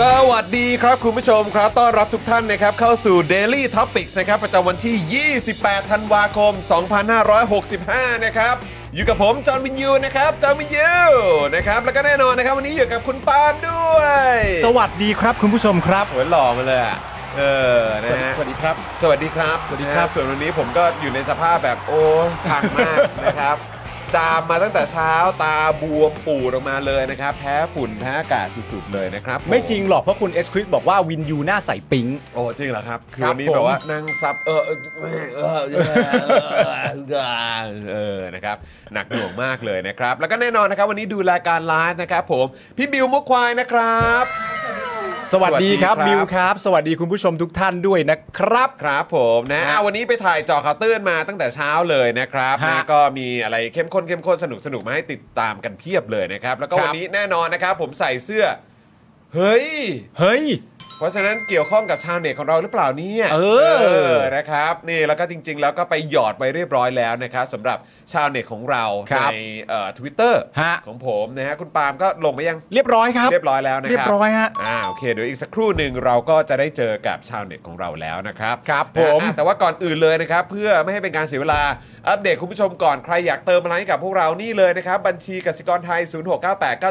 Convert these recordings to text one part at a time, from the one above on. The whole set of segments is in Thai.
สวัสดีครับคุณผู้ชมครับ ต้อนรับทุกท่านนะครับ เข้าสู่ Daily Topics นะครับ ประจำวันที่ 28 ธันวาคม 2565 นะครับ อยู่กับผม จอห์นวินยูนะครับ จอห์นวินยูนะครับ แล้วก็แน่นอนนะครับ วันนี้อยู่กับคุณปาล์มด้วย สวัสดีครับคุณผู้ชมครับ โอ้ยหล่อมาเลยอะเออนะฮะ สวัสดีครับ สวัสดีครับ สวัสดีครับ นะฮะส่วนวันนี้ผมก็อยู่ในสภาพแบบโอ้พังมาก นะครับ จามมาตั้งแต่เช้าตาบวมปูดออกมาเลยนะครับ แพ้ฝุ่นแพ้อากาศสุดๆเลยนะครับ ไม่จริงหรอกเพราะคุณเอสคริสบอกว่าวินยูหน้าใสปิ๊ง โอ้จริงเหรอครับคือ ครับ วันนี้แบบ ผม ว่านั่งซับเออเออเออเออเออเออนะครับหนักหน่วงมากเลยนะครับ แล้วก็แน่นอนนะครับ วันนี้ดูรายการไลฟ์นะครับ ผมพี่บิวมุกควายนะครับ สวัสดีครับ สวัสดีครับ บิวครับ สวัสดีคุณผู้ชมทุกท่านด้วยนะครับ ครับผมนะอ่ะวันนี้ไปถ่ายเจอข่าวตื้นมาตั้งแต่เช้าเลยนะครับ ฮะ นะก็มีอะไรเข้มข้นเข้มข้นสนุกสนุกมาให้ติดตามกันเพียบเลยนะครับ แล้วก็ ครับ วันนี้แน่นอนนะครับ ผมใส่เสื้อ เฮ้ย เฮ้ย เพราะฉะนั้นเกี่ยวข้องกับชาวเน็ตของเราหรือเปล่าเนี่ย เออ นะครับนี่แล้วก็จริง ๆ แล้วก็ไปหยอดไปเรียบร้อยแล้วนะครับสำหรับชาวเน็ตของเรา ครับ ในทวิตเตอร์ ฮะ ของผมนะฮะคุณปาล์มก็ลงไปยัง เรียบร้อยครับ เรียบร้อยแล้วนะครับ เรียบร้อยฮะ อ่าโอเคเดี๋ยวอีกสักครู่หนึ่งเราก็จะได้เจอกับชาวเน็ตของเราแล้วนะครับ ครับ นะฮะ ผม อ่ะแต่ว่าก่อนอื่นเลยนะครับ เพื่อไม่ให้เป็นการเสียเวลาอัปเดตคุณผู้ชมก่อนใครอยากเติมอะไรให้กับพวกเรานี่เลยนะครับ บัญชีกสิกรไทย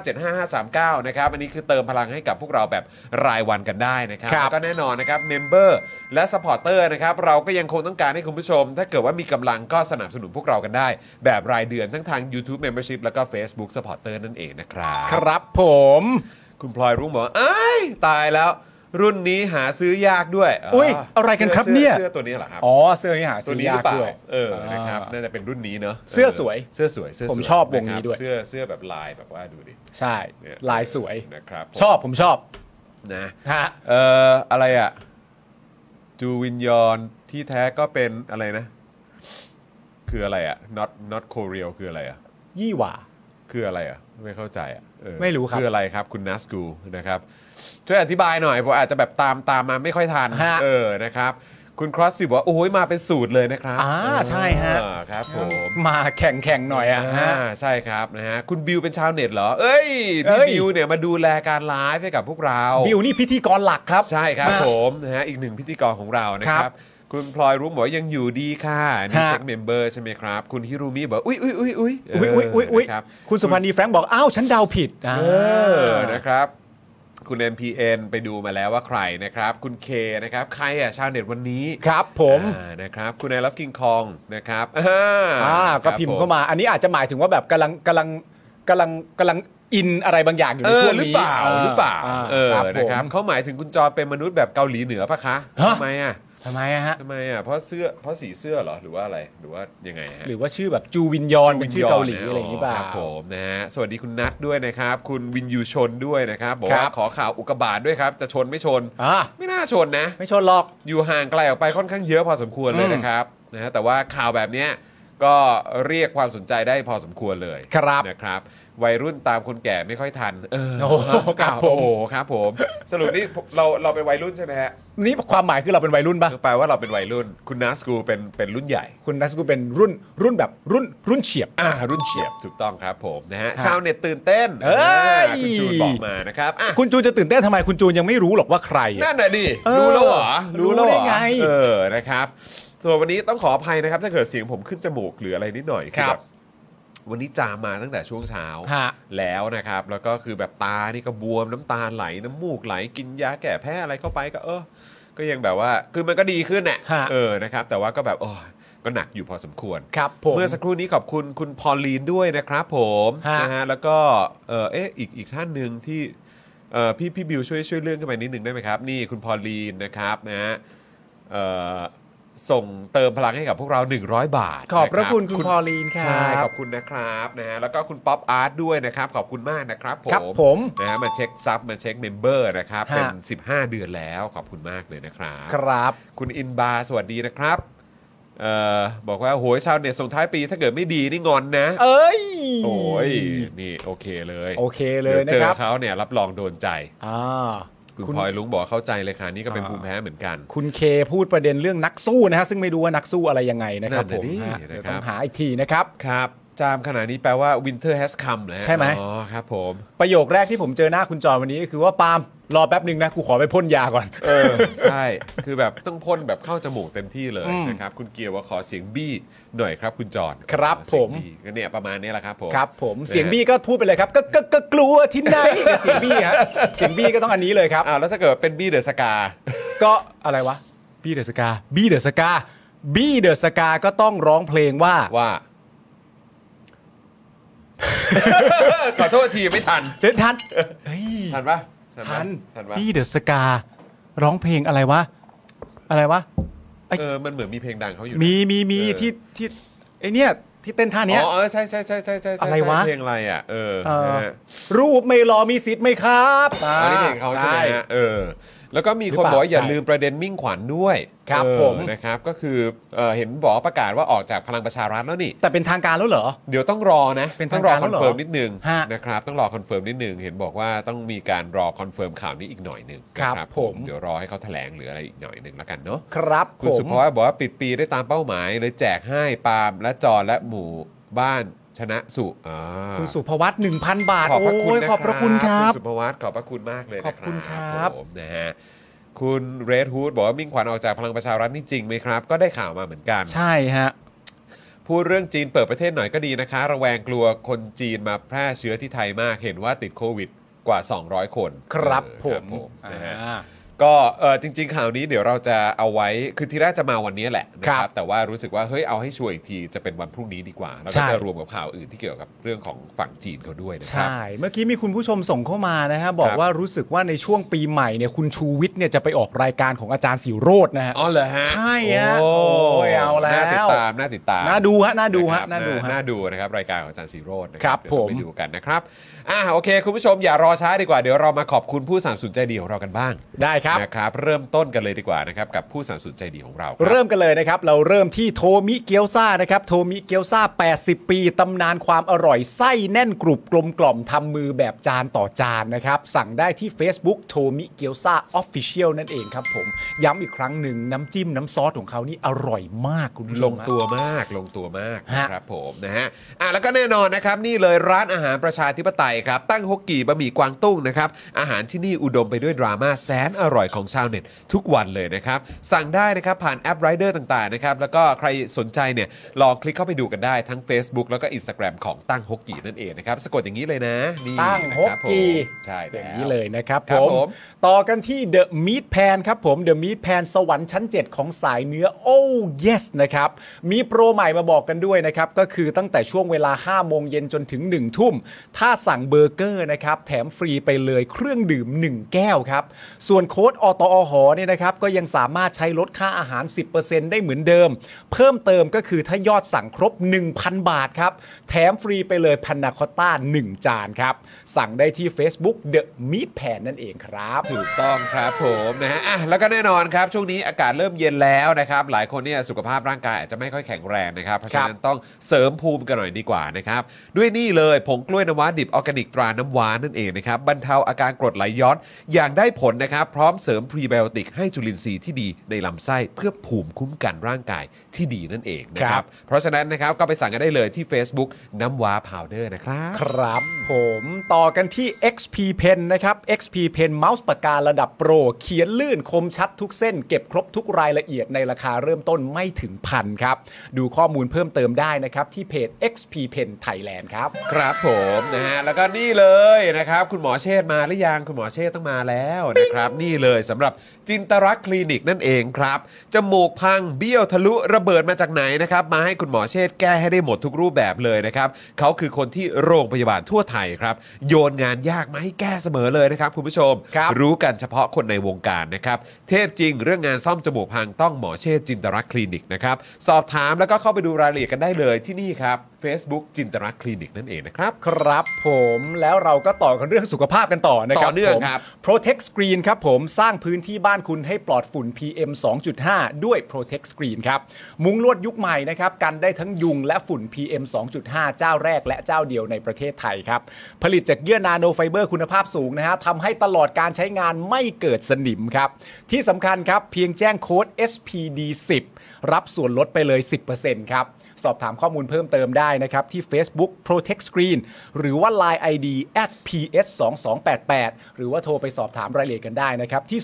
0698975539 นะครับอันนี้คือเติมพลังให้กับพวกเราแบบรายวันกันได้นะครับ ครับ แล้วก็แน่นอนนะครับเมมเบอร์และสปอร์เตอร์นะครับเราก็ยังคงต้องการให้คุณผู้ชม ถ้าเกิดว่ามีกำลังก็สนับสนุนพวกเรากันได้ แบบรายเดือนทั้งทาง YouTube Membership แล้วก็ Facebook Supporter นั่นเองนะครับ ครับผม คุณพลอยรุ้งบอกว่าเอ้ยตายแล้ว รุ่นนี้หาซื้อยากด้วย อุ๊ยอะไรกันครับ สื้ เนี่ย เสื้อตัวนี้เหรอครับ อ๋อเสื้อนี่หา ตั ซื้ ว อ นี้หรืยาก อเปล่า ด้วย เออนะครับน่าจะเป็นรุ่นนี้เนอะ เสื้อสวย เสื้อสวยเสื้อสวย ผมชอบวงะคนี้รั ด้วย เสื้อเสื้อแบบลายแบบว่าดูดิ ใช่ เนี่ย ลายสวย นะครับผม ชอบผมชอบ นะ ฮะ เอ่ออะไรอ่ะจูวินยอนที่แท้ก็เป็นอะไรนะ คืออะไรอ่ะ not not Korean คืออะไรอ่ะ ยี่หว่า คืออะไรอ่ะ ไม่เข้าใจอ่ะเออ ไม่รู้ครับ คืออะไรครับคุณนัสกูนะครับช่วยอธิบายหน่อยผมอาจจะแบบตามตามมาไม่ค่อยทัน ฮะ เออนะครับ คุณครอสสิบอกว่าโอ้ยมาเป็นสูตรเลยนะครับ อ่าใช่ฮะ อ่าครับผม มาแข่งแข่งๆหน่อยอะฮะ อ่าใช่ครับนะฮะคุณบิวเป็นชาวเน็ตเหรอ เอ้ยพี่ เอ้ย บิวเนี่ยมาดูแลการไลฟ์ให้กับพวกเรา บิวนี่พิธีกรหลักครับ ใช่ครับผมนะฮะอีกหนึ่งพิธีกรของเรานะค ค รั รับ บ คุณพลอยรุ้งบอกว่ายังอยู่ดีค่ะนี่ ฮะ เช็คเมมเบอร์ใช่ไหมครับ คุณฮิรุมิบอกอุ้ยอุ้ยอุ้ยอุ้ย อุ้ยอุ้ยอุ้ยอุ้ย นะครับ คุณสุพันธ์ดีแฟรงค์บอกอ้าวฉันเดาผิดอ่า เออ นะครับ คุณ MPN ไปดูมาแล้วว่าใครนะครับ คุณเคนะครับ ใครอ่ะชาวเน็ตวันนี้ ครับผม อ่านะครับ คุณนายรับกิงคองนะครับอ่ อ่า า ก็พิมพ์เข้ามา อันนี้อาจจะหมายถึงว่าแบบกำลังกำลังกำลังกำลังอินอะไรบางอย่างอยู่ เอ ใน อ ช่วง หรือ นี้ เปล่าหรือเปล่า เออ นะครับ ผม เขาหมายถึงคุณจอเป็นมนุษย์แบบเกาหลีเหนือปะคะ ฮะ ทำไมอ่ะ ทำไมอะฮะ ทำไมอ่ะ เพราะเสื้อ เพราะสีเสื้อเหรอ หรือว่าอะไร หรือว่ายังไงฮะ หรือว่าชื่อแบบจูวินยอนเป็นชื่อเกาหลีอะไรอย่างนี้เปล่า ครับผมนะฮะสวัสดีคุณนัทด้วยนะครับ คุณวินยูชนด้วยนะครับบอก ค ว่า รับ ขอข่าวอุกกาบาตด้วยครับ จะชนไม่ชน อ่า ไม่น่าชนนะ ไม่ชนหรอก อยู่ห่างไกลออกไปค่อนข้างเยอะพอสมควรเลย อืม นะครับนะฮะแต่ว่าข่าวแบบเนี้ยก็เรียกความสนใจได้พอสมควรเลย ครับ นะครับ วัยรุ่นตามคนแก่ไม่ค่อยทัน เออ โอ้โห ครับ ครับผม โอ้โหครับผม สรุปนี่เราเราเป็นวัยรุ่นใช่ไหมฮะ นี่ความหมายคือเราเป็นวัยรุ่นป่ะ แปลว่าเราเป็นวัยรุ่น คุณนัสกูเป็นเป็นรุ่นใหญ่ คุณนัสกูเป็นรุ่นรุ่นแบบรุ่นรุ่นเฉียบ อ่ารุ่นเฉียบถูกต้องครับผมนะฮะ ครับ ชาวเน็ตตื่นเต้น เอ้ย อ่าคุณจูนบอกมานะครับอ่ะ คุณจูนจะตื่นเต้นทำไมคุณจูนยังไม่รู้หรอกว่าใครอะ นั่นน่ะดิ เออ รู้แล้วเหรอ รู้ แล้วเหรอ ได้ไง เออนะครับส่วนวันนี้ต้องขออภัยนะครับ ถ้าเกิดเสียงผมขึ้นจมูกหรืออะไรนิดหน่อย ครับ แวันนี้จามมาตั้งแต่ช่วงเช้า ฮะ แล้วนะครับ แล้วก็คือแบบตานี่ก็บวมน้ำตาไหลน้ำมูกไหลกินยาแก้แพ้อะไรเข้าไปก็เออ ก็ยังแบบว่าคือมันก็ดีขึ้นแหละ ฮะ เออนะครับ แต่ว่าก็แบบโอ้ยก็หนักอยู่พอสมควร ครับผม เมื่อสักครู่นี้ขอบคุณคุณพอลลีนด้วยนะครับผม ฮะ นะฮะแล้วก็เอ่อเอ๊ะอีกอีกท่านหนึ่งที่เอ่อพี่พี่บิวช่วยช่วยเลื่อนขึ้นไปนิดหนึ่งได้ไหมครับ นี่คุณพอลลีนนะครับนะฮะเอ่อส่งเติมพลังให้กับพวกเรา 100 บาท ขอบพระ น คุณคุณพอลลีนครับ ใช่ขอบคุณนะครับนะฮะแล้วก็คุณป๊อปอาร์ตด้วยนะครับขอบคุณมากนะครับผม ครับผม นะฮะมาเช็คซับมาเช็คเมมเบอร์นะครับ ฮะ เป็น 15 เดือนแล้วขอบคุณมากเลยนะครับ ครับ คุณอินบาร์สวัสดีนะครับเอ่อบอกว่าโหยชาวเน็ตส่งท้ายปีถ้าเกิดไม่ดีนี่งอนนะ เอ้ย โอ้ยนี่โอเคเลย โอเคเลยนะ ดี๋ว ค เจ รับ อเขาเนี่ยรับรองโดนใจ อ่า คุณ คุณ พลอยลุงบอกเข้าใจเลยค่ะนี่ก็เป็น อ่า ภูมิแพ้เหมือนกัน คุณเคพูดประเด็นเรื่องนักสู้นะฮะซึ่งไม่รู้ว่านักสู้อะไรยังไงนะครับ นั่ ผ น ม น่ะดิ ฮะ นะครับ เดี๋ยวต้องหาอีกทีนะครับ ครับ จามขนาดนี้แปลว่า winter has come แล้ว ใช่ไหม อ๋อครับผม ประโยคแรกที่ผมเจอหน้าคุณจอยวันนี้ก็คือว่าปาล์มรอแป๊บหนึ่งนะกูขอไปพ่นยา ก่อน เออใช่ คือแบบต้องพ่นแบบเข้าจมูกเต็มที่เลย อืม นะครับคุณเกียร์ว่าขอเสียงบี้หน่อยครับคุณจอน ครับ เสียง ผม บี้ก็เนี่ยประมาณนี้แหละครับผม ครับผมเสียง นะฮะ บี้ก็พูดไปเลยครับก็ก็ก็กลัวที่ไหน เนี่ยเสียงบี้ฮะเสียงบี้ก็ต้องอันนี้เลยครับ อ้าวแล้วถ้าเกิดเป็นบี้เดอะสกา ก็อะไรวะบี้เดอะสกาบี้เดอะสกาบี้เดอะสกาก็ต้องร้องเพลงว่า ว่า ขอโทษทีไม่ทัน เส้นทันเฮ้ย ทันปะปะ ทัน ทันปะ บี้เดอะสกา ร้องเพลงอะไรวะ อะไรวะ ไอ้ เออมันเหมือนมีเพลงดังเขาอยู่นะ มีมีมี เออ ที่ที่ไอเนี่ยที่เต้นท่าเนี้ย อ๋อเออใช่ใช่ใช่ใช่ใช่ใช่ อะไรวะ เพลงอะไรอ่ะเออ เออ นะฮะ รูปไม่รอมีสิทธิ์ไหมครับ อันนี้เพลงเขาใช่ไหมฮะเออ แล้วก็มีคนบอกว่าอย่าลืมประเด็นมิ่งขวัญด้วย ครับ เออ ผม นะครับก็คือเออเห็นบอกว่าประกาศว่าออกจากพลังประชารัฐแล้วนี่ แต่เป็นทางการแล้วเหรอ เดี๋ยวต้องรอนะ เป็น ต้ ทา อง ง รอ การ คอแล้วน เหรอ เฟิร์มนิดนึง ฮะ นะครับต้องรอคอนเฟิร์มนิดนึง เห็นบอกว่าต้องมีการรอคอนเฟิร์มข่าวนี้อีกหน่อยหนึ่ง ครับ นะ ผม เดี๋ยวรอให้เขาแถลงหรืออะไรอีกหน่อยหนึ่งแล้วกันเนาะ ครับ คุณ ผม สุภาพบอกว่าปิดปีได้ตามเป้าหมายเลยแจกให้ปาล์มและจอนและหมู่บ้านชนะสุอ่า คุณสุภวัตหนึ่งพันบาท ขอบพระคุณ โอ้ย นะ ขอบพระคุณครับ คุณสุภวัฒน์ขอบพระคุณมากเลยนะ ขอบคุณครับ ผมนะฮะคุณเรดฮูดบอกว่ามิ่งขวัญออกจากพลังประชารัฐนี่จริงไหมครับ ก็ได้ข่าวมาเหมือนกัน ใช่ฮะ พูดเรื่องจีนเปิดประเทศหน่อยก็ดีนะคะ ระแวงกลัวคนจีนมาแพร่เชื้อที่ไทยมากเห็นว่าติดโควิดกว่า 200 คน ครับ เออ ผม นะฮะ อ่า ก็เออจริง ๆ ข่าวนี้เดี๋ยวเราจะเอาไว้คือทีแรกจะมาวันนี้แหละนะค ครั รับบ แต่ว่ารู้สึกว่าเฮ้ยเอาให้ชัวร์อีกทีจะเป็นวันพรุ่งนี้ดีกว่า แล้วก็ ใช่ จะรวมกับข่าวอื่นที่เกี่ยวกับเรื่องของฝั่งจีนเขาด้วยนะครั ใช่ บ เมื่อกี้มีคุณผู้ชมส่งเข้ามานะฮะ บอก ครับ ว่ารู้สึกว่าในช่วงปีใหม่เนี่ยคุณชูวิทย์เนี่ยจะไปออกรายการของอาจารย์สิโรจน์นะฮะ อ๋อเหรอฮะ ใช่ฮะ โอ้ โอ้ยเอาแล้ว น่าติดตามน่าติดตาม น่าดูฮะน่าดูคฮะรับ น่าดู น่า ฮะ ดูนะครับ รายการของอาจารย์สีโรจน์นะครับ เดี๋ยวต้อง ผม ไปดูกันนะครับอ่าโอเค คุณผู้ชมอย่ารอช้าดีกว่า เดี๋ยวเรามาขอบคุณผู้สามสูนใจดีของเรากันบ้าง ได้ครับ นะครับ เริ่มต้นกันเลยดีกว่านะครับ กับผู้สามสูนใจดีของเราคบ เริ่มกันเลยนะครับ เราเริ่มที่โทมิเกียวซานะครับ โทมิเกียวซา80 ปี ตำนานความอร่อยไส้แน่นกรุบกลมกล่อมทำมือแบบจานต่อจานนะครับ สั่งได้ที่ Facebook โทมิเกียวซาออฟฟิเชียลนั่นเองครับผม ย้ำอีกครั้งหนึ่งน้ำจิ้มน้ำซอสของเขานี่อร่อยมากคุณผู้ช ล ม ง ฮะ ตัวมากลงตัวมาก ฮะ นะครับผมนะฮะอ่ะแล้วก็แน่นอนนะครับนี่เลยร้านอาหารประชาธิปไตยครับ ตั้งฮกกี่บะหมี่กวางตุ้งนะครับอาหารที่นี่อุดมไปด้วยดราม่าแสนอร่อยของชาวเน็ตทุกวันเลยนะครับสั่งได้นะครับผ่านแอปไรเดอร์ต่างๆนะครับแล้วก็ใครสนใจเนี่ยลองคลิกเข้าไปดูกันได้ทั้ง Facebook แล้วก็ Instagram ของตั้งฮกกี่นั่นเองนะครับสะกดอย่างนี้เลยนะนี่ ตั้งฮนะกครับผม กี ใช่ อย่าง แว นี้เลยนะครับ ครับ ผม ผม ต่อกันที่ The Meat Pan ครับผม The Meat Pan สวรรค์ชั้น 7 ของสายเนื้อ Oh yes นะครับ มีโปรใหม่มาบอกกันด้วยนะครับ ก็คือตั้งแต่ช่วงเวลา 5 โมงเย็นจนถึง 1 ทุ่ม ถ้าสั่ง เบอร์เกอร์นะครับ แถมฟรีไปเลยเครื่องดื่ม 1 แก้วครับ ส่วนโค้ดอตอหอเนี่ยนะครับ ก็ยังสามารถใช้ลดค่าอาหาร 10%ได้เหมือนเดิม เพิ่มเติมก็คือถ้ายอดสั่งครบ 1,000 บาทครับ แถมฟรีไปเลยพันนาคอตต้า 1 จานครับ สั่งได้ที่ Facebook The Meat แผนนั่นเองครับ ถูกต้องครับผมนะฮะอ่ะแล้วก็แน่นอนครับ ช่วงนี้อากาศเริ่มเย็นแล้วนะครับ หลายคนเนี่ยสุขภาพร่างกายอาจจะไม่ค่อยแข็งแรงนะครับ เพราะฉะนั้นต้องเสริมภูมิกันหน่อยดีกว่านะครับ ด้วยนี่เลยผงกล้วยน้ำว้าดิบออร์แกนิกตราน้ำว้านั่นเองนะครับบรรเทาอาการกรดไหลย้อน อย่างได้ผลนะครับ พร้อมเสริมพรีไบโอติกให้จุลินทรีย์ที่ดีในลำไส้เพื่อภูมิคุ้มกันร่างกายที่ดีนั่นเองนะค ครั รับบ เพราะฉะนั้นนะครับก็ไปสั่งกันได้เลยที่ Facebook น้ำว้าพาวเดอร์นะครับ ครับผมต่อกันที่ XP Pen นะครับ XP Pen เมาส์ปากการะดับโปร เขียนลื่นคมชัดทุกเส้น เก็บครบทุกรายละเอียดในราคาเริ่มต้นไม่ถึงพันครับ ดูข้อมูลเพิ่มเติมได้นะครับ ที่เพจ XP Pen Thailand ครับ ครับผมนะฮะแล้วก็นี่เลยนะครับ คุณหมอเชษฐ์มาหรือยังคุณหมอเชษฐ์ต้องมาแล้วนะครับ นี่เลยสำหรับจินตรักษณ์คลินิกนั่นเองครับจมูกพังเบี้ยวทะลุระเบิดมาจากไหนนะครับ มาให้คุณหมอเชษฐ์แก้ให้ได้หมดทุกรูปแบบเลยนะครับเขาคือคนที่โรงพยาบาลทั่วไทยครับ โยนงานยากมาให้แก้เสมอเลยนะครับ คุณผู้ชม ครับ รู้กันเฉพาะคนในวงการนะครับ เทพจริงเรื่องงานซ่อมจมูกพังต้องหมอเชษจินตรักษณ์คลินิกนะครับ สอบถามแล้วก็เข้าไปดูรายละเอียดกันได้เลยที่นี่ครับ Facebook จินตรักษณ์คลินิกนั่นเองนะครับ ครับผมแล้วเราก็ต่อกันเรื่องสุขภาพกันต่อนะครัต่บอเนื่อง ผม ครับ Protect Screen ครับผม สร้างพื้นที่บ้านคุณให้ปลอดฝุ่น PM 2.5 ด้วย Protect Screen ครับ มุ้งลวดยุคใหม่นะครับ กันได้ทั้งยุงและฝุ่น PM 2.5 เจ้าแรกและเจ้าเดียวในประเทศไทยครับ ผลิตจากเยื่อนาโนไฟเบอร์คุณภาพสูงนะฮะทำให้ตลอดการใช้งานไม่เกิดสนิมครับ ที่สำคัญครับ เพียงแจ้งโค้ด SPD 10รับส่วนลดไปเลย 10%ครับ สอบถามข้อมูลเพิ่มเติมได้นะครับ ที่ Facebook Protect Screen หรือว่า Line ID at @ps 2 2 8 8หรือว่าโทรไปสอบถามรายละเอียดกันได้นะครับ ที่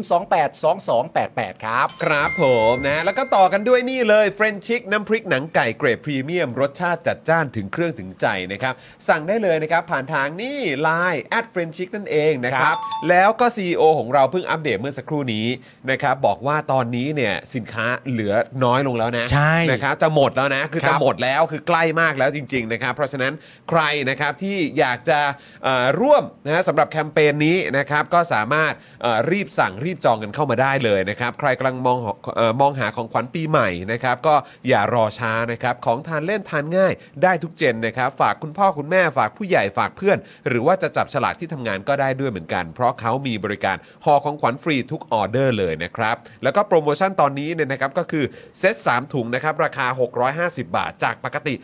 020282288 ครับ ครับผมนะแล้วก็ต่อกันด้วยนี่เลยเฟรนชิกน้ำพริกหนังไก่เกรดพรีเมียม รสชาติจัดจ้านถึงเครื่องถึงใจนะครับ สั่งได้เลยนะครับ ผ่านทางนี่ Line แอดเฟรนชิกนั่นเองนะค ค รั รับ บ แล้วก็ CEO ของเราเพิ่งอัปเดตเมื่อสักครู่นี้นะครับ บอกว่าตอนนี้เนี่ยสินค้าเหลือน้อยลงแล้วนะ ใช่ นะครับจะหมดแล้วนะ คือ ครั จะ บ หมดแล้วคือใกล้มากแล้วจริง ๆ นะครับ เพราะฉะนั้นใครนะครับที่อยากจะเอ่อร่วมนะฮะสำหรับแคมเปญนี้นะครับก็สามารถเอ่อรีบสั่งรีบจองกันเข้ามาได้เลยนะครับ ใครกำลังมองหาเอ่อมองหาของขวัญปีใหม่นะครับก็อย่ารอช้านะครับ ของทานเล่นทานง่ายได้ทุกเจนนะครับ ฝากคุณพ่อคุณแม่ฝากผู้ใหญ่ฝากเพื่อน หรือว่าจะจับฉลากที่ทำงานก็ได้ด้วยเหมือนกัน เพราะเขามีบริการห่อของขวัญฟรีทุกออเดอร์เลยนะครับ แล้วก็โปรโมชั่นตอนนี้เนี่ยนะครับก็คือเซต3 ถุงนะครับ ราคา 650 บาท จากปกติ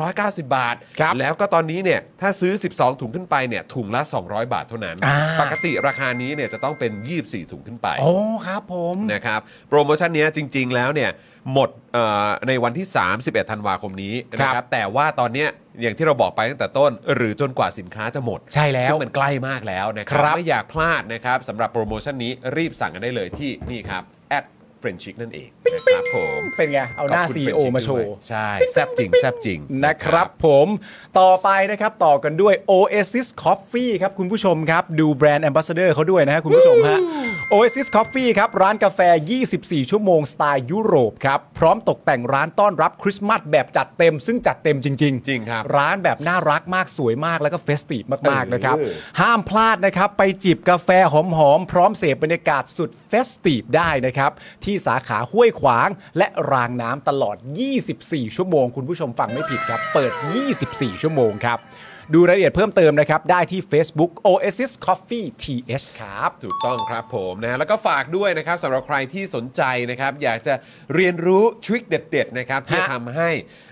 690 บาท ครับ แล้วก็ตอนนี้เนี่ยถ้าซื้อ 12 ถุงขึ้นไปเนี่ยถุงละ 200 บาทเท่านั้น อ่า ปกติราคานี้เนี่ยจะต้องเป็น 24 ถุงขึ้นไป โอ้ครับผม นะครับโปรโมชั่นเนี้ยจริง ๆ แล้วเนี่ยหมดเอ่อในวันที่ 31 ธันวาคมนี้นะค ครั รับบ แต่ว่าตอนเนี้ยอย่างที่เราบอกไปตั้งแต่ต้น หรือจนกว่าสินค้าจะหมด ใช่แล้ว ซึ่งมันใกล้มากแล้วนะค ครั รับ ไม่อยากพลาดนะครับสำหรับโปรโมชั่นนี้รีบสั่งกันได้เลยที่นี่ครับแอดเฟรนชิกนั่นเองนะครับผม เป็นไง เอาหน้า ขบคุณ CEO Friendship มาโชว์ ด้ยใช่แซบจริงแซบจริง นะครับผมต่อไปนะครับต่อกันด้วย Oasis Coffee ครับคุณผู้ชมครับ ดูแบรนด์แอมบาสเดอร์เขาด้วยนะครับคุณผู้ชมฮะ Oasis Coffee ครับ ร้านกาแฟ 24 ชั่วโมง สไตล์ยุโรปครับ พร้อมตกแต่งร้านต้อนรับคริสต์มาสแบบจัดเต็ม ซึ่งจัดเต็มจริง ๆ จริงครับ ร้านแบบน่ารักมากสวยมากแล้วก็เฟสติฟมาก ๆ นะครับ ห้ามพลาดนะครับ ไปจิบกาแฟหอม ๆ พร้อมเสพบรรยากาศสุดเฟสติฟได้นะครับ ที่สาขาห้วยขวางและรางน้ำตลอด 24 ชั่วโมง คุณผู้ชมฟังไม่ผิดครับ เปิด 24 ชั่วโมงครับ ดูรายละเอียดเพิ่มเติมนะครับ ได้ที่ Facebook Oasis Coffee TH ครับ ถูกต้องครับผมนะแล้วก็ฝากด้วยนะครับสำหรับใครที่สนใจนะครับ อยากจะเรียนรู้ทริคเด็ดๆนะครับที่ ฮะ จะทำให้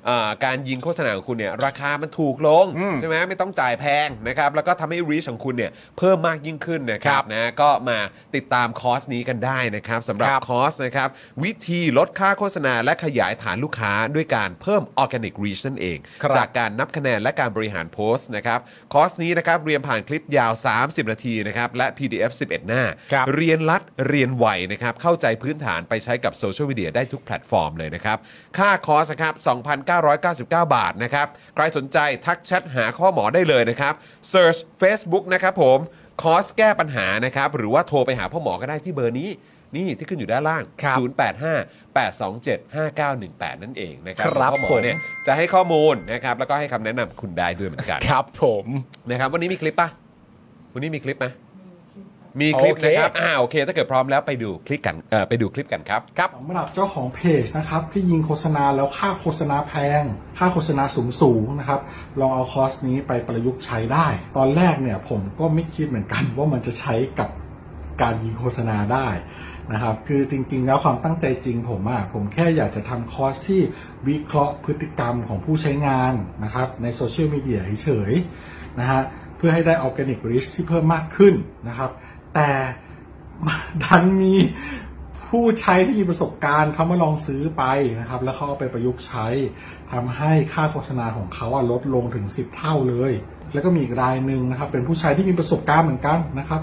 อ่าการยิงโฆษณาของคุณเนี่ยราคามันถูกลง ใช่ไหมไม่ต้องจ่ายแพงนะครับ แล้วก็ทำให้รีชของคุณเนี่ยเพิ่มมากยิ่งขึ้นนะครั ครับ บ นะก็มาติดตามคอร์สนี้กันได้นะครับสำหรับ ครับ คอร์สนะครับวิธีลดค่าโฆษณาและขยายฐานลูกค้าด้วยการเพิ่มออร์แกนิกรีชนั่นเอง ครับ จาก การนับคะแนนและการบริหารโพสต์นะครับคอร์สนี้นะครับเรียนผ่านคลิปยาว 30 นาทีนะครับและ PDF 11 หน้า ครับ เรียนรัดเรียนไวนะครับเข้าใจพื้นฐานไปใช้กับโซเชียลมีเดียได้ทุกแพลตฟอร์มเลยนะครับค่าคอร์สนะครับ 2,999 บาทนะครับใครสนใจทักแชทหาข้อหมอได้เลยนะครับ Search Facebook นะครับผม คอร์สแก้ปัญหานะครับหรือว่าโทรไปหาพ่อหมอก็ได้ที่เบอร์นี้ นี่ที่ขึ้นอยู่ด้านล่าง ครับ 085 827 5918 นั่นเองนะครับ ครับ พ่อหม ผ อ ม เนี่ยจะให้ข้อมูลนะครับแล้วก็ให้คำแนะนำคุณได้ด้วยเหมือนกัน ครับผม นะครับวันนี้มีคลิปปะวันนี้มีคลิปไหมมีคลิป โอเค นะครับอ่าโอเค ถ้าเกิดพร้อมแล้วไปดูคลิปกันเอ่อไปดูคลิปกันครับ ครับ สำหรับเจ้าของเพจนะครับที่ยิงโฆษณาแล้วค่าโฆษณาแพง ค่าโฆษณาสูงสูงๆนะครับลองเอาคอร์สนี้ไปประยุกต์ใช้ได้ ตอนแรกเนี่ยผมก็ไม่คิดเหมือนกัน ว่ามันจะใช้กับการยิงโฆษณาได้นะครับคือจริงๆแล้วความตั้งใจจริงผมอะผมแค่อยากจะทำคอร์สที่วิเคราะห์พฤติกรรมของผู้ใช้งานนะครับในโซเชียลมีเดียเฉยๆนะฮะเพื่อให้ได้ออร์แกนิกริชที่เพิ่มมากขึ้นนะครับ แต่ ดันมี ผู้ใช้ที่มีประสบการณ์เขามาลองซื้อไปนะครับ แล้วเขาเอาไปประยุกต์ใช้ทำให้ค่าโฆษณาของเขาอะลดลงถึง 10 เท่าเลย แล้วก็มีอีกรายหนึ่งนะครับ เป็นผู้ใช้ที่มีประสบการณ์เหมือนกันนะครับ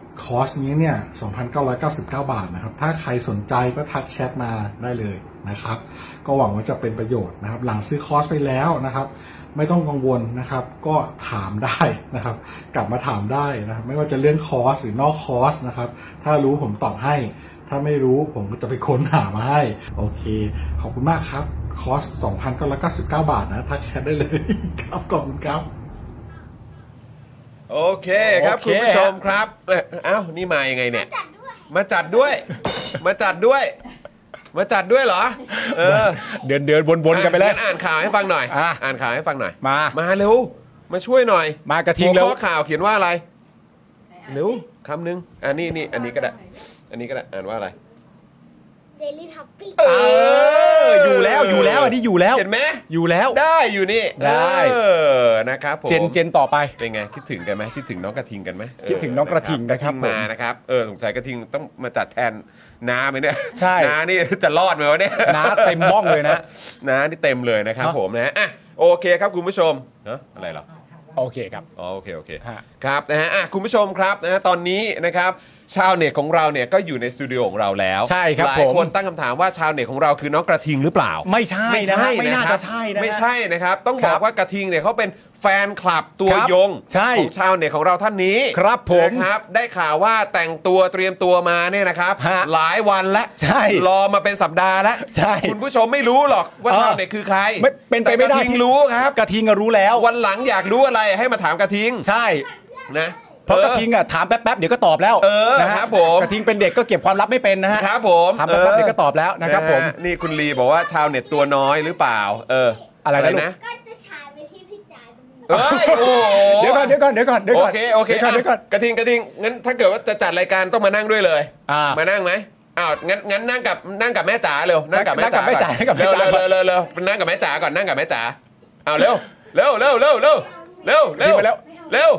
คอร์สนี้เนี่ย 2,999 บาทนะครับ ถ้าใครสนใจก็ทักแชทมาได้เลยนะครับ ก็หวังว่าจะเป็นประโยชน์นะครับ หลังซื้อคอร์สไปแล้วนะครับ ไม่ต้องกังวลนะครับ ก็ถามได้นะครับ กลับมาถามได้นะครับ ไม่ว่าจะเรื่องคอร์สหรือนอกคอร์สนะครับ ถ้ารู้ผมตอบให้ ถ้าไม่รู้ผมก็จะไปค้นหามาให้ โอเค ขอบคุณมากครับ คอร์ส 2,999 บาทนะทักแชทได้เลย ครับขอบคุณครับ โอเคครับ โอเค คุณผู้ชมครับเอ่อเอ้านี่มายังไงเนี่ย มาจัดด้วย มาจัดด้วย มาจัดด้วยเหรอ เออ เดินเดินวนวนๆกันไปแล้ว อ่ะงั้อ่านข่าวให้ฟังหน่อย อ่ะ อ่านข่าวให้ฟังหน่อย มา เร็วมาช่วยหน่อย มากระทิง หัว แล้ ข้ ว อข่าวเขียนว่าอะไรเร็วคำหนึงอันนี้นี่อันนี้ก็ได้ อันนี้ก็ได้อ่านว่าอะไร เดลี่ท็อปปิ้ง เอออยู่แล้วอยู่แล้วอันนี้อยู่แล้ว เห็นไหม อยู่แล้ว ได้อยู่นี่ ได้ เออนะครับผม เจนเจนต่อไป เป็นไงคิดถึงกันไหมคิดถึงน้องกระทิงกันไหมเ คิดถึงน้องกระทิงนะครับ กทิงมานะครับเออสงสัยกระทิงต้องมาจัดแทนน้าไหมเนี่ย ใช่ น้านี่ จะรอดไหมวะเนี่ย น้าเต็มบ้องเลยนะ น้านี่เต็มเลยนะครับ เนอะ ผมนะอ่ะโอเคครับคุณผู้ชมเนอะอะไรเหรอ โอเคครับ อ๋อโอเคโอเค ฮะ ครับนะฮะอ่ะคุณผู้ชมครับนะฮะตอนนี้นะครับชาวเน็ตของเราเนี่ยก็อยู่ในสตูดิโอของเราแล้ว ใช่ครับ หลา ผ ย ม คนตั้งคำถามว่าชาวเน็ตของเราคือน้องกระทิงหรือเปล่า ไม่ใช่นะฮะไม่น่า ครับ จะใช่นะฮะ ไม่ใช่นะครับ ต้อง ครับ บอก ว่ากระทิงเนี่ยเขาเป็นแฟนคลับตัว ครับ ยง ใช่ ของชาวเน็ตของเราท่านนี้ ครับผม นะครับได้ข่าวว่าแต่งตัวเตรียมตัวมาเนี่ยนะครับ ฮะ หลายวันแล้ว ใช่ รอมาเป็นสัปดาห์แล้ว ใช่ คุณผู้ชมไม่รู้หรอกว่า เออ ชาวเน็ตคือใคร ไม่เป็นไปไม่แต่กระได้ทิงรู้ครับ กระทิงอะรู้แล้ว วันหลังอยากรู้อะไรให้มาถามกระทิง ใช่ นะ เพราะ ออ กระทิงอ่ะถามแป๊บๆเดี๋ยวก็ตอบแล้ว เออ นะฮะ ครับผม กระทิงเป็นเด็กก็เก็บความลับไม่เป็นนะฮะ ครับผม ถามแป๊บๆเดี๋ยวก็ตอบแล้วนะครับผม ฮนี่คุณลีบอกว่าชาวเน็ตตัวน้อยหรือเปล่า เออ อะไรนะ ก็จะฉายไปที่พี่จ๋าตรงนี้ เอ้ยโอ้โห เดี๋ยวก่อนเดี๋ยวก่อนเดี๋ยวก่อนเดี๋ยว โอ ก่อน เคโอเค เดี๋ยวก่อนเดี๋ยวก่อน อ่ะกระทิงกระทิงงั้นถ้าเกิดว่าจะจัดรายการต้องมานั่งด้วยเลย อ่า มานั่งไหมอ้าวงั้นงั้นนั่งกับนั่งกับแม่จ๋าเร็วนั่งกับแม่จ๋า นั่งกับแม่จ๋านั่งกับแม่ เร็ว จ๋า เร็วเร็วเร็วเร็วนั่งกับแม่จ๋าก่อนนั่งกับแม่จ๋าเอาเร็วเร็วเร็วเร็วเร็วเร็วเร็ว ไปแล้ว เร็ว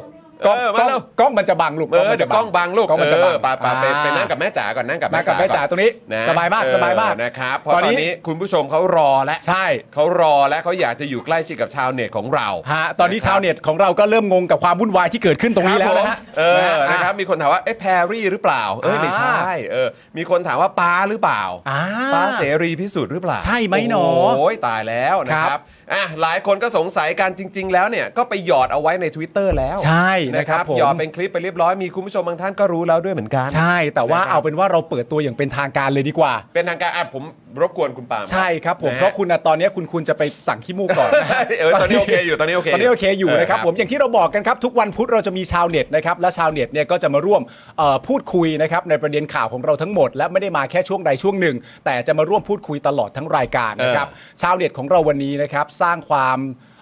กล้อง เออก มา ล้อง เร็ว กล้องมันจะบังลูก เออเดี๋ยวกล้องบังลูก กล้องมันจะบัง เออไปไปไปไปนั่งกับ อ่า แม่จ๋าก่อนนั่งกับ นั่ แม่ งกั จ๋า บแม่จ๋า ก่อ ตรงนี้ ะ สบายมาก เออ สบายมาก นะครับเพราะ ต ต อ อน น นี้ นี้คุณผู้ชมเขารอแล้ว ใช่ เขารอและเขาอยากจะอยู่ใกล้ชิดกับชาวเน็ตของเรา ฮะตอนนี้ชาวเน็ตของเราก็เริ่มงงกับความวุ่นวายที่เกิดขึ้นตรงนี้แล้วนะ คบฮะผมเออ ฮ นะครับมีคนถามว่าเอ๊ะแพรรี่หรือเปล่าเออไม่ใช่ อ่า เออมีคนถามว่าป้าหรือเปล่า อ่ ป้าเสรีพิสุทธิ์หรือเปล่า ใช่ไหมหนอ โอ้ยตายแล้วนะค ครั รับบ อ่ะหลายคนก็สงสัยกันจริง ๆ แล้วเนี่ยก็ไปหยอดเอาไว้ใน Twitter แล้ว ใช่นะครับผม หยอดเป็นคลิปไปเรียบร้อยมีคุณผู้ชมบางท่านก็รู้แล้วด้วยเหมือนกัน ใช่แต่ว่า นะครับ เอาเป็นว่าเราเปิดตัวอย่างเป็นทางการเลยดีกว่า เป็นทางการอ่ะผมรบกวนคุณปาล์ม ใช่ครับผม นะฮะ เพราะคุณน่ะตอนนี้คุณคุณจะไปสั่งขี้มูกก่อนนะฮะ เออตอนนี้โอเคอยู่ตอนนี้โอเค ตอนนี้โอเคอยู่นะครับผมอย่างที่เราบอกกันครับทุกวันพุธเราจะมีชาวเน็ตนะครับและชาวเน็ตเนี่ยก็จะมาร่วมเอ่อพูดคุยนะครับในประเด็นข่าวของเราทั้งหมด และไม่ได้มาแค่ช่วงใดช่วงหนึ่ง แต่จะมาร่วมพูดคุยตลอดทั้งรายการนะครับชาวเน็ตของเราวันนี้นะครับสร้างความ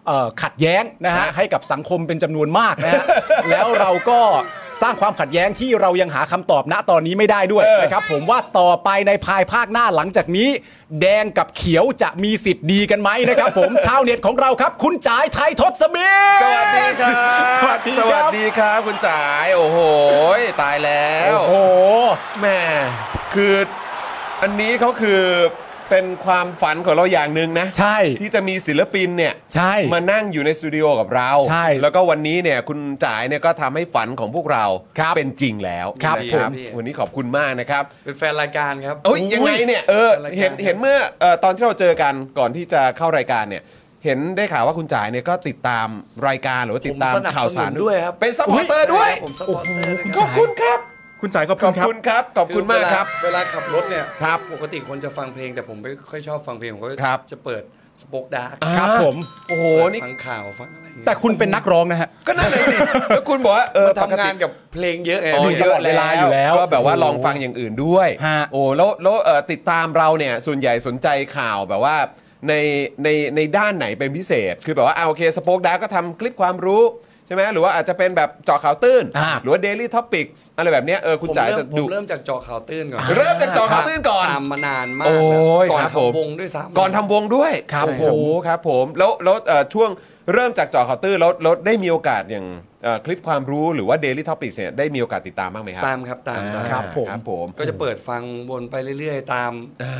เอ่อขัดแย้งนะฮะให้กับสังคมเป็นจำนวนมากนะฮะ แล้วเราก็ สร้างความขัดแย้งที่เรายังหาคำตอบณตอนนี้ไม่ได้ด้วย เออ นะครับผมว่าต่อไปในภายภาคหน้าหลังจากนี้ แดงกับเขียวจะมีสิทธิ์ดีกันไหมนะครับ ผม ชาวเน็ตของเราครับ คุณจ๋ายไทยทศมิตร สวัสดีครับ สวัสดี ส ค วั รั ส บ ดีครับคุณจ๋ายโอ้โหตายแล้ว โอ้โห แหม่คืออันนี้เขาคือเป็นความฝันของเราอย่างหนึ่งนะ ใช่ ที่จะมีศิลปินเนี่ย ใช่ มานั่งอยู่ในสตูดิโอกับเรา ใช่ แล้วก็วันนี้เนี่ยคุณจ๋ายเนี่ยก็ทำให้ฝันของพวกเรา ครับ เป็นจริงแล้ว ครับ นะ ผม วันนี้ขอบคุณมากนะครับ เป็นแฟนรายการครับ เอ้ยยังไงเนี่ยเออเห็นเห็นเมื่อเอ่อตอนที่เราเจอกันก่อนที่จะเข้ารายการเนี่ย เห็นได้ข่าวว่าคุณจ๋ายเนี่ยก็ติดตามรายการหรือว่าติดตาม ผมสนับสนุน ข่าวสาร ด้วยครับ เป็นซัพพอร์เตอร์ด้วย ผมสปอนเซอร์ด้วย ข ค อ รับบ คุณครับ คุณจ๋ายขอบ ข คุ อณบครับ คุณครับขอบคุณมากครับ เวลาเวลาขับรถเนี่ย ครับ ปกติคนจะฟังเพลงแต่ผมไม่ค่อยชอบฟังเพลงผมก็ ครับ จะเปิดสป o อ e ดาร์ก ครับผม โอ้โหนี่ ฟังข่าวฟังอะไรเงี้ย แต่คุณเป็นนักร้องนะฮะ ก็นั่นเลยสิ แล้วคุณบอกว่าเออ มัน ปก ทำงา ติ นกับเพลงเยอะไง อ๋อ พี่ เยอะ ตลอดเวลาอยู่แล้ว ก็แบบว่าลองฟังอย่างอื่นด้วย ฮะ โอ้แล้วแล้วเอ่อติดตามเราเนี่ย ส่วนใหญ่สนใจข่าวแบบว่า ในในในด้านไหนเป็นพิเศษ คือแบบว่าเอาโอเคสป็อคดาก็ทำคลิปความรู้ใช่ไหมหรือว่าอาจจะเป็นแบบเจาะข่าวตื้น อ่า หรือว่า Daily Topics อะไรแบบเนี้ยเออคุณ ผม จ๋า เริ่ม จะ ผม ดู เริ่มจากจอข่าวตื้นก่อน เริ่มจากจอข่าวตื้นก่อน ตามมานานมาก โอ้ย ก่อน ครับผม ทำวงด้วยซ้ำ ก่อนทำวงด้วย ครับ โอ้โห ผม ครับผมแล้วแล้วเอ่อช่วงเริ่มจากเจอข่าวตื้นแล้วแล้วได้มีโอกาสอย่างเอ่อคลิปความรู้หรือว่า Daily Topics เนี่ยได้มีโอกาสติดตามบ้างไหมครับ ตามครับตามตาม ครับผม ครับผม ก็จะเปิดฟังวนไปเรื่อยๆ ตาม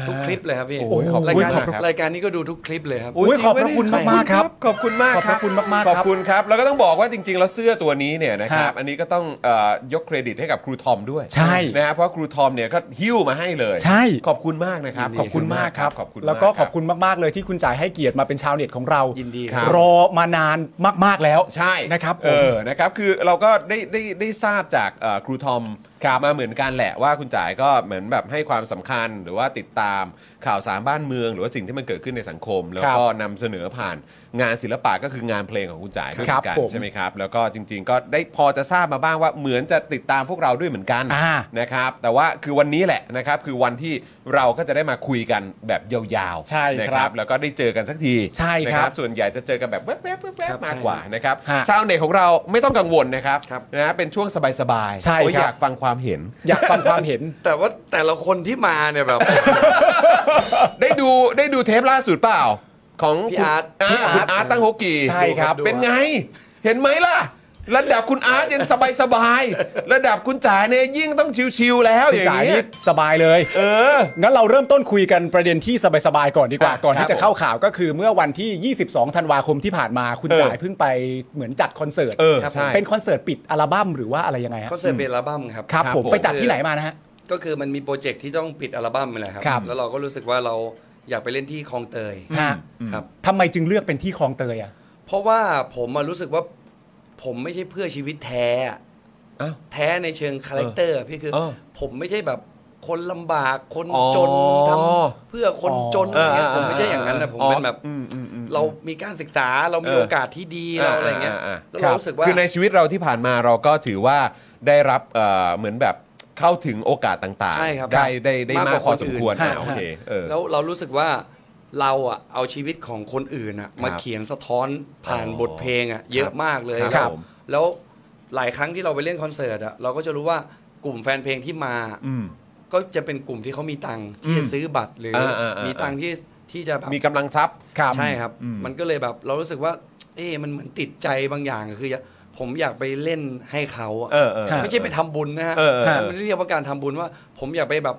ทุกคลิปเลยครับพี่ โอ้ยขอบคุณ รายการ มากครับ รายการนี้ก็ดูทุกคลิปเลยครับ โอ้ยขอบพระคุณมากๆครับ ขอบคุณมาก ขอบพระคุณมากๆ ข คอรับบ คุณครับแล้วก็ต้องบอกว่าจริง ๆ แล้วเสื้อตัวนี้เนี่ยนะครับ ฮะ อันนี้ก็ต้องเอ่อยกเครดิตให้กับครูทอมด้วย ใช่ นะฮะเพราะครูทอมเนี่ยก็หิ้วมาให้เลย ใช่ ขอบคุณมากนะครับ ขอบคุณมากครับ ขอบคุณมา แล้วก็ขอบ รั คุณมากๆเลยที่คุณจ่ายให้เกียรติมาเป็นชาวเน็ตของเรายิ นดี ครับ รอมานานมากๆแล้ว ใช่ นะครับผ เอ ม อนะครับคือเราก็ได้ได้ได้ทราบจากเอ่อครูทอม ครับ มาเหมือนกันแหละว่าคุณจ๋ายก็เหมือนแบบให้ความสำคัญหรือว่าติดตามข่าวสารบ้านเมือง หรือว่าสิ่งที่มันเกิดขึ้นในสังคม แล้วก็นำเสนอผ่านงานศิลปะก็คืองานเพลงของคุณจ๋ายด้วยเหมือนกัน ครับผม ใช่ไหมครับแล้วก็จริง ๆ ก็ได้พอจะทราบมาบ้างว่าเหมือนจะติดตามพวกเราด้วยเหมือนกัน อ่า นะครับแต่ว่าคือวันนี้แหละนะครับคือวันที่เราก็จะได้มาคุยกันแบบยาวๆ ใช่ นะครับ แล้วก็ได้เจอกันสักที ใช่ นะครับ ส่วนใหญ่จะเจอกันแบบแว๊บๆแว๊บ ครับ ๆมากกว่า ใช่ นะครับ ฮะ ชาวเน็ตของเราไม่ต้องกังวลนะครับ ครับ นะฮะเป็นช่วงสบายๆ ใช่ เพราะ ครับ อยากฟังความเห็น อยากฟังความเห็น แต่ว่าแต่ละคนที่มาเนี่ยแบบ ได้ดูได้ดูเทปล่าสุดเปล่า ของ พี่ คุณ อาร์ต อ่า พี่อาร์ต คุณอาร์ตตั้งโฮกกี ใช่ครับ ดูครับ เป็นไง เห็นไหมล่ะ ระดับคุณอาร์ตยังสบายๆ ระดับคุณจ๋าเนี่ยยิ่งต้องชิวๆแล้ว คุณ อย่าง จ่าย เงี้ นี่ ย สบายเลย เออ งั้นเราเริ่มต้นคุยกันประเด็นที่สบายๆก่อนดีกว่า อ่ะ ก่อนที่ ครั จะ บ เข้าข่าวก็คือเมื่อวันที่ 22 ธันวาคมที่ผ่านมาคุณ เออ จ่ายเพิ่งไปเหมือนจัดคอนเสิร์ต เออ ครับ ใช่ เป็นคอนเสิร์ตปิดอัลบั้มหรือว่าอะไรยังไงฮะ เขาเสิร์ตเป็นอัลบั้มครับ ครับ ครับ ผม ผม ไปจัดที่ไหนมานะฮะ ก็คือมันมีโปรเจกต์ที่ต้องปิดอัลบั้มนี่แหละครับ ครับ แล้วเราก็รู้สึกว่าเราอยากไปเล่นที่คลองเตย ฮะ ครับ ทำไมจึงเลือกเป็นที่คลองเตยอ่ะ เพราะว่าผมมารู้สึกว่าผมไม่ใช่เพื่อชีวิตแท้อะ อ้าว แท้ในเชิงคาแรคเตอร์อะพี่คือ เออ ผมไม่ใช่แบบคนลำบากคน อ๋อ จนทำเพื่อคนจน อ๋ออ อะไรเงี้ย เออ ผมไม่ใช่อย่างนั้นนะผม อ๋อ เป็นแบบ อืมอืมอืม เรามีการศึกษาเรามี เออ โอกาสที่ดีเราอะไรเงี้ย อ่าอ่าอ่า แล้วเรารู้สึกว่า คือในชีวิตเราที่ผ่านมาเราก็ถือว่าได้รับเอ่อเหมือนแบบเข้าถึงโอกาสต่าง ใช่ครับ ๆ ได้ได้ได้มาม ากก ก ว่า พอสม คนอื่น ควร ฮะ อ่ะโอเคเออ แล้วเรารู้สึกว่าเราอะเอาชีวิตของคนอื่นอะมาเขียนสะท้อนผ่าน อ๋อบ ทเพลงอะเยอะมากเลย ครับผแล้วม แล้วหลายครั้งที่เราไปเล่นคอนเสิร์ตอะเราก็จะรู้ว่ากลุ่มแฟนเพลงที่มา อืม ก็จะเป็นกลุ่มที่เขามีตังค์ที่จะซื้อบัตรหรืออา อ่าอ่ามี มีตังค์ที่ที่จะแบบ มีกำลังทรัพย์ ครับ ใช่ครับ มันก็เลยแบบเรารู้สึกว่า เอ๊ะมันเหมือนติดใจบางอย่างคือผมอยากไปเล่นให้เขาอะ เออเออเออ ไม่ใช่ไปทำบุญนะฮะ เออเออ ฮะ มันเรียกว่าการทำบุญว่า ผมอยากไปแบบ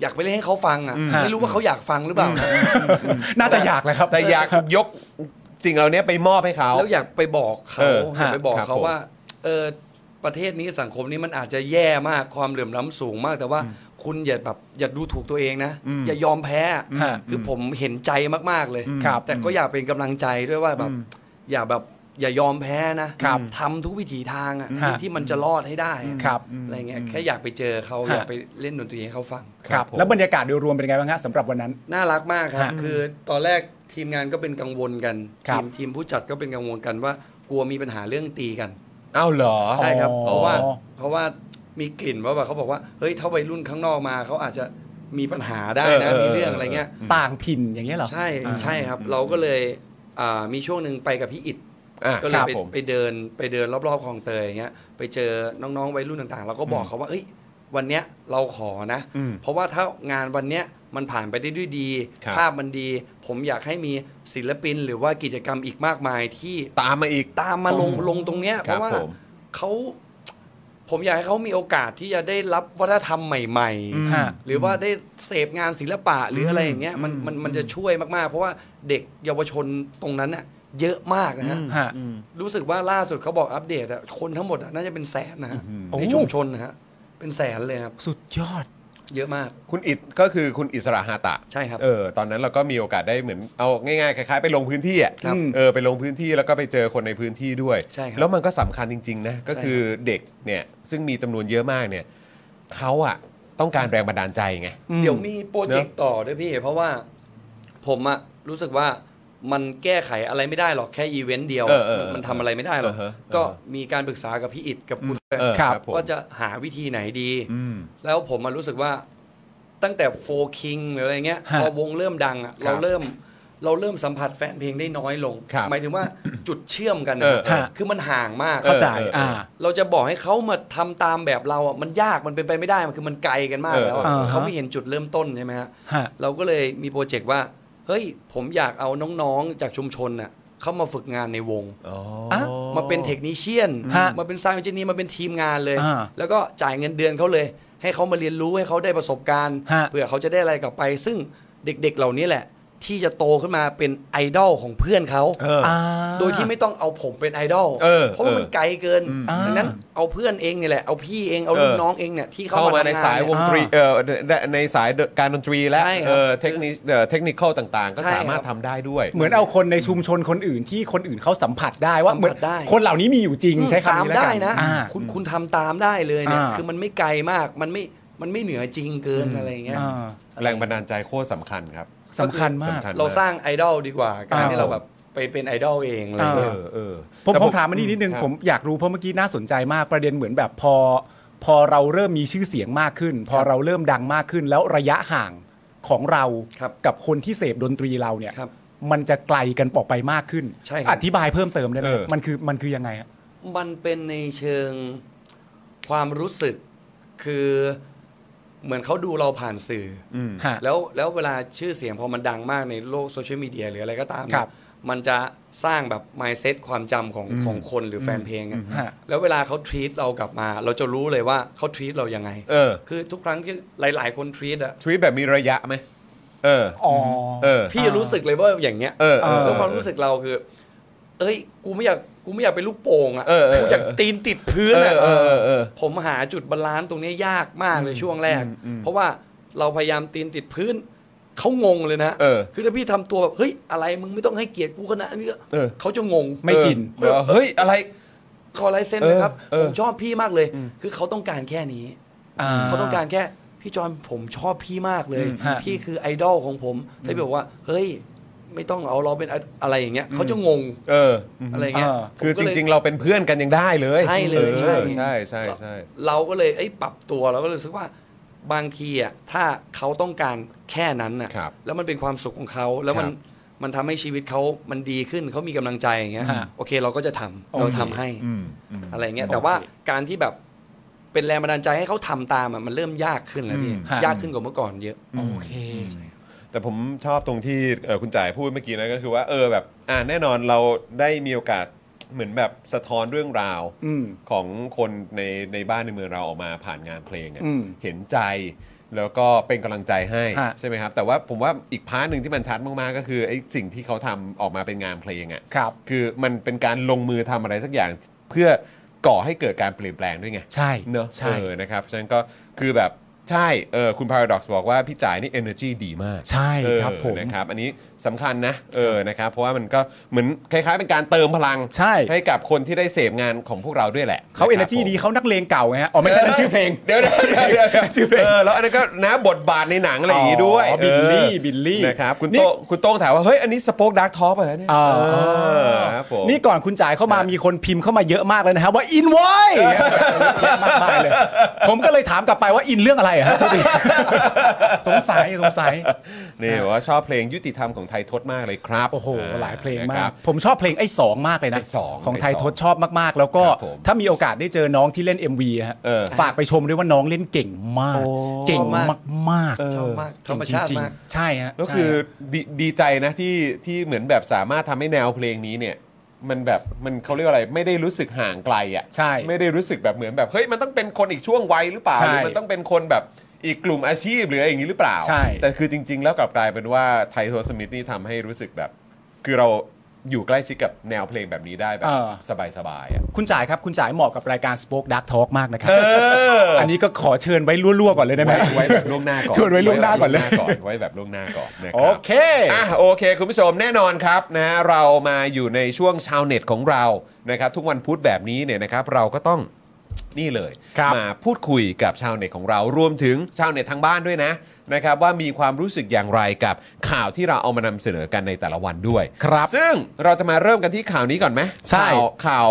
อยากไปเล่นให้เขาฟังอ่ะ อืม ไม่รู้ว่าเขาอยากฟังหรือเปล่า น่าจะอยากเลยครับ แต่อยากยกสิ่งเหล่านี้ไปมอบให้เขา แล้วอยากไปบอกเขา เออ อยากไปบอก ครับ เขา ผม ว่าเออประเทศนี้สังคมนี้มันอาจจะแย่มากความเหลื่อมล้ำสูงมาก แต่ว่าคุณอย่าแบบอย่าดูถูกตัวเองนะ อย่ายอมแพ้ อืม คือผมเห็นใจมากๆเลย ครับ แต่ก็อยากเป็นกำลังใจด้วยว่าแบบ อย่าแบบอย่ายอมแพ้นะครับ ทำทุกวิถีทางอะ ฮะ ที่มันจะรอดให้ได้อะ ครับ อะไรเงี้ยแค่อยากไปเจอเขา ฮะ อยากไปเล่นดนตรีให้เขาฟัง ครับ ผม แล้วบรรยากาศโดยรวมเป็นไงบ้างฮะสำหรับวันนั้น น่ารักมากครับ ฮะ คือตอนแรกทีมงานก็เป็นกังวลกัน ครั ที บ มทีมผู้จัดก็เป็นกังวลกันว่ากลัวมีปัญหาเรื่องตีกัน เอ้าเหรอ ใช่ครับ อ๋อ เพราะว่าเพราะว่ามีกลิ่นว่าแบบเขาบอกว่าเฮ้ยถ้าวัยรุ่นข้างนอกมาเขาอาจจะมีปัญหาได้ เอ นะ อเออ มีเรื่องอะไรเงี้ย ต่างถิ่นอย่างเงี้ยเหรอ ใช่ อ่า ใช่ครับ เราก็เลยอ่ามีช่วงหนึ่งไปกับพี่อิด อ่ะ ก็คเลย รับ ไป ผม ไปเดินไปเดินรอบๆคลองเตยอย่างเงี้ยไปเจอน้องๆวัยรุ่นต่างๆ เราก็บอกเขาว่าเอ้ยวันเนี้ยเราขอนะ อืม เพราะว่าถ้างานวันเนี้ยมันผ่านไปได้ด้วยดี ครับ ภาพมันดี ผมอยากให้มีศิลปินหรือว่ากิจกรรมอีกมากมายที่ ตามมาอีก ตามมาลงลงตรงเนี้ยเพ ครับ ราะว่า ผม เขาผมอยากให้เขามีโอกาสที่จะได้รับวัฒนธรรมใหม่ ๆ ฮะ หรือว่าได้เสพงานศิลปะหรืออะไรอย่างเงี้ยมันมันมันจะช่วยมากๆ เพราะว่าเด็กเยาวชนตรงนั้นน่ะเยอะมากนะฮะ ฮะ รู้สึกว่าล่าสุดเขาบอกอัปเดตอะคนทั้งหมดอะน่าจะเป็นแสนนะฮะ โอ้ ในชุมชนนะฮะเป็นแสนเลยครับ สุดยอด เยอะมาก คุณอิดก็คือคุณอิสระฮาตะ ใช่ครับ เออตอนนั้นเราก็มีโอกาสได้เหมือนเอาง่ายๆคล้ายๆไปลงพื้นที่อ่ะ ครับ เออไปลงพื้นที่แล้วก็ไปเจอคนในพื้นที่ด้วย ใช่ครับ แล้วมันก็สำคัญจริงๆนะก็ ใช่ครับ คือเด็กเนี่ยซึ่งมีจำนวนเยอะมากเนี่ยเขาอ่ะต้องการแรงบันดาลใจไง เดี๋ยวมีโปรเจกต์ต่อด้วยพี่ เพราะว่าผมอะรู้สึกว่ามันแก้ไขอะไรไม่ได้หรอกแค่อีเวนต์เดียว เออเออเออ มันทำอะไรไม่ได้หรอก เออฮะ ก็มีการปรึกษากับพี่อิดกับคุณด้วย เออ ครับ ผม ว่าจะหาวิธีไหนดี อืม แล้วผมมารู้สึกว่าตั้งแต่โฟคิงหรืออะไรเงี้ย ฮะ พอวงเริ่มดังอะ ครั เรา บ เริ่มเราเริ่มสัมผัสแฟนเพลงได้น้อยลง ครับ หมายถึงว่า จุดเชื่อมกัน เออ นะ ฮะ คือมันห่างมาก เข้าใจ เออเอออ่ อ่า เราจะบอกให้เขามาทำตามแบบเราอ่ะมันยากมันเป็นไปไม่ได้มันคือมันไกลกันมากแล้วอะ เออเออ เขาไม่เห็นจุดเริ่มต้นใช่ไหมฮะ ฮะ เราก็เลยมีโปรเจกต์ว่า เฮ้ยผมอยากเอาน้องๆจากชุมชนน่ะเข้ามาฝึกงานในวง อ๋อ อ่ะ มาเป็นเทคนิชเชียน ฮะ มาเป็นซาวด์เอนจิเนียร์มาเป็นทีมงานเลย อ่า แล้วก็จ่ายเงินเดือนเขาเลย ให้เขามาเรียนรู้ให้เขาได้ประสบการณ์ ฮะ เพื่อเขาจะได้อะไรกลับไป ซึ่งเด็กๆเหล่านี้แหละ ที่จะโตขึ้นมาเป็นไอดอลของเพื่อนเขา เออ อ่า โดยที่ไม่ต้องเอาผมเป็นไอดอล เออ เพราะว่ามันไกลเกิน อ่า ดังนั้นเอาเพื่อนเองเนี่ยแหละ เอาพี่เอง เอารุ่น เออ น้องเองเนี่ยที่เข้า เข้า มา มา ทำ ใน งาน สาย เนี่ วงตรีเออในในสายการดนตรีและ ใช่ครับ เออเทคนิคเอ่อเทคนิคต่างๆ ก็ ใช่ สามารถ ครับ ทำได้ด้วย เหมือนเอาคนในชุมชนคนอื่นที่คนอื่นเขาสัมผัสได้ว่า สัม เหมื ผั อน สได้ คนเหล่านี้มีอยู่จริง อืม ใช้คำ ตาม นี้แล้ว ได้ กัน นะ อ่า คุณคุณทำตามได้เลยเนี่ย อ่า คือมันไม่ไกลมากมันไม่มันไม่เหนือจริงเกินอะไรอย่างเงี้ย อ่า แรงบันดาลใจโคตรสำคัญครับ สำคัญมาก สำคัญ เราสร้างไอดอลดีกว่า การ อ่า ที่เราแบบไปเป็นไอดอลเองอะไร เอ เงี้ย า อเออ ผม แต่ ผมถามมานี่นิดนึง ครับ ผมอยากรู้เพราะเมื่อกี้น่าสนใจมากประเด็นเหมือนแบบพอ พอเราเริ่มมีชื่อเสียงมากขึ้น พอเราเริ่มดังมากขึ้น แล้วระยะห่างของเรา ครับ กับคนที่เสพดนตรีเราเนี่ย ครับ มันจะไกลกันออกไปมากขึ้น ใช่ครับ อธิบายเพิ่มเติมได้ไหม เออ มันคือมันคือยังไงอะ มันเป็นในเชิงความรู้สึกคือเหมือนเขาดูเราผ่านสื่ออ ฮะ แล้วแล้วเวลาชื่อเสียงพอมันดังมากในโลกโซเชียลมีเดียหรืออะไรก็ตาม ครับ เนี่ยมันจะสร้างแบบ mindset ความจำของของคนหรือแฟนเพลงอะ ฮะ แล้วเวลาเขา treat เรากลับมา เราจะรู้เลยว่าเขา treat เรายังไง เออ คือทุกครั้งที่หลาย ๆ คน treat อะ ทวีตแบบมีระยะไหมเออ อ๋อ เออ พี่รู้สึกเลยว่าอย่างเงี้ย เออเออ แล้วความรู้สึกเราคือ เอ้ย กูไม่อยาก กูไม่อยากเป็นลูกโป่งอ่ะ เออเออ กูอยากตีนติดพื้น เออ อ่ะ เออเออเออ ผมหาจุดบาลานซ์ตรงเนี้ยยากมากเลยช่วงแรก เพราะว่าเราพยายามตีนติดพื้น เขางงเลยนะ เออ คือถ้าพี่ทำตัวแบบเฮ้ย อะไร มึงไม่ต้องให้เกียรติกูขนาดนี้ เออ เขาจะงง ไม่ชิน เออเฮ้ย อะไร ขอลายเซ็นนะครับ เออเออ ผมชอบพี่มากเลย คือเขาต้องการแค่นี้ เขาต้องการแค่พี่จอนผมชอบพี่มากเลย อืมฮะ พี่คือไอดอลของผมแล้วพี่บอกว่า เฮ้ย ไม่ต้องเอาเราเป็นไอดอะไรอย่างเงี้ยเขาจะงง เออ อะไรเงี้ย อ่า คือจริง ๆ เราเป็นเพื่อนกันยังได้เลย ใช่เลย ออ ใช่ ใช่ใช่ใช่ เราก็เลยไอ้ยปรับตัวเราก็เลยรู้สึกว่าบางทีอ่ะถ้าเขาต้องการแค่นั้นอ่ะ ครับ แล้วมันเป็นความสุขของเขาแล้วมัน ครับ มันทำให้ชีวิตเขามันดีขึ้นเขามีกำลังใจอย่างเงี้ย ฮะ โอเคเราก็จะทำเราทำให้ อืมอืม อะไรเงี้ยแต่ว่าการที่แบบเป็นแรงบันดาลใจให้เขาทำตามอะมันเริ่มยากขึ้นแล้วพี่ อืม ฮะ ยากขึ้นกว่าเมื่อก่อนเยอะ โอเค แต่ผมชอบตรงที่เอ่อคุณจ่ายพูดเมื่อกี้นะก็คือว่าเออแบบอ่าแน่นอนเราได้มีโอกาสเหมือนแบบสะท้อนเรื่องราว อืม ของคนในในบ้านในเมืองเราออกมาผ่านงานเพลงอะ อืม เห็นใจ แล้วก็เป็นกำลังใจให้ ฮะ ใช่ไหมครับ แต่ว่าผมว่าอีกพาร์ทหนึ่งที่มันชัดมากๆก็คือไอ้สิ่งที่เขาทำออกมาเป็นงานเพลงอ่ะ ครับ คือมันเป็นการลงมือทำอะไรสักอย่างเพื่อก่อให้เกิดการเปลี่ยนแปลงด้วยไง ใช่ เนอะ ใช่ เออนะครับฉะนั้นก็คือแบบใช่เออคุณ Paradox บอกว่าพี่จ่ายนี่ energy ดีมาก ใช่ครับ เออ ผม นะครับอันนี้สำคัญนะเออนะครับเพราะว่ามันก็เหมือนคล้ายๆ เป็นการเติมพลัง ใช่ กับคนที่ได้เสพงานของพวกเราด้วยแหละ เขาเอเนอร์จีดีเขานักเลงเก่าไงฮะอ๋อไม่ใช่นั่นชื่อเพลง เดี๋ยวเดี๋ยวเดี๋ยวเดี๋ยวเดี๋ยว ชื่อเพลง เออแล้วอันนั้นก็นะบทบาทในหนังอะไรอย่างงี้ด้วย อ๋อบิลลี่ เออ บิลลี่ นะครับคุณ นี่ โต้งคุณโต้งถามว่าเฮ้ยอันนี้สป็อกดาร์กท็อปอะไรเนี่ย อ่า เออครับผม นี่ก่อนคุณจ่ายเข้ามา ครับ มีคนพิมพ์เข้ามาเยอะมากเลยนะครับว่าอินไว้ยเยอะมากมายเลย ผมก็เลยถามกลับไปว่าอินเรื่องอะไร ฮะ สงสัยสงสัย นี่บอกว่าชอบเพลงยุติธรรมของไทยทศมากเลยครับ โอ้โห หลายเพลง นะ มา ครั ก บ ผมชอบเพลงไอ้สองมากเลยนะ ไอ้สอง ของไทย ไอ้สอง ทศชอบมากๆ แล้วก็ ครับผม ถ้ามีโอกาสได้เจอน้องที่เล่น MV ฮะ เออ ฝากไปชมด้วยว่าน้องเล่นเก่งมาก เก่งมากๆ ชอบมากธรรมชาติ เก่งจงๆ มาก ใช่ฮะ แล้วคือ ใช่ฮะ ดีดีใจนะที่ที่เหมือนแบบสามารถทำให้แนวเพลงนี้เนี่ย มันแบบมันเขาเรียกว่าอะไรไม่ได้รู้สึกห่างไกลอ่ะ ใช่ ไม่ได้รู้สึกแบบเหมือนแบบเฮ้ยมันต้องเป็นคนอีกช่วงวัยหรือเปล่า ใช่ หรือมันต้องเป็นคนแบบอีกกลุ่มอาชีพหรืออะไรอย่างนี้หรือเปล่า ใช่ แต่คือจริง ๆ แล้วกลับกลายเป็นว่าไทโทสมิธนี่ทำให้รู้สึกแบบ คือเราอยู่ใกล้ชิดกับแนวเพลงแบบนี้ได้แบบ เออ สบายๆอ่ะ คุณจ่ายครับ คุณจ่ายเหมาะกับรายการ Spoke Dark Talk มากนะครับ เออ อันนี้ก็ขอเชิญไว้ล่วๆก่อนเลยได้ไหม ไว้ไว้ แบบล่วงหน้าก่อน ชวนไว้ล่วงหน้าก่อนเลย ไว้แบบล่วงหน้าก่อนนะค โอ รับ เค อ่ะโอเค คุณผู้ชมแน่นอนครับนะเรามาอยู่ในช่วงชาวเน็ตของเรานะครับทุกวันพุธแบบนี้เนี่ยนะครับเราก็ต้องนี่เลย ครับ มาพูดคุยกับชาวเน็ตของเรารวมถึงชาวเน็ตทางบ้านด้วยนะนะครับว่ามีความรู้สึกอย่างไรกับข่าวที่เราเอามานำเสนอกันในแต่ละวันด้วย ครับ ซึ่งเราจะมาเริ่มกันที่ข่าวนี้ก่อนไหม ใช่ ข่าวข่าว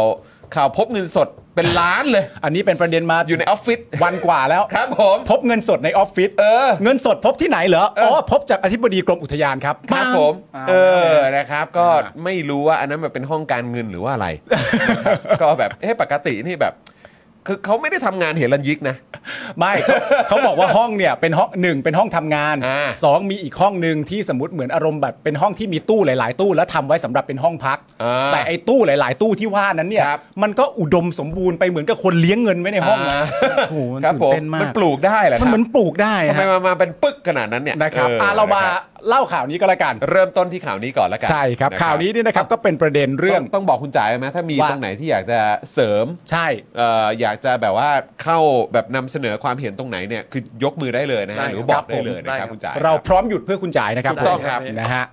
ข่าวพบเงินสดเป็นล้านเลย อันนี้เป็นประเด็นมา อยู่ในออฟฟิศ วันกว่าแล้ว ครับผม พบเงินสดในออฟฟิศ เออ เงินสดพบที่ไหนเหรออ๋อ เออ พบจากอธิบดีกรมอุทยานครับ ครับ ปัง ผม า เออแล้วไง นะครับ ก็ อ่า ไม่รู้ว่าอันนั้นมันเป็นห้องการเงินหรือว่าอะไร ก็แบบเอ๊ะปกตินี่แบบ คือเขาไม่ได้ทำงานเห็นรันยิกนะ ไม่เขาเขาบอกว่าห้องเนี่ยเป็นห้องหนึ่งเป็นห้องทำงาน อ่า สองมีอีกห้องหนึ่งที่สมมติเหมือนอารมณ์แบบเป็นห้องที่มีตู้หลาย ๆ ตู้แล้วทำไว้สำหรับเป็นห้องพัก อ่า แต่ไอ้ตู้หลาย ๆ ตู้ที่ว่านั้นเนี่ย ครับ มันก็อุดมสมบูรณ์ไปเหมือนกับคนเลี้ยงเงินไว้ในห้องอะ อ่า โอ้โหมัน ครับ ตื่ ผ น ม เต้นมาก มันปลูกได้เหรอค มัน รั เหมือน บ ปลูกได้ ทำไม ฮะ มามาเป็นปึกขนาดนั้นเนี่ย นะครับ ออ อ่ะเรามา นะคบ เล่าข่าวนี้ก็แล้วกัน เริ่มต้นที่ข่าวนี้ก่อนแล้วกัน ใช่ครับ ะ ข่าวนี้เนี่ยนะครับก็เป็นประเด็นเรื่อง ต้ต้องบอกคุณจ๋าไหมถ้ามี ว่า ตรงไหนที่อยากจะเสริม ใช่ เอ่ออยากจะแบบว่าเข้าแบบนำเสนอความเห็นตรงไหนเนี่ยคือยกมือได้เลยนะ ได้ ฮะหรือ ครับ บอกได้ ผม เลยนะค ได้ครั รับบ คุณจ๋า เราพร้อมหยุดเพื่อคุณจ่ายนะครับ ถูกต้องครับ ผมนะฮะ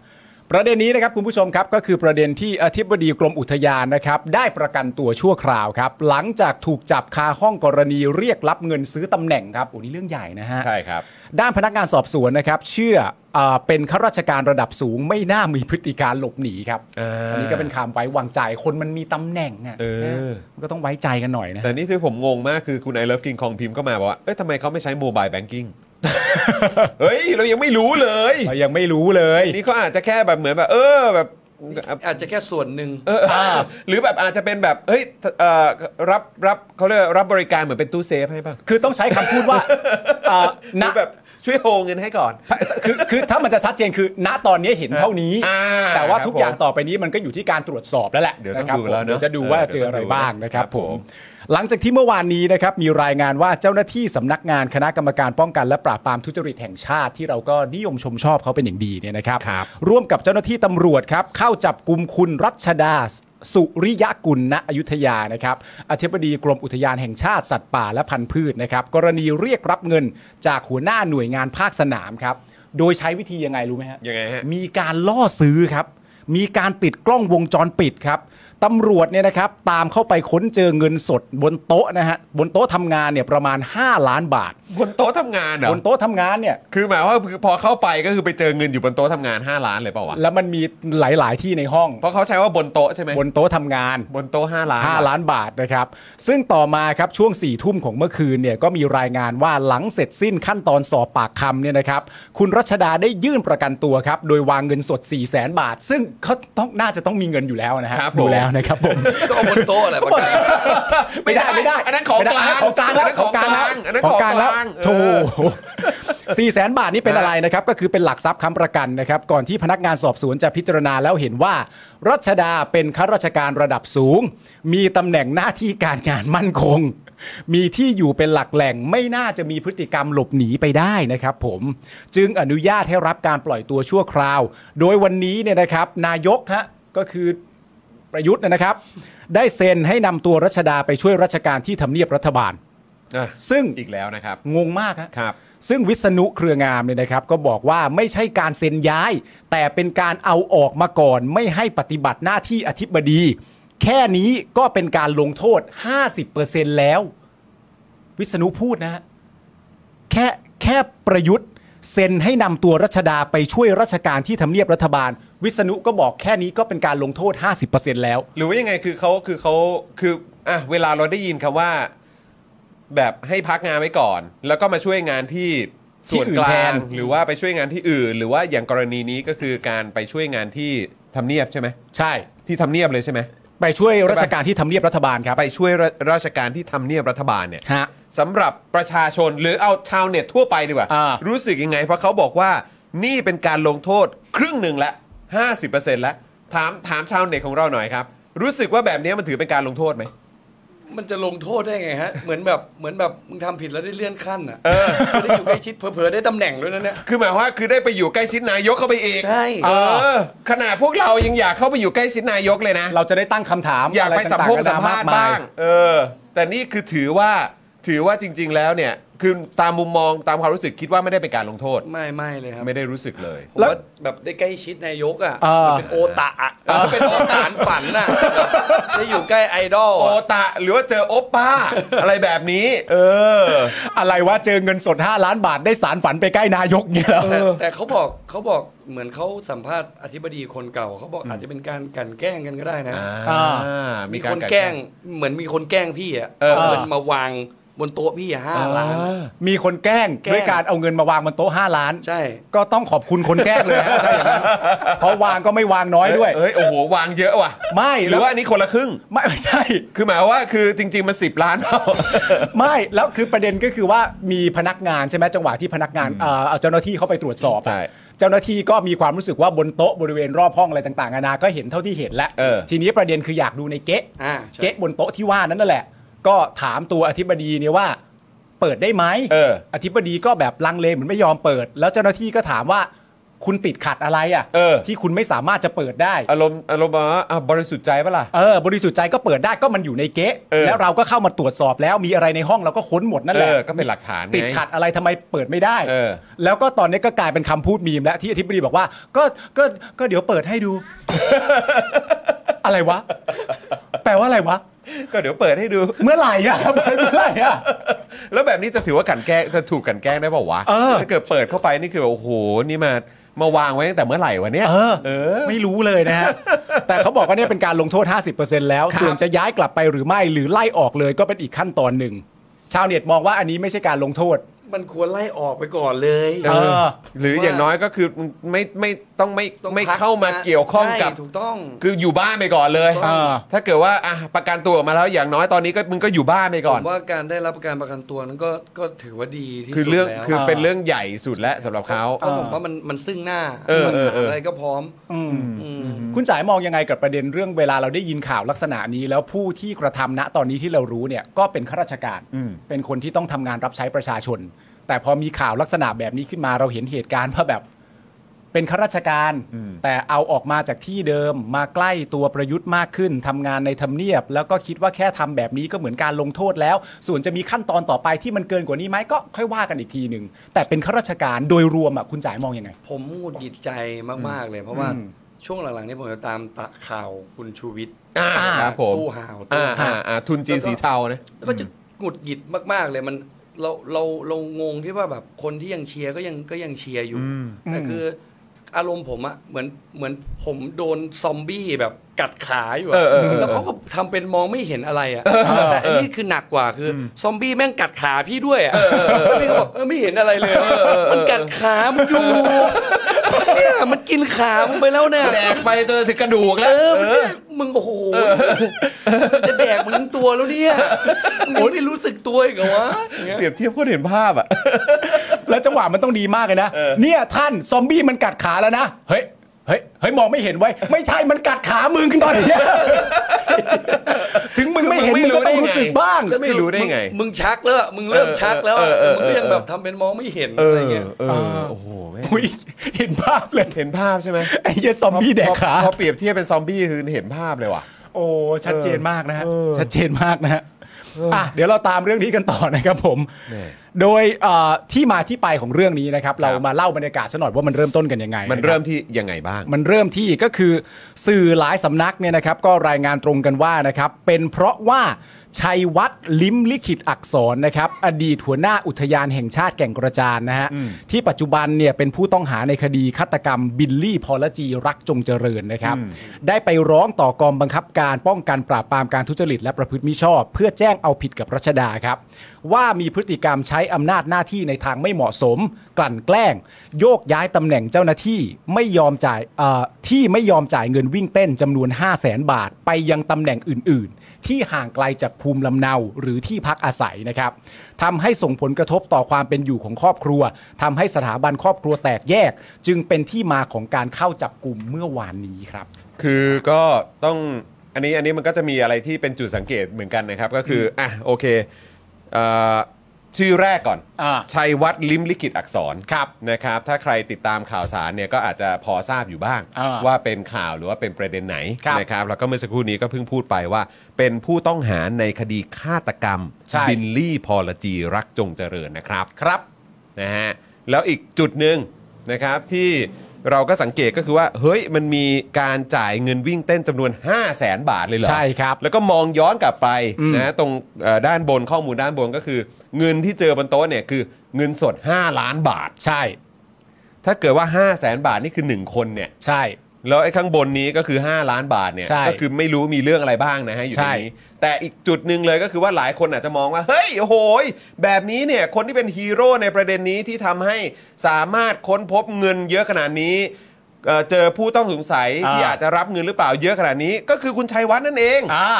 ประเด็นนี้นะครับคุณผู้ชมครับก็คือประเด็นที่อธิบดีกรมอุทยานนะครับ ได้ประกันตัวชั่วคราวครับ หลังจากถูกจับคาห้องกรณีเรียกรับเงินซื้อตำแหน่งครับโอ้นี่เรื่องใหญ่นะฮะ ใช่ครับ ด้านพนักงานสอบสวนนะครับ เชื่อเออเป็นข้าราชการระดับสูงไม่น่ามีพฤติการหลบหนีครับ อ่า อันนี้ก็เป็นคำไว้วางใจคนมันมีตำแหน่งอ่ะ เออ มันก็ต้องไว้ใจกันหน่อยนะ แต่นี่ที่ผมงงมากคือคุณไอเลิฟกิงคองพิมพ์ก็มาบอกว่า เอ้ยทำไมเขาไม่ใช้โมบายแบงกิ้ง เฮ้ย เรายังไม่รู้เลย เรายังไม่รู้เลย นี่เขาอาจจะแค่แบบเหมือนแบบ เออแบบ อาจจะแค่ส่วนหนึ่ง เออหรือแบบอาจจะเป็นแบบ เฮ้ยเอ่อรับรับเขาเรียกว่ารับบริการเหมือนเป็นตู้เซฟให้ป่ะ คือต้องใช้คำพูด ว่าเอ่อ ห ณ รือแบบช่วยโฮเงินให้ก่อน คือคือถ้ามันจะชัดเจนคือณตอนนี้เห็นเท่านี้ อ่า แต่ว่าทุคกรับผม อย่างต่อไปนี้มันก็อยู่ที่การตรวจสอบแล้วแหละ เดี๋ยวต้อง นะครับ ดูแล้ว ผม เนอะ เดี๋ยวจะดูว่า เออ เจออะไรบ้างนะครัคบรับ ผ ผม ม หลังจากที่เมื่อวานนี้นะครับมีรายงานว่าเจ้าหน้าที่สำนักงานคณะกรรมการป้องกันและปราบปรามทุจริตแห่งชาติที่เราก็นิยมชมชอบเขาเป็นอย่างดีเนี่ยนะครับ ครับ ร่วมกับเจ้าหน้าที่ตำรวจครับ เข้าจับกลุ่มคุณรัชดา สุริยกุลณอยุธยานะครับอธิบดีกรมอุทยานแห่งชาติสัตว์ป่าและพันธุ์พืชนะครับ กรณีเรียกรับเงินจากหัวหน้าหน่วยงานภาคสนามครับ โดยใช้วิธียังไงรู้ไหมฮะ ยังไงฮะ มีการล่อซื้อครับ มีการติดกล้องวงจรปิดครับตำรวจเนี่ยนะครับตามเข้าไปค้นเจอเงินสดบนโต๊ะนะฮะบนโต๊ะทำงานเนี่ยประมาณ 5 ล้านบาท บนโต๊ะทำงานเหรอบ นโต๊ะทำงานเนี่ย คือหมายว่าคือพอเข้าไปก็คือไปเจอเงินอยู่บนโต๊ะทำงาน 5 ล้านเลยเปล่าวะ แล้วมันมีหลาย ๆ ที่ในห้อง เพราะเขาใช้ว่าบนโต๊ะใช่ไหม บนโต๊ะทำงาน บนโต๊ะ5ล้านเหรอ 5 ล้านบาทนะครับ ซึ่งต่อมาครับช่วง4ี่ทุ่มของเมื่อคืนเนี่ยก็มีรายงานว่าหลังเสร็จสิ้นขั้นตอนสอบปากคำเนี่ยนะครับ คุณรัชดาได้ยื่นประกันตัวครับ โดยวางเงินสด 4 0 0แสนบาท ซึ่งเขาต้องน่าจะต้องมีเงินอยู่แล้วนะฮะ ครับผม ดูแล้วนะครับผม ก็เอาบนโต๊ะแหละปากกา ไม่ได้ไม่ได้ อันนั้นของกลาง ของกลางแล้ว อันนั้นของกลาง แล้ว อันนั้นของกลาง แล้ว เออ โถสี่แสนบาทนี่เป็นอะไรนะครับ ก็คือเป็นหลักทรัพย์ค้ำประกันนะครับ ก่อนที่พนักงานสอบสวนจะพิจารณาแล้วเห็นว่า รัชดาเป็นข้าราชการระดับสูง มีตำแหน่งหน้าที่การงานมั่นคง มีที่อยู่เป็นหลักแหล่งไม่น่าจะมีพฤติกรรมหลบหนีไปได้นะครับผมจึงอนุญาตให้รับการปล่อยตัวชั่วคราว โดยวันนี้เนี่ยนะครับ นายกฮะก็คือ ประยุทธ์นะครับ ได้เซ็นให้นำตัวรัชดาไปช่วยราชการที่ทำเนียบรัฐบาล อ่ะ ซึ่ง อีกแล้วนะครับ งงมากฮะ ครับ ซึ่งวิษณุเครืองามเนี่ยนะครับ ก็บอกว่าไม่ใช่การเซ็นย้าย แต่เป็นการเอาออกมาก่อน ไม่ให้ปฏิบัติหน้าที่อธิบดี แค่นี้ก็เป็นการลงโทษ 50%แล้ว วิษณุพูดนะฮะแค่แค่ประยุทธ์เซ็นให้นำตัวรัชดาไปช่วยราชการที่ทำเนียบรัฐบาล วิษณุก็บอกแค่นี้ก็เป็นการลงโทษ 50%แล้ว หรือว่ายังไงคือเขาคือเขาคืออ่ะเวลาเราได้ยินคำว่า แบบให้พักงานไว้ก่อน แล้วก็มาช่วยงานที่ส่วนกลาง ที่อื่นแทน หรือว่าไปช่วยงานที่อื่น หรือว่าอย่างกรณีนี้ก็คือการไปช่วยงานที่ทำเนียบใช่ไหม ใช่ ที่ทำเนียบเลยใช่ไหม ไปช่วยราชการที่ทำเนียบรัฐบาลครับ ไปช่วยราราชการที่ทำเนียบรัฐบาลเนี่ย ฮะ สำหรับประชาชนหรือเอาชาวเน็ตทั่วไปดีกว่า อ่า รู้สึกยังไง เพราะเขาบอกว่านี่เป็นการลงโทษครึ่งหนึ่งละ50%แล้วถามถามชาวเน็ตของเราหน่อยครับ รู้สึกว่าแบบนี้มันถือเป็นการลงโทษไหม มันจะลงโทษได้ไงฮะ เหมือนแบบเหมือนแบบมึงทำผิดแล้วได้เลื่อนขั้นอ่ะไม่ได้อยู่ใกล้ชิดเผลอๆได้ตำแหน่งด้วยนะเนี่ย คือหมายความว่าคือได้ไปอยู่ใกล้ชิดนายกเข้าไปอีก ใช่ เออ ขนาดพวกเรายังอยากเข้าไปอยู่ใกล้ชิดนายกเลยนะ เราจะได้ตั้งคำถาม อยากไปสัมพง อะ สั ไร มภาต่งๆนนษณ์บ้าง เออ แต่นี่คือถือว่าถือว่าจริง ๆ แล้วเนี่ย คือตามมุมมองตามความรู้สึกคิดว่าไม่ได้เป็นการลงโทษ ไม่ไม่เลยครับ ไม่ได้รู้สึกเลย ผมว่าแบบได้ใกล้ชิดนายกอ่ะมันเป็นโอตะอ่ะมันเป็นโอตานฝันอ่ะได้อยู่ใกล้ไอดอล โอ อะ ตะหรือว่าเจอโอป ป้า อะไรแบบนี้ เออ อะไรวะเจอเงินสด 5 ล้านบาทได้สารฝันไปใกล้นายกเงี้ยเหรอ แต่แต่เขาบอกเขาบอกเหมือนเขาสัมภาษณ์อธิบดีคนเก่าเขาบอกอาจจะเป็นการกลันแกล้งกันก็ได้นะ อ่า มี าร คนแกล้งเหมือนมีคนแกล้งพี่อ่ะเอาเงินมาวางบนโต๊ะพี่อ่ะห้าล้าน มีคนแกล้ง แกล้ง ด้วยการเอาเงินมาวางบนโต๊ะ5ล้าน ใช่ ก็ต้องขอบคุณคนแกล้งเลย ฮะถ้าอย่างนั้นเพราะวางก็ไม่วางน้อยด้วย เอ้ยโอ้โหวางเยอะว่ะ ไม่ หรือว่าอันนี้คนละครึ่ง ไม่ไม่ใช่ คือหมายความว่าคือจริง ๆ มันสิบล้านเปล่า ไม่แล้วคือประเด็นก็คือว่ามีพนักงานใช่ไหมจังหวะที่พนักงานเอ่อเอาเจ้าหน้าที่เข้าไปตรวจสอบอะ ใช่ เจ้าหน้าที่ก็มีความรู้สึกว่าบนโต๊ะบริเวณรอบห้องอะไรต่างๆนานาก็เห็นเท่าที่เห็นแล้ว เออ ทีนี้ประเด็นคืออยากดูในเก๊ะ อ่าใช่ เก๊ะบนโต๊ะที่ว่านั้นนั่นแหละ ก็ถามตัวอธิบดีเนี่ยว่า เปิดได้ไหม เออ อธิบดีก็แบบลังเลเหมือนไม่ยอมเปิด แล้วเจ้าหน้าที่ก็ถามว่าคุณติดขัดอะไรอ่ะ เออ ที่คุณไม่สามารถจะเปิดได้ อารมณ์อารมณ์ประมาณว่าอ่ะบริสุทธิ์ใจปะล่ะ เออบริสุทธิ์ใจก็เปิดได้ก็มันอยู่ในเก๊ะ เออ แล้วเราก็เข้ามาตรวจสอบแล้วมีอะไรในห้องเราก็ค้นหมดนั่น เอ แหละ อก็เป็นหลักฐานไง ติดขัดอะไรทำไมเปิดไม่ได้ เออ แล้วก็ตอนนี้ก็กลายเป็นคำพูดมีมแล้วที่อธิบดีบอกว่า ก็ก็ก็เดี๋ยวเปิดให้ ดู อะไรวะ แปลว่าอะไรวะ ก็เดี๋ยวเปิดให้ดู เมื่อไหร่อะเมื่อไหร่อะ แล้วแบบนี้จะถือว่ากลันแกล้งจะถูกกลันแกล้งได้เปล่าวะ เออ ถ้าเกิดเปิดเข้าไปนี่คือแบบโอ้โหนี่มามาวางไว้ตั้งแต่เมื่อไหร่วะเนี่ย เออ เออ ไม่รู้เลยนะฮะ แต่เขาบอกว่าเนี่ยเป็นการลงโทษ 50%แล้ว ส่วนจะย้ายกลับไปหรือไม่หรือไล่ออกเลยก็เป็นอีกขั้นตอนหนึ่ง ชาวเน็ตมองว่าอันนี้ไม่ใช่การลงโทษ มันควรไล่ออกไปก่อนเลย เออ หรืออย่างน้อยก็คือไม่ไม่ต้องไม่ ต้อง ไม่ พัก เข้ามา นะ เกี่ยวข้องกับ ใช่ถูกต้อง คืออยู่บ้านไปก่อนเลย เออ ถ้าเกิดว่าอ่ะประกันตัวออกมาแล้วอย่างน้อยตอนนี้ก็มึงก็อยู่บ้านไปก่อน ผมว่าการได้รับการประกันตัวนั้นก็ก็ถือว่าดีที่สุด คือเรื่อง แล้ว คือ เออ เป็นเรื่องใหญ่สุดแล้วสำหรับเขา เพราะผมว่ามันมันซึ่งหน้า เออ ปัญ เออ หา เอออ อะไรก็พร้อม อืม อืม คุณสายมองยังไงกับประเด็นเรื่องเวลาเราได้ยินข่าวลักษณะนี้ แล้วผู้ที่กระทำณตอนนี้ที่เรารู้เนี่ยก็เป็นข้าราชการเป็นคนที่ต้องทำงานรับใช้ประชาชน แต่พอมีข่าวลักษณะแบบนี้ขึ้นมาเราเห็นเหตุการณ์ว่าแบบเป็นข้าราชการ แต่เอาออกมาจากที่เดิมมาใกล้ตัวประยุทธ์มากขึ้นทำงานในทำเนียบ แล้วก็คิดว่าแค่ทำแบบนี้ก็เหมือนการลงโทษแล้ว ส่วนจะมีขั้นตอนต่อไปที่มันเกินกว่านี้ไหมก็ค่อยว่ากันอีกทีหนึ่งแต่เป็นข้าราชการโดยรวมอ่ะคุณจ่ายมองยังไง ผมหงุดหงิดใจมาก ๆ เลย เพราะว่าช่วงหลัง ๆ นี่ผมจะตามตะข่าวคุณชูวิทย์ อ่าครับผม ตู้ห่าว อ่าอ่าตู้ห่าว อ่าทุนจีนสีเทานะ แล้วก็จะหงุดหงิดมาก ๆ เลยมันเราเราเรางงที่ว่าแบบคนที่ยังเชียร์ก็ยังก็ยังเชียร์อยู่แต่คืออารมณ์ผมอะเหมือนเหมือนผมโดนซอมบี้แบบกัดขาอยู่อะ เออเออ แล้วเขาก็ทำเป็นมองไม่เห็นอะไรอ่ะแต่อันนี้คือหนักกว่าคืออซอมบี้แม่งกัดขาพี่ด้วยอ่ะแล้วพี่ก็บอกเออไม่เห็นอะไรเลย มันกัดขามันอยู่เนี่ยมันกินขามึงไปแล้วเนี่ย แดกไปจนถึงกระดูก เอ แล้ว อมันเนี่ยมึงโอ้โหมันจะแดกมึงทั้งตัวแล้วเนี่ยมึงยังไม่รู้สึกตัวอีกเหรอวะอย่างเงี้ย เปรียบเทียบก็เห็นภาพอ่ะ แล้วจังหวะมันต้องดีมากเลยนะ เออ เนี่ยท่านซอมบี้มันกัดขาแล้วนะ เฮ้ย เฮ้ย เฮ้ยมองไม่เห็นไว้ยไม่ใช่มันกัดขามึงขึ้นตอนเนี้ย ถึงมึงไม่เห็นมึงก็ต้องรู้สึกบ้าง แล้วไม่รู้ได้ไง มึงชักแล้วอะมึงเริ่มชักแล้วอะ เอ แต่ อ มึ เอง อ ก็ยัง เออ แบบทำเป็นมองไม่เห็น เอ อะไร อ เงี้ย เอ เอ อ อ โอ้โหแม่ง อุ๊ยเห็นภาพเลย เห็นภาพใช่ไหม ไอ้เหี้ยซอมบี้แดกขา พอพอเปรียบเทียบเป็นซอมบี้คือเห็นภาพเลยว่ะ โอ้ชัดเจนมากนะฮะชัดเจนมากนะฮะอ่ะเดี๋ยวเราตามเรื่องนี้กันต่อนะครับผม โดยเอ่อที่มาที่ไปของเรื่องนี้นะครับ เรา ครับ มาเล่าบรรยากาศซะหน่อยว่ามันเริ่มต้นกันยังไง มัน นะครับ เริ่มที่ยังไงบ้าง มันเริ่มที่ก็คือสื่อหลายสำนักเนี่ยนะครับ ก็รายงานตรงกันว่านะครับ เป็นเพราะว่าชัยวัฒน์ลิ้มลิขิตอักษรนะครับ อดีตหัวหน้าอุทยานแห่งชาติแก่งกระจานนะฮะที่ปัจจุบันเนี่ยเป็นผู้ต้องหาในคดีฆาตกรรมบิลลี่พอลจีรักจงเจริญนะครับ ได้ไปร้องต่อกองบังคับการป้องกันปราบปรามการทุจริตและประพฤติมิชอบ เพื่อแจ้งเอาผิดกับรัชดาครับ ว่ามีพฤติกรรมใช้อำนาจหน้าที่ในทางไม่เหมาะสม กลั่นแกล้ง โยกย้ายตำแหน่งเจ้าหน้าที่ไม่ยอมจ่ายเอ่อที่ไม่ยอมจ่ายเงินวิ่งเต้นจำนวน 5 0 0แสนบาท ไปยังตำแหน่งอื่น ๆ ที่ห่างไกลจากภูมิลำเนาหรือที่พักอาศัยนะครับทำให้ส่งผลกระทบต่อความเป็นอยู่ของครอบครัวทำให้สถาบันครอบครัวแตกแยก จึงเป็นที่มาของการเข้าจับกลุ่มเมื่อวานนี้ครับ คือก็ต้องอันนี้อันนี้มันก็จะมีอะไรที่เป็นจุดสังเกตเหมือนกันนะครับ ก็คืออ่ะโอเคเอ่อชื่อแรกก่อน อ่า ชัยวัฒน์ลิมลิขิตอักษร ครับ นะครับ ถ้าใครติดตามข่าวสารเนี่ยก็อาจจะพอทราบอยู่บ้าง อ่า ว่าเป็นข่าวหรือว่าเป็นประเด็นไหน ครับ นะครับ แล้วก็เมื่อสักครู่นี้ก็เพิ่งพูดไปว่า เป็นผู้ต้องหาในคดีฆาตกรรม ใช่ บิลลี่พอลจีรักจงเจริญนะครับ ครับ นะฮะแล้วอีกจุดหนึ่งนะครับที่เราก็สังเกตก็คือว่าเฮ้ยมันมีการจ่ายเงินวิ่งเต้นจำนวน 5 0 0แสนบาทเลยเหรอ ใช่ครับ แล้วก็มองย้อนกลับไป อืม นะฮะตรงเอ่อด้านบนข้อมูลด้านบนก็คือ เงินที่เจอบนโต๊ะเนี่ยคือเงินสด 5 ล้านบาท ใช่ ถ้าเกิดว่า 5 0 0แสนบาทนี่คือ 1 คนเนี่ย ใช่ แล้วไอ้ข้างบนนี้ก็คือ 5 ล้านบาทเนี่ย ใช่ ก็คือไม่รู้มีเรื่องอะไรบ้างนะฮะอยู่ใน ใช่ นี้แต่อีกจุดหนึ่งเลยก็คือว่าหลายคนอาจจะมองว่าเฮ้ยโอ้โหยแบบนี้เนี่ยคนที่เป็นฮีโร่ในประเด็นนี้ที่ทำให้สามารถค้นพบเงินเยอะขนาดนี้เอ่อเจอผู้ต้องสงสัยที่อาจจะรับเงินหรือเปล่าเยอะขนาดนี้ ก็คือคุณชัยวัฒน์นั่นเอง อ่า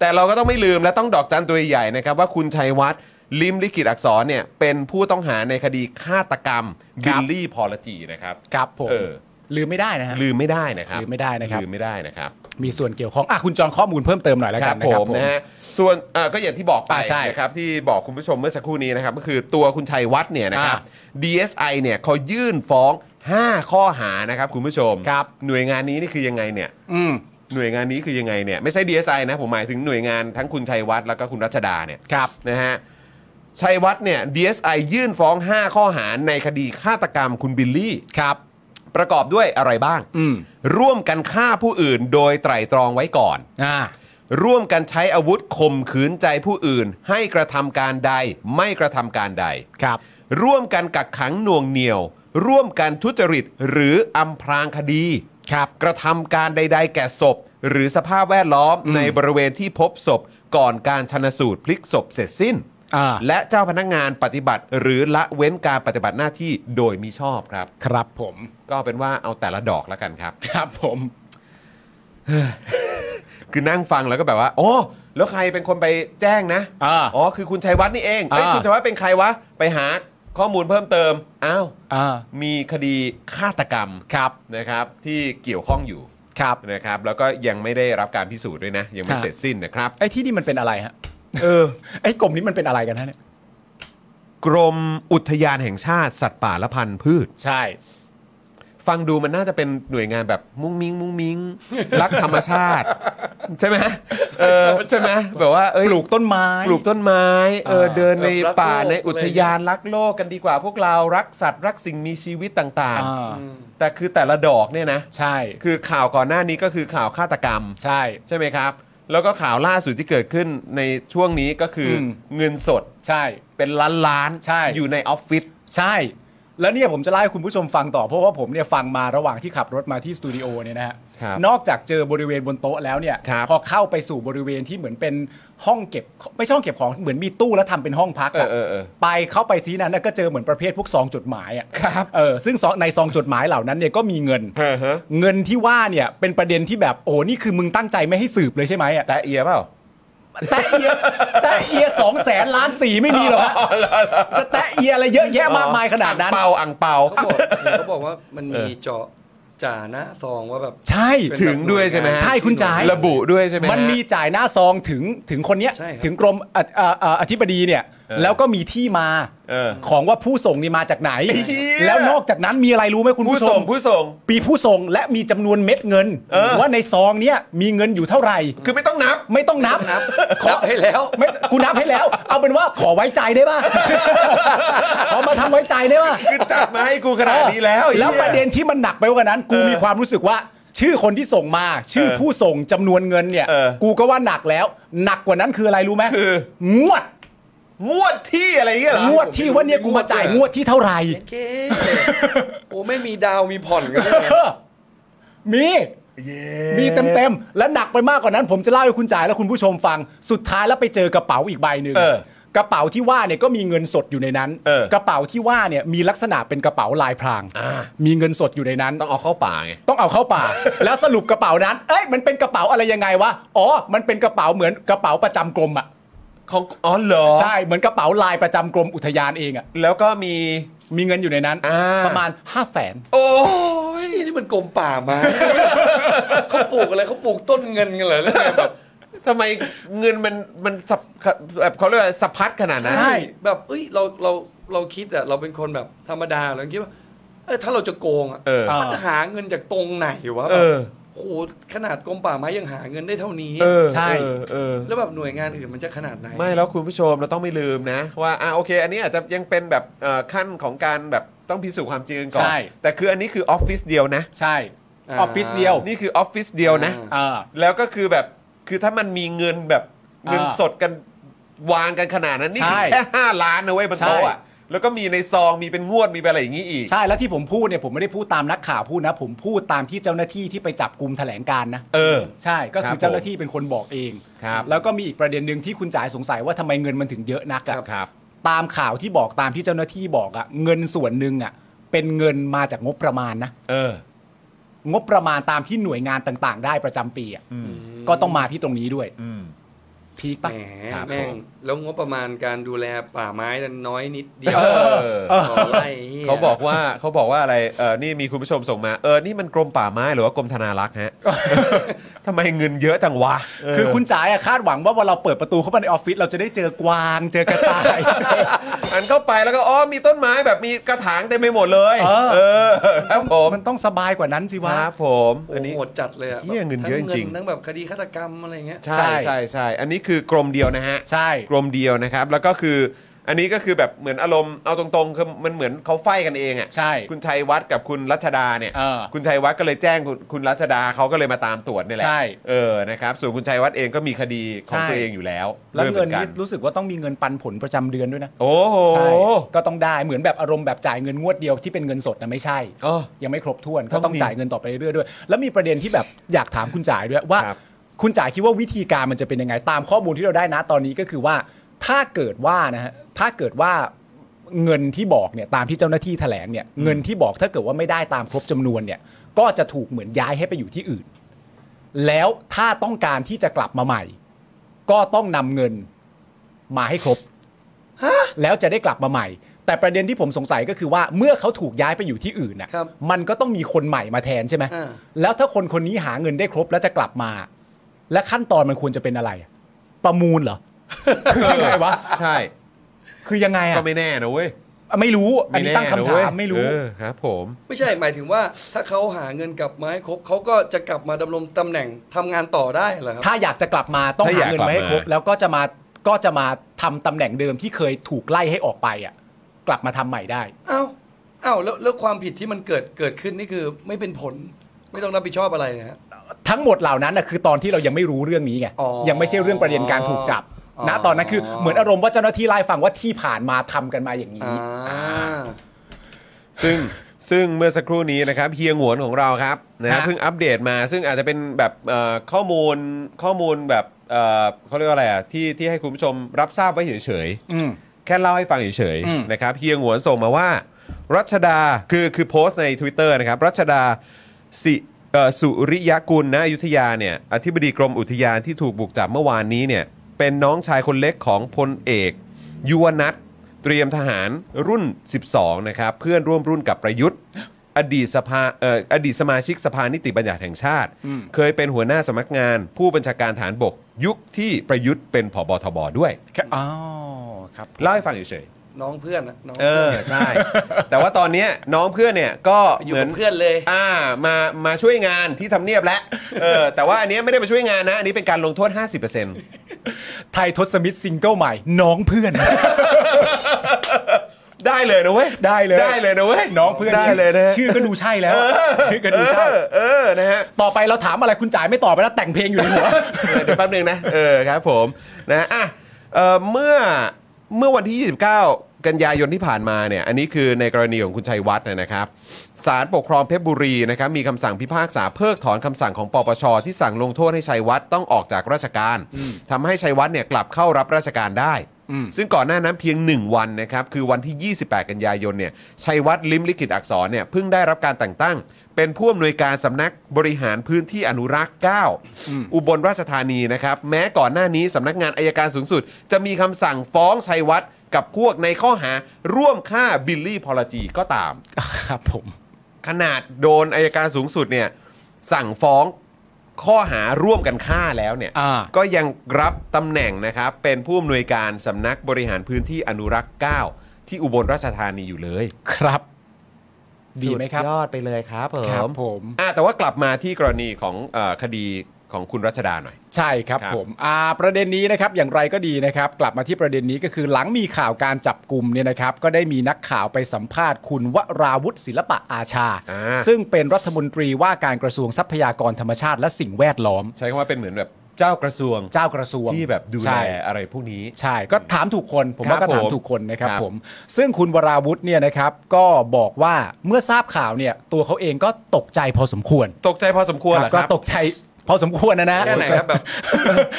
แต่เราก็ต้องไม่ลืมและต้องดอกจันตัวใหญ่ๆนะครับว่าคุณชัยวัฒน์ลิมลิขิตอักษรเนี่ยเป็นผู้ต้องหาในคดีฆาตกรรม ครั บิ บ ลลี่พอลจีนะครับ ครับผม เออ ลืมไม่ได้นะฮะ ลืมไม่ได้นะครับ ลืมไม่ได้นะครับ ลืมไม่ได้นะครับ มีส่วนเกี่ยวข้องอ่ะคุณจอนข้อมูลเพิ่มเติมหน่อยแล้วกันนะ ผ ครับ ม ผม นะฮะส่วนเอ่อก็อย่างที่บอกไป อ่าใช่ นะครับที่บอกคุณผู้ชมเมื่อสักครู่นี้นะครับก็คือตัวคุณชัยวัฒน์เนี่ยนะครับ อ่ DSI เนี่ยเขายื่นฟ้อง 5 ข้อหานะครับคุณผู้ชม ครับ หน่วยงานนี้นี่คือยังไงเนี่ย อืม หน่วยงานนี้คือยังไงเนี่ยไม่ใช่ DSI นะผมหมายถึงหน่วยงานทั้งคุณชัยวัฒน์แล้วก็คุณรัชดาเนี่ย ครับ นะฮะชัยวัฒน์เนี่ย DSI ยื่นฟ้อง 5 ข้อหาในคดีฆาตกรรมคุณบิลลี่ ครับ ประกอบด้วยอะไรบ้าง อืม ร่วมกันฆ่าผู้อื่นโดยไตร่ตรองไว้ก่อน อ่า ร่วมกันใช้อาวุธข่มขืนใจผู้อื่น ให้กระทำการใด ไม่กระทำการใด ครับ ร่วมกันกักขังหน่วงเหนี่ยว ร่วมกันทุจริตหรืออำพรางคดี ครับ กระทำการใด ๆ แก่ศพ หรือสภาพแวดล้อมในบริเวณที่พบศพก่อนการชนสูตรพลิกศพเสร็จสิ้น อ่า และเจ้าพนักงานปฏิบัติหรือละเว้นการปฏิบัติหน้าที่โดยมิชอบครับ ครับผม ก็เป็นว่าเอาแต่ละดอกแล้วกันครับ ครับผม คือนั่งฟังแล้วก็แบบว่าอ๋อแล้วใครเป็นคนไปแจ้งนะ อ่า อ๋อคือคุณชัยวัฒน์นี่เองเอ้ย อ่า คุณชัยวัฒน์เป็นใครวะไปหาข้อมูลเพิ่มเติมอ้าว อ่า มีคดีฆาตกรรม ครับ นะครับ ที่เกี่ยวข้องอยู่ ครับ นะครับ แล้วก็ยังไม่ได้รับการพิสูจน์ด้วยนะ ยังไม่ ครับ เสร็จสิ้นนะครับ ไอ้ที่นี่มันเป็นอะไรฮะ เออ ไอ้กลมนี้มันเป็นอะไรกันฮะเนี่ย กรมอุทยานแห่งชาติสัตว์ป่าและพันธุ์พืช ใช่ ฟังดูมันน่าจะเป็นหน่วยงานแบบมุ้งมิงมุ้งมิง รักธรรมชา ติ ใช่ไหมเออใช่ไหมแบบว่าเอ้ย ปลูกต้นไม้ ปลูกต้นไม้เออ เออ เดินใน รักโลก ป่าใน อะไร อุทยานรักโลกกันดีกว่า พวกเรารักสัตว์รักสิ่งมีชีวิตต่าง อ่า ๆ แต่คือแต่ละดอกเนี่ยนะ ใช่ คือข่าวก่อนหน้านี้ก็คือข่าวฆาตกรรม ใช่ ใช่ไหมครับ แล้วก็ข่าวล่าสุดที่เกิดขึ้นในช่วงนี้ก็คืออ ม เงินสด ใช่ เป็นล้านล้านๆ ใช่ อยู่ในออฟฟิศ ใช่ แล้วเนี่ยผมจะเล่าให้คุณผู้ชมฟังต่อเพราะว่าผมเนี่ยฟังมาระหว่างที่ขับรถมาที่สตูดิโอเนี่ยนะฮะ ครับ นอกจากเจอบริเวณบนโต๊ะแล้วเนี่ย ครับ พอเข้าไปสู่บริเวณที่เหมือนเป็นห้องเก็บ ไม่ใช่ห้องเก็บของเหมือนมีตู้แล้วทำเป็นห้องพักะ เออเออเออ ไปเข้าไปซีนั้นน่ะก็เจอเหมือนประเภทพวกซองจดหมายอ่ะ ครับ เออซึ่งซองในซองจดหมายเหล่านั้นเนี่ยก็มีเงิน เออฮะ เงินที่ว่าเนี่ยเป็นประเด็นที่แบบโอ้โหนี่คือมึงตั้งใจไม่ให้สืบเลยใช่ไหมอ่ะ แต่เอียเปล่า แต่เอียแต่เอียสองแสนล้านสี่ไม่มีหรอก ฮะจะแต่เอียอะไรเยอะแยะมากมายขนาดนั้น เปาอังเปา เขาบอกเขาบอกว่ามันมีเจาะจ่าหน้าซองว่าแบบ ใช่ เป็น ถึงด้วยใช่ไหมฮะ ใช่คุณจ๋าย ระบุด้วยใช่ไหมฮะ มันมีจ่ายหน้าซองถึงถึงคนเนี้ย ใช่ครับ ถึงกรมอธิเอ่อเอ่ออธิบดีเนี่ย แล้วก็มีที่มา เออ ของว่าผู้ส่งนี่มาจากไหน ไอ้เหี้ย แล้วนอกจากนั้นมีอะไรรู้ไหมคุณ ผู้ ผู้ช ส่ง ม ผู้ส่ง ปีผู้ส่งและมีจำนวนเม็ดเงิน เออ ว่าในซองเนี้ยมีเงินอยู่เท่าไหร่ คือไม่ต้องนับ ไม่ต้องนับ นับ ขอ นับให้แล้ว ไม่กูนับให้แล้ว เอาเป็นว่าขอไว้ใจได้ป่ะ ขอมาทำไว้ใจได้ป่ะ คือจัดมาให้กูขนาดนี้แล้วไอ้ แล้ว หี้ย ประเด็นที่มันหนักไปกว่านั้น กู เออ มีความรู้สึกว่า ชื่อคนที่ส่งมา ชื่อ เออ ผู้ส่งจำนวนเงินเนี่ย เออ กูก็ว่าหนักแล้ว หนักกว่านั้นคืออะไรรู้ไหม คือง วด งวดที่อะไรเงี้ยเหรอง วดที่ว่าเนี่ยกูมาจ่ายงวดที่เท่าไหร่ โอเคโอ้ไม่มีดาวมีผ่อนกันเลย เออมี มีเต็มเต็มๆและหนักไปมากกว่านั้น ผมจะเล่าให้คุณจ่ายและคุณผู้ชมฟัง สุดท้ายแล้วไปเจอกระเป๋าอีกใบหนึ่ง เออก ระเป๋าที่ว่าเนี่ยก็มีเงินสดอยู่ในนั้น เออ กระเป๋าที่ว่าเนี่ยมีลักษณะเป็นกระเป๋าลายพราง มีเงินสดอยู่ในนั้น ต้องเอาเข้าป่าไง ต้องเอาเข้าป่า แล้วสรุปกระเป๋านั้น เอ้ยมันเป็นกระเป๋าอะไรยังไงวะ อ๋อ มันเป็นกระเป๋าเหมือนกระเป๋าประจำกรมอ่ะ ของอ๋อเหรอ ใช่ เหมือนกระเป๋าลายประจำกรมอุทยานเองอ่ะ แล้วก็มี มีเงินอยู่ในนั้น อ่า ประมาณห้าแสน โอ้ย นี่นี่มันกรมป่าไม้เขาปลูกอะไรเขาปลูกต้นเงินกันเหรอแล้วไงแบบ ทำไมเงินมันมันสับแบบเขาเรียกว่าสะพัดขนาดนั้น ใช่ แบบเอ้ยเราเราเราคิดอะเราเป็นคนแบบธรรมดาเราคิดว่าเออถ้าเราจะโกงอะ เออ มันหาเงินจากตรงไหนวะ เอ แบอบโหขนาดกรมป่าไม้ยังหาเงินได้เท่านี้ เออ ใช่ เออเออ แล้วแบบหน่วยงานอื่นมันจะขนาดไหน ไม่แล้วคุณผู้ชมเราต้องไม่ลืมนะ ว่าอ่ะโอเค อันนี้อาจจะยังเป็นแบบเอ่อขั้นของการแบบต้องพิสูจน์ความจริงกันก่อน ใช่ แต่คืออันนี้คือออฟฟิศเดียวนะ ใช่อ อ่า อฟฟิศเดียว นี่คือออฟฟิศเดียวนะ เออ แล้วก็คือแบบคือถ้ามันมีเงินแบบ อ่า เงินสดกันวางกันขนาดนั้นนี่ ใช่ คือแค่ 5 ล้านนะเว้ยบนโต๊ะอะ ใช่ แล้วก็มีในซองมีเป็นงวดมีเป็นอะไรอย่างงี้อีก ใช่แล้วที่ผมพูดเนี่ยผมไม่ได้พูดตามนักข่าวพูดนะ ผมพูดตามที่เจ้าหน้าที่ที่ไปจับกลุ่มแถลงการณ์นะ เออ ใช่ก็ ครั คื บ อเจ้าหน้าที่เป็นคนบอกเอง ครับ แล้วก็มีอีกประเด็นหนึ่งที่คุณจ๋ายสงสัยว่าทำไมเงินมันถึงเยอะนักอะ ครับ ตามข่าวที่บอกตามที่เจ้าหน้าที่บอกอะเงินส่วนหนึ่งอะเป็นเงินมาจากงบประมาณนะ เออ งบประมาณตามที่หน่วยงานต่าง ๆ ได้ประจำปีอะก็ต้องมาที่ตรงนี้ด้วย อืม พีค แหม ปะ แม่งแล้วงบประมาณการดูแลป่าไม้นั้นน้อยนิดเดียว เออ ต่อไร่หี้ย เขาบอกว่าเขาบอกว่าอะไรเออนี่มีคุณผู้ชมส่งมา เออ นี่มันกรมป่าไม้หรือว่ากรมธนารักษ์ ฮะ ทำไมเงินเยอะจังวะเ คือคุณจ๋ายอะคาดหวังว่าเวันเราเปิดประตูเข้ามาในออฟฟิศเราจะได้เจอกวางเจอกระต่าย อันเข้าไปแล้วก็อ๋อมีต้นไม้แบบมีกระถางเต็มไปหมดเลย เออ อครับผม มันต้องสบายกว่านั้นควสิะ รับผม โอ้ อันนี้ โหดจัดเลยอะ เหี้ยเงิน แบบ เยอะจริง ทั้ทั้งแบบคดีฆาตกรรมอะไรเงี้ย ใช่ใช่ใช่อันนี้คือกรมเดียวนะฮะ ใช่ กรมเดียวนะครับ แล้วก็คืออันนี้ก็คือแบบเหมือนอารมณ์เอาตรงๆคือมันเหมือนเขาไฟกันเองอ่ะ ใช่ คุณชัยวัฒน์กับคุณรัชดาเนี่ย เออ คุณชัยวัฒน์ก็เลยแจ้งคุณคุณรัชดาเขาก็เลยมาตามตรวจนี่แหละ ใช่ เออนะครับส่วนคุณชัยวัฒน์เองก็มีคดีของ ใช่ ตัวเองอยู่แล้ว แล้ว ด้วยห เงิ มื น อ นี่รู้สึกว่าต้องมีเงินปันผลประจำเดือนด้วยนะ โอ้โห ใช่ก็ต้องได้เหมือนแบบอารมณ์แบบจ่ายเงินงวดเดียวที่เป็นเงินสดนะไม่ใช่ เออ ยังไม่ครบถ้วน ต้ ก็ อง ต้อง มี จ่ายเงินต่อไปเรื่อยๆด้วย แล้วมีประเด็นที่แบบอยากถามคุณจ่ายด้วยว่า ครับ คุณจ่ายคิดว่าวิธีการมันจะเป็นยังไงตามข้อมูลที่เราได้นะตอนนี้ก็คือว่า ถ้าเกิดว่านะฮะถ้าเกิดว่าเงินที่บอกเนี่ยตามที่เจ้าหน้าที่แถลงเนี่ยเงินที่บอกถ้าเกิดว่าไม่ได้ตามครบจำนวนเนี่ยก็จะถูกเหมือนย้ายให้ไปอยู่ที่อื่น แล้วถ้าต้องการที่จะกลับมาใหม่ ก็ต้องนำเงินมาให้ครบ แล้วจะได้กลับมาใหม่ แต่ประเด็นที่ผมสงสัยก็คือว่าเมื่อเขาถูกย้ายไปอยู่ที่อื่นน่ะ ครับ มันก็ต้องมีคนใหม่มาแทนใช่ไหม อ่า แล้วถ้าคนคนนี้หาเงินได้ครบแล้วจะกลับมา และขั้นตอนมันควรจะเป็นอะไรอะประมูลเหรอ คือยังไงวะ ใช่ คือยังไงอ่ะ ก็ไม่แน่นะเว้ย ไม่รู้อันนี้ตั้งคำ ไแะเว้ ถาย มไม่รู้ เออครับผม ไม่ใช่หมายถึงว่าถ้าเขาหาเงินกลับมาให้ครบเขาก็จะกลับมาดำรงตำแหน่งทำงานต่อได้เหรอครับ ถ้าอยากจะกลับมาต้องหาเงินมาให้ครบ แล้วก็จะมาก็จะมาทำตำแหน่งเดิมที่เคยถูกไล่ให้ออกไปอ่ะ กลับมาทำใหม่ได้ เอ้าเอ้าแล้วแล้วความผิดที่มันเกิดเกิดขึ้นนี่คือไม่เป็นผลไม่ต้องรับผิดชอบอะไรนะฮะ ทั้งหมดเหล่านั้นนะคือตอนที่เรายังไม่รู้เรื่องนี้ไง อ๋อ ยังไม่ใช่เรื่องประเด็นการถูกจับ อ๋อ นะตอนนั้นคือเหมือนอารมณ์ว่าเจ้าหน้าที่ไล่ฟังว่าที่ผ่านมาทำกันมาอย่างนี้ อ่า อ่า ซึ่งซึ่งเมื่อสักครู่นี้นะครับเฮียหงวนของเราครับนะฮะ ฮะ เพิ่งอัปเดตมาซึ่งอาจจะเป็นแบบเอ่อข้อมูลข้อมูลแบบเอ่อเขาเรียกว่าอะไรอ่ะที่ที่ให้คุณผู้ชมรับทราบไว้เฉยๆ อืม แค่เล่าให้ฟังเฉย อืม ๆนะครับเฮียหงวนส่งมาว่า รัชดาคือคือโพสต์ใน Twitter นะครับ รัชดาสิเอ่อสุริยกุลนะอยุธยาเนี่ยอธิบดีกรมอุทยานที่ถูกบุกจับเมื่อวานนี้เนี่ยเป็นน้องชายคนเล็กของพลเอก ยุวนัทเตรียมทหารรุ่น 12 นะครับ เพื่อนร่วมรุ่นกับประยุทธ์ อดีตสภาเอ่ออดีตสมาชิกสภานิติบัญญัติแห่งชาติ เคยเป็นหัวหน้าสำนักงาน ผู้บัญชาการฐานบก ยุคที่ประยุทธ์เป็นผบทบด้วย อ้าวครับ เล่าให้ฟังเฉย น้องเพื่อนอะน้อง ๆเออ ใช่ แต่ว่าตอนเนี้ยน้องเพื่อนเนี่ยก็ อยู่ เหมือ กัน บเพื่อนเลย อ่ามามาช่วยงานที่ทำเนียบแล้วเออแต่ว่าอันเนี้ยไม่ได้มาช่วยงานนะ อันนี้เป็นการลงโทษ 50% ไทยทศมิตรซิงเกิลใหม่ น้องเพื่อน ได้เลยนะเว้ย ได้เลย ได้เลยนะเว้ย น้องเพื่อน ได้ ชื่อ เลยนะฮะ ชื่อก็ดูใช่แล้ว ชื่อก็ เอ ดูใช่ อเออนะฮะ ต่อไปเราถามอะไรคุณจ่ายไม่ตอบไปแล้วแต่งเพลงอยู่ใน หัว เออเดี๋ยวแป๊บนึงนะเออครับผมนะอ่ะเอ่อเมื่อเมื่อวันที่ 29 กันยายนที่ผ่านมาเนี่ยอันนี้คือในกรณีของคุณชัยวัฒน์เนี่ยนะครับศาลปกครองเพชรบุรีนะครับมีคำสั่งพิพากษาเพิกถอนคำสั่งของปปชที่สั่งลงโทษให้ชัยวัฒน์ต้องออกจากราชการทำให้ชัยวัฒน์เนี่ยกลับเข้ารับราชการได้ ซึ่งก่อนหน้านั้นเพียง 1 วันนะครับ คือวันที่ 28 กันยายนเนี่ยชัยวัฒน์ลิมลิขิตอักษรเนี่ยเพิ่งได้รับการแต่งตั้ง เป็นผู้อำนวยการสำนักบริหารพื้นที่อนุรักษ์ 9 อุบลราชธานีนะครับ แม้ก่อนหน้านี้สำนักงานอายการสูงสุด จะมีคำสั่งฟ้องชัยวัฒน์กับพวกในข้อหาร่วมฆ่าบิลลี่พอลจีก็ตาม ครับผม ขนาดโดนอายการสูงสุดเนี่ยสั่งฟ้องข้อหาร่วมกันฆ่าแล้วเนี่ย อ่า ก็ยังรับตำแหน่งนะครับ เป็นผู้อำนวยการสำนักบริหารพื้นที่อนุรักษ์ 9 ที่อุบลราชธานีอยู่เลย ครับ ดีไหมครับ สุยอดไปเลยครับผม ครับผม อ่ะแต่ว่ากลับมาที่กรณีของเออคดีของคุณรัชดาหน่อย ใช่ครับ ครับ ผมอ่าประเด็นนี้นะครับอย่างไรก็ดีนะครับ กลับมาที่ประเด็นนี้ก็คือหลังมีข่าวการจับกลุ่มเนี่ยนะครับ ก็ได้มีนักข่าวไปสัมภาษณ์คุณวราวุฒิศิลปะอาชา อ่า ซึ่งเป็นรัฐมนตรีว่าการกระทรวงทรัพยากรธรรมชาติและสิ่งแวดล้อม ใช้คำว่าเป็นเหมือนแบบเจ้ากระทรวง เจ้ากระทรวง ที่แบบดู ใช่ แลอะไรพวกนี้ ใช่ ก็ถามถูกคน ผมว่า ครั ก็ บผม ถามถูกคนนะครับ ครับ ผม ซึ่งคุณวราวุธเนี่ยนะครับ ก็บอกว่าเมื่อทราบข่าวเนี่ย ตัวเขาเองก็ตกใจพอสมควร ตกใจพอสมควรเหรอค ก็ รับ ตกใจพอสมควรนะนะ แค่ไหนครับแบบ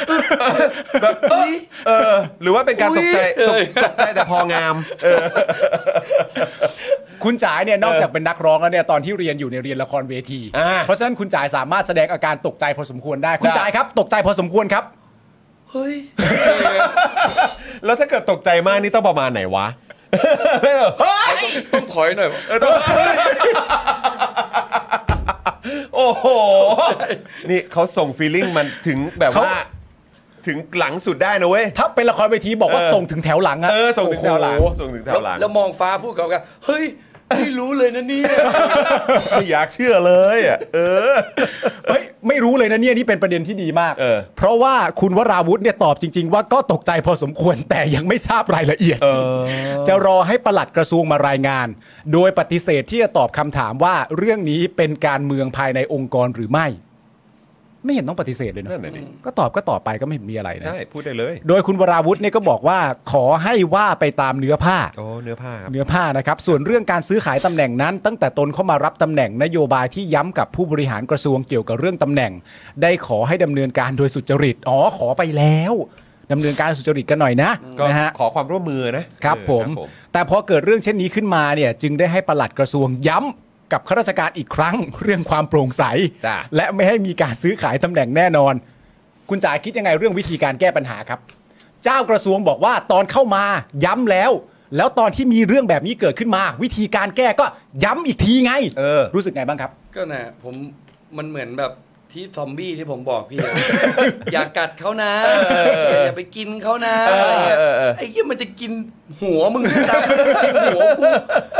แบบเอ้ยเออหรือว่าเป็นการตกใจ อุ๊ยเอ้ย ตกใจแต่พองาม เออ คุณจ๋ายเนี่ยนอกจากเป็นนักร้องแล้วเนี่ยตอนที่เรียนอยู่ในยเรียนละครเวที อ่า เพราะฉะนั้นคุณจ๋ายสามารถแสดงอาการตกใจพอสมควรได้ คุณ ได้ จ๋ายครับ ตกใจพอสมควรครับ เฮ้ย แล้วถ้าเกิดตกใจมากนี่ต้องประมาณไหนวะ เฮ้ย ต้องถอยหน่อย โอ้โห นี่เขาส่งฟีลลิ่งมันถึงแบบ เขา ว่า ถึงหลังสุดได้นะเว้ย ถ้าเป็นละครเวทีบอกว่า เออ ส่งถึงแถวหลังอะ เออ ส่งถึงแถวหลัง โอ้โ ส่งถึงแถวหลัง แล้วมองฟ้าพูดกับกันเฮ้ย ไม่รู้เลยนะเนี่ย ไม่อยากเชื่อเลยอ่ะเออ เฮ้ยไม่รู้เลยนะเนี่ยนี่เป็นประเด็นที่ดีมาก เออ ราะว่าคุณวราวุธเนี่ยตอบจริง ๆ ว่าก็ตกใจพอสมควร แต่ยังไม่ทราบรายละเอียด จะรอให้ปลัดกระทรวงมารายงาน โดยปฏิเสธที่จะตอบคำถามว่าเรื่องนี้เป็นการเมืองภายในองค์กรหรือไม่ ไม่เห็นต้องปฏิเสธเลยเน นั่นแหละดิ อะก็ตอบก็ตอบไปก็ไม่เห็นมีอะไรนะ ใช่ พูดได้เลย โดยคุณวราวุธเนี่ยก็บอกว่าขอให้ว่าไปตามเนื้อผ้า โอ้เนื้อผ้าครับ เนื้อผ้านะครับ ส่วนเรื่องการซื้อขายตำแหน่งนั้น ตั้งแต่ตนเข้ามารับตำแหน่งนโยบายที่ย้ำกับผู้บริหารกระทรวงเกี่ยวกับเรื่องตำแหน่ง ได้ขอให้ดำเนินการโดยสุจริต อ๋อ ขอไปแล้วดำเนินการสุจริตกันหน่อยนะ ก็ นะฮะ ขอความร่วมมือนะครับ เออ ผม แต่พอเกิดเรื่องเช่นนี้ขึ้นมาเนี่ยจึงได้ให้ปลัดกระทรวงย้ำกับข้าราชการอีกครั้ง เรื่องความโปร่งใส จ้ะ และไม่ให้มีการซื้อขายตำแหน่งแน่นอน คุณจ๋าคิดยังไงเรื่องวิธีการแก้ปัญหาครับ เจ้ากระทรวงบอกว่าตอนเข้ามาย้ำแล้ว แล้วตอนที่มีเรื่องแบบนี้เกิดขึ้นมา วิธีการแก้ก็ย้ำอีกทีไง เออ รู้สึกไงบ้างครับ ก็น่ะผมมันเหมือนแบบที่ซอมบี้ที่ผมบอกพี่ อย่ากัดเขานะอย่าอย่าไปกินเขานะอะไรเงี้ย เออเออเออ ไอ้เหี้ยมันจะกินหัวมึงด้วยตามมันกินหัวกู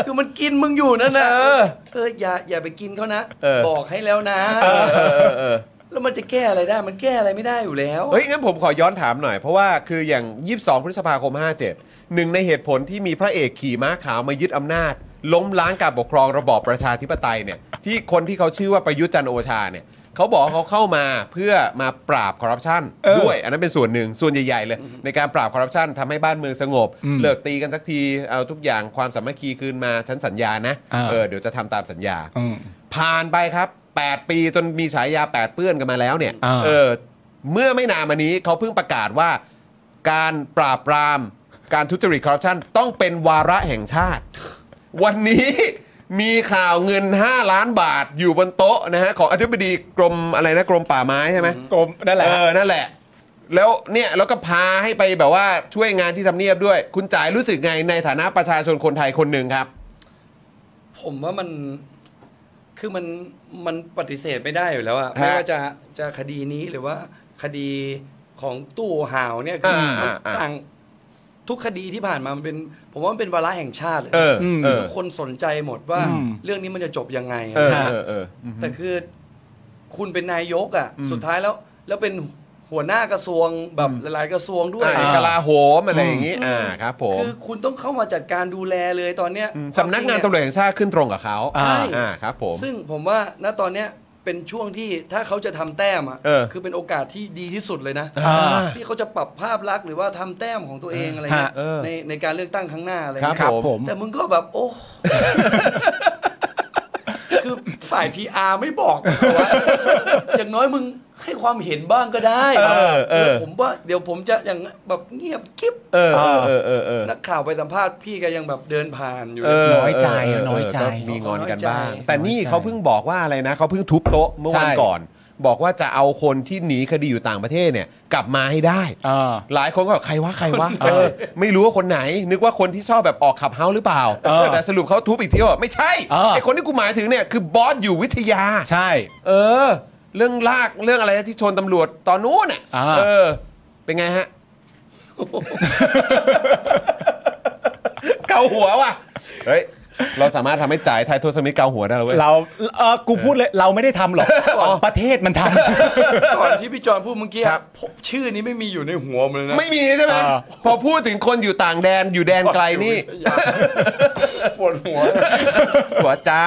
คือมันกินมึงอยู่นั่นนะเอออย่าอย่าไปกินเขานะ บอกให้แล้วนะ เออเออเออเออ แล้วมันจะแก้อะไรได้ มันแก้อะไรไม่ได้อยู่แล้ว เฮ้ย งั้นผมขอย้อนถามหน่อย เพราะว่าคืออย่าง 22 พฤษภาคม 57 หนึ่งในเหตุผลที่มีพระเอกขี่ม้าขาวมายึดอำนาจ ล้มล้างการปกครองระบอบประชาธิปไตยเนี่ย ที่คนที่เขาชื่อว่าประยุทธ์จันทร์โอชาเนี่ยเขาบอกว่าเขาเข้ามาเพื่อมาปราบคอร์รัปชันด้วย อันนั้นเป็นส่วนหนึ่งส่วนใหญ่ ๆ เลย ในการปราบคอร์รัปชันทำให้บ้านเมืองสงบ เลิกตีกันสักทีเอาทุกอย่างความสามัคคีคืนมาฉันสัญญานะ อ่า เออเดี๋ยวจะทำตามสัญญา อืม ผ่านไปครับ 8 ปีจนมีฉายา 8 เปื้อนกันมาแล้วเนี่ย อ่า เออ เมื่อไม่นานมานี้เขาเพิ่งประกาศว่า การปราบปราม การทุจริตคอร์รัปชันต้องเป็นวาระแห่งชาติ วันนี้มีข่าวเงิน 5 ล้านบาทอยู่บนโต๊ะนะฮะ ของอธิบดีกรมอะไรนะ กรมป่าไม้ใช่ไหม กรมนั่นแหละ เออ นั่นแหละ แล้วเนี่ยแล้วก็พาให้ไปแบบว่าช่วยงานที่ทำเนียบด้วย คุณจ่ายรู้สึกไงในฐานะประชาชนคนไทยคนหนึ่งครับ ผมว่ามัน คือมันมันปฏิเสธไม่ได้อยู่แล้วอะไม่ว่าจะจะคดีนี้หรือว่าคดีของตู้ห่าวเนี่ยคืออา อ่าอ่า ต่างทุกคดีที่ผ่านมามันเป็น ผมว่ามันเป็นวาระแห่งชาติเลย เออ อืม เออ ทุกคนสนใจหมดว่า อืม เรื่องนี้มันจะจบยังไงอะ เออเออเออ แต่คือคุณเป็นนายกอ่ะ สุดท้ายแล้ว แล้วเป็นหัวหน้ากระทรวงแบบหลายๆกระทรวงด้วย อ่า อะ กลาโหมอะไรอย่างนี้อ่าครับผม คือคุณต้องเข้ามาจัดการดูแลเลยตอนเนี้ย สำนักงานตำรวจแห่งชาติขึ้นตรงกับเขา ใช่ อ่าครับผม ซึ่งผมว่าณตอนเนี้ยเป็นช่วงที่ถ้าเขาจะทำแต้มอ่ะ เออ คือเป็นโอกาสที่ดีที่สุดเลยนะ อ่า ที่เขาจะปรับภาพลักษณ์หรือว่าทำแต้มของตัวเองอะไรเงี้ย ฮะเออ ในในการเลือกตั้งครั้งหน้าอะไร ครับเงี้ย ครับ ผ ผม ม แต่มึงก็แบบ โอ้ คือฝ่าย PR ไม่บอกกูว่าอย่างน้อยมึงให้ความเห็นบ้างก็ได้ เออเออ ดี๋ยวผมว่าเดี๋ยวผมจะอย่างแบบเงียบกิ๊บ เออเออเออเออเออ นักข่าวไปสัมภาษณ์พี่ก็ยังแบบเดินผ่านอยู่ เออ น้อยใจอะ เ น้อยใจ ก็มีงอนกันบ้าง น้อยใจ แต่นี่เขาเพิ่งบอกว่าอะไรนะเขาเพิ่งทุบโต๊ะเมื่อวัน ใช่ ก่อน บอกว่าจะเอาคนที่หนีคดีอยู่ต่างประเทศเนี่ย กลับมาให้ได้ อ่า หลายคนก็บอกใครวะใครวะเออไม่รู้ว่าคนไหน นึกว่าคนที่ชอบแบบออกขับเฮาส์หรือเปล่า เออ แต่สรุปเขาทุบอีกทีว่าไม่ใช่ เออ ไอคนที่กูหมายถึงเนี่ยคือบอสอยู่วิทยา ใช่ เออ เรื่องลากเรื่องอะไรที่ชนตำรวจตอนนู้นอ่ะ อ่า เออ เป็นไงฮะ เกาหัวว่ะเฮ้ย เราสามารถทำให้จ่ายไทยโทสมิธเกาหัวได้แล้วเว้ย เราเออกูพูดเลยเราไม่ได้ทำหรอกประเทศมันทำ ก่อนที่พี่จอนพูดเมื่อกี้ ครับ ผมชื่อนี้ไม่มีอยู่ในหัวผมเลยนะ ไม่มีใช่ไหม อ่า พอพูดถึงคนอยู่ต่างแดนอยู่แดนไกลนี่ อย่าปวดหัว หัวจ้า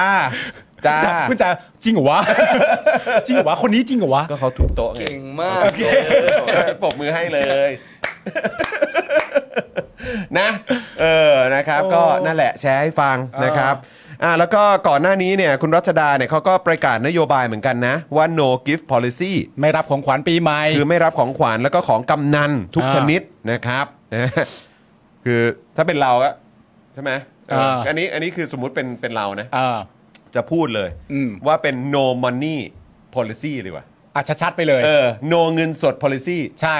จ้า คุณจ๋าจริงเหรอวะ จริงเหรอวะ คนนี้จริงเหรอวะ ก็เขาทุบโต๊ะไง เก่งมาก ปรบมือให้เลย นะ เออนะครับ ก็นั่นแหละแชร์ให้ฟังนะครับอ่าแล้วก็ก่อนหน้านี้เนี่ยคุณรัชดาเนี่ยเขาก็ประกาศนโยบายเหมือนกันนะ ว่า no gift policy ไม่รับของขวัญปีใหม่ คือไม่รับของขวัญแล้วก็ของกำนันทุก อ่า ชนิดนะครับ นะคือถ้าเป็นเราอะใช่ไหมเออ อ่า อันนี้อันนี้คือสมมุติเป็นเป็นเรานะ เออ จะพูดเลย อืม ว่าเป็น no money policy ดีกว่า อ่ะชัดๆไปเลย เออ no เงินสด policy ใช่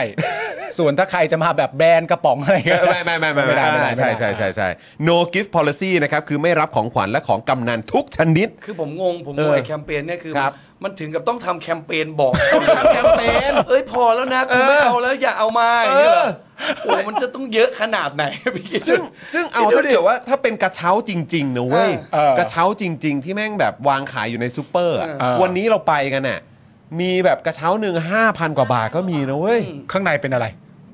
ส่วนถ้าใครจะมาแบบแบรนด์กระป๋อง อะไรก็ ไม่ไม่ไม่ไม่ไม่ ด้ ไม่ ด้ ใช่ ไม่ได้ ใช่ใช่ใช่ no gift policy นะครับ คือไม่รับของขวัญและของกำนันทุกชนิด คือผมงงผม เอง อง ไอ้แคมเปญเนี่ยคือ ครับ มันถึงกับต้องทำแคมเปญบอกทำแคมเปญเอ้ยพอแล้วนะกูไม่เอาแล้วอย่าเอามาอย่างเงี้ยเหรอ เออ โอ้มันจะต้องเยอะขนาดไหน พี่ ซึ่งซึ่งเอา คิดดู ถ้า ดิ เกิดว่าถ้าเป็นกระเช้าจริง ๆ นะเว้ย เออก ระเช้าจริง ๆ ที่แม่งแบบวางขายอยู่ในซูเปอร์อะ เออ วันนี้เราไปกันน่ะมีแบบกระเช้าหนึ่ง5,000 กว่าบาทก็มีนะเว้ย อืม ข้างในเป็นอะไร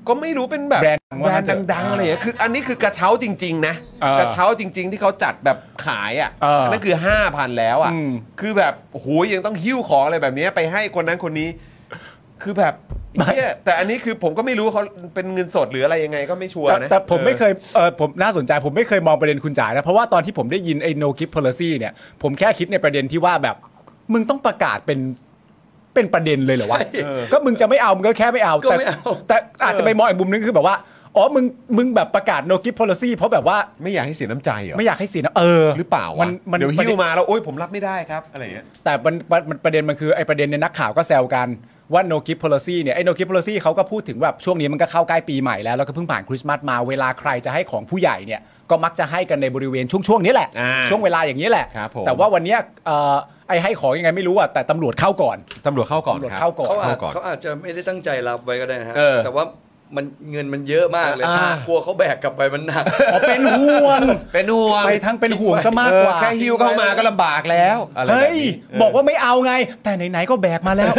ก็ไม่รู้เป็นแบบ แบรนด์ดัง แบรนด์ดังๆอะไรอย่างเงี้ยคืออันนี้คือกระเช้าจริง ๆ นะ เออก ระเช้าจริง ๆ ที่เขาจัดแบบขายอ่ะ เอออั นนั่นคือ 5,000 แล้วอ่ะ อืม คือแบบโอ้โหยังต้องหิ้วของอะไรแบบเนี้ยไปให้คนนั้นคนนี้ คือแบบเหี้ยแต่อันนี้คือผมก็ไม่รู้เขาเป็นเงินสดหรืออะไรยังไงก็ไม่ชัวร์ แต่ นะ แต่ผมไม่เค อ ยเออผมน่าสนใจผมไม่เคยมองประเด็นคุณจ๋านะ เพราะว่าตอนที่ผมได้ยินไอ้ no gift policy เนี่ย ผมแค่คิดในประเด็นที่ว่าแบบ มึงต้องประกาศเป็นเป็นประเด็นเลยเหรอวะ ใช่ ก็มึงจะไม่เอา มึงก็แค่ไม่เอา ก็ แต่ ไม่เอา แต่อาจจะไปมองอีกมุมนึงคือแบบว่า อ๋อ มึงมึงแบบประกาศ no gift policy เพราะแบบว่า ไม่อยากให้เสียน้ำใจเหรอ ไม่อยากให้เสียนะเออ หรือเปล่า มั วะ นมัน เดี๋ยวหิ้วมาแล้วโอ๊ยผมรับไม่ได้ครับอะไรอย่างเงี้ย แต่มันมันมันประเด็นมันคือไอ้ประเด็นเนี่ยนักข่าวก็แซวกันว่า no gift policy เนี่ยไอ้ no gift policy เขาก็พูดถึงแบบช่วงนี้มันก็เข้าใกล้ปีใหม่แล้ว แล้วก็เพิ่งผ่านคริสต์มาสมาเวลาใครจะให้ของผู้ใหญ่เนี่ยก็มักจะให้กันในบริเวณช่วงช่วงนี้แหละ อ่า ช่วงเวลาอย่างนี้แหละ ครับผม แต่ว่าวันเนี้ยเอ่อไอ้ให้ของยังไงไม่รู้อ่ะแต่ตำรวจเข้าก่อน ตำรวจเข้าก่อน ตำรวจ ครับ เข้าก่อนเอาเขาอาจก่อน เขาอาจจะไม่ได้ตั้งใจรับไว้ก็ได้นะฮะ เออ แต่ว่ามันเงินมันเยอะมากเลย อ่า กลัวเขาแบกกลับไปมันหนั ก อ๋อเป็นห่วง เป็นห่วง ไปทางเป็นห่วงซะมากกว่า เออแค่หิ้วเข้ามาก็ลำบากแล้วอะไรแบบนี้ เฮ้ย เออ บอกว่าไม่เอาไง แต่ไหนๆก็แบกมาแล้ว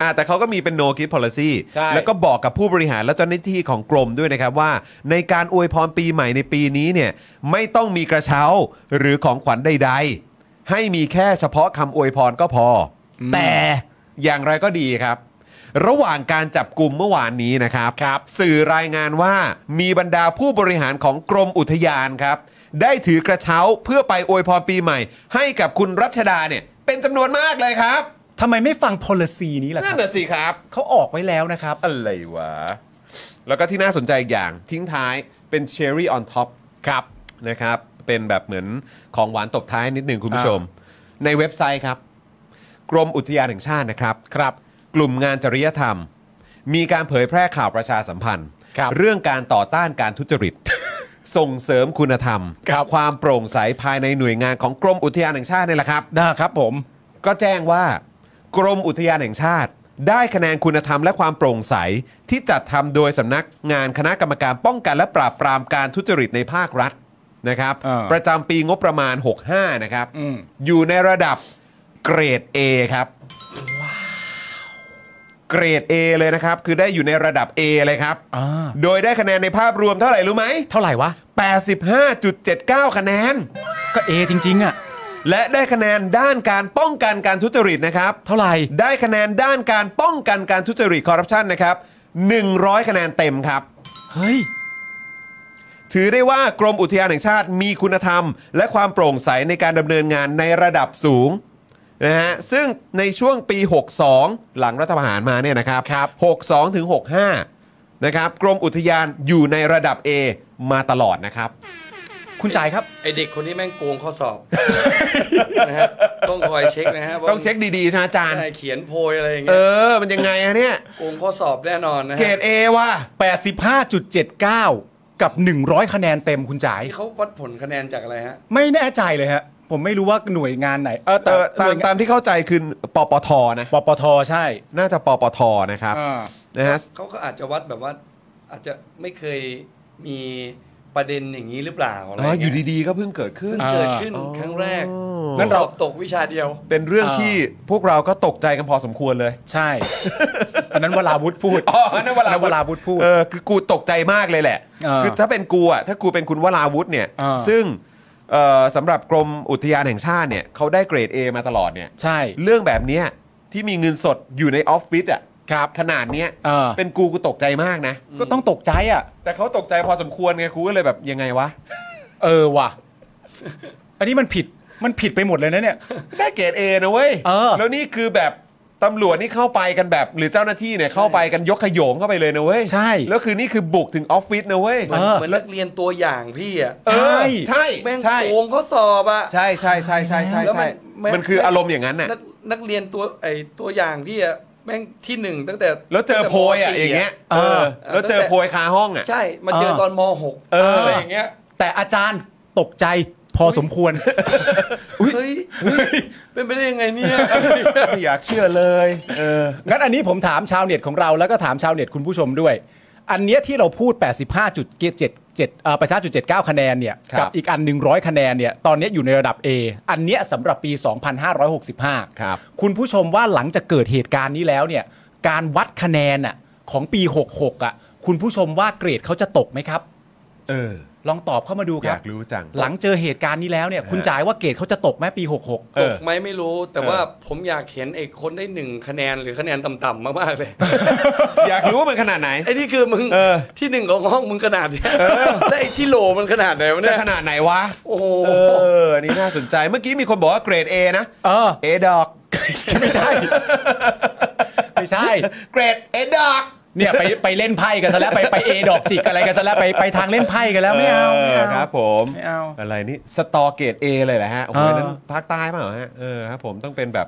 อ่ะแต่เขาก็มีเป็น no gift policy ใช่ แล้วก็บอกกับผู้บริหารและเจ้าหน้าที่ของกรมด้วยนะครับว่า ในการอวยพรปีใหม่ในปีนี้เนี่ยไม่ต้องมีกระเช้าหรือของขวัญใดๆ ให้มีแค่เฉพาะคำอวยพรก็พออแต่อย่างไรก็ดีครับ ระหว่างการจับกลุ่มเมื่อวานนี้นะครับ ครับ สื่อรายงานว่ามีบรรดาผู้บริหารของกรมอุทยานครับ ได้ถือกระเช้าเพื่อไปอวยพรปีใหม่ ให้กับคุณรัชดาเนี่ยเป็นจำนวนมากเลยครับ ทำไมไม่ฟัง policy นี้ล่ะค นั่ รั น บ น่ะสิครับ เขาออกไว้แล้วนะครับ อะไรวะ แล้วก็ที่น่าสนใจอีกอย่างทิ้งท้ายเป็นเชอรี่ออนท็อป ครับ นะครับ เป็นแบบเหมือนของหวานตบท้ายนิดหนึ่งคุณผู้ชม ในเว็บไซต์ครับ กรมอุทยานแห่งชาตินะครับ ครับ กลุ่มงานจริยธรรม มีการเผยแพร่ข่าวประชาสัมพันธ์ ครับ เรื่องการต่อต้านการทุจริต ส่งเสริมคุณธรรม ครับ ความโปร่งใสภายในหน่วยงานของกรมอุทยานแห่งชาตินี่แหละครับ นะครับผม ก็แจ้งว่า กรมอุทยานแห่งชาติ ได้คะแนนคุณธรรมและความโปร่งใส ที่จัดทำโดยสำนักงานคณะกรรมการป้องกันและปราบปรามการทุจริตในภาครัฐนะครับ เออ ประจำปีงบประมาณ 65 นะครับ อืม ยู่ในระดับเกรด A ครับเกรด A เลยนะครับ คือได้อยู่ในระดับ A เลยครับ อ่า โดยได้คะแนนในภาพรวมเท่าไหร่รู้ไหม เท่าไหร่วะ 85.79 คะแนน ก็เอจริง ๆ อ่ะ และได้คะแนนด้านการป้องกันการทุจริตนะครับ เท่าไหร่ ได้คะแนนด้านการป้องกันการทุจริตคอร์รัปชันนะครับ 100 คะแนนเต็มครับ เฮ้ย ถือได้ว่ากรมอุทยานแห่งชาติมีคุณธรรม และความโปร่งใสในการดำเนินงานในระดับสูงนะฮะซึ่งในช่วงปี 62 หลังรัฐประหารมาเนี่ยนะครับรบ62ถึง65 นะครับ กรมอุทยานอยู่ในระดับ A มาตลอดนะครับ คุณจ่ายครับ ไอเด็กคนนี้แม่งโกงข้อส อบนะฮะต้องคอยเช็คนะฮะว่า ต้องเช็คดีๆใช่ไหมอาจารย์ ใช่เขียนโพยอะไรอย่าง เออเงี้ยมันยังไงอะเนี่ย โกงข้อสอบแน่นอนนะ เกร ฮะ ด A ว่ะ 85.79 กับ 100 คะแนนเต็มคุณจ่าย ที่เขาวัดผลคะแนนจากอะไรฮะ ไม่แน่ใจเลยฮะ ผมไม่รู้ว่าหน่วยงานไหน เออ เอ แต่ อ ห ตา น่ ม วยงน ตามที่เข้าใจคือปปทนะ ปปทใช่ น่าจะปปทนะครับ อ่า นะฮะ เขาก็อาจจะวัดแบบว่าอาจจะไม่เคยมีประเด็นอย่างนี้หรือเปล่าอะไร อ๋อ เงี้ อยู่ดีๆ ก็เพิ่งเกิดขึ้น เพิ่งเกิดขึ้น อ๋อ ครั้งแรก งั้น ส เรา อบตกวิชาเดียว เป็นเรื่องที่พวกเราก็ตกใจกันพอสมควรเลย ใช่ อันนั้นวราวุธพูด อ๋อนั่นเวลา เวลาวุธพูด เออคือกูตกใจมากเลยแหละ เออ คือถ้าเป็นกูอ่ะถ้ากูเป็นคุณวราวุธเนี่ย เออ ซึ่งเอ่อสำหรับกรมอุทยานแห่งชาติเนี่ยเขาได้เกรด A มาตลอดเนี่ย ใช่ เรื่องแบบเนี้ยที่มีเงินสดอยู่ในออฟฟิศอ่ะครับขนาดเนี้ย เออ เป็นกูกูตกใจมากนะ ก็ต้องตกใจอ่ะ แต่เขาตกใจพอสมควรไงกูก็เลยแบบยังไงวะ เออว่ะ อันนี้มันผิด มันผิดไปหมดเลยนะเนี่ย ได้เกรดเอนะเว้ย เออ แล้วนี่คือแบบตำรวจนี่เข้าไปกันแบบ หรือเจ้าหน้าที่เนี่ยเข้าไปกันยกขโยงเข้าไปเลยนะเว้ย ใช่ แล้วคือนี่คือบุกถึงออฟฟิศนะเว้ย เหมือน เออ เหมือนนักเรียนตัวอย่างพี่อ่ะ เออ ใช่ ใช่ แม่ง ใช่ โกงข้อสอบอ่ะ ใช่ใช่ใช่ใช่ใช่ แล้วมั ใช่ นมัน มันคืออารมณ์อย่างนั้นน่ะ นักนักเรียนตัวไอตัวอย่างพี่อ่ะแม่งที่หนึ่งตั้งแต่ แล้วเจอโพยอ่ะ ตั้แต่มสี่ อย่างเงี้ย เอ เอ อ อ แล้วเจอโพยคาห้องอ่ะ ใช่ มาเจอ เออ ตอนม เออ .6 อะไรอย่างเงี้ย แต่อาจารย์ตกใจพอสมควร เฮ้ยเฮ้ย เป็นไปได้ยังไงเนี่ย ไม่อยากเชื่อเลยเออ งั้นอันนี้ผมถามชาวเน็ตของเราแล้วก็ถามชาวเน็ตคุณผู้ชมด้วย อันเนี้ยที่เราพูด 85.77เอ่อ85.79 คะแนนเนี่ย ครับ กัอีกอัน 100 คะแนนเนี่ยตอนเนี้ยอยู่ในระดับ A อันเนี้ยสำหรับปี 2565 ครับ คุณผู้ชมว่าหลังจากเกิดเหตุการณ์นี้แล้วเนี่ยการวัดคะแนนน่ะของปี 66อ่ะคุณผู้ชมว่าเกรดเขาจะตกไหมครับ เออ ลองตอบเข้ามาดูค อ รั ยา บ กรู้จัง หลังเจอเหตุการณ์นี้แล้วเนี่ยคุณจ่ายว่าเกรดเขาจะตกไหมปี 66 เอ ต อ กไหมไม่รู้ แต่ว่าผมอยากเห็นไอ้คนได้หนึ่งคะแนนหรือคะแนนต่ำๆมากๆเลย อยากรู้ว่ามันขนาดไหน ไอ้นี่คือมึง เออ ที่หนึ่งของห้องมึงขนาดเนี้ย แล้วไอ้ที่โหลมันขนาดไหนวะเนี่ จะ ย ขนาดไหนวะ โอ้โห เออนี่น่าสนใจเมื่อกี้มีคนบอกว่าเกรด A นะ เออ เอดอก ไม่ใช่ ไม่ใช่ เกรดเอดอก เนี่ยไปไปเล่นไพ่กันซะแล้วไปไปเอดอกจิกอะไรกันซะแล้วไปไปทางเล่นไพ่กันแล้วไม่เอาไม่เอา ครับผม ไม่เอา อะไรนี่สตอเกตเอเลยเหรอฮะโอ้โห เออ นั้นภาคใต้เปล่าฮะเออครับผมต้องเป็นแบบ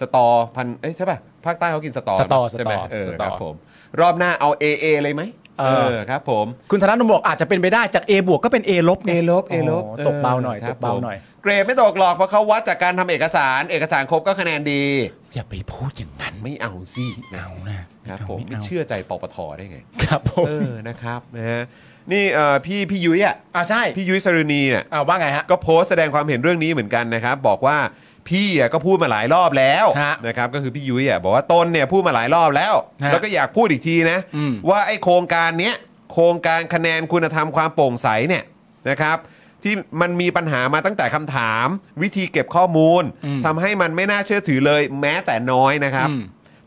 สตอพันเอ้ยใช่ป่ะภาคใต้เขากินสตอ สตอส ใช่ ต ไหม อ เออ สคตอ รับผมรอบหน้าเอา AA เลยไหม เออ ครับผม คุณธนาโนมบอกอาจจะเป็นไปได้จาก A บวกก็เป็น A ลบไง A ลบ A ลบ โอ้ตกเบาหน่อย ครับ ตกเบาหน่อย ผมเกรดไม่ตกหรอกเพราะเขาวัดจากการทำเอกสาร เอกสารครบก็คะแนนดี อย่าไปพูดอย่างนั้น ไม่เอาสิ เอานะครับ ผมไม่ า เชื่อใจปปทได้ไง ครับผม เออนะครับนะฮะนี่เอ่อพี่พี่ยุ้ยอ่ะ อ่าใช่ พี่ยุ้ยสรุณีเนี่ย อ่าว่าไงฮะ ก็โพสต์แสดงความเห็นเรื่องนี้เหมือนกันนะครับ บอกว่าพี่อ่ะก็พูดมาหลายรอบแล้ว ฮะ นะครับก็คือพี่ยุ้ยอ่ะบอกว่าตนเนี่ยพูดมาหลายรอบแล้ว ฮะ แล้วก็อยากพูดอีกทีนะ อืม ว่าไอ้โครงการเนี้ยโครงการคะแนนคุณธรรมความโปร่งใสเนี่ยนะครับ ที่มันมีปัญหามาตั้งแต่คำถาม วิธีเก็บข้อมูลทำให้มันไม่น่าเชื่อถือเลย แม้แต่น้อยนะครับ อืม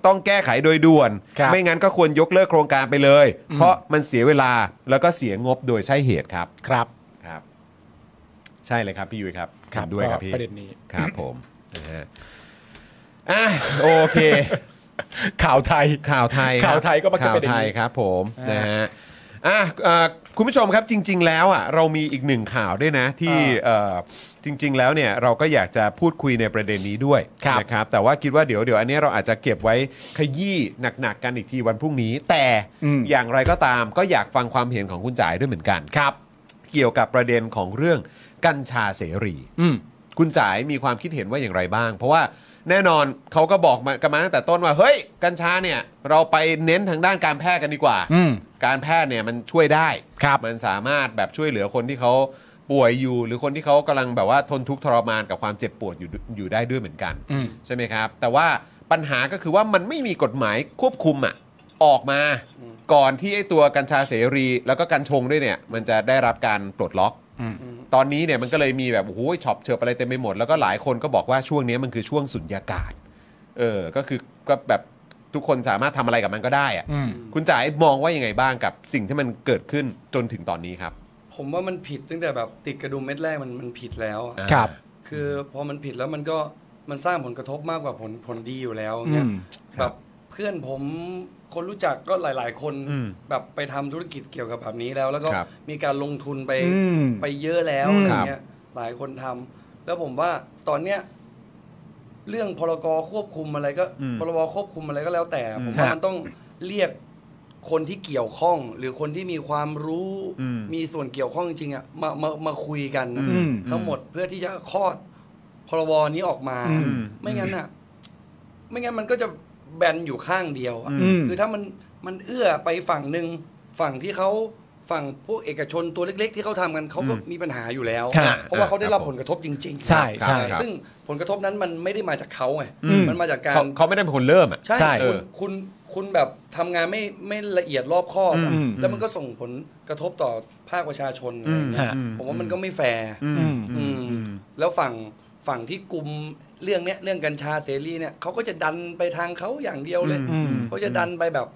ต้องแก้ไขโดยด่วน ครับ ไม่งั้นก็ควรยกเลิกโครงการไปเลย เพราะมันเสียเวลาแล้วก็เสียงบโดยใช่เหตุครับ ครับ ครับ ใช่เลยครับ พี่ยุ้ยครับ ครับ เห็นด้วยครับ ก็ พี่ ประเด็นนี้ ครับผม นะฮะอ่ะโอ เค ข่าวไทย ข่าวไทยครับ ข่าวไทยก็มักจะ ข่าว เป็นอย่า ไท งนี้ ยครับผม อ่าน นะฮะอ่ะเอ่อคุณผู้ชมครับจริง ๆ แล้วอ่ะเรามีอีกหนึ่งข่าวด้วยนะที่ อ่า เอ่อจริง ๆ แล้วเนี่ยเราก็อยากจะพูดคุยในประเด็นนี้ด้วย ครับ นะครับแต่ว่าคิดว่าเดี๋ยวเดี๋ยวอันนี้เราอาจจะเก็บไว้ขยี้หนัก ๆ กันอีกทีวันพรุ่งนี้ แต่ อืม อย่างไรก็ตามก็อยากฟังความเห็นของคุณจ่ายด้วยเหมือนกัน ครับ เ เกี่ยวกับประเด็นของเรื่องกัญชาเสรี อืม คุณจ๋ายมีความคิดเห็นว่าอย่างไรบ้าง เพราะว่าแน่นอนเขาก็บอกมากันมาตั้งแต่ต้นว่า เฮ้ย กัญชาเนี่ย เราไปเน้นทางด้านการแพทย์กันดีกว่า อืม การแพทย์เนี่ยมันช่วยได้ ครับ มันสามารถแบบช่วยเหลือคนที่เขาป่วยอยู่ หรือคนที่เขากำลังแบบว่าทนทุกข์ทรมานกับความเจ็บปวดอยู่ดอยู่ได้ด้วยเหมือนกัน อืม ใช่ไหมครับ แต่ว่าปัญหาก็คือว่ามันไม่มีกฎหมายควบคุมอะออกมาก่อนที่ไอ้ตัวกัญชาเสรี แล้วก็กัญชงด้วยเนี่ย มันจะได้รับการปลดล็อก ตอนนี้เนี่ยมันก็เลยมีแบบโอ้โหช็อปเชิบอะไรเต็มไปหมด แล้วก็หลายคนก็บอกว่าช่วงนี้มันคือช่วงสุญญากาศ เออ ก็คือก็แบบทุกคนสามารถทำอะไรกับมันก็ได้อะ อืม คุณจ๋ายมองว่ายังไงบ้างกับสิ่งที่มันเกิดขึ้นจนถึงตอนนี้ครับ ผมว่ามันผิดตั้งแต่แบบติดกระดุมเม็ดแรกมันมันผิดแล้วอะ ครับ คือพอมันผิดแล้วมันก็มันสร้างผลกระทบมากกว่าผลผลดีอยู่แล้วเนี่ย อืม แบบเพื่อนผมคนรู้จักก็หลาย ๆ คน อืม แบบไปทำธุรกิจเกี่ยวกับแบบนี้แล้ว แล้วก็ ครับ มีการลงทุนไป อืม ไปเยอะแล้ว อืม อะไรเงี้ยหลายคนทำแล้วผมว่าตอนเนี้ยเรื่องพรกควบคุมอะไรก็ อืม พรบควบคุมอะไรก็แล้วแต่ ผมว่ามันต้องเรียกคนที่เกี่ยวข้อง หรือคนที่มีความรู้ อืม มีส่วนเกี่ยวข้องจริงๆอ่ะมามามาคุยกันนะ อืม ทั้งหมดเพื่อที่จะคลอดพรบนี้ออกมา อืม ไม่งั้นอ่ะ ไม่งั้นมันก็จะแบนอยู่ข้างเดียวอะ อืม คือถ้ามันมันเอื้อไปฝั่งหนึ่งฝั่งที่เขาฝั่งพวกเอกชนตัวเล็ก ๆ ที่เขาทำกันเขาก็มีปัญหาอยู่แล้ว ค่ะ เพราะว่าเขาได้รับผลกระทบจริงๆ ใช่ใช่ เออซึ่งผลกระทบนั้นมันไม่ได้มาจากเขาไง อืม มันมาจากการ เขาเขาไม่ได้เป็นคนเริ่มอ่ะ ใช่ คุณ เออ คุณคุณแบบทำงานไม่ไม่ละเอียดรอบคอบอะ อืม แล้วมันก็ส่งผลกระทบต่อภาคประชาชนอะไรอย่างเงี้ย ฮะ ผมว่ามันก็ไม่แฟร์ อืม อืมแล้วฝั่งฝั่งที่กลุ่มเรื่องเนี้ยเรื่องกัญชาเสรีเนี่ยเขาก็จะดันไปทางเขาอย่างเดียวเลย อืม เขาจะดันไปแบบ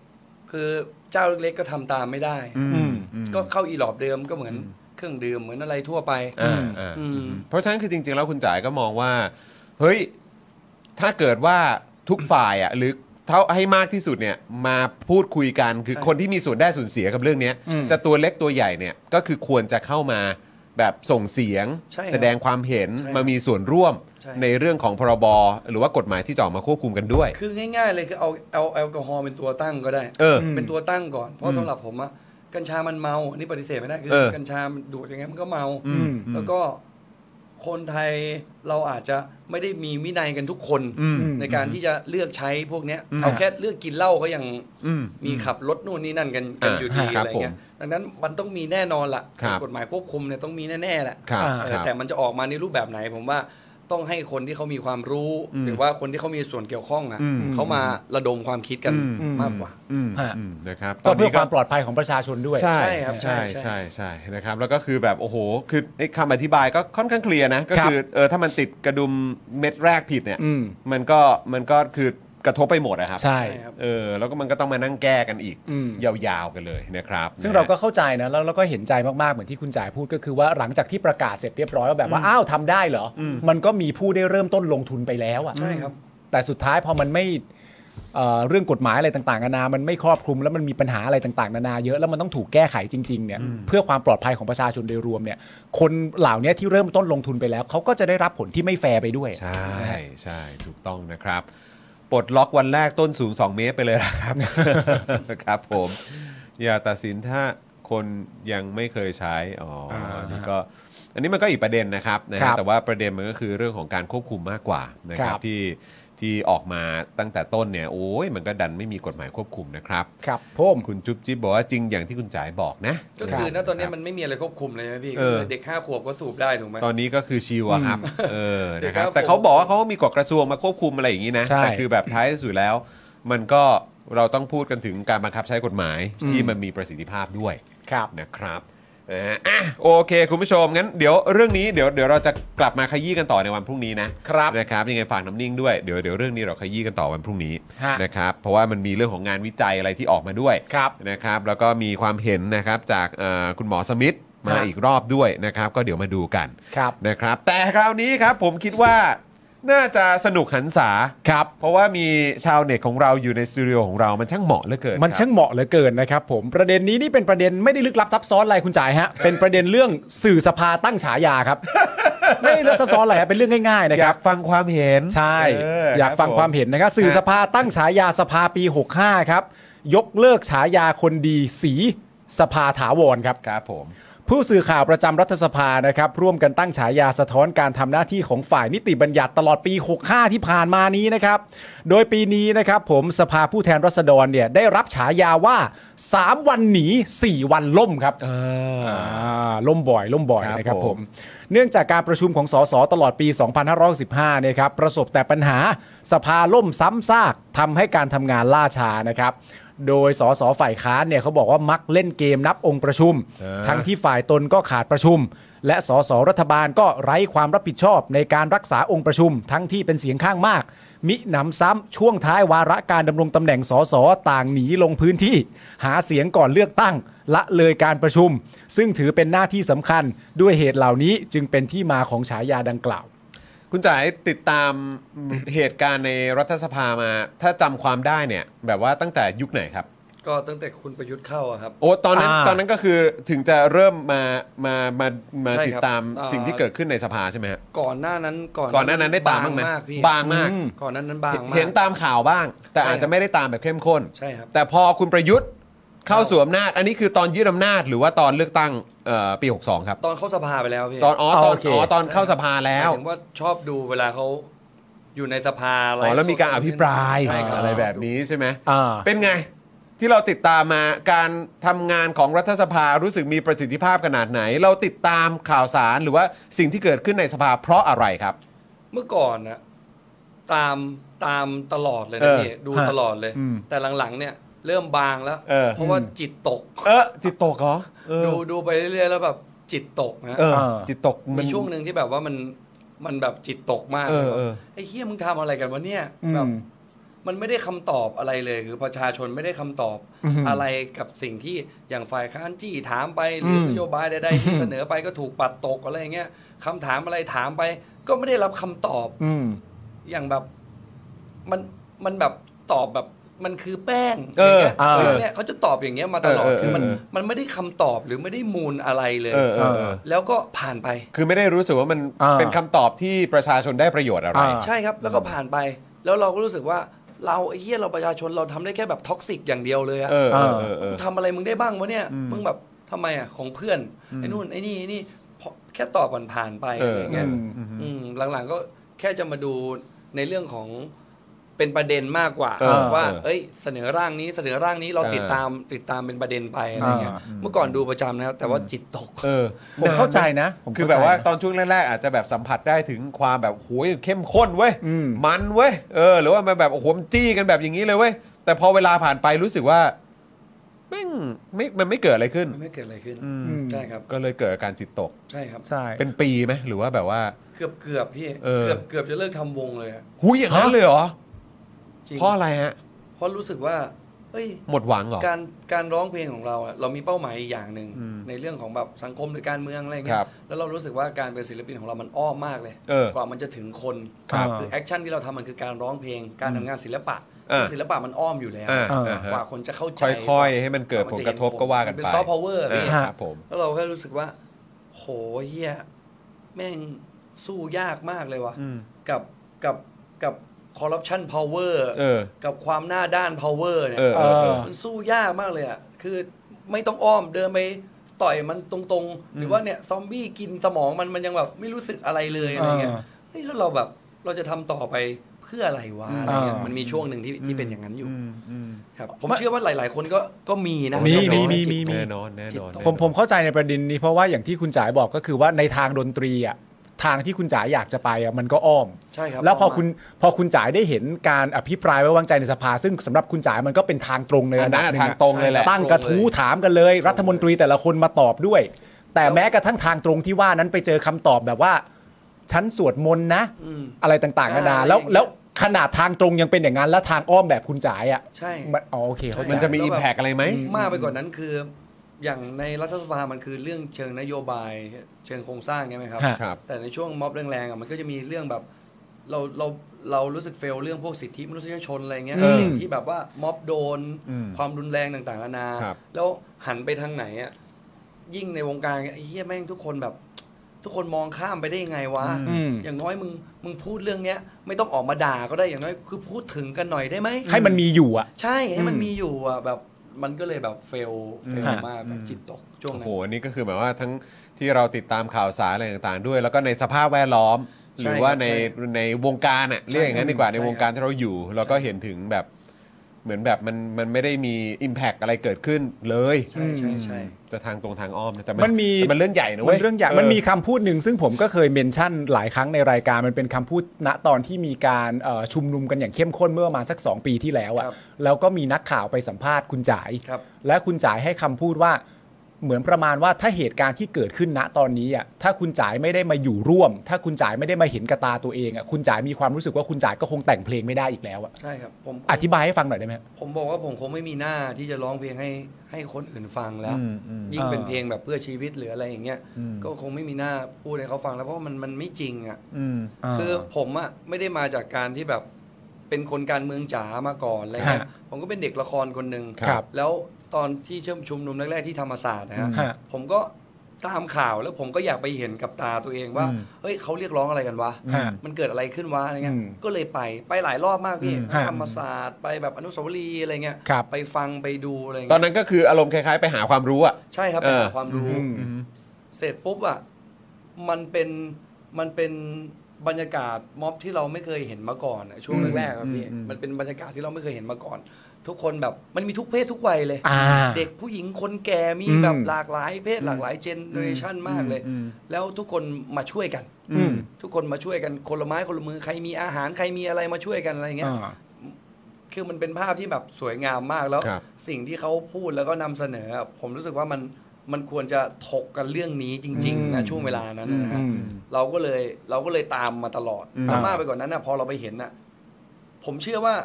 คือเจ้าเล็กๆก็ทำตามไม่ได้ อืม ก็เข้าอีหลอบเดิมก็เหมือนเครื่องดื่มเหมือนอะไรทั่วไป อ่าอ่า อืม เพราะฉะนั้นคือจริง ๆ แล้วคุณจ๋ายก็มองว่า เฮ้ย ถ้าเกิดว่าทุกฝ่ายอ่ะหรือเท่าให้มากที่สุดเนี่ยมาพูดคุยกันคือ ใช่ คนที่มีส่วนได้ส่วนเสียกับเรื่องเนี้ย อืม จะตัวเล็กตัวใหญ่เนี่ยก็คือควรจะเข้ามาแบบส่งเสียง ใช่ครับ แสดงความเห็น ใช่ครับ มามีส่วนร่วม ใช่ ในเรื่องของพรบหรือว่ากฎหมายที่จะออกมาควบคุมกันด้วย คือง่ายๆเลยคือเอาเอาแอลกอฮอล์เป็นตัวตั้งก็ได้ เออ เป็นตัวตั้งก่อน เพราะสำหรับผมอะกัญชามันเมาอันนี้ปฏิเสธไม่ได้คือ เออ กัญชามันดูดยังไงมันก็เมา อืม แล้วก็คนไทยเราอาจจะไม่ได้มีวินัยกันทุกคน อืม ในการที่จะเลือกใช้พวกเนี้ยเอาแค่เลือกกินเหล้าก็ยัง อืม มีขับรถนู่นนี่นั่นกันกันอยู่ดี อ่าครับ อะไรเงี้ยดังนั้นมันต้องมีแน่นอนละ ครับ กฎหมายควบคุมเนี่ยต้องมีแน่ๆแหละ ครับ อ่า เอ ค อ รับ แต่มันจะออกมาในรูปแบบไหน ผมว่าต้องให้คนที่เขามีความรู้ หรือว่าคนที่เขามีส่วนเกี่ยวข้องอ่ะ อืม เขามาระดมความคิดกัน อืม มากกว่า อืม ฮะ อืมนะครับ ก็เพื่อควาตนมนี้ ปลอดภัยของประชาชนด้วย ใช่ ใช่ครับ ใช่ ใช่ ใช่ใช่นะครับแล้วก็คือแบบโอ้โหคือไอ้คำอธิบายก็ค่อนข้างเคลียร์นะก็คือเออถ้ามันติดกระดุมเม็ดแรกผิดเนี่ย อืม มันก็มันก็คือกระทบไปหมดนะครับ ใช่ ใช่ครับ เออแล้วก็มันก็ต้องมานั่งแก้กันอีก อืม ยาวๆกันเลยนะครับ ซึ่งเราก็เข้าใจนะแล้วเราก็เห็นใจมากๆ เหมือนที่คุณจ่ายพูดก็คือว่าหลังจากที่ประกาศเสร็จเรียบร้อยว่าแบบว่าอ้าวทำได้เหรออมันก็มีผู้ได้เริ่มต้นลงทุนไปแล้วอ่ะ ใช่ครับ แต่สุดท้ายพอมันไม่เอ่อเรื่องกฎหมายอะไรต่างๆนานามันไม่ครอบคลุมแล้วมันมีปัญหาอะไรต่างๆนานาเยอะแล้วมันต้องถูกแก้ไขจริงๆเนี่ยเพื่อความปลอดภัยของประชาชนโดยรวมเนี่ย คนเหล่านี้ที่เริ่มต้นลงทุนไปแล้วเขาก็จะได้รับผลที่ไม่แฟร์ไปด้วย ใช่ใช่ถูกต้องนะครับปลดล็อกวันแรกต้นสูง 2 เมตรไปเลย นะครับ ครับผม อย่าตัดสินถ้าคนยังไม่เคยใช้อ๋ออันนี่ก็ อันนี้มันก็อีกประเด็นนะครับนะฮะ ครับ แต่ว่าประเด็นมันก็คือเรื่องของการควบคุมมากกว่านะครั ครับ บ ที่ที่ออกมาตั้งแต่ต้นเนี่ยโอ้ยมันก็ดันไม่มีกฎหมายควบคุมนะครับ ครับผม คุณจุ๊บจิ๊บบอกว่าจริงอย่างที่คุณจ๋ายบอกนะ ก็คือณตอนนี้มันไม่มีอะไรควบคุมเลยไหมพี่ เออ เด็กห้าขวบก็สูบได้ถูกไหม ตอนนี้ก็คือชิวอะครับ เออ นะครับ ครับ แต่เขาบอกว่าเขามีกฎกระทรวงมาควบคุมอะไรอย่างนี้นะ ใช่ แต่คือแบบท้ายสุดแล้ว มันก็เราต้องพูดกันถึงการบังคับใช้กฎหมาย อืม ที่มันมีประสิทธิภาพด้วย ครับ นะครับนะฮะอ่ะโอเค คุณผู้ชม งั้นเดี๋ยวเรื่องนี้เดี๋ยวเดี๋ยวเราจะกลับมาขยี้กันต่อในวันพรุ่งนี้นะครับ นะครับ ยังไงฝากน้ำนิ่งด้วย เดี๋ยวเดี๋ยวเรื่องนี้เราขยี้กันต่อวันพรุ่งนี้ ฮะ นะครับ เพราะว่ามันมีเรื่องของงานวิจัยอะไรที่ออกมาด้วย ครับ นะครับแล้วก็มีความเห็นนะครับจากเอ่อคุณหมอสมิธมา ครับ อีกรอบด้วยนะครับ ก็เดี๋ยวมาดูกัน ครับ นะครับ แต่คราวนี้ครับผมคิดว่าน่าจะสนุกหันษา ครับ เพราะว่ามีชาวเน็ตของเราอยู่ในสตูดิโอของเรามันช่างเหมาะเหลือเกิน มัน ครับ ช่างเหมาะเหลือเกินนะครับผมประเด็นนี้นี่เป็นประเด็นไม่ได้ลึกลับซับซ้อนอะไรคุณจ่ายฮะ เป็นประเด็นเรื่อง สื่อสภาตั้งฉายาครับ ไม่ได้ลึกซับซ้อนอะไรฮะเป็นเรื่องง่ายๆนะ อ ค ยา รับ กฟังความเห็น ใช่ เ อยากฟัง รับ ความเห็นนะครับสื่อสภาตั้งฉายาสภาปี 65 ครับ ยกเลิกฉายาคนดีสีสภาถาวรครับ ครับผม ผู้สื่อข่าวประจำรัฐสภานะครับ ร่วมกันตั้งฉายาสะท้อนการทำหน้าที่ของฝ่ายนิติบัญญัติตลอดปี 65 ที่ผ่านมานี้นะครับ โดยปีนี้นะครับผมสภาผู้แทนรัษฎรเนี่ยได้รับฉายาว่า 3 วันหนี 4 วันล่มครับ อ่าล่มบ่อยล่มบ่อย ครับ นะครับ ผ ผม ม เนื่องจากการประชุมของสสตลอดปี 2515เนี่ยครับประสบแต่ปัญหาสภาล่มซ้ำซากทำให้การทำงานล่าช้านะครับ โดยสสฝ่ายค้านเนี่ยเขาบอกว่ามักเล่นเกมนับองค์ประชุม ทั้งที่ฝ่ายตนก็ขาดประชุม และสสรัฐบาลก็ไร้ความรับผิดชอบในการรักษาองค์ประชุม ทั้งที่เป็นเสียงข้างมาก มิหนำซ้ำช่วงท้ายวาระการดำรงตำแหน่งสสต่างหนีลงพื้นที่ หาเสียงก่อนเลือกตั้ง ละเลยการประชุม ซึ่งถือเป็นหน้าที่สำคัญด้วยเหตุเหล่านี้จึงเป็นที่มาของฉายาดังกล่าว คุณจ๋ายติดตามเหตุการณ์ในรัฐสภามา ถ้าจำความได้เนี่ย แบบว่าตั้งแต่ยุคไหนครับ ก็ตั้งแต่คุณประยุทธ์เข้าอะครับ โอ้ตอนนั้น อ่า ตอนนั้นก็คือถึงจะเริ่มมามามามา ใช่ครับ ติดตาม เอ่อ สิ่งที่เกิดขึ้นในสภาใช่ไหมฮะ ก่อนหน้านั้นก่อน ก่อนหน้านั้นได้ตามบ้างไหม กพี่ บางมาก ก่อนหนั้นนั้นบางมาก เห็นตามข่าวบ้าง แต่ ใช่ อาจ ครั จะ บ ไม่ได้ตามแบบเข้มข้น ใช่ครับ แต่พอคุณประยุทธ์เข้าสู่อำนาจ อันนี้คือตอนยึดอำนาจหรือว่าตอนเลือกตั้งเอ่อปี 62 ครับ ตอนเข้าสภาไปแล้วพี่ ตอนอ๋อตอน โอเค อ๋อตอนเข้าสภาแล้ว หมายถึงว่าชอบดูเวลาเขาอยู่ในสภา อ๋อแล้วมีการอภิปราย ใช่คบ อะไรแบบนี้ใช่ไหม อ่า เป็นไงที่เราติดตามมาการทำงานของรัฐสภารู้สึกมีประสิทธิภาพขนาดไหน เราติดตามข่าวสารหรือว่าสิ่งที่เกิดขึ้นในสภาเพราะอะไรครับ เมื่อก่อนนะตามตามตลอดเลยนะพี่ดู ฮะ ตลอดเลย อืม แต่หลังๆเนี่ย เริ่มบางแล้ว เออ เพราะว่าจิตตก เออจิตตกเหรอเออ ดูดูไปเรื่อยๆแล้วแบบจิตตกนะ เออ เออ จิตตกมั มี น ช่วงหนึ่งที่แบบว่ามันมันแบบจิตตกมาก เออเออ ไอ้เฮียมึงทำอะไรกันวะเนี่ย อืม แบบมันไม่ได้คำตอบอะไรเลยคือประชาชนไม่ได้คำตอบ อืม อะไรกับสิ่งที่อย่างฝ่ายค้านจี้ถามไปหรืออ ม นโยบายใดๆที่เสนอไปก็ถูกปัดตกอะไรอย่างเงี้ยคำถามอะไรถามไป ก็ไม่ได้รับคำตอบ อืม อย่างแบบมันมันแบบตอบแบบมันคือแป้ง เออ อย่างเออเงี้ยเรื่องเนี้ยเขาจะตอบอย่างเงี้ยมาตลอด เออเออ คือมัน เออ มันไม่ได้คำตอบหรือไม่ได้มูลอะไรเลย เออเออเออ แล้วก็ผ่านไป คือไม่ได้รู้สึกว่ามัน อ่า เป็นคำตอบที่ประชาชนได้ประโยชน์อะไร อ่า ใช่ครับ แล้วก็ผ่านไป แล้วเราก็รู้สึกว่า เราไอ้เหี้ยเราประชาชนเราทำได้แค่แบบท็อกซิกอย่างเดียวเลยอะ เออเออเออเออ ทำอะไรมึงได้บ้างวะเนี่ยมึงแบบทำไมอะของเพื่อนไอ้นู่นไอ้นี่ไอ้นี่พอแค่ตอบผ่านๆไป เอ อะไร ออ อย่างเงี้ย อืม อืมหลังๆก็แค่จะมาดูในเรื่องของเป็นประเด็นมากกว่า เออ ว่า เออ เอ้ย เสนอร่างนี้เสนอร่างนี้เรา เออ ติดตามติดตามเป็นประเด็นไปอะไรเงี้ย อ่า เมื่อก่อนดูประจำนะครับแต่ว่าจิตตก เออ ผมเข้าใจนะผม คือ เข้ใจ แบบว่าตอนช่วงแรกๆอาจจะแบบสัมผัสได้ถึงความแบบโหยเข้มข้นเว้ย อืม มันเว้ยเออหรือว่ามันแบบโอ้โหมันจี้กันแบบอย่างนี้เลยเว้ยแต่พอเวลาผ่านไปรู้สึกว่าแม่งไม่มันไม่เกิดอะไรขึ้น มันไม่เกิดอะไรขึ้น อืม อืม ใช่ครับ ก็เลยเกิดอาการจิตตก ใช่ครับ ใช่ เป็นปีไหมหรือว่าแบบว่า เกือบเกือบพี่ เออ เกือบเกือบจะเลิกทำวงเลยอะ หุยอย่างนั้น ฮะ เลยเหรอ จริง เพราะอะไรฮะ เพราะรู้สึกว่าเอ้ย หมดหวังเหรอ การการร้องเพลงของเราอะเรามีเป้าหมายอีกอย่างหนึ่ง อืม ในเรื่องของแบบสังคมหรือการเมืองอะไร ค เงี้ รั ย บ แล้วเรารู้สึกว่าการเป็นศิลปินของเรามันอ้อมมากเลย เออก ว่ามันจะถึงคน ครับ คือแอคชั่นที่เราทำมันคือการร้องเพลง การทำงานศิลปะ อ่า ซึ่งศิลปะมันอ้อมอยู่แล้ว อ่า เออ อ่าฮะ กว่าคนจะเข้าใจ ค่อยๆ ให้มันเกิดผลกระทบก็ว่ากัน เป็น ไป ซอฟต์พาวเวอร์ อ่า พี่ ครับผม แล้วเราก็รู้สึกว่า โหเฮียแม่งสู้ยากมากเลยว่ะ อืม กับกับกับคอร์รัปชันพาวเวอร์ เออ กับความหน้าด้าน power เนี่ย เออเออเออ มันสู้ยากมากเลยอ่ะ คือไม่ต้องอ้อมเดินไปต่อยมันตรงๆ หรือว่าเนี่ยซอมบี้กินสมองมันมันยังแบบไม่รู้สึกอะไรเลยอะไรเงี้ย อ่า เฮ้ยแล้วเราแบบเราจะทำต่อไปเพื่ออะไรวะอะไรเงี้ย อ่ามั มันมีช่วงหนึ่งที่ที่เป็นอย่างนั้นอยู่ อืมอืม ครับ ผมเชื่อว่าหลาย ๆ คนก็ก็มีนะ มีมีมี จิต มี แน่นอนแน่นอน จิตตก แน่นอน ผมผมเข้าใจในประเด็นนี้เพราะว่าอย่างที่คุณจ๋าบอกก็คือว่าในทางดนตรีอ่ะทางที่คุณจ๋าอยากจะไปอ่ะมันก็อ้อม ใช่ครับ แล้วพอคุณพอคุณจ๋าได้เห็นการอภิปรายไว้วางใจในสภา ซึ่งสำหรับคุณจ๋ามันก็เป็นทางตรงในระดัอันบนั้น ห อะ นึ่ ทางตรงเลยแหละ ตั้งกระทู้ถามกันเลย รัฐมนตรีแต่ละคนมาตอบด้วย แต่แม้กระทั่งทางตรงที่ว่านั้นไปเจอคำตอบแบบว่าฉันสวดมนต์นะ อืม อะไรต่างๆนานา อ่า แล้ว อะไรอย่างเงี้ย แล้วขนาดทางตรงยังเป็นอย่างนั้นแล้วทางอ้อมแบบคุณจ๋าอ่ะ ใช่ มันอ๋อโอเคเข้าใจ มันจะมี แล้ว อิ แบ ม บ แพกอะไรไหม มากไปกว่านั้นคืออย่างในรัฐสภามันคือเรื่องเชิงนโยบายเชิงโครงสร้างใช่ไหมครับ ฮะ ครับ แต่ในช่วงม็อบแรงๆอ่ะมันก็จะมีเรื่องแบบเราเราเรารู้สึกเฟลเรื่องพวกสิทธิมนุษยชนอะไรเงี้ย อืม สิ่งที่แบบว่าม็อบโดน อืม ความรุนแรงต่างๆนานา ครับ แล้วหันไปทางไหนอ่ะยิ่งในวงการไอ้เฮียแม่งทุกคนแบบ ทุกคนมองข้ามไปได้ยังไงวะ อืม อย่างน้อยมึงมึงพูดเรื่องเนี้ย ไม่ต้องออกมาด่าก็ได้อย่างน้อยคือพูดถึงกันหน่อยได้ไหม ให้มันมีอยู่อ่ะ ใช่ให้มัน อืม มีอยู่อ่ะแบบ มันก็เลยแบบเฟลเฟล ฮะ มากแบบจิตตกช่วง โอ้ นั้ โห น อันนี้ก็คือหมายว่าทั้งที่เราติดตามข่าวสารอะไรต่างๆ ด้วย แล้วก็ในสภาพแวดล้อม หรือว่าในในวงการอะเรียกอย่างนั้นดีกว่าใน ใช่ครับ วงการที่เราอยู่ เราก็เห็นถึงแบบเหมือนแบบมันมันไม่ได้มี Impact อะไรเกิดขึ้นเลย ใช่ใช่ใช่ จะทางตรงทางอ้อมนะแต่ มันมี แต่มันเรื่องใหญ่นะเว้ มั ย นเรื่องใหญ่มันมีคำพูดหนึ่งซึ่งผมก็เคยเมนชั่นหลายครั้งในรายการมันเป็นคำพูดณตอนที่มีการเอ่อชุมนุมกันอย่างเข้มข้นเมื่อประมาณสัก 2 ปีที่แล้วอะ ครับ แล้วก็มีนักข่าวไปสัมภาษณ์คุณจ๋าย ครับ และคุณจ๋ายให้คำพูดว่าเหมือนประมาณว่าถ้าเหตุการณ์ที่เกิดขึ้นณตอนนี้อะถ้าคุณจ๋ายไม่ได้มาอยู่ร่วม ถ้าคุณจ๋ายไม่ได้มาเห็นกระตาตัวเองอะคุณจ๋ายมีความรู้สึกว่าคุณจ๋ายก็คงแต่งเพลงไม่ได้อีกแล้วอะ ใช่ครับผม อธิบายให้ฟังหน่อยได้ไหม ผมบอกว่าผมคงไม่มีหน้าที่จะร้องเพลงให้ให้คนอื่นฟังแล้ว อืมอืม ยิ่ง อ่า เป็นเพลงแบบเพื่อชีวิตหรืออะไรอย่างเงี้ยก็คงไม่มีหน้าพูดให้เขาฟังแล้วเพราะว่ามันมันไม่จริงอ่ะ คือผมอะไม่ได้มาจากการที่แบบเป็นคนการเมืองจ๋ามาก่อนอะไรเงี้ย ฮะ ผมก็เป็นเด็กละครคนหนึ่ง ครับ แล้วตอนที่เชื่อมชุมนุมแรกๆที่ธรรมศาสตร์นะฮะ ฮะ ผมก็ตามข่าวแล้วผมก็อยากไปเห็นกับตาตัวเองว่าเฮ้ยเขาเรียกร้องอะไรกันวะ ฮะ มันเกิดอะไรขึ้นวะอะไรเงี้ย อืม ก็เลยไปไปหลายรอบมากพี่ ฮะ ธรรมศาสตร์ไปแบบอนุสาวรีย์อะไรเงี้ย ครับ ไปฟังไปดูอะไร ตอน เงี้ย นั้นก็คืออารมณ์คล้ายๆ ไปหาความรู้อะ ใช่ครับ เอ ไป อ หาความรู้ อืม เสร็จปุ๊บอ่ะมันเป็นมันเป็นบรรยากาศม็อบที่เราไม่เคยเห็นมาก่อนอะช่วงแรกๆครับพี่มันเป็นบรรยากาศที่เราไม่เคยเห็นมาก่อน ทุกคนแบบมันมีทุกเพศทุกวัยเลย อ่า เด็กผู้หญิงคนแก่มี อืม แบบหลากหลายเพศหลากหลายเจเนอเรชันมากเลย แล้วทุกคนมาช่วยกัน อืม ทุกคนมาช่วยกันคนละไม้คนละมือใครมีอาหารใครมีอะไรมาช่วยกันอะไรเงี้ย อ่า คือมันเป็นภาพที่แบบสวยงามมากแล้ว ครับ สิ่งที่เขาพูดแล้วก็นำเสนออะผมรู้สึกว่ามันมันควรจะถกกันเรื่องนี้จริง อืม ๆนะช่วงเวลานั้นนะฮะ อืม เราก็เลยเราก็เลยตามมาตลอด อืม แต่มากไปกว่านั้นนะพอเราไปเห็นน่ะ ผมเชื่อว่า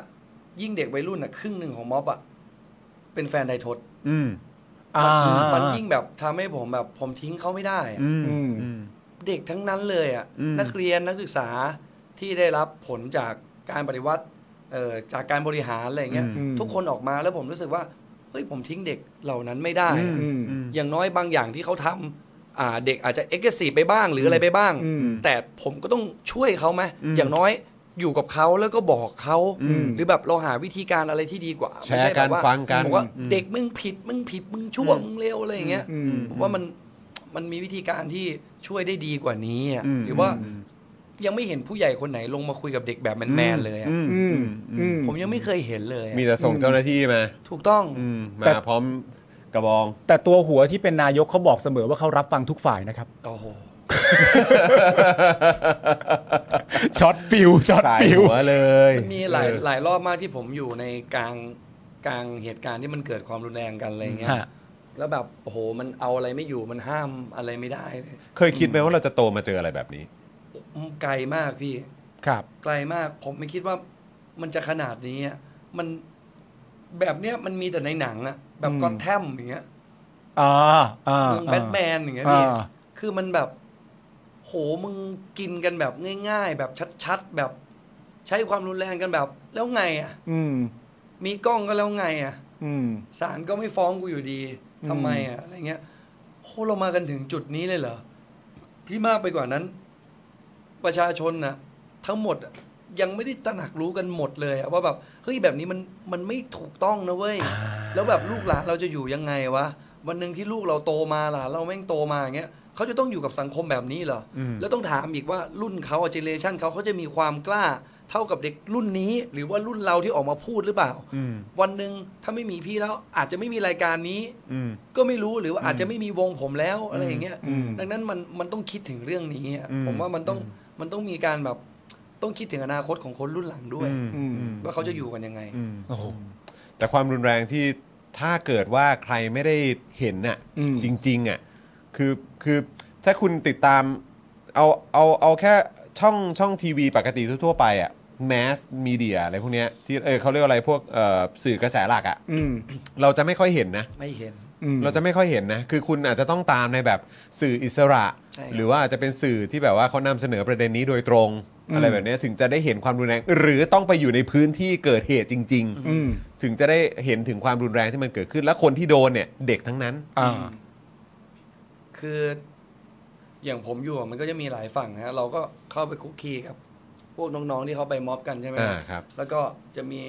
ยิ่งเด็กวัยรุ่นน่ะครึ่งหนึ่งของม็อบอ่ะเป็นแฟนไทยทศ า มันยิ่งแบบทำให้ผมแบบผมทิ้งเขาไม่ได้อะ อืม เด็กทั้งนั้นเลยอ่ะนักเรียนนักศึกษาที่ได้รับผลจากการปฏิวัติเอ่อจากการบริหารอะไรอย่างเงี้ย อืม ทุกคนออกมาแล้วผมรู้สึกว่าเฮ้ยผมทิ้งเด็กเหล่านั้นไม่ได้ อืม อย่างน้อยบางอย่างที่เขาทำอ่าเด็กอาจจะเอ็กซ์ซีไปบ้างหรืออะไรไปบ้าง อืม แต่ผมก็ต้องช่วยเขาไหมอย่างน้อยอยู่กับเขาแล้วก็บอกเขา อืม หรือแบบเราหาวิธีการอะไรที่ดีกว่า แชร์กัน ไม่ใช่บบว่ ฟังกัน บอกว่า อืม เด็กมึงผิดมึงผิดมึงชั่วมึงเลวอะไรอย่างเงี้ย อืม ผมว่ามันมันมีวิธีการที่ช่วยได้ดีกว่านี้อะหรือว่ายังไม่เห็นผู้ใหญ่คนไหนลงมาคุยกับเด็กแบบแมนๆเลยอะ อืมอืม ผมยังไม่เคยเห็นเลยอะ มีแต่ส่งเจ้าหน้าที่มา ถูกต้อง อืม แต่ มาพร้อมกระบอง แต่ตัวหัวที่เป็นนายกเขาบอกเสมอว่าเขารับฟังทุกฝ่าย นะครับ โอ้โห ช็อตฟิลช็อต สาย ฟิล หัวเลย มันมีหลาย เออ หลายรอบมากที่ผมอยู่ในกลางกลางเหตุการณ์ที่มันเกิดความรุนแรงกันอะไรเงี้ย แล้วแบบโอ้โหมันเอาอะไรไม่อยู่มันห้ามอะไรไม่ได้เลย เคยคิดไหมว่าเราจะโตมาเจออะไรแบบนี้ อืมไกลมากพี่ ครับ ไกลมากผมไม่คิดว่ามันจะขนาดนี้อะมันแบบเนี้ยมันมีแต่ในหนังอะแบบ อืม ก็แทมอย่างเงี้ย อ่าอ่า เมืองแบทแมนอย่างเงี้ยพี่ อ่า คือมันแบบ โหมึงกินกันแบบง่าย ๆ แบบชัดๆแบบใช้ความรุนแรงกันแบบ แล้วไงอะ อืม มีกล้องก็แล้วไงอะ อืม ศาลก็ไม่ฟ้องกูอยู่ดี อืม ทำไมอ่ะ อะไรเงี้ย โหเรามากันถึงจุดนี้เลยเหรอ ที่มากไปกว่านั้น ประชาชนนะทั้งหมดอะยังไม่ได้ตระหนักรู้กันหมดเลยอะว่าแบบ เฮ้ยแบบนี้มันมันไม่ถูกต้องนะเว้ย แล้วแบบลูกหลานเราจะอยู่ยังไงวะ วันหนึ่งที่ลูกเราโตมาหลานเราแม่งโตมาอย่างเงี้ยเขาจะต้องอยู่กับสังคมแบบนี้เหรออแล้วต้องถามอีกว่ารุ่นเขาเจเนเรชันเขาเขาจะมีความกล้า เท่ากับเด็กรุ่นนี้ หรือว่ารุ่นเราที่ออกมาพูดหรือเปล่า วันหนึ่งถ้าไม่มีพี่แล้วอาจจะไม่มีรายการนี้ ก็ไม่รู้หรือว่าอาจจะไม่มีวงผมแล้วอะไรอย่างเงี้ย อืม ดังนั้นมันมันต้องคิดถึงเรื่องนี้อะผมว่ามันต้องมันต้องมีการแบบต้องคิดถึงอนาคตของคนรุ่นหลังด้วย อืม ว่าเขาจะอยู่กันยังไง โอ้โห แต่ความรุนแรงที่ถ้าเกิดว่าใครไม่ได้เห็นน่ะ อืม จริงๆอ่ะคือคือถ้าคุณติดตามเอาเอาเอาแค่ช่องช่องทีวีปกติทั่วๆไปอ่ะแมสมีเดียอะไรพวกเนี้ยที่เออเขาเรียกว่าอะไรพวกเอ่อสื่อกระแสหลักอ่ะ อืม เราจะไม่ค่อยเห็นนะ ไม่เห็น อืม เราจะไม่ค่อยเห็นนะ คือคุณอาจจะต้องตามในแบบสื่ออิสระ ใช่ครับ หรือว่าอาจจะเป็นสื่อที่แบบว่าเขานำเสนอประเด็นนี้โดยตรง อะไรแบบเนี้ยถึงจะได้เห็นความรุนแรง หรือต้องไปอยู่ในพื้นที่เกิดเหตุจริง ๆ อืม ถึงจะได้เห็นถึงความรุนแรงที่มันเกิดขึ้น และคนที่โดนเนี่ย เด็กทั้งนั้น อ่า คืออย่างผมอยู่อะมันก็จะมีหลายฝั่งฮะเราก็เข้าไปคุกคีกับ พวกน้องๆที่เขาไปม็อบกันใช่ไหม อ่าครับ แล้วก็จะมี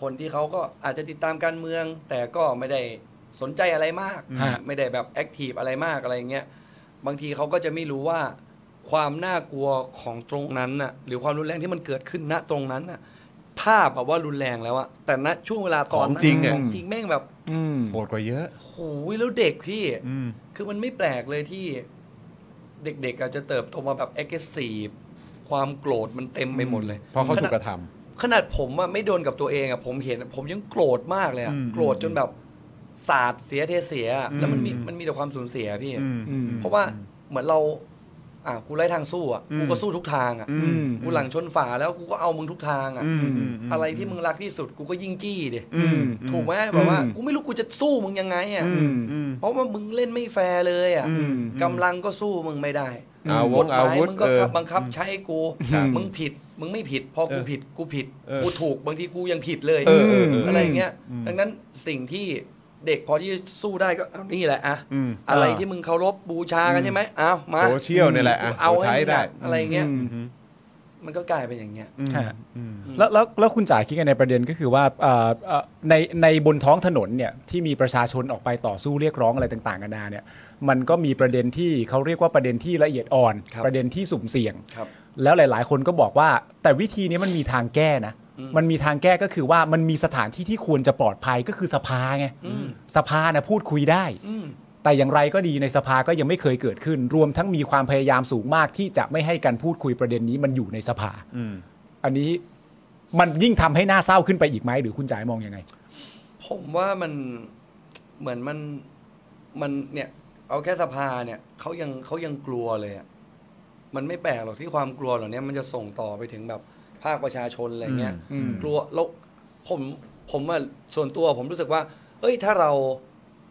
คนที่เขาก็อาจจะติดตามการเมือง แต่ก็ไม่ได้สนใจอะไรมาก ฮะ ไม่ได้แบบแอคทีฟอะไรมากอะไรอย่างเงี้ยบางทีเขาก็จะไม่รู้ว่าความน่ากลัวของตรงนั้นน่ะหรือความรุนแรงที่มันเกิดขึ้นณตรงนั้นน่ะภาพแบบว่ารุนแรงแล้วอะแต่ณช่วงเวลาตอนขอนั้นงจริงอะ ของจริงแม่งแบบ อืม โหดกว่าเยอะ โหยแล้วเด็กพี่ อืม คือมันไม่แปลกเลยที่เด็กๆอาจจะเติบโตมาแบบ aggressive ความโกรธมันเต็มไปหมดเลย เพราะเขา ข ถู นด กกระทำ ขนาดผมอะไม่โดนกับตัวเองอะผมเห็นอะผมยังโกรธมากเลยอะ อืม โกรธจนแบบสาดเสียเทเสียอะแล้วมันมีมันมีแต่ความสูญเสียพี่ อืม เพราะว่าเหมือนเรา อ่ะกูไล่ทางสู้อ่ะกูก็สู้ทุกทางอ่ะ อืม อืม กูหลังชนฝาแล้วกูก็เอามึงทุกทางอ่ะ อืมมม อะไรที่มึงรักที่สุดกูก็ยิ่งจี้ดิ อืม ถูกไหมแบบว่า อืม กูไม่รู้กูจะสู้มึงยังไงอ่ะ อืม อืม เพราะว่ามึงเล่นไม่แฟร์เลยอ่ะ อืม กำลังก็สู้มึงไม่ได้ อาวุ ก ธ ฎห อาม าย วุธ มึงก็ เออ บังคับใช้กู ครับ มึงผิด มึงไม่ผิด พอกู เออ ผิดกูผิด เออ กูถูกบางทีกูยังผิดเลย เออเออเอออ อะไรอย่างเงี้ย อืม ดังนั้นสิ่งที่เด็กพอที่สู้ได้ก็เอานี่แหละอะ อืม อะไร อ่า ที่มึงเคารพบูชากันใช่ไหมเอามา โซเชียลเนี่ยแหละอ่ะ เอา เอาใช้ ให้ห ได้ นักอะไรอย่างเงี้ย อืม มันก็กลายเป็นอย่างเงี้ย อืม ฮะ อืม อืม แล้วแล้วแล้วคุณจ๋าคิดกันในประเด็นก็คือว่าเอ่อเอ่อในในบนท้องถนนเนี่ยที่มีประชาชนออกไปต่อสู้เรียกร้องอะไรต่างๆกันานาเนี่ยมันก็มีประเด็นที่เขาเรียกว่าประเด็นที่ละเอียดอ่อน ครับ ประเด็นที่สุ่มเสี่ยง ครับ แล้วหลาย ๆ คนก็บอกว่า แต่วิธีนี้มันมีทางแก้นะ อืม มันมีทางแก้ก็คือว่ามันมีสถานที่ที่ควรจะปลอดภัยก็คือสภาไง อืม สภานะพูดคุยได้ อืม แต่อย่างไรก็ดีในสภาก็ยังไม่เคยเกิดขึ้น รวมทั้งมีความพยายามสูงมากที่จะไม่ให้การพูดคุยประเด็นนี้มันอยู่ในสภา อืม อันนี้มันยิ่งทำให้หน้าเศร้าขึ้นไปอีกไหมหรือคุณจ๋ายมองยังไง ผมว่ามันเหมือนมันมันเนี่ย เอาแค่สภาเนี่ยเขายังเขายังกลัวเลยอะมันไม่แปลกหรอกที่ความกลัวเหล่านี้มันจะส่งต่อไปถึงแบบภาคประชาชนอะไรเงี้ย อืมอืม กลัวแล้วผมผมอะส่วนตัวผมรู้สึกว่า เอ้ยถ้าเรา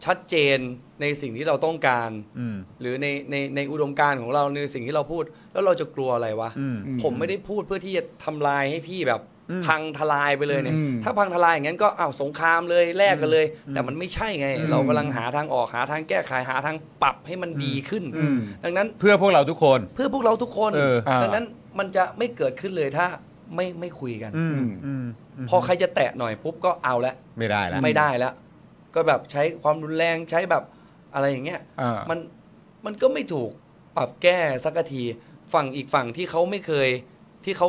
ชัดเจนในสิ่งที่เราต้องการ อืม หรือในในในอุดมการณ์ของเราในสิ่งที่เราพูด แล้วเราจะกลัวอะไรวะ อืม ผมไม่ได้พูดเพื่อที่จะทำลายให้พี่แบบ อืม พังทลายไปเลยเนี่ย อืม ถ้าพังทลายอย่างนั้นก็อ้าวสงครามเลยแลกกันเลย แต่มันไม่ใช่ไง อืม เรากำลังหาทางออกหาทางแก้ไขหาทางปรับให้มันดีขึ้น อืม ดังนั้น เพื่อพวกเราทุกคน เพื่อพวกเราทุกคน เออ ดังนั้นมันจะไม่เกิดขึ้นเลยถ้าไม่ไม่คุยกัน อืม อืม อืมอืม พอใครจะแตะหน่อยปุ๊บก็เอาละ ไม่ได้แล้ว ไม่ได้แล้ว ก็แบบใช้ความรุนแรงใช้แบบอะไรอย่างเงี้ย อ่า มันมันก็ไม่ถูกปรับแก้สักทีฝั่งอีกฝั่งที่เขาไม่เคย ที่เขา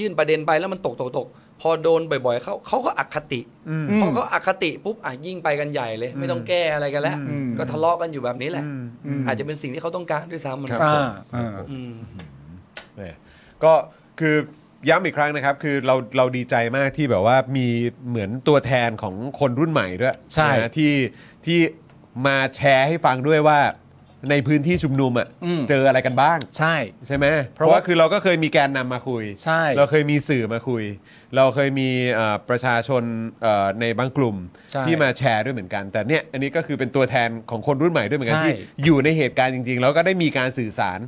ยื่นประเด็นไปแล้วมันตกตกตกพอโดนบ่อยๆเขาเขาก็อคติ อืม พอเขาอคติปุ๊บอ่ะยิ่งไปกันใหญ่เลย ไม่ต้องแก้อะไรกันแล้ว อืม ก็ทะเลาะกันอยู่แบบนี้แหละ อืม อืม อาจจะเป็นสิ่งที่เขาต้องการด้วยซ้ำมัน ครับ อ่าอ่า อืม เนี่ยก็คือย้ำอีกครั้งนะครับ คือเราเราดีใจมากที่แบบว่ามีเหมือนตัวแทนของคนรุ่นใหม่ด้วย ใช่ นะที่ที่มาแชร์ให้ฟังด้วยว่าในพื้นที่ชุมนุมอ่ะเจออะไรกันบ้าง ใช่ ใช่ไหม เพ เพ ราะ ราะ ว่า ว่าคือเราก็เคยมีแกนนำมาคุย ใช่ เราเคยมีสื่อมาคุย เราเคยมีเอ่อประชาชนเอ่อในบางกลุ่ม ใช่ ที่มาแชร์ด้วยเหมือนกัน แต่เนี่ยอันนี้ก็คือเป็นตัวแทนของคนรุ่นใหม่ด้วยเหมือนกัน ใช่ ที่อยู่ในเหตุการณ์จริง ๆ แล้วก็ได้มีการสื่อสาร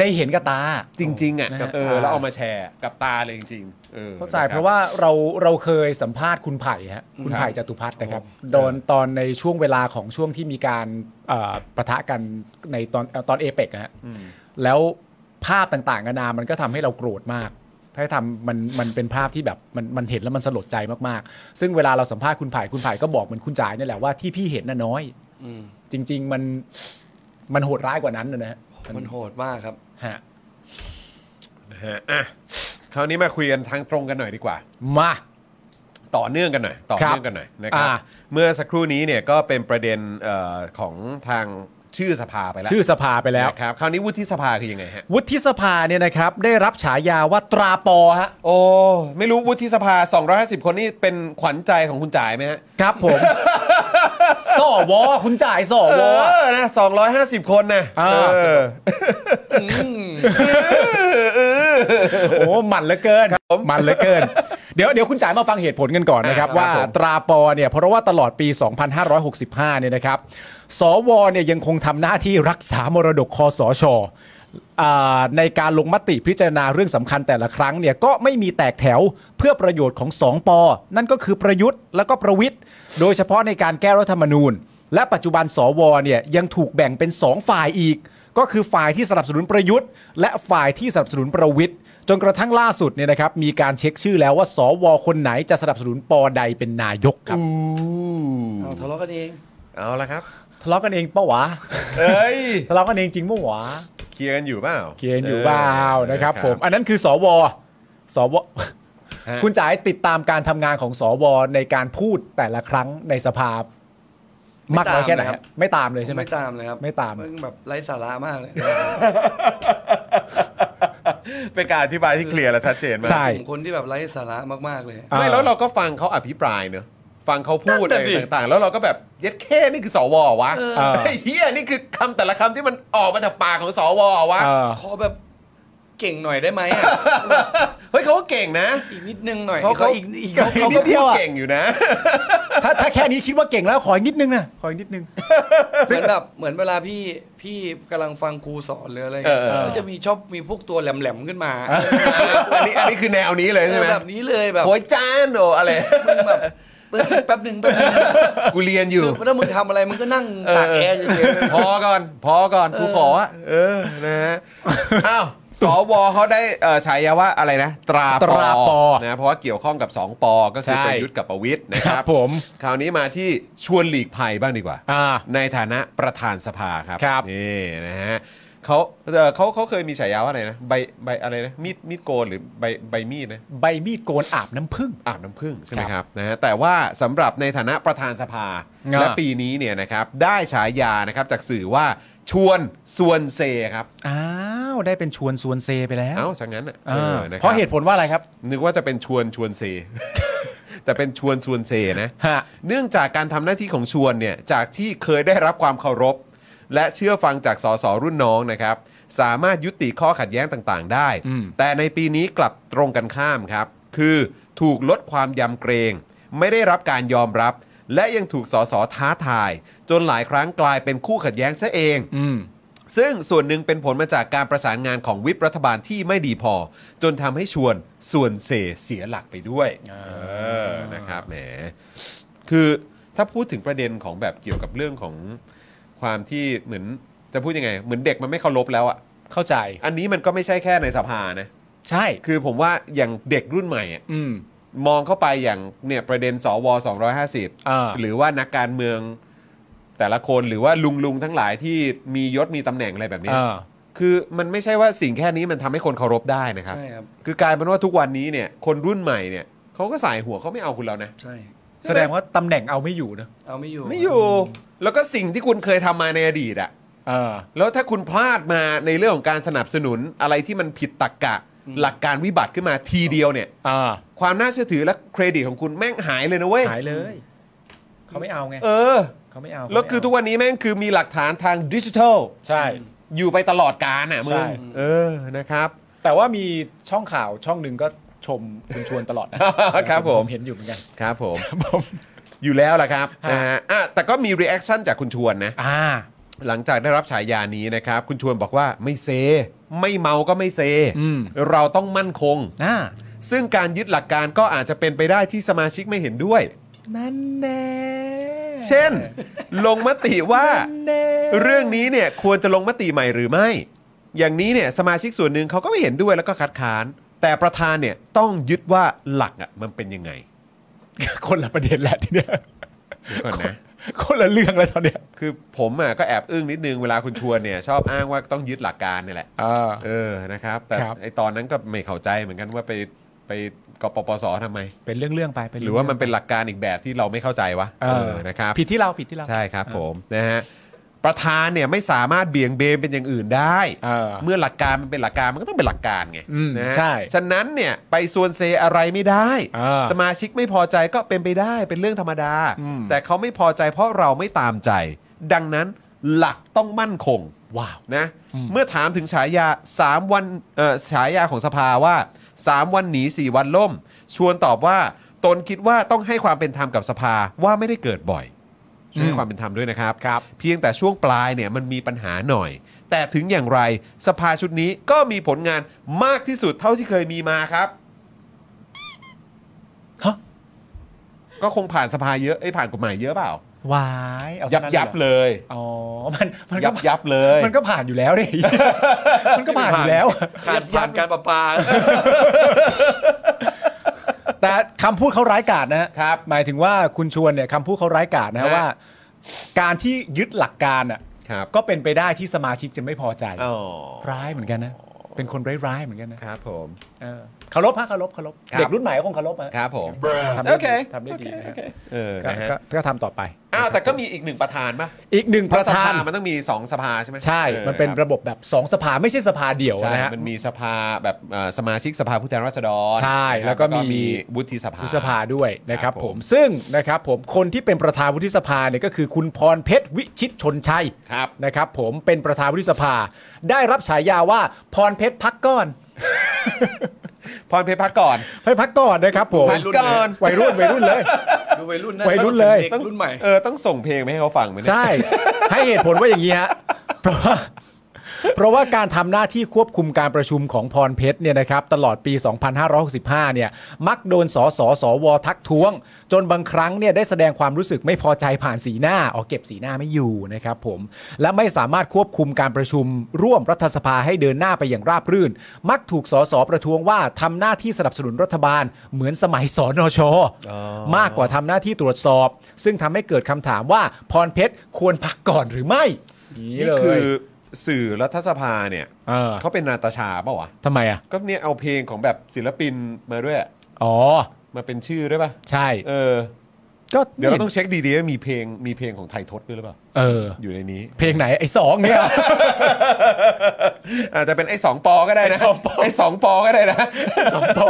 ได้เห็นกับตา จริง ๆอ่ะ นะฮะ เออแล้วเอามาแชร์กับตาเลยจริงๆออ เข้าใจ นคบ เพราะว่าเราเราเคยสัมภาษณ์คุณไผ่ฮะคุณ ครับ ไผ่จตุพัฒน์นะครับโดนตอนในช่วงเวลาของช่วงที่มีการเอ่อปะทะกันในตอนเอ่อตอนเอเปกฮะแล้วภาพต่างๆนานามันก็ทำให้เราโกรธมากให้ทำมันมันเป็นภาพที่แบบมันมันเห็นแล้วมันสลดใจมากๆ ซึ่งเวลาเราสัมภาษณ์คุณไผ่คุณไผ่ก็บอกเหมือนคุณจ๋าเนี่ยแหละว่าที่พี่เห็นน่ะน้อย อืม จริง ๆ มันมันโหดร้ายกว่านั้นนะนะ มันโหดมากครับ ฮะ ะฮะอ่ะคราวนี้มาคุยกันทางตรงกันหน่อยดีกว่า มา ต่อเนื่องกันหน่อยต่อเนื่องกันหน่อยนะครับ อ่า เมื่อสักครู่นี้เนี่ยก็เป็นประเด็นเอ่อของทางชื่อสภาไปแล้ว ชื่อสภาไปแล้ว นะครับคราวนี้วุฒิสภาคือยังไงฮะ วุฒิสภาเนี่ยนะครับได้รับฉายาว่าตราปอฮะ โอ้ ไม่รู้วุฒิสภา 250 คนนี่เป็นขวัญใจของคุณจ่ายไหมฮะ ครับผม สอวอคุณจ่ายสอ เอ วอ อนะ250 คนนะ อ่า เออ โอ้หมันเหลือเกินหมันเหลือเกิน เดี๋ยวเดี๋ยวคุณจ่ายมาฟังเหตุผลกันก่อนนะครับ ว่าตราปอเนี่ยเพราะว่าตลอดปี 2565 เนี่ยนะครับ สวเนี่ยยังคงทำหน้าที่รักษามรดกคอสชอ่าในการลงมติพิจารณาเรื่องสำคัญแต่ละครั้งเนี่ยก็ไม่มีแตกแถวเพื่อประโยชน์ของสองปอนั่นก็คือประยุทธ์แล้วก็ประวิทย์โดยเฉพาะในการแก้รัฐธรรมนูญ และปัจจุบันสวเนี่ยยังถูกแบ่งเป็นสองฝ่ายอีก ก็คือฝ่ายที่สนับสนุนประยุทธ์ และฝ่ายที่สนับสนุนประวิทย์ จนกระทั่งล่าสุดเนี่ยนะครับมีการเช็คชื่อแล้วว่าสวคนไหนจะสนับสนุนปอใดเป็นนายกครับ อู้ เอาทะเลาะกันเอง เอาละครับ ทะเลาะกันเองปะ วะ เอ้ย ทะเลาะกันเองจริงปะวะ เคลียร์กันอยู่เปล่า เกียนอยู่บ้านะครับผม อันนั้นคือสวสว ฮะ คุณจ๋ายติดตามการทำงานของสวในการพูดแต่ละครั้งในสภา ไม่ มากน้อยแค่ไหน ตามนะครับ ฮะไม่ตามเลยใช่ไหม ไม่ตามเลยครับ ไม่ตาม นแบบไร้สาระมากเลย เป็นการอธิบายที่เคลียร์และชัดเจนมาก ใช่ ผมคนที่แบบไร้สาระมากๆเลย อ่า ไม่แล้วเราก็ฟังเขาอภิปรายเนอะฟังเขาพูด นั่ อะ น ไร น่ะดิ ต่างๆ แล้วเราก็แบบเย็ดแค่นี่คือสววะ เออ ไอ้เฮียนี่คือคำแต่ละคำที่มันออกมาจากปากของสววะ เออ ขอแบบเก่งหน่อยได้ไหมอะ เฮ้ยเขาก็เก่งนะ อีกนิดนึงหน่อย เขาเขา อีกอีก เขา เขา เขา นิ ก็ ดพูเดีย ด วอะ เก่งอยู่นะ ถ้าถ้าแค่นี้คิดว่าเก่งแล้วขออีกนิดนึงนะขออีกนิดนึง เหมือนแบบเหมือนเวลาพี่พี่กำลังฟังครูสอนหรืออะไร เออเออ แล้วจะมีชอบมีพวกตัวแหลมๆขึ้นมา อันนี้อันนี้คือแนวนี้เลยใช่ไหม แบบนี้เลยแบบ โอ้ยจานโออะไร มึงแบบเออแป๊บหนึ่งแป๊บหนึง กูเรียนอยู่ คือถ้ามึงทำอะไรมึงก็นั่งตากแอร์อยู่เฉย พอก่อน พอก่อนกูขออะเออนะฮะอ้าวสวเขาได้เอ่อฉายาว่าอะไรนะ ตรา ตราปอ นะเพราะว่าเกี่ยวข้องกับ 2 ปอ ก็คือ ใช่ ประยุทธ์กับประวิทย์นะคครั รั บบ ผม คราวนี้มาที่ชวนหลีกภัยบ้างดีกว่า อ่า ในฐานะประธานสภาครับ ครับ นี่นะฮะเขาเอ่อเขาเขาเคยมีฉายาว่าอะไรนะใบใบอะไรนะมีดมีดโกนหรือใบใบมีดนะ ใบมีดโกนอาบน้ำผึ้ง อาบน้ำผึ้งใช่ไหม ครับ ครับนะฮะแต่ว่าสำหรับในฐานะประธานสภา อ่า และปีนี้เนี่ยนะครับได้ฉายานะครับจากสื่อว่าชวนซวนเซครับ อ้าวได้เป็นชวนชวนเซไปแล้ว เอ้าสังงั้นอ่ะ อ่า ออนะคบ เพราะเหตุผลว่าอะไรครับ นึกว่าจะเป็นชวนชวนเซ แต่เป็นชวนซวนเซนะ ฮะ เนื่องจากการทำหน้าที่ของชวนเนี่ยจากที่เคยได้รับความเคารพ และเชื่อฟังจากสสรุ่นน้องนะครับ สามารถยุติข้อขัดแย้งต่างๆ ได้ อืม แต่ในปีนี้กลับตรงกันข้ามครับ คือถูกลดความยำเกรง ไม่ได้รับการยอมรับ และยังถูกสสท้าทาย จนหลายครั้งกลายเป็นคู่ขัดแย้งซะเอง อืม ซึ่งส่วนหนึ่งเป็นผลมาจากการประสานงานของวิปรัฐบาลที่ไม่ดีพอ จนทำให้ชวนส่วนเสเสียหลักไปด้วยเออนะครับแหมคือถ้าพูดถึงประเด็นของแบบเกี่ยวกับเรื่องของความที่เหมือนจะพูดยังไง เหมือนเด็กมันไม่เคารพแล้วอ่ะ เข้าใจ อันนี้มันก็ไม่ใช่แค่ในสภานะ ใช่ คือผมว่าอย่างเด็กรุ่นใหม่อะ อืม มองเข้าไปอย่างเนี่ยประเด็นสว อ่า 250 หรือว่านักการเมืองแต่ละคนหรือว่าลุงลุงๆทั้งหลายที่มียศมีตำแหน่งอะไรแบบเนี้ย เออ คือมันไม่ใช่ว่าสิ่งแค่นี้มันทำให้คนเคารพได้นะครับ ใช่ครับ คือกลายเป็นว่าทุกวันนี้เนี่ย คนรุ่นใหม่เนี่ยเขาก็สายหัวเขาไม่เอาคุณแล้วนะ ใช่ แสดงว่าตำแหน่งเอาไม่อยู่เนอะ เอาไม่อยู่ ไม่อยู่ แล้วก็สิ่งที่คุณเคยทำมาในอดีตอะ เออ แล้วถ้าคุณพลาดมาในเรื่องของการสนับสนุนอะไรที่มันผิดตรกกะ หลักการวิบัติขึ้นมาทีเดียวเนี่ย อ่า ความน่าเชื่อถือและเครดิตของคุณแม่งหายเลยนะเว้ย หายเลย เขาไม่เอาไง เออ เขาไม่เอา แล้วคือทุกวันนี้แม่งคือมีหลักฐานทางดิจิทัล ใช่ อยู่ไปตลอดกาลอะมึ ใช่ งเออนะครับ แต่ว่ามีช่องข่าวช่องหนึ่งก็ชมคุณชวนตลอดนะครับ ผม เห็นอยู่เหมือนกัน ครับผม ผม อยู่แล้วล่ะครับ ฮะ นะฮะอ่ะแต่ก็มีรีแอคชั่นจากคุณชวนนะ อ่า หลังจากได้รับฉายานี้นะครับ คุณชวนบอกว่าไม่เซ ไม่เมาก็ไม่เซ อืม เราต้องมั่นคง อ่า ซึ่งการยึดหลักการก็อาจจะเป็นไปได้ที่สมาชิกไม่เห็นด้วย นั่นแน่ เช่น ลงมติว่า นั่นแน่ เรื่องนี้เนี่ยควรจะลงมติใหม่หรือไม่ อย่างนี้เนี่ยสมาชิกส่วนหนึ่งเขาก็ไม่เห็นด้วยแล้วก็คัดค้าน แต่ประธานเนี่ยต้องยึดว่าหลักอ่ะมันเป็นยังไง คนละประเด็นแหละทีเนี้ย เดี๋ยวก่อนนะ คนละเรื่องแล้วตอนเนี้ย คือผมอ่ะก็แอบอึ้งนิดนึงเวลาคุณชวนเนี่ยชอบอ้างว่าต้องยึดหลักการเนี่ยแหละ เออ เออ นะครับ แต่ ครับ ไอตอนนั้นก็ไม่เข้าใจเหมือนกันว่าไปไปกปปสทำไม เป็นเรื่องๆไปเป็น ห เงๆไป รือว่ามันเป็นหลักการอีกแบบที่เราไม่เข้าใจวะ เออ นะครับ ผิดที่เราผิดที่เรา ใช่ครับผมนะฮะประธานเนี่ยไม่สามารถเบี่ยงเบนเป็นอย่างอื่นได้ เออ เมื่อหลักการมันเป็นหลักการมันก็ต้องเป็นหลักการไง อืม นะฮะ ใช่ ฉะนั้นเนี่ยไปส่วนเซอะไรไม่ได้ เออ สมาชิกไม่พอใจก็เป็นไปได้เป็นเรื่องธรรมดา อืม แต่เขาไม่พอใจเพราะเราไม่ตามใจ ดังนั้นหลักต้องมั่นคง ว้าว นะเมื่อถามถึงฉายา 3 วันเอ่อฉายาของสภาว่า 3 วันหนี 4 วันล่ม ชวนตอบว่า ตนคิดว่าต้องให้ความเป็นธรรมกับสภาว่าไม่ได้เกิดบ่อยช่วยให้ความเป็นธรรมด้วยนะครับ ครับ เพียงแต่ช่วงปลายเนี่ยมันมีปัญหาหน่อย แต่ถึงอย่างไรสภาชุดนี้ก็มีผลงานมากที่สุดเท่าที่เคยมีมาครับ ฮะ ก็คงผ่านสภาเยอะไอ้ยผ่านกฎหมายเยอะเปล่า วายเอา ยั เท่า บ นั้น ยับ หรอ เลย อ๋อมันมันก็ ยับยับเลย มันก็ผ่านอยู่แล้ว ดิ มันก็ผ่านอยู่แล้ว ผ่านผ่านการประปา แต่คำพูดเขาร้ายกาจนะฮะ ครับ หมายถึงว่าคุณชวนเนี่ยคำพูดเขาร้ายกาจนะฮะ ฮะ ว่า การที่ยึดหลักการอ่ะ ครับ ก็เป็นไปได้ที่สมาชิกจะไม่พอใจ อ๋อ ร้ายเหมือนกันนะ เป็นคนร้ายๆเหมือนกันนะครับ ผม เออเคารพฮะเคารพเคารพ ครับ เด็กรุ่นใหม่ก็คงเคารพฮะ ครับผม ทำได้ โอเค ดีทำได้ดีนะฮะ เออ ก็ นะฮะ ก็ก็ทำต่อไป อ้าวแต่ก็มีอีกหนึ่งประธานปะ อีกหนึ่งประธาน เพสภมันต้องมี 2 สภาใช่ไหม ใช่ ออ มันเป็น คบ ระบบแบบ 2 สภาไม่ใช่สภาเดียว ใช่ นะฮะ มันมีสภาแบบเอ่อสมาชิกสภาผู้แทนราษฎร ใช่ นะครับ แล้วก็มี วุฒิสภา วุฒิสภาด้วยนะครับ ครับ ผ ผม ม ซึ่งนะครับผมคนที่เป็นประธานวุฒิสภาเนี่ยก็คือคุณพรเพชรวิชิตชนชัย ครับ นะครับผมเป็นประธานวุฒิสภา ได้รับฉายาว่าพรเพชรพักก้อน พรเพชรพักก่อน ให้พักก่อนนะครับผม พักก่อน วัยรุ่นวัยรุ่นเลย ดูวัยรุ่นนะ วัยรุ่นเลย ด็กรุ่นใหม่ เออต้องส่งเพลงไปให้เขาฟังไหมเนี่ย ใช่ ให้เหตุผลว่าอย่างนี้ฮะเพราะว่าเพราะว่าการทำหน้าที่ควบคุมการประชุมของพรเพชรเนี่ยนะครับตลอดปี 2565 เนี่ยมักโดนสสสวทักท้วง จนบางครั้งเนี่ยได้แสดงความรู้สึกไม่พอใจผ่านสีหน้าออกเก็บสีหน้าไม่อยู่นะครับผม และไม่สามารถควบคุมการประชุมร่วมรัฐสภาให้เดินหน้าไปอย่างราบรื่น มักถูกสสประท้วงว่าทำหน้าที่สนับสนุนรัฐบาลเหมือนสมัยสนช มากกว่าทำหน้าที่ตรวจสอบ ซึ่งทำให้เกิดคำถามว่าพรเพชรควรพักก่อนหรือไม่ นี่คือสื่อรัฐสภาเนี่ย เออ เขาเป็นนาตาชาเปล่าวะ ทำไมอ่ะ ก็เนี่ยเอาเพลงของแบบศิลปินมาด้วยอะ อ๋อ มาเป็นชื่อด้วยป่ะ ใช่ เออ ก็ เดี๋ยวเราต้องเช็คดีๆว่ามีเพลงมีเพลงของไทยทศด้วยหรือเปล่า เออ อยู่ในนี้ เพลงไหนไอ้สองเนี่ย อาจจะเป็นไอ้สองปอก็ได้นะ ไอ้สองปอ ไอ้สองปอก็ได้นะ สองพอ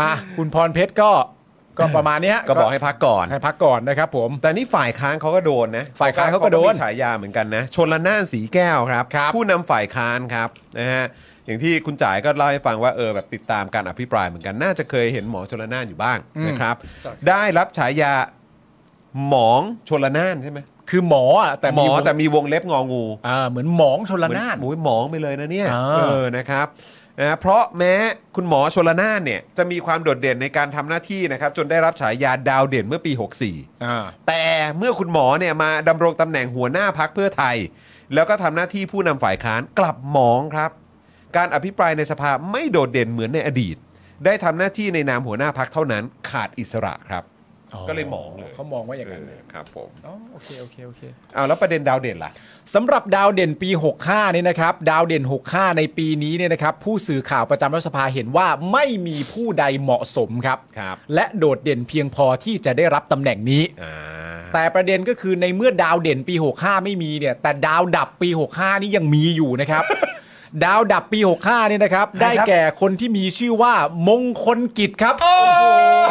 อ่ะคุณพรเพชรก็ก็ประมาณเนี้ย ก็บอกให้พักก่อน ให้พักก่อนนะครับผม แต่นี่ฝ่ายค้านเขาก็โดนนะ ฝ่ายค้านเขาก็โดน มีฉายาเหมือนกันนะ ชนละนานสีแก้วครับ ครับ ผู้นำฝ่ายค้านครับนะฮะอย่างที่คุณจ่ายก็เล่าให้ฟังว่าเออแบบติดตามการอภิปรายเหมือนกันน่าจะเคยเห็นหมอชนละนานอยู่บ้าง อืม นะครับ จ้ะ ได้รับฉายาหมองชนละนานใช่ไหม คือหมออ่ะแต่ หมอ วง แต่มีวงเล็บงองู อ่าเหมือนหมองชนละนาน หมูหมองไปเลยนะเนี่ย อ่า เออนะครับนะเพราะแม้คุณหมอชลนานเนี่ยจะมีความโดดเด่นในการทำหน้าที่นะครับ จนได้รับฉายาดาวเด่นเมื่อปี 64 อ่า แต่เมื่อคุณหมอเนี่ยมาดำรงตำแหน่งหัวหน้าพักเพื่อไทย แล้วก็ทำหน้าที่ผู้นำฝ่ายค้านกลับหมองครับ การอภิปรายในสภาไม่โดดเด่นเหมือนในอดีต ได้ทำหน้าที่ในนามหัวหน้าพักเท่านั้นขาดอิสระครับ ก็เลยหมองเลย เขามองว่าอย่างนั้น เอ เลย อครับผม อ๋อโอเคโอเคโอเค เอาแล้วประเด็นดาวเด่นล่ะ สำหรับดาวเด่นปี 65เนี่ยนะครับ ดาวเด่น 65 ในปีนี้เนี่ยนะครับ ผู้สื่อข่าวประจำรัฐสภาเห็นว่าไม่มีผู้ใดเหมาะสมครับ ครับ และโดดเด่นเพียงพอที่จะได้รับตำแหน่งนี้ อ่า แต่ประเด็นก็คือในเมื่อดาวเด่นปี 65 ไม่มีเนี่ย แต่ดาวดับปี 65 นี่ยังมีอยู่นะครับ ดาวดับปี 65เนี่ยนะครับ ได้แก่คนที่มีชื่อว่า มงคลกิจครับ โอ้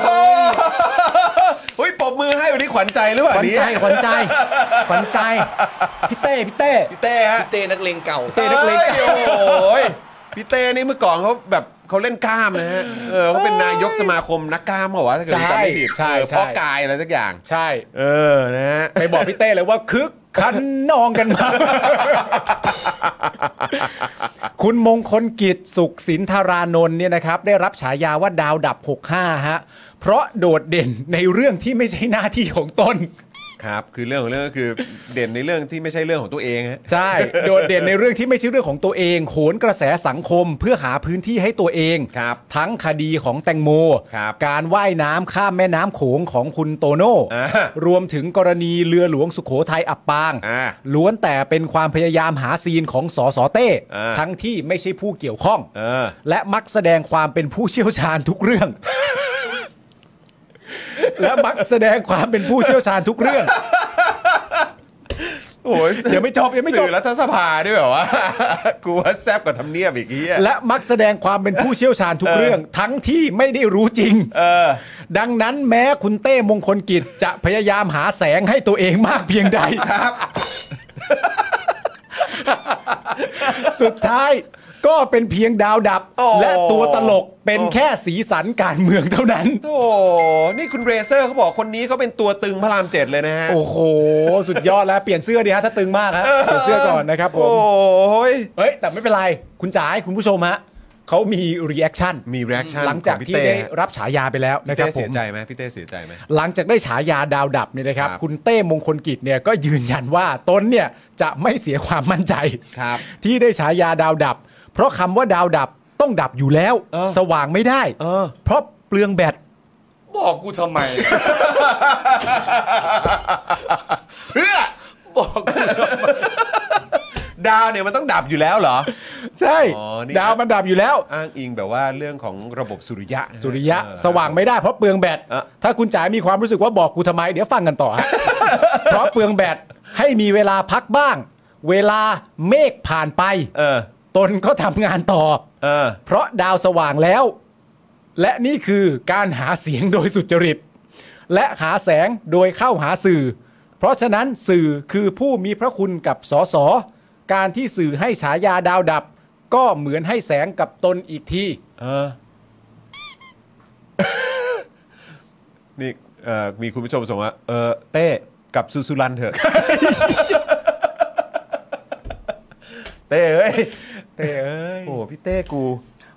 โหเฮ้ยปรบมือให้วันนี้ขวัญใจหรือเปล่า ขวัญ เนี่ย ใจขวัญใจขวัญใจพี่เต้พี่ เต้ พี่เต้ฮะ พี่เต้นักเลงเก่า เต้นักเลงเก่า อ้ยโอ้ยพี่เต้นี่เมื่อก่อนเขาแบบเขาเล่นกล้ามนะฮะ เออเขาเป็นนายกสมาคมนักกล้ามเหรอวะถ้าเกิดผมจำไม่ผิด ใช่เอใช่อพ่อกายอะไรสักอย่าง ใช่ เออนะฮะ ไปบอกพี่เต้เลยว่าคึกคันนองกันมา คุณมงคลกิจสุขสินธารานนท์เนี่ยนะครับ ได้รับฉายาว่าดาวดับ 65 ฮะ เพราะโดดเด่นในเรื่องที่ไม่ใช่หน้าที่ของตน ครับ คือเรื่องของเรื่องก็คือเด่นในเรื่องที่ไม่ใช่เรื่องของตัวเองฮะ ใช่ โดดเด่นในเรื่องที่ไม่ใช่เรื่องของตัวเอง โหนกระแสสังคมเพื่อหาพื้นที่ให้ตัวเอง ครับ ทั้งคดีของแตงโม ครับ การว่ายน้ำข้ามแม่น้ำโขงของคุณโตโน่ อ่า รวมถึงกรณีเรือหลวงสุโขทัยอับปาง อ่า ล้วนแต่เป็นความพยายามหาซีนของสอสอเต้ อ่า ทั้งที่ไม่ใช่ผู้เกี่ยวข้อง เออ และมักแสดงความเป็นผู้เชี่ยวชาญทุกเรื่อง และมักแสดงความเป็นผู้เชี่ยวชาญทุกเรื่อง โอ้ย ยังไม่จบยังไม่จบ สื่อรัฐสภาด้วยแบบว่า กูว่าแซบกว่าทำเนียบอีกทีย และมักแสดงความเป็นผู้เชี่ยวชาญทุกเรื่อง ทั้งที่ไม่ได้รู้จริง เออ ดังนั้นแม้คุณเต้มงคลกิจจะพยายามหาแสงให้ตัวเองมากเพียงใด สุดท้ายก็เป็นเพียงดาวดับ โอ้ และตัวตลกเป็นแค่สีสันการเมืองเท่านั้น โอ้นี่คุณเรเซอร์เขาบอกคนนี้เขาเป็นตัวตึงพระรามเจ็ดเลยนะฮะ โอ้โห สุดยอดแล้วเปลี่ยนเสื้อดีฮะถ้าตึงมากฮะเปลี่ยนเสื้อก่อนนะครับผม โอ้ย เฮ้ยแต่ไม่เป็นไร คุณจ๋ายคุณผู้ชมฮะ เขามีรีแอคชั่น มี reaction หลังจาก ของพี่ ที่ เต้ ได้รับฉายาไปแล้ว พี่ นะครับ เต้ ผ เสีย ม ใจไหมพี่เต้เสียใจไหม หลังจากได้ฉายาดาวดับเนี่ยนะครับ ครับ คุณเต้มงคลกิจเนี่ยก็ยืนยันว่าตนเนี่ยจะไม่เสียความมั่นใจ ครับ ที่ได้ฉายาดาวดับ เพราะคำว่าดาวดับต้องดับอยู่แล้ว เออ สว่างไม่ได้ เออ ราะเปลืองแบต บอกกูทำไม เพื่อ บอกกู ดาวเนี่ยมันต้องดับอยู่แล้วเหรอ ใช่ อ๋อนี่ ดาวมันดับอยู่แล้ว อ้างอิงแบบว่าเรื่องของระบบสุริยะนฮ สุริยะ เออ สว่างไม่ได้เพราะเปลืองแบต เออ ถ้าคุณจ๋ามีความรู้สึกว่าบอกกูทำไม เดี๋ยวฟังกันต่อ ฮะ เพราะเปลืองแบตให้มีเวลาพักบ้าง เวลาเมฆผ่านไป เออ ตนก็ทำงานต่อ เออ เพราะดาวสว่างแล้ว และนี่คือการหาเสียงโดยสุจริต และหาแสงโดยเข้าหาสื่อ เพราะฉะนั้นสื่อคือผู้มีพระคุณกับสสการที่สื่อให้ฉายาดาวดับ ก็เหมือนให้แสงกับตนอีกที เออ นี่เอ่อมีคุณผู้ชมส่งว่าเออเต้กลับซูซูรันเถอะ เต้เอ้ย เต้เอ้ย โอ้โหพี่เต้กู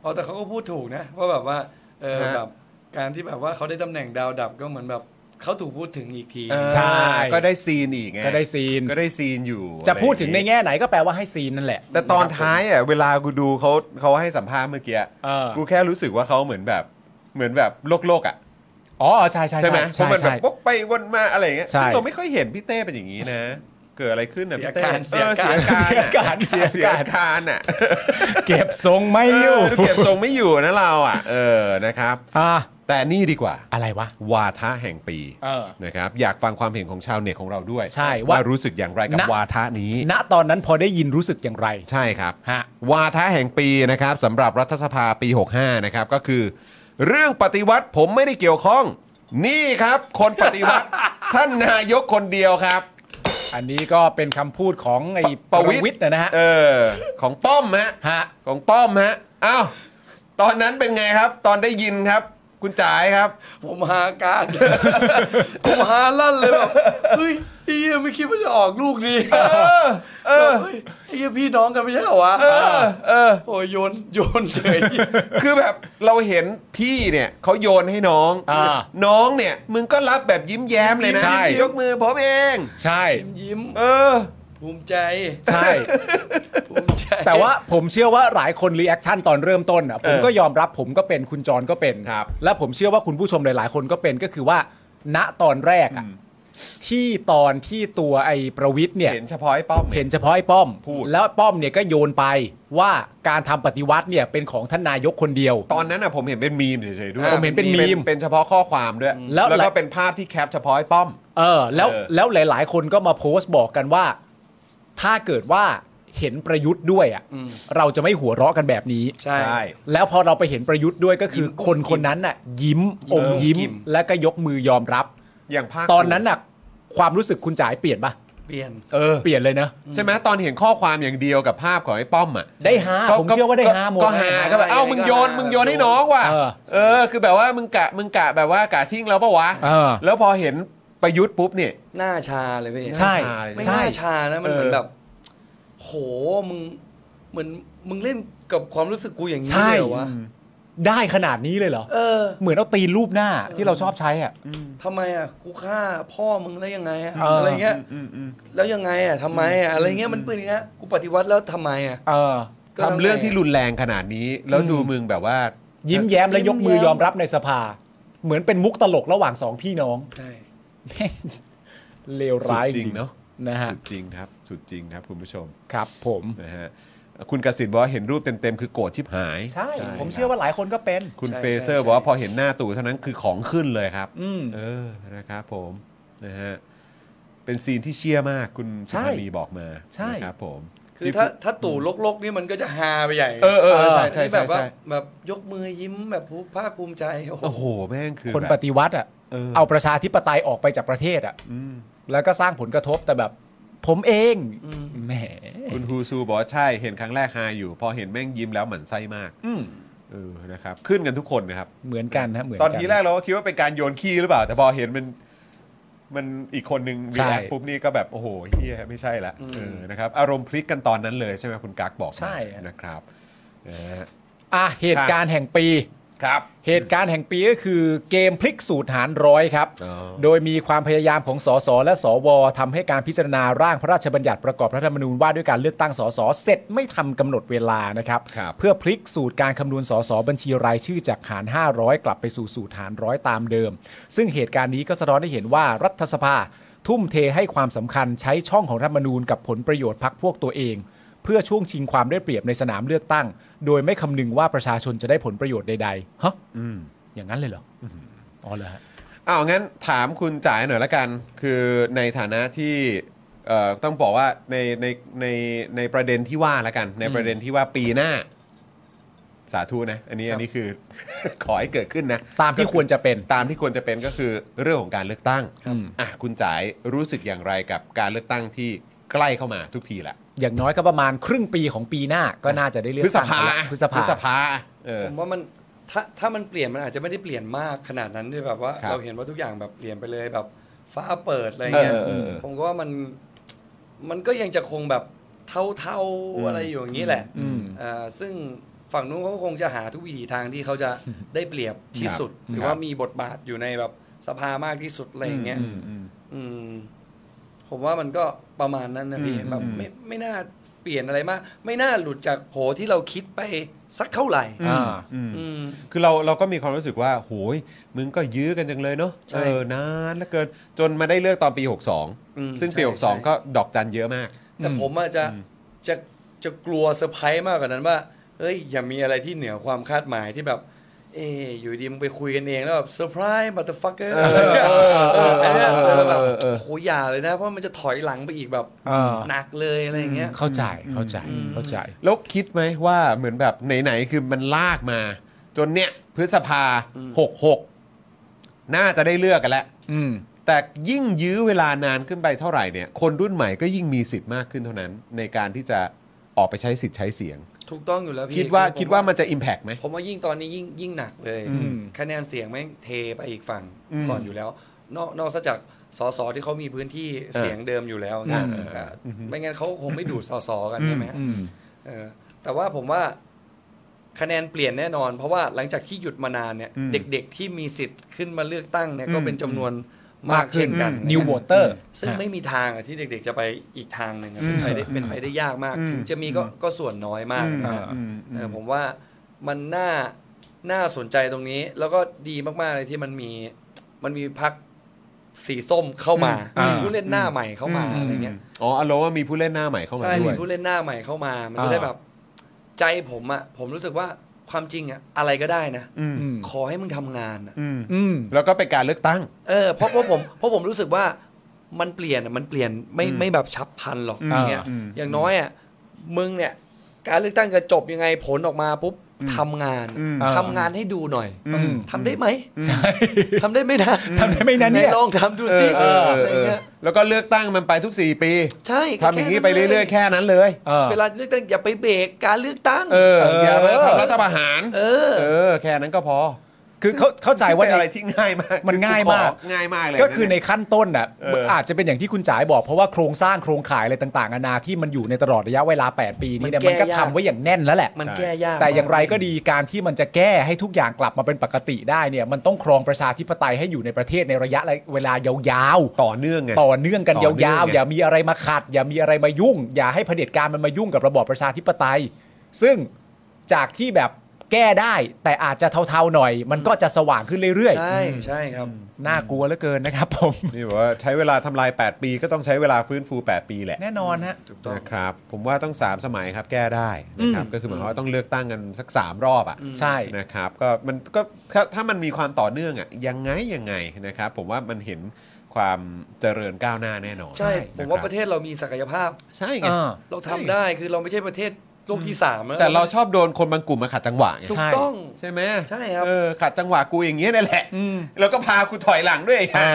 อ๋อแต่เขาก็พูดถูกนะว่าแบบว่าเออ ฮะ แบบการที่แบบว่าเขาได้ตำแหน่งดาวดับก็เหมือนแบบเขาถูกพูดถึงอีกที อ่า ใช่ ก็ได้ซีนอีกไง ก็ได้ซีน ก็ได้ซีนอยู่ จะพูดถึงใน อะไรอย่างงี้ แง่ไหนก็แปลว่าให้ซีนนั่นแหละ แต่ตอนท้ายอ่ะเวลากูดูเขาเขาให้สัมภาษณ์เมื่อกี้ เออ กูแค่รู้สึกว่าเขาเหมือนแบบเหมือนแบบโลกโลกๆอ่ะ อ๋อใช่ใช่ ใช่ไหมเพ ใช่ ราะมันแบ ใช่ บวกไปวนมาอะไรอย่างเงี้ย ใช่ ซึ่งเราไม่ค่อยเห็นพี่เต้เป็นอย่างนี้นะ เกิดอะไรขึ้นนะ เสีย พี่เต้ การ เออเสีย เสี การ ย เสียการเสีย เสีย การ การอ่ะ เก็บทรงไม่ เอ อยู่ อดูเก็บทรงไม่อยู่นะเราอ่ะ เออนะครับ อ่า แต่นี่ดีกว่า อะไรวะ วาทะแห่งปี เออ นะครับ อยากฟังความเห็นของชาวเน็ตของเราด้วย ใช่ว่า ว่ารู้สึกอย่างไรกับ ณ วาทะนี้ ณตอนนั้นพอได้ยินรู้สึกอย่างไร ใช่ครับ ฮะ วาทะแห่งปีนะครับสำหรับรัฐสภาปี 65 นะครับ ก็คือ เรื่องปฏิวัติผมไม่ได้เกี่ยวข้อง นี่ครับ คนปฏิ วัติ ท่านนายกคนเดียวครับ อันนี้ก็เป็นคำพูดของไอ้ ป ประ ระ วิตร วิทย์นะฮะ เออ ของป้อมฮะ ฮะ ของป้อมฮะอ้าวตอนนั้นเป็นไงครับ ตอนได้ยินครับ คุณจ๋ายครับ ผมหาการ ผมหาลั่นเลยแบบเฮ้ยไอ้เหี้ยไม่คิดว่าจะออกลูกนี้แบบเฮ้ยไอ้เหี้ยพี่น้องกันไม่ใช่เหรอวะ เออ โอ้ยโยนโยนเฉย คือแบบเราเห็นพี่เนี่ยเขาโยนให้น้อง อ่า น้องเนี่ย มึงก็รับแบบยิ้มแย้มเลยนะ ใช่ ยกมือผมเอง ใช่ ยิ้ม เออ ภูมิใจ ใช่ ภูมิใจ แต่ว่าผมเชื่อว่าหลายคนรีแอคชั่นตอนเริ่มต้นอ่ะผมก็ยอมรับผมก็เป็นคุณจรก็เป็น ครับ และผมเชื่อว่าคุณผู้ชมหลาย ๆ คนก็เป็นก็คือว่า ณตอนแรกอ่ะที่ตอนที่ตัวไอ้ประวิทย์เนี่ย เห็นเฉพาะไอ้ป้อม เห็ ย นเฉพาะไอ้ป้อม พูด แล้วป้อมเนี่ยก็โยนไปว่าการทำปฏิวัติเนี่ยเป็นของท่านนายกคนเดียว ตอนนั้นอ่ะผมเห็นเป็นมีมเฉยๆด้วย ผมเห็นเป็นมีม เป็นเฉพาะข้อความด้วย แล้ว แล้วก็เป็นภาพที่แคปเฉพาะไอ้ป้อม เออแล้ว เออ แล้วหลาย ๆ คนก็มาโพสต์บอกกันว่า ถ้าเกิดว่าเห็นประยุทธ์ด้วยอ่ะเราจะไม่หัวเราะกันแบบนี้ ใช่ แล้วพอเราไปเห็นประยุทธ์ด้วยก็คือ ยิ้ม คนคนนั้นน่ะ ยิ้มอมยิ้ม เออยิ้ม และก็ยกมือยอมรับ อย่างภาค ตอนนั้นน่ะ ความรู้สึกคุณจ๋ายเปลี่ยนปะ เปลี่ยน เออ เปลี่ยนเลยนะ ใช่ไหมตอนเห็นข้อความอย่างเดียวกับภาพของไอ้ป้อมอ่ะ ได้ฮา ก็ ผมเชื่อว่าได้ฮาหมด ก็หาก็แบบเอ้ามึงโยนมึงโยนให้น้องว่ะ เออ เออ คือแบบว่ามึงกะมึงกะแบบว่ากะชิ่งแล้วปะวะ เออ แล้วพอเห็นประยุทธ์ปุ๊บเนี่ย หน้าชาเลยพี่ ใช่ หน้าชาเลย ไม่ ใช่ น่าชานะมันเหมือ เอน อ แบบ โหมึงเหมือนมึงเล่นกับความรู้สึกกูอย่างนี้ ใช่ เลยเหรอวะ ได้ขนาดนี้เลยเหรอ เออ เหมือนเอาตีนรูปหน้าที่เราชอบใช้อ่ะ ทำไมอ่ะกูฆ่าพ่อมึงแล้วยังไงอ่ะ เอออ อะไรเงี้ยแล้วยังไงอ่ะทำไมอ่ะอะไรเงี้ยมันเป็นอย่างเงี้ยกูปฏิวัติแล้วทำไมอ่ะ เออ ก็แล้วไง ทำเรื่องที่รุนแรงขนาดนี้ แล้วดูมึงแบบว่า ยิ้ ยิ้มแย้มและยกมือยอมรับในสภา เหมือนเป็นมุกตลกระหว่างสองพี่น้อง ใช่ แม่งเลว สุด ร้าย จ จ ริง ริง เนาะ นะฮะ สุดจริงครับ สุดจริงครับคุณผู้ชม ครับผม นะฮะคุณกสินบอกว่าเห็นรูปเต็มๆคือโกรธชิบหาย ใช่ ผมเชื่อว่าหลายคนก็เป็น คุณ ใช่ เฟเซอ ใช่ ร์บอกว่า ใช่ พอเห็นหน้าตู่เท่านั้นคือของขึ้นเลยครับ อืม เออนะครับผมนะฮะเป็นซีนที่เชี่ยมากคุณสุ ใช่ ภานีบอกมา ใช่ นะครับผม คือถ้าถ้าตู่ลกๆนี่มันก็จะฮาไปใหญ่ เออเออใช่ อัน ใช่ นี้แบ ใช่ บว่า ใช่ แบบยกมือยิ้มแบบภาคภูมิใจโอ้โห โอ้โห แม่งคือ คน แบ ป บ ฏิวัติอ่ะ เออ เอาประชาธิปไตยออกไปจากประเทศอ่ะ อืม แล้วก็สร้างผลกระทบแต่แบบ ผมเองแหม คุณฮูซูบอกว่าใช่ เห็นครั้งแรกฮาอยู่ พอเห็นแม่งยิ้มแล้วหมั่นไส้มากเออนะครับขึ้นกันทุกคนนะครับ เหมือนกันนะเหมือน ต กั อนทีแรกเราก็คิดว่าเป็นการโยนขี้หรือเปล่า แต่พอเห็นมันมันอีกคนนึงรีใช่แอคปุ๊บนี่ก็แบบโอ้โหเฮียไม่ใช่ละเออนะครับ อารมณ์พลิกกันตอนนั้นเลยใช่ไหมคุณกั๊กบอกมา ใช่ฮะ นะครับนะฮะ อ่ะเหตุการณ์แห่งปี ครับ เหตุการณ์แห่งปีก็คือเกมพลิกสูตรหารร้อยครับ อ๋อ โดยมีความพยายามของสสและสวทำให้การพิจารณาร่างพระราชบัญญัติประกอบรัฐธรรมนูญว่าด้วยการเลือกตั้งสสเสร็จไม่ทำกำหนดเวลานะครับ ครับ เพื่อพลิกสูตรการคำนวณสสบัญชีรายชื่อจากหาร 500 กลับไปสู่สูตรหารร้อยตามเดิม ซึ่งเหตุการณ์นี้ก็สะท้อนให้เห็นว่ารัฐสภา ทุ่มเทให้ความสำคัญใช้ช่องของรัฐธรรมนูญกับผลประโยชน์พรรคพวกตัวเอง เพื่อช่วงชิงความได้เปรียบในสนามเลือกตั้ง โดยไม่คำนึงว่าประชาชนจะได้ผลประโยชน์ใดๆฮะอย่างนั้นเลยเหรอออ๋อเหรอฮะ อ้าวงั้นถามคุณจ๋ายหน่อยละกัน คือในฐานะที่เอ่อต้องบอกว่าในในในในประเด็นที่ว่าละกัน ในประเด็นที่ว่าปีหน้า สาธุนะ อันนี้อันนี้คือ ขอให้เกิดขึ้นนะ ตามที่ควรจะเป็น ตามที่ควรจะเป็นก็คือเรื่องของการเลือกตั้ง ครับ อ่ะคุณจ๋ายรู้สึกอย่างไรกับการเลือกตั้งที่ใกล้เข้ามาทุกทีละ อย่างน้อยก็ประมาณครึ่งปีของปีหน้าก็น่าจะได้เลือก พฤษ ตั้ง ภา กันละพฤษพภาฤษภาเออ ผมว่ามันถ้าถ้ามันเปลี่ยนมันอาจจะไม่ได้เปลี่ยนมากขนาดนั้นด้วยแบบว่า ครับ เราเห็นว่าทุกอย่างแบบเปลี่ยนไปเลยแบบฟ้าเปิดอะไรเงี้ย เออเออเออ ผมก็ว่ามันมันก็ยังจะคงแบบเท่า อืม ๆอะไรอยู่อย่างนี้แหละ อืม เอ่อซึ่งฝั่งนู้นเขาก็คงจะหาทุกวิถีทางที่เขาจะได้เปรียบที่สุด หรือว่ามีบทบาทอยู่ในแบบสภามากที่สุดอะไรอย่างเงี้ย อืมอืม อืมผมว่ามันก็ประมาณนั้นนะพี่ อืม แบบ อืม ไม่ไม่น่าเปลี่ยนอะไรมาก ไม่น่าหลุดจากโผที่เราคิดไปสักเท่าไหร่ อืม อ่า อืม อืม คือเราเราก็มีความรู้สึกว่าโหยมึงก็ยื้อกันจังเลยเนาะ ใช่ เออนานเหลือเกิน จนมาได้เลือกตอนปี อืม 62 ซึ่งปี ใช่ใช่ 62 ก็ดอกจันเยอะมาก แต่ผมอาจจะจะจะกลัวเซอร์ไพรส์มากกว่านั้นว่าเอ้ย อย่ามีอะไรที่เหนือความคาดหมายที่แบบ เอยอยู่ดีมึงไปคุยกันเองแล้วแบบเซอร์ไพรส์บัตเตอร์ฟักเกอร์อะไรเงี้ยเอออันเนี้ยเออแบบ เออเออ โหอย่าเลยนะ เพราะมันจะถอยหลังไปอีกแบบ เออ หนักเลยอะไรอย่างเงี้ย เข้าใจเข้าใจเข้าใจ แล้วคิดไหมว่าเหมือนแบบไหน ๆ คือมันลากมา จนเนี่ยพฤษภา อืม 66 น่าจะได้เลือกกันแล้ว อืม แต่ยิ่งยื้อเวลานานขึ้นไปเท่าไหร่เนี่ย คนรุ่นใหม่ก็ยิ่งมีสิทธิ์มากขึ้นเท่านั้น ในการที่จะออกไปใช้สิทธิ์ใช้เสียง ถูกต้องอยู่แล้วพี่ คิดว่า ผม คิดว่ามันจะ impact ไหม ผมว่ายิ่งตอนนี้ยิ่งยิ่งหนักเลย อืม คะแนนเสียงแม่งเทไปอีกฝั่ง อืม ก่อนอยู่แล้ว นอกนอกซะจากสสที่เขามีพื้นที่เสียงเดิมอยู่แล้วนะเอออไม่งั้นเขาคงไม่ดูดสสกันใช่ไหม อืม เออแต่ว่าผมว่าคะแนนเปลี่ยนแน่นอน เพราะว่าหลังจากที่หยุดมานานเนี่ย อืม เด็กๆที่มีสิทธิ์ขึ้นมาเลือกตั้งเนี่ยก็เป็นจำนวน มาม าก ก ขึ้ เช่ น นกัน New Voter ซึ่งไม่มีทางอะที่เด็ก ๆ จะไปอีกทางหนึ่งอะเป็นไปได้เป็นไปได้ยากมาก ถึงจะมีก็ก็ส่วนน้อยมากนะ อืม เออผมว่ามันน่าน่าสนใจตรงนี้ แล้วก็ดีมาก ๆ เลยที่มันมีมันมีพักสีส้มเข้ามา อืม มีผู้เล่นหน้าใหม่เข้ามา อืม อะไรเงี้ย อ๋ออารมณ์ว่ามีผู้เล่นหน้าใหม่เข้ามา ใช่ ด้ มี วย ผู้เล่นหน้าใหม่เข้ามา มันก็ อ่า ได้แบบ ใจผมอะผมรู้สึกว่าความจริงอะอะไรก็ได้นะ อืม อืม ขอให้มึงทำงานอะ อืม อืม แล้วก็เป็นการเลือกตั้ง เออเพราะเพราะผมเพราะผมรู้สึกว่ามันเปลี่ยนอะมันเปลี่ยนไม่ไม่แบบฉับพลันหรอก อืม อย่างเงี้ย อืม อย่างน้อยอะมึงเนี่ย การเลือกตั้งจะจบยังไงผลออกมาปุ๊บทำงานทำงานให้ดูหน่อย อืม ทำได้ไหมใช่ทำได้ไหมนะ ทำได้ไหมนะเนี่ย หลองทำดูสิ เออเออ ไร เออ เงี้ย แล้วก็เลือกตั้งมันไปทุก 4 ปี ใช่ ทำอย่างนี้ไป แค่ เรื่อยๆ แค่นั้นเลย เออ เวลาเลือกตั้งอย่าไปเบรกการเลือกตั้ง เออ เอออ อย่ามาทำรัฐประหาร เออ เออ แค่นั้นก็พอ คือเข้าเข้าใจว่า เป็นอะไร ใน ที่ง่ายมาก มันง่ายมาก คือของ่ายมากเลย ก็คือในขั้นต้นน่ะ เออ อาจจะเป็นอย่างที่คุณจ๋ายบอกเพราะว่าโครงสร้างโครงข่ายอะไรต่างๆนานาที่มันอยู่ในตลอดระยะเวลา 8 ปีนี้เนี่ย มั มัน นแก้ ก็ ยาก ทำไว้อย่างแน่นแล้วแหละ มันแก้ยาก แต่อย่างไรก็ดีการที่มันจะแก้ให้ทุกอย่างกลับมาเป็นปกติได้เนี่ยมันต้องครองประชาธิปไตยให้อยู่ในประเทศในระยะเวลายาวๆ ต่อเนื่องไง ต่อเนื่องกัน ต่ ย อเนื่อง าว ไง ๆ อย่ามีอะไรมาขัด อย่ามีอะไรมายุ่ง อย่าให้เผด็จการมันมายุ่งกับระบอบประชาธิปไตย ซึ่งจากที่แบบแก้ได้ แต่อาจจะเทาๆหน่อย มันก็จะสว่างขึ้นเรื่อย ใช่ใช่ครับ ๆ น่ากลัวเหลือเกินนะครับผม นี่บอกว่าใช้เวลาทำลาย 8 ปีก็ต้องใช้เวลาฟื้นฟู 8 ปีแหละ แน่นอนฮะ ถูกต้อง นะครับ ผมว่าต้อง 3 สมัยครับแก้ได้นะครับก็คือหมายความว่าต้องเลือกตั้งกันสัก 3 รอบอ่ะ ใช่ นะครับก็มันก็ถ้าถ้ามันมีความต่อเนื่องอ่ะยังไงยังไงนะครับ ผมว่ามันเห็นความเจริญก้าวหน้าแน่นอน ใช่ ผมว่า คบ ประเทศเรามีศักยภาพ ใช่ไง อ่า เราทำได้คือเราไม่ใช่ประเทศโลกที่สามนะ แต่เราชอบโดนคนบางกลุ่มมาขัดจังหวะไง ถู ใช่ กต้อง ใช่ไหม ใช่ครับ เออขัดจังหวะกูอย่างเงี้ยนั่นแหละ อืม แล้วก็พากูถอยหลังด้วย อ่า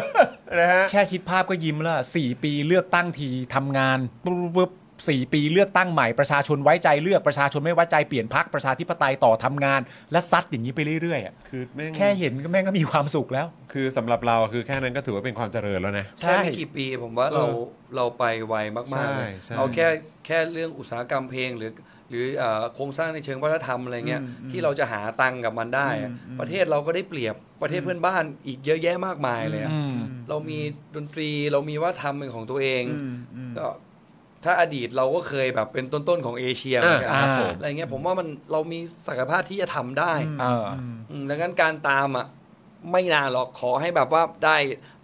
นะฮะ แค่คิดภาพก็ยิ้มแล้วสี่ปีเลือกตั้งทีทำงานปุ๊บ 4 ปีเลือกตั้งใหม่ประชาชนไว้ใจเลือกประชาชนไม่ไว้ใจเปลี่ยนพักประชาธิปไตยต่อทำงาน และซัดอย่างนี้ไปเรื่อยๆอะ คือแม่ง แค่เห็นก็แม่งก็มีความสุขแล้ว คือสำหรับเราคือแค่นั้นก็ถือว่าเป็นความเจริญแล้วนะ ใช่ ใช่ไม่กี่ปีผมว่าเราเราไปไว ใช่ มากๆเลย ใช่ เอาแค่แค่เรื่องอุตสาหกรรมเพลงหรือ หรือเอ่อโครงสร้างในเชิงวัฒนธรรมอะไรเงี้ยที่เราจะหาตังค์กับมันได้อะประเทศเราก็ได้เปรียบประเทศเพื่อนบ้านอีกเยอะแยะมากมายเลยอะเรามีดนตรีเรามีวัฒนธรรมเป็นของตัวเองก็ถ้าอดีตเราก็เคยแบบเป็นต้นๆของเอเชียเหมือนกัน อ่า อะไรเงี้ยผมว่ามันเรามีศักยภาพที่จะทำได้ เอออ อืมดังนั้นการตามอ่ะไม่นานหรอกขอให้แบบว่าได้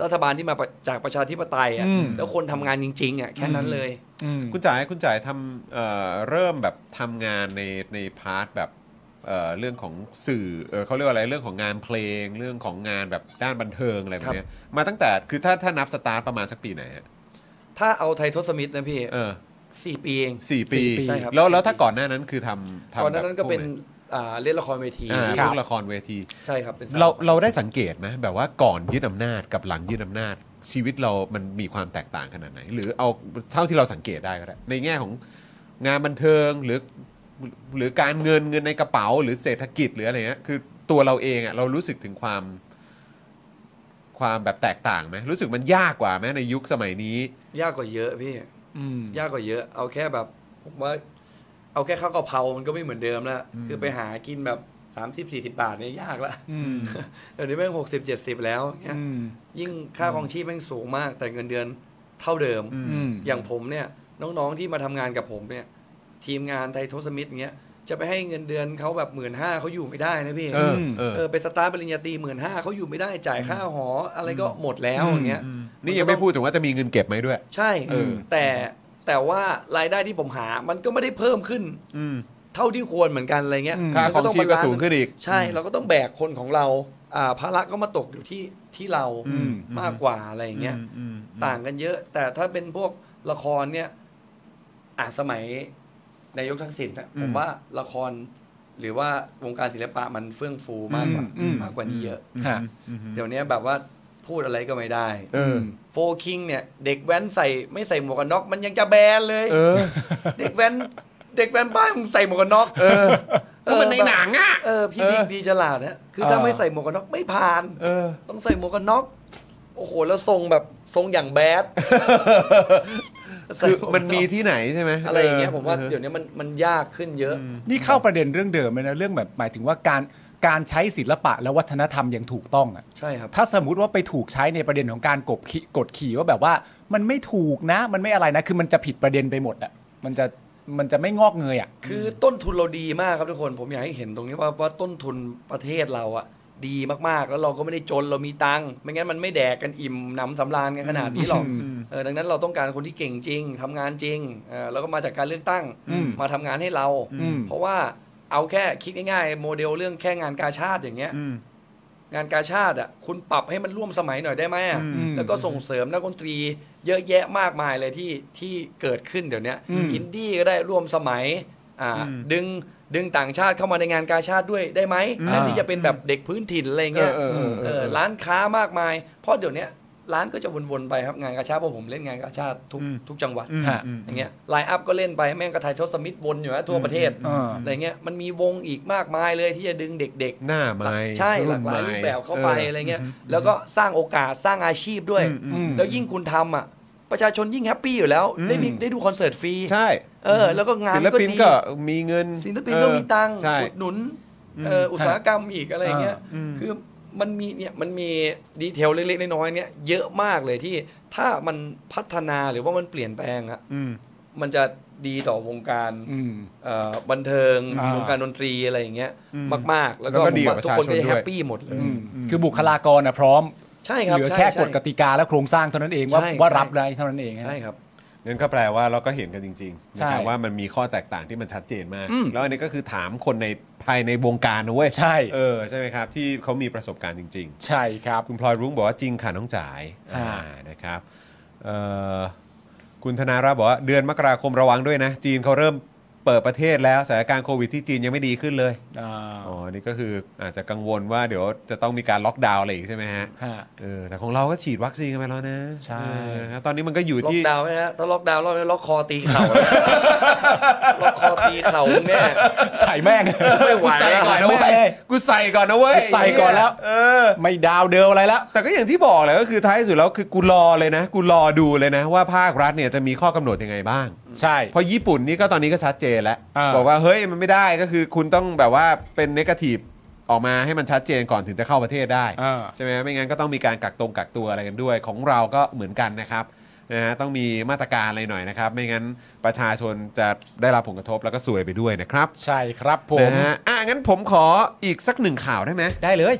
รัฐบาลที่มาจากประชาธิปไตยอ่ะ อืม แล้วคนทำงานจริง ๆอ่ะแค่นั้นเลย อืม คุณจ๋ายคุณจ๋ายทำเอ่อเริ่มแบบทำงานในในพาร์ทแบบเอ่อเรื่องของสื่อเออเขาเรียกว่าอะไรเรื่องของงานเพลง เรื่องของงานแบบด้านบันเทิงอะไรแบบเนี้ยมาตั้งแต่คือถ้าถ้านับสตาร์ทประมาณสักปีไหนอะ ถ้าเอาไทยทศมิตรนะพี่ เออ สี่ปีเอง สี่ปี ใช่ครับ แล้วแล้ว สี่ปี ถ้าก่อนหน้านั้นคือทำทำ ก่อนหนานั้นก็เป็น แบบ อ่าเล่นละครเวที พวกไหนอ่า ค พ รั ว บ กละครเวที ใช่ครับป็นสว เราเราได้สังเกตไหมแบบว่าก่อนยึดอำนาจกับหลังยึดอำนาจ ชีวิตเรามันมีความแตกต่างขนาดไหน หรือเอาเท่าที่เราสังเกตได้ก็ได้ในแง่ของงานบันเทิงหรือ หรือการเงินเงินในกระเป๋า หรือเศรษฐกิจหรืออะไรเงี้ยคือตัวเราเองอะเรารู้สึกถึงความ ความแบบแตกต่างไหมรู้สึกมันยากกว่าไหมในยุคสมัยนี้ ยากกว่าเยอะพี่ยากกว่าเยอะ เอาแค่แบบผมว่า เอาแค่ข้าวกะเพรามันก็ไม่เหมือนเดิมแล้วคือไปหากินแบบสามสิบสี่สิบาทเนี่ยยากละเดี๋ยวนี้แม่งหกสิบเจ็ดสิบแล้วเนี่ย ยิ่งค่าครองชีพแม่งสูงมาก แต่เงินเดือนเท่าเดิม ม อย่างผมเนี่ย น้องๆที่มาทำงานกับผมเนี่ย ทีมงานไทยทศมิตรเงี้ยจะไปให้เงินเดือนเขาแบบหมื่นห้าเขาอยู่ไม่ได้นะพี่ เออเออ เออไปสตาร์ทปริญญาตรีหมื่นห้าเขาอยู่ไม่ได้จ่ายค่าหอ อะไรก็หมดแล้วอย่างเงี้ย นี่ยังไม่พูดถึงว่าจะมีเงินเก็บไหมด้วย ใช่ เออ แต่แต่ว่ารายได้ที่ผมหามันก็ไม่ได้เพิ่มขึ้นเท่าที่ควรเหมือนกันอะไรเงี้ย ค่า มัน ครอง ต้ ชีพก็ บาลานซ์ สูงขึ้นอีก ใช่เราก็ต้องแบกคนของเราอ่าภาระก็มาตกอยู่ที่ที่เรา อืม มากกว่าอะไรอย่างเงี้ยต่างกันเยอะ แต่ถ้าเป็นพวกละครเนี่ยอ่าสมัยนายกทักษิณน่ะผมว่าละคร หรือว่าวงการศิลปะมันเฟื่องฟูมากกว่า อืม มากกว่านี้เยอะ ฮะ เดี๋ยวนี้แบบว่าพูดอะไรก็ไม่ได้ เออ โฟคิงเนี่ยเด็กแว้นใส่ไม่ใส่หมวกกันน็อกมันยังจะแบนเลย เออ เด็กแว้นเด็กแว้นบ้านมึงใส่หมวกกันน็อกเออ ก็มันในหนังอะ เออพี่บิ๊กดีฉลาดนะคือ เออ ถ้าไม่ใส่หมวกกันน็อกไม่ผ่าน เออ ต้องใส่หมวกกันน็อกโอ้โหแล้วทรงแบบทรงอย่างแบด คือมันมี ใส่หวกกั ที่ไหนใช่ไหม อกอะไรอย่างเงี้ยผมว่า ออ เดี๋ยวนี้มันมันยากขึ้นเยอะ นี่เข้าประเด็นเรื่องเดิมเลยนะเรื่องแบบหมายถึงว่าการการใช้ศิลปะและวัฒนธรรมอย่างถูกต้องอ่ะ ใช่ครับ ถ้าสมมติว่าไปถูกใช้ในประเด็นของการกบขีกดขี่ว่าแบบว่า มันไม่ถูกนะ มันไม่อะไรนะ คือมันจะผิดประเด็นไปหมดอ่ะมันจะมันจะไม่งอกเงยอ่ะ คือต้นทุนเราดีมากครับทุกคน ผมอยากให้เห็นตรงนี้ว่าว่าต้นทุนประเทศเราอะดีมากๆ แล้วเราก็ไม่ได้จนเรามีตังค์ไม่งั้นมันไม่แดกกันอิ่มหนำสำราญกันขนาดนี้หรอกเออดังนั้นเราต้องการคนที่เก่งจริงทำงานจริงเออแล้วก็มาจากการเลือกตั้ง อืม มาทำงานให้เรา อืม เพราะว่าเอาแค่คิดง่ายๆ โมเดลเรื่องแค่งานกาชาติอย่างเงี้ยงานกาชาติอ่ะคุณปรับให้มันร่วมสมัยหน่อยได้ไหมอะแล้วก็ส่งเสริมนักดนตรีเยอะแยะมากมายเลยที่ที่เกิดขึ้นเดี๋ยวเนี้ยอินดี้ก็ได้ร่วมสมัยอ่าดึงดึงต่างชาติเข้ามาในงานกาชาติด้วยได้ไหมแทนที่จะเป็นแบบเด็กพื้นถิ่นอะไรเงี้ย เออเออเออ เออร้านค้ามากมาย เพราะเดี๋ยวเนี้ยร้านก็จะวนๆไปครับงานกาชาติเพราะผมเล่นงานกาชาติทุกทุกจังหวัด ฮะ อย่างเงี้ยไลน์อัพก็เล่นไปแม่งกระไทยทศมิตรวนอยู่นะทั่วประเทศ อืม อะไรเงี้ยมันมีวงอีกมากมายเลยที่จะดึงเด็ก หน้า ๆหลา ไม้ กใช่หลากหลายรู ไม้ ปแบบเข้าไป ออ อะไรเงี้ยแล้วก็สร้างโอกาสสร้างอาชีพด้วย แล้วยิ่งคุณทำอ่ะ ประชาชนยิ่งแฮปปี้อยู่แล้ว ได้มีได้ดูคอนเสิร์ตฟรี ใช่ เออ แล้วก็งาน ศิล ก็ ปิน ดี ก็มีเงิน ศิลปินก็ เออ มีตังค์ ใช่ อุดหนุนเอออุตสาหกรรมอีกอะไรเงี้ยคือมันมีเนี่ยมันมีดีเทลเล็กๆน้อยๆเนี่ยเยอะมากเลยที่ถ้ามันพัฒนาหรือว่ามันเปลี่ยนแปลงอะ มันจะดีต่อวงการ อืม เอ่อบันเทิง อ่าว งการดนตรีอะไรอย่างเงี้ยมาก ๆ แล้วก็ แล้วก็ ผม ดีกับ ว่า ประชาทุกคน ชน ก็ ด้ จะ วย แฮปปี้หมดเลย อืมคือบุคลากรนะพร้อม ใช่ครับ เหลือ ใช่ แค่ ใช่ กฎกติกาและโครงสร้างเท่านั้นเองว่า ใช่ ว่า ใช่ รับได้เท่านั้นเองฮะ ใช่ครับ งั้นก็แปลว่าเราก็เห็นกันจริงๆ ใช่ นะครับว่ามันมีข้อแตกต่างที่มันชัดเจนมาก อืม แล้วอันนี้ก็คือถามคนในภายในวงการนะเว้ย ใช่ เออใช่ไหมครับ ที่เขามีประสบการณ์จริง ใช่ครับ ๆ คุณพลอยรุ้งบอกว่าจริงค่ะน้องจ๋าย อ่า อ่านะครับเอ่อคุณธนาราบอกว่าเดือนมกราคมระวังด้วยนะ จีนเขาเริ่ม เปิดประเทศแล้วสถานการณ์โควิดที่จีนยังไม่ดีขึ้นเลย อ่า อ๋อ นี่ก็คืออาจจะกังวลว่าเดี๋ยวจะต้องมีการล็อกดาวน์อะไรอีกใช่ไหมฮะ ฮะ เออ แต่ของเราก็ฉีดวัคซีนกันไปแล้วนะ ใช่ เออนะตอนนี้มันก็อยู่ ล็อ ที่ กดาวน์ไหมฮะถ้าล็อกดาวน์รอบนี้ล็อกคอตีเข่า นะล็อกคอตีเข่าแม่ ใส่แม่ง ไม่ไหว กูใส่ แล้ว ก่อนนะเว้ย กูใส่ก่อนนะเว้ย กูใส่ก่อนแล้ว เออ ไม่ดาวเดิวอะไรแล้ว แต่ก็อย่างที่บอกแหละก็คือท้ายสุดแล้วคือกูรอเลยนะ กูรอดูเลยนะว่าภาครัฐเนี่ยจะมีข้อกำหนดยังไงบ้าง ใช่ เพราะญี่ปุ่นนี่ก็ตอนนี้ก็ชัดเจนแล้ว อ่า บอกว่าเฮ้ยมันไม่ได้ก็คือคุณต้องแบบว่าเป็นเนกาทีฟออกมาให้มันชัดเจนก่อนถึงจะเข้าประเทศได้ อ่า ใช่ไหมไม่งั้นก็ต้องมีการกักตรงกักตัวอะไรกันด้วย ของเราก็เหมือนกันนะครับนะฮะต้องมีมาตรการอะไรหน่อยนะครับ ไม่งั้นประชาชนจะได้รับผลกระทบแล้วก็ซวยไปด้วยนะครับ ใช่ครับผม นะฮะอ่ะงั้นผมขออีกสักหนึ่งข่าวได้ไหม ได้เลย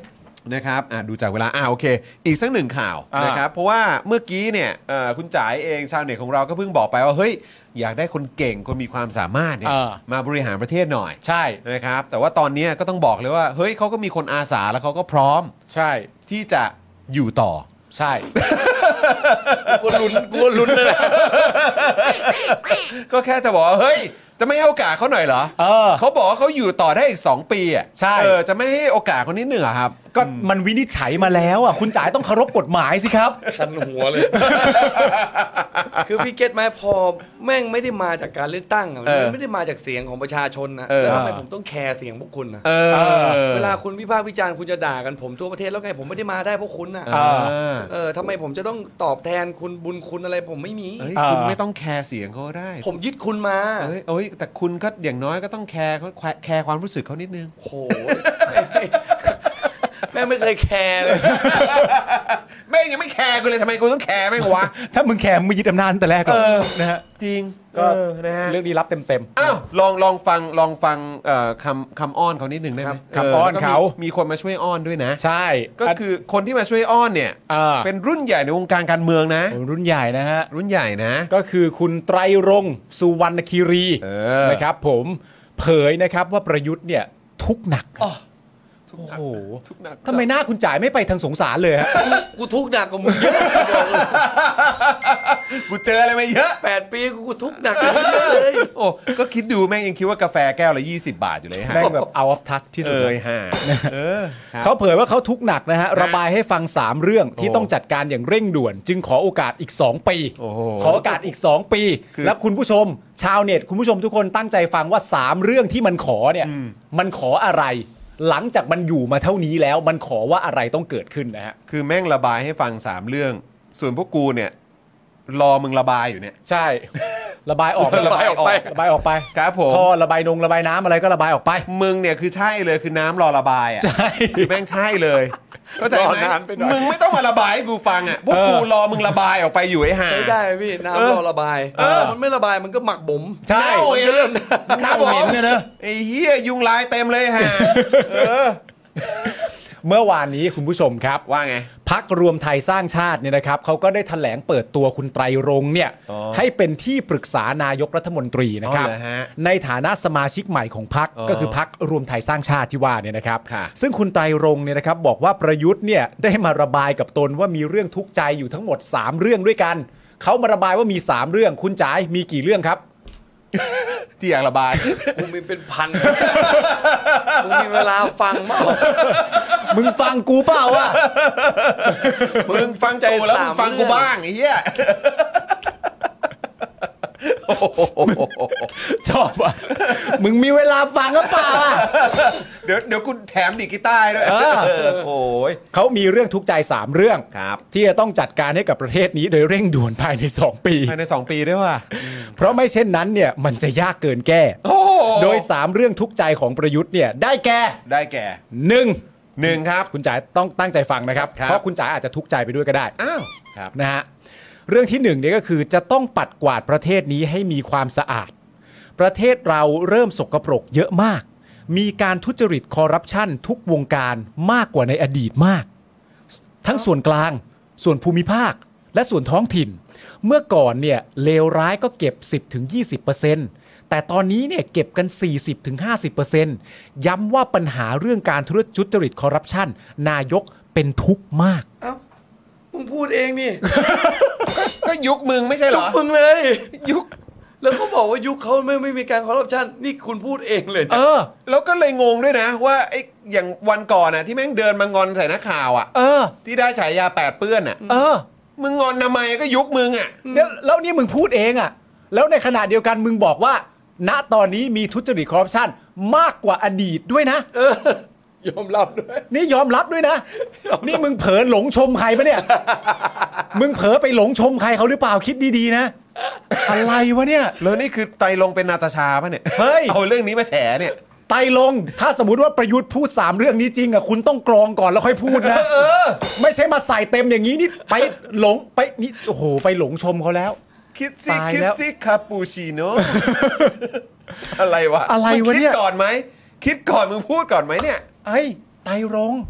นะครับอ่ะดูจากเวลา อ่าโอเค อีกสักหนึ่งข่าว อ่าน นะครับ เพราะว่าเมื่อกี้เนี่ยเอ่อคุณจ๋ายเองชาวเน็ตของเราก็เพิ่งบอกไปว่า เฮ้ย อยากได้คนเก่ง คนมีความสามารถเนี่ยมาบริหารประเทศหน่อย ใช่ นะครับ แต่ว่าตอนเนี้ยก็ต้องบอกเลยว่า เฮ้ยเขาก็มีคนอาสาแล้วเขาก็พร้อม ใช่ ที่จะอยู่ต่อ ใช่ กลัวลุ้นกลัวลุ้นเลยนะ ก็แค่จะบอกว่าเฮ้ย จะไม่ให้โอกาสเขาหน่อยเหรอ เออ บอกว่าเขาอยู่ต่อได้อีก 2 ปีอ่ะ ใช่ เออจะไม่ให้โอกาสคนนี้หนึ่งเหรอครับ ก็มันวินิจฉัยมาแล้วอ่ะคุณจ๋ายต้องเคารพกฎหมายสิครับ คันหัวเลย คือพี่เก็ตไหมพอแม่งไม่ได้มาจากการเลือกตั้งอะมัน เออ ไม่ได้มาจากเสียงของประชาชนนะ เออ แล้วทำไมผมต้องแคร์เสียงพวกคุณนะ เออ เวลาคุณวิพากษ์วิจารณ์คุณจะด่ากันผมทั่วประเทศแล้วไงผมไม่ได้มาได้เพราะคุณนะ เออ เออทำไมผมจะต้องตอบแทนคุณบุญคุณอะไรผมไม่มี เอ้ย อ่า คุณไม่ต้องแคร์เสียงเขาก็ได้ ผมยึดคุณมา เอ้ยเอ้ยแต่คุณก็อย่างน้อยก็ต้องแคร์เขาแคร์ความรู้สึกเขานิดนึง โอ้โห แม่งไม่เคยแคร์เลย แม่งยังไม่แคร์กูเลยทำไมกูต้องแคร์แม่งวะ ถ้ามึงแคร์มึงยึดอำนาจตั้งแต่แรกหรอ เออ นะฮะ จริง ก็ เออนะฮะ เรื่องนี้รับเต็ม อ้าวลองลองฟังลองฟังเอ่อคำคำอ้อนเขานิดนึงได้ไหม ครับคำอ้อน แล้วก็มี เขา มีคนมาช่วยอ้อนด้วยนะ ๆ ใช่ ก็คือคนที่มาช่วยอ้อนเนี่ย อ่า เป็นรุ่นใหญ่ในวงการการเมืองนะ รุ่นใหญ่นะฮะ รุ่นใหญ่นะ ก็คือคุณไตรรงค์สุวรรณคีรี เออ นะครับผมเผยนะครับว่าประยุทธ์เนี่ยทุกข์หนักครับ ทุกหโอ้นัก โห ทุกหนัก ทำไมหน้าคุณจ่ายไม่ไปทางสงสารเลย ฮะ กูทุกข์หนักกว่ามึงเยอะ กูเจออะไรมาเยอะ แปดปีกูทุกข์หนักกว่ามึงเยอะเลย โอ้ก็คิดดูแม่งยังคิดว่ากาแฟแก้วละ20 บาทอยู่เลยฮะ แม่งแบบเอาออฟทัชที่สุ เออดเลย ฮะเออครับ เขาเผยว่าเขาทุกข์หนักนะฮะ ระบายให้ฟัง 3 เรื่องที่ โอ้ ต้องจัดการอย่างเร่งด่วน จึงขอโอกาสอีก 2 ปี โอ้โห ขอโอกาสอีก 2 ปี คือ และคุณผู้ชม ชาวเน็ต คุณผู้ชมทุกคนตั้งใจฟังว่า 3 เรื่องที่มันขอเนี่ย มันขออะไร หลังจากมันอยู่มาเท่านี้แล้วมันขอว่าอะไรต้องเกิดขึ้นนะฮะ คือแม่งระบายให้ฟัง 3 เรื่อง ส่วนพวกกูเนี่ย รอมึงระบายอยู่เนี่ย ใช่ ระบายออก ระบายออกไประ บายออกไป ครับผม ท่อระบายนงระบายน้ำอะไรก็ระบายออกไป มึงเนี่ยคือใช่เลยคือน้ำรอระบายอ่ะ ใช่ คือแม่งใช่เลยเข้าใจไหม รอนานไปหน่อย มึงไม่ต้องมาระบายให้กูฟังอ่ะพวกกูรอมึงระบายออกไปอยู่ไอ้ห่า ใช้ได้พี่ เออ น้ำรอระบาย เออ ถ้ามันไม่ระบายมันก็หมักบ่ม ใช่ เน่าไอ้ เริ่ เริ่ม ม เน่าเหม็นเนี่ยนะ ไอ้เหี้ยยุงลายเต็มเลยห่า เออ เมื่อวานนี้คุณผู้ชมครับ ว่าไง พักรวมไทยสร้างชาติเนี่ยนะครับเขาก็ได้ถแถลงเปิดตัวคุณไตรรงค์เนี่ย อ๋อ ให้เป็นที่ปรึกษานายกรัฐมนตรีนะครับ อ๋อเหรอฮะ ในฐานะสมาชิกใหม่ของพัก อ๋อ ก็คือพักรวมไทยสร้างชาติที่ว่าเนี่ยนะครับ ค่ะ ซึ่งคุณไตรรงค์เนี่ยนะครับบอกว่าประยุทธ์เนี่ยได้มาระบายกับตนว่ามีเรื่องทุกข์ใจอยู่ทั้งหมด 3 เรื่องด้วยกันเขามาระบายว่ามี 3 เรื่องคุณจ๋ายมีกี่เรื่องครับ ที่อยากระบาย กูมีเป็นพัน กูมีเวลาฟังมาก มึงฟังกูเปล่าอะ มึงฟังใจแล้วมึงฟังกูบ้างไอ้เหี้ยโอ้โห ชอบอะ มึงมีเวลาฟังหรือเปล่าอะ เดี๋ยวเดี๋ยวกูแถมดีดกีตาร์ให้ด้วย เออ เออโอ้ย เขามีเรื่องทุกข์ใจ 3 เรื่อง ครับ ที่จะต้องจัดการให้กับประเทศนี้โดยเร่งด่วนภายใน 2 ปี ภายใน 2 ปีด้วยว่ะ เพราะไม่เช่นนั้นเนี่ยมันจะยากเกินแก้ โอ้โห โดย 3 เรื่องทุกข์ใจของประยุทธ์เนี่ยได้แก่ ได้แก่ หนึ่ง หนึ่งครับ คุณจ๋าต้องตั้งใจฟังนะครับ ครับ เพราะคุณจ๋าอาจจะทุกข์ใจไปด้วยก็ได้ อ้าวครับ นะฮะเรื่องที่หนึ่งเนี่ยก็คือจะต้องปัดกวาดประเทศนี้ให้มีความสะอาด ประเทศเราเริ่มสกปรกเยอะมาก มีการทุจริตคอร์รัปชันทุกวงการมากกว่าในอดีตมาก ทั้งส่วนกลาง ส่วนภูมิภาค และส่วนท้องถิ่น เมื่อก่อนเนี่ยเลวร้ายก็เก็บ 10-20%แต่ตอนนี้เนี่ยเก็บกัน 40-50%ย้ำว่าปัญหาเรื่องการทุจริตคอร์รัปชันนายกเป็นทุกข์มาก เอ้ามึงพูดเองนี่ ก็ยุคมึงไม่ใช่เหร ทุก อ มึงเลย ยุค แล้วก็บอกว่ายุคเขาไม่ไม่มีการคอร์รัปชันนี่คุณพูดเองเลยนะ เออ แล้วก็เลยงงด้วยนะ ว่าไอ้อย่างวันก่อนน่ะที่แม่งเดินมางอนใส่นักข่าวอ่ะ เออ ที่ได้ฉายาแปดเปื้อนอ่ะ เออ มึงงอนทำไมก็ยุคมึงอ่ะ แล้วแล้วนี่มึงพูดเองอ่ะ แล้วในขณะเดียวกันมึงบอกว่า ณตอนนี้มีทุจริตคอร์รัปชันมากกว่าอดีตด้วยนะ เออยอมรับด้วย นี่ยอมรับด้วยนะ นี่มึงเผลอหลงชมใครปะเนี่ย มึงเผลอไปหลงชมใครเขาหรือเปล่าคิดดีๆนะ อะไรวะเนี่ย แล้วนี่คือไตรลงเป็นนาตาชาป่ะเนี่ย เฮ้ย เอาเรื่องนี้มาแฉเนี่ย ไตรลงค์ถ้าสมมติว่าประยุทธ์พูดสามเรื่องนี้จริงอ่ะคุณต้องกรองก่อนแล้วค่อยพูดนะไม่ใช่มาใส่เต็มอย่างนี้นี่ไปหลงไปนี่โอ้โหไปหลงชมเขาแล้ว คิดซิ ตาย คิด แล้ว ซิคาปูชิโน อะไรวะ อะไรวะ มึง เนี่ คิด ย ก่อนไหม คิดก่อนมึงพูดก่อนไหมเนี่ย ไอ้ไตรรงค์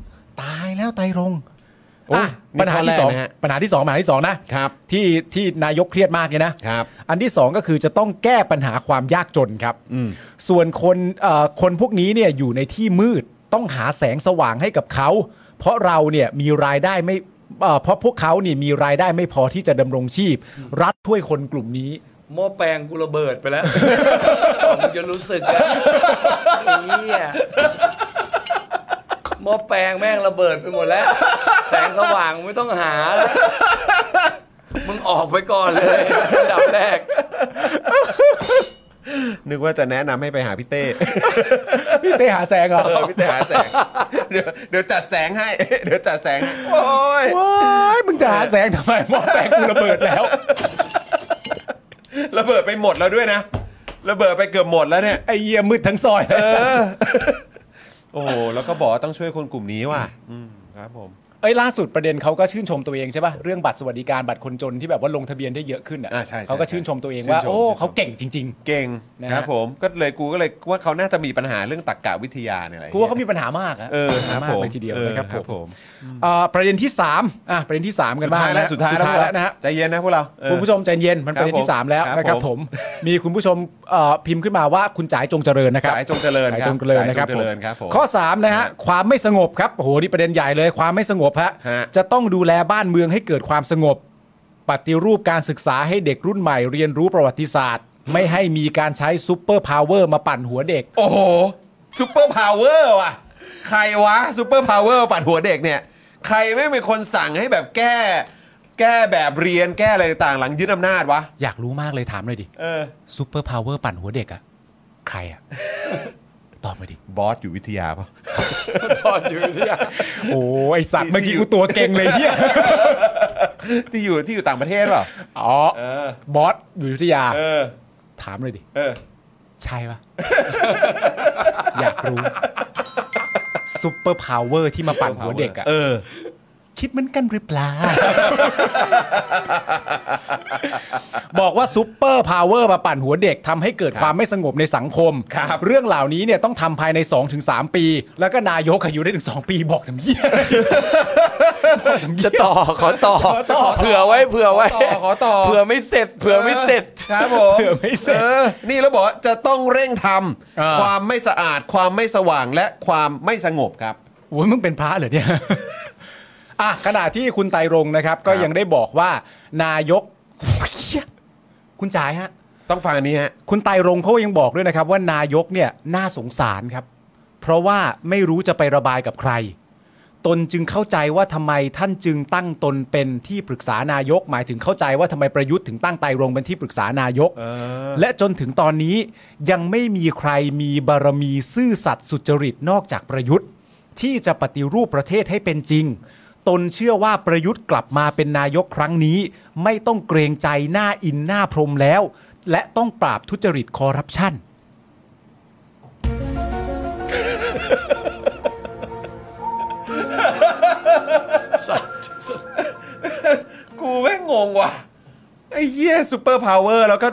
ตายแล้วไตรรงค์ โอ้ อ่ะ นี่ ปัญหา ข้อแร ที่ ก สอง นะฮะ ปัญหาที่สองปัญหาที่สองนะครับที่ที่นายกเครียดมากเนี่ยนะครับ อันที่สองก็คือจะต้องแก้ปัญหาความยากจนครับส่วนคนเอ่อคนพวกนี้เนี่ยอยู่ในที่มืดต้องหาแสงสว่างให้กับเขา เพราะเราเนี่ยมีรายได้ไม่เอ่อเพราะพวกเขาเนี่ยมีรายได้ไม่พอที่จะดำรงชีพ รัฐช่วยคนกลุ่มนี้ หม้อแปลงกูระเบิดไป แล้ว ผมจะรู้สึกอะไอ้เหี้ยหม้อแปลงแม่งระเบิดไปหมดแล้ว แสงสว่างไม่ต้องหาแล้ว มึงออกไปก่อนเลยอันดับแรก นึกว่าจะแนะนำให้ไปหาพี่เต้ พี่เตหาแสงเหรอ เออพี่เต้หาแส ง เดี๋ยวเดี๋ยวจัดแสงให้ เดี๋ยวจัดแสงให้โอ้ย ว้ายมึงจะหาแสงทำไมหมอแตกกูระเบิดแล้ว ระเบิดไปหมดแล้วด้วยนะ ระเบิดไปเกือบหมดแล้วเนี่ย ไอเยี่ยมืดทั้งซอย เออ โอ้โหแล้วก็บอกว่าต้องช่วยคนกลุ่มนี้ว่ะ อืมครับผม เอ้ยล่าสุดประเด็นเขาก็ชื่นชมตัวเองใช่ป่ะเรื่องบัตรสวัสดิการบัตรคนจนที่แบบว่าลงทะเบียนได้เยอะขึ้น อ่าใช่ใช่ เขาก็ชื่นชมตัวเอง ชื่น ว่า ชม โอ้ ชื่นชม เขาเก่งจริง เก่ง นะฮะ ครับผม ก็เลยกูก็เลยว่าเขาน่าจะมีปัญหาเรื่องตรรกะวิทยาเนี่ยอะไร ๆกูว่าเขามีปัญหามากอะ เออค ปั รับญหามาก ผม เลยทีเดียว ออ นะครับผม ผม เอ่อประเด็นที่3อ่ะประเด็นที่ 3 กั สุ น ด บ้าง ท้ายแล้ว นะ สุดท้าย สุดท้ายแล้วนะฮะ ใจเย็นนะพวกเราเออ คุณผู้ชมใจเย็นมัน ค ป รับ ระเด็นที่ 3 แล้ว ครับ นะครับผมมีคุณผู้ชมเอ่อพิมพ์ขึ้นมาว่าคุณจ๋ายจงเจริญนะครับ จ๋ายจงเจริญครับ จ๋ายจงเจริญนะครับ จ๋ายจงเจริญครับผม ข้อ3นะฮะ ฮะ ความไม่สงบครับโอ้โหนี่ประเด็นใหญ่เลยความไม่สงบฮะ ฮะ จะต้องดูแลบ้านเมืองให้เกิดความสงบ ปฏิรูปการศึกษาให้เด็กรุ่นใหม่เรียนรู้ประวัติศาสตร์ ไม่ให้มีการใช้ซูเปอร์พาวเวอร์มาปั่นหัวเด็ก โอ้โหซูเปอร์พาวเวอร์ว่ะ ใครวะซูเปอร์พาวเวอร์ปัดหัวเด็กเนี่ย ใครไม่เป็นคนสั่งให้แบบแก้ แก้แบบเรียนแก้อะไรต่างๆหลังยึดอำนาจวะ อยากรู้มากเลยถามเลยดิ เออ ซูเปอร์พาวเวอร์ปั่นหัวเด็กอะใครอะ ตอบมา ดิ บอสอยู่วิทยาปะ ตอนอยู่เนี่ย โอ้ไอสัตว์เมื่อกี้ อยู่ กูตัวเก่งเลยเฮีย ที่อยู่ที่อยู่ต่างประเทศเปล่า อ๋อ เออ บอสอยู่อยุทยา เออ ถามเลยดิ เออ ใช่ปะ อยากรู้ซูเปอร์พาวเวอร์ที่มาปั่นหัวเด็กอะ เออ คิดเหมือนกันหรือเปล่า บอกว่าซูเปอร์พาวเวอร์มาปั่นหัวเด็กทำให้เกิดความไม่สงบในสังคม ครับ เรื่องเหล่านี้เนี่ยต้องทำภายใน 2-3 ปี แล้วก็นายกอายุได้ถึง 2 ปีบอกทำเยี่ย จะต่อขอต่อ ขอต่อ เผื่อไว้เผื่อไว้ ขอต่อขอต่อ เผื่อไม่เสร็จเผื่อไม่เสร็จ ครับผม เผื่อไม่เสร็จ ออนี่แล้วบอกว่าจะต้องเร่งท เออ ำความไม่สะอาด ความไม่สว่างและความไม่สงบครับ โอ้ยมึงเป็นพระเหรอ เนี่ย อ่ะขณะที่คุณไตรรงค์นะครับ ก็ ครับ ยังได้บอกว่า นายกโอ้ยเหี้ยคุณจ๋ายฮะ ต้องฟังอันนี้ฮะ คุณไตรรงค์เขายังบอกด้วยนะครับ ว่านายกเนี่ยน่าสงสารครับ เพราะว่าไม่รู้จะไประบายกับใคร ตนจึงเข้าใจว่าทำไมท่านจึงตั้งตนเป็นที่ปรึกษานายก หมายถึงเข้าใจว่าทำไมประยุทธ์ถึงตั้งไตรรงค์เป็นที่ปรึกษานายก และจนถึงตอนนี้ยังไม่มีใครมีบารมีซื่อสัตย์สุจริตนอกจากประยุทธ์ ที่จะปฏิรูปประเทศให้เป็นจริง ตนเชื่อว่าประยุทธ์กลับมาเป็นนายกครั้งนี้ ไม่ต้องเกรงใจหน้าอินหน้าพรหมแล้ว และต้องปราบทุจริตคอร์รัปชัน กูแม่งงงว่ะ ไอ้เหี้ยซูเปอร์พาวเวอร์แล้วก็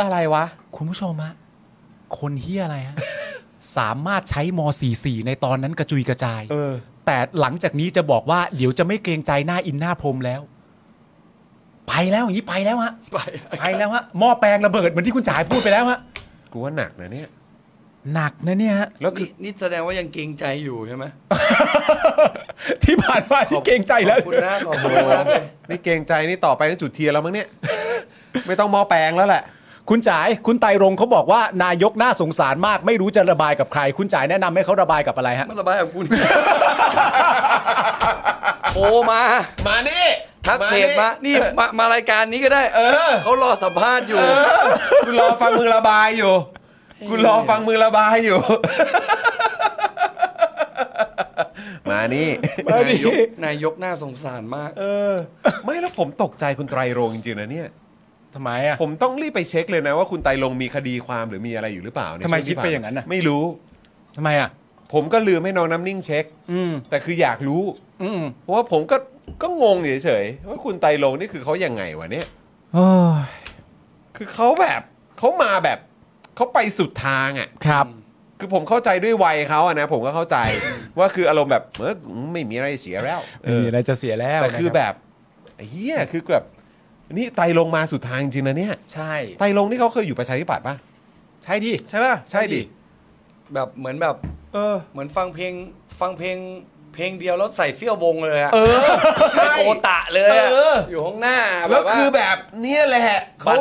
อะไรวะ คุณผู้ชมฮะคนเฮียอะไรฮะ สามารถใช้ม .44 ในตอนนั้นกระจุยกระจาย เออ แต่หลังจากนี้จะบอกว่าเดี๋ยวจะไม่เกรงใจหน้าอินหน้าพรหมแล้ว ไปแล้วอย่างนี้ไปแล้วฮะ ไป ไปแล้วฮะหม้อแปลงระเบิดเหมือนที่คุณจ๋ายพูดไปแล้วฮะ กูว่าหนักนะเนี่ย หนักนะเนี่ยฮะ แล้วคือ นี่นี่แสดงว่ายังเกรงใจอยู่ใช่ไหม ที่ผ่านมาที่เกรงใจแล้ว ขอบคุณนะขอบคุณมากเลย นี่เกรงใจนี่ต่อไปต้องจุดเทียนแล้วมั้งเนี่ย ไม่ต้องหมอแปลงแล้วแหละ คุณจ๋ายคุณไตรรงค์เขาบอกว่านายกน่าสงสารมาก ไม่รู้จะระบายกับใคร คุณจ๋ายแนะนำให้เขาระบายกับอะไรฮะ มันระบายกับคุณ โทรมา มานี่ ทักเพจมานี่มามารายการนี้ก็ได้ เออ เขารอสัมภาษณ์อยู่ กูรอฟังมึงระบายอยู่กูรอฟังมึงระบายอยู่ มานี่ นายกนายกน่าสงสารมาก เออ ไม่แล้วผมตกใจคุณไตรรงค์จริงๆนะเนี่ย ทำไมอ่ะ ผมต้องรีบไปเช็คเลยนะว่าคุณไตรลงค์มีคดีความหรือมีอะไรอยู่หรือเปล่าเนี่ย ทำไม ช่ว คิดไปอย่างนั้นน่ะ ไม่รู้ ทำไมอ่ะ ผมก็ลืมให้น้องน้ำนิ่งเช็ค อืม แต่คืออยากรู้ อืม เพราะว่าผมก็ก็งงเฉยๆว่าคุณไตรลงค์นี่คือเขายังไงวะเนี่ย โอ้ย คือเขาแบบเขามาแบบเขาไปสุดทางอ่ะ ครับ คือผมเข้าใจด้วยวัยเขาอะนะผมก็เข้าใจว่าคืออารมณ์แบบเออไม่มีอะไรเสียแล้วเอ ไม่ อ มีอะไรจะเสียแล้ว แต่คือ นะรับ แบบเฮียคือแบบนี่ไตรลงค์มาสุดทางจริงนะเนี่ย ใช่ ไตรลงค์นี่เขาเคยอยู่ประชาธิปัตย์ป่ะ ใช่ดิ ใช่ป่ะใช่ดิ แบบเหมือนแบบ เออ เหมือนฟังเพลงฟังเพลง เพลงเดียวแล้วใส่เสื้อวงเลยอะ เออใช่ เป็นโอตะเลยอะ เออ อยู่ข้างหน้า แล้ว า คือแบบเนี่ยแหละเขา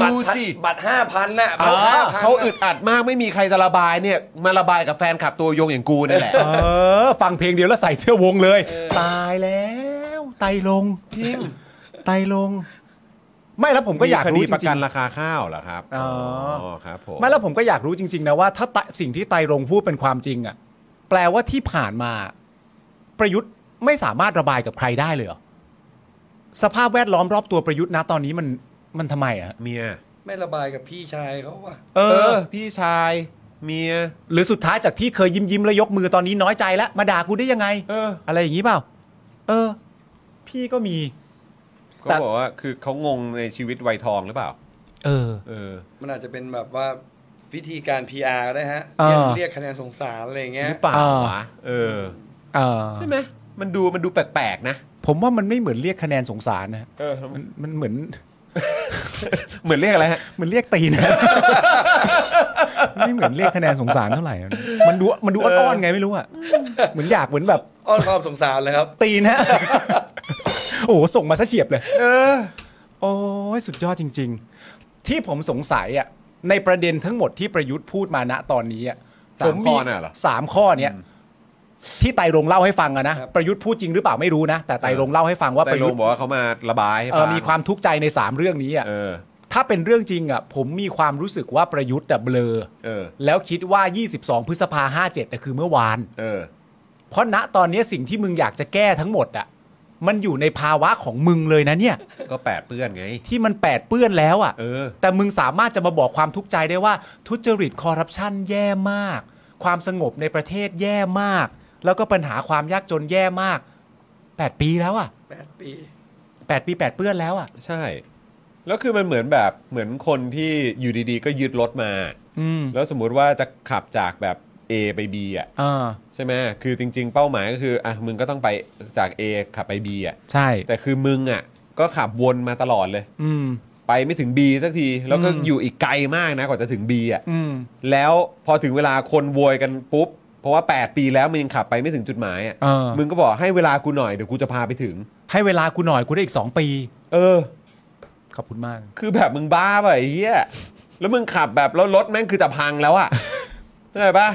บัตร ดูสิ บัตรห้าพันน่ะ เอ บัตร อ 5,000 เขาอึด น่ะ อัดมากไม่มีใครจะระบายเนี่ย มาระบายกับแฟนขับตัวยงอย่างกูนี่แหละ เออ ฟังเพลงเดียวแล้วใส่เสื้อวงเลย ตายแล้ว ไตรลงจริงไตรลง ไม่แล้วผมก็อยากรู้ มีคดี จ ประ ริ กัน ง ราคาข้าวเหรอครับ อ๋ออ๋ ครับผม ๆไม่แล้วผมก็อยากรู้จริง ๆ นะว่าถ้าไตสิ่งที่ไตรรงพูดเป็นความจริงอ่ะ แปลว่าที่ผ่านมา ประยุทธ์ไม่สามารถระบายกับใครได้เลยเหรอสภาพแวดล้อมรอบตัวประยุทธ์นะตอนนี้มันมันทำไมอ่ะ เมีย ไม่ระบายกับพี่ชายเขาว่ะ เอ เอ อ อ พี่ชาย เมีย หรือสุดท้ายจากที่เคยยิ้มยิ้มๆแล้วยกมือตอนนี้น้อยใจแล้วมาด่ากูได้ยังไง เออ อะไรอย่างนี้เปล่า เออ พี่ก็มี เขาบอกว่าคือเขางงในชีวิตวัยทองหรือเปล่า เออ เออ มันอาจจะเป็นแบบว่าวิธีการ PR ก็ได้ฮะ อ่า เรียกเรียกคะแนนสงสารอะไรอย่างเงี้ย หรือเปล่า อ่า วะเออ เออ ใช่ไหมมันดูมันดูแปลกๆนะ ผมว่ามันไม่เหมือนเรียกคะแนนสงสารนะ เออ มันมันเหมือน เหมือนเรียกอะไรฮะ เหมันเรียกตีนนะ ไม่เหมือนเรียกคะแนนสงสารเท่าไหร่อะมันดูมันดูอ้อนๆไงไม่รู้อ่ะเหมือนอยากเหมือนแบบ อ้อนความสงสารเลยครับ ตีนฮะ โอ้โหส่งมาซะเฉียบเลย เออ โอ้ยสุดยอดจริง ๆ ที่ผมสงสัยอ่ะในประเด็นทั้งหมดที่ประยุทธ์พูดมาณตอนนี้อ่ะ สาม ผ ข้อน่ะเหรอ สามข้อเนี้ยที่ไตรรงเล่าให้ฟังอะนะครับ ประยุทธ์พูดจริงหรือเปล่าไม่รู้นะ แต่ไตรรงเล่าให้ฟังว่า ไต ป ร ระ ล ยุท ง ธ์ บอกว่าเขามาระบายให้ เอ่อ ฟัง มีความทุกข์ใจในสามเรื่องนี้อ่ะ เออ ถ้าเป็นเรื่องจริงอ่ะผมมีความรู้สึกว่าประยุทธ์อะเบลอ เออ แล้วคิดว่า 22 พฤษภา57นะคือเมื่อวาน เออ เพราะณตอนนี้สิ่งที่มึงอยากจะแก้ทั้งหมดอ่ะมันอยู่ในภาวะของมึงเลยนะเนี่ย ก็แปดเปื้อนไง ที่มันแปดเปื้อนแล้วอ่ะ เออ แต่มึงสามารถจะมาบอกความทุกข์ใจได้ว่า ทุจริตคอร์รัปชันแย่มาก ความสงบในประเทศแย่มาก แล้วก็ปัญหาความยากจนแย่มาก 8 ปีแล้วอ่ะ แปดปี 8ปี 8 เปื้อนแล้วอ่ะ ใช่ แล้วคือมันเหมือนแบบเหมือนคนที่อยู่ดีๆ ก็ยึดรถมา อืม แล้วสมมุติว่าจะขับจากแบบ A ไป B อ่ะ อ่า ใช่ไหมคือจริง ๆ เป้าหมายก็คืออ่ะมึงก็ต้องไปจาก A ขับไป B อ่ะ ใช่ แต่คือมึงอ่ะก็ขับวนมาตลอดเลย อืม ไปไม่ถึง B สักที แล้วก็ อืม อยู่อีกไกลมากนะกว่าจะถึง B อ่ะ อืม แล้วพอถึงเวลาคนโวยกันปุ๊บ เพราะว่า 8 ปีแล้วมึงยังขับไปไม่ถึงจุดหมายอ่ะ เออ มึงก็บอกให้เวลากูหน่อยเดี๋ยวกูจะพาไปถึง ให้เวลากูหน่อยกูได้อีก 2 ปี เออ ขอบคุณมาก คือแบบมึงบ้าป่ะไอ้เหี้ย แล้วมึงขับแบบแล้วรถแม่งคือจะพังแล้วอะ เข้าใจปะ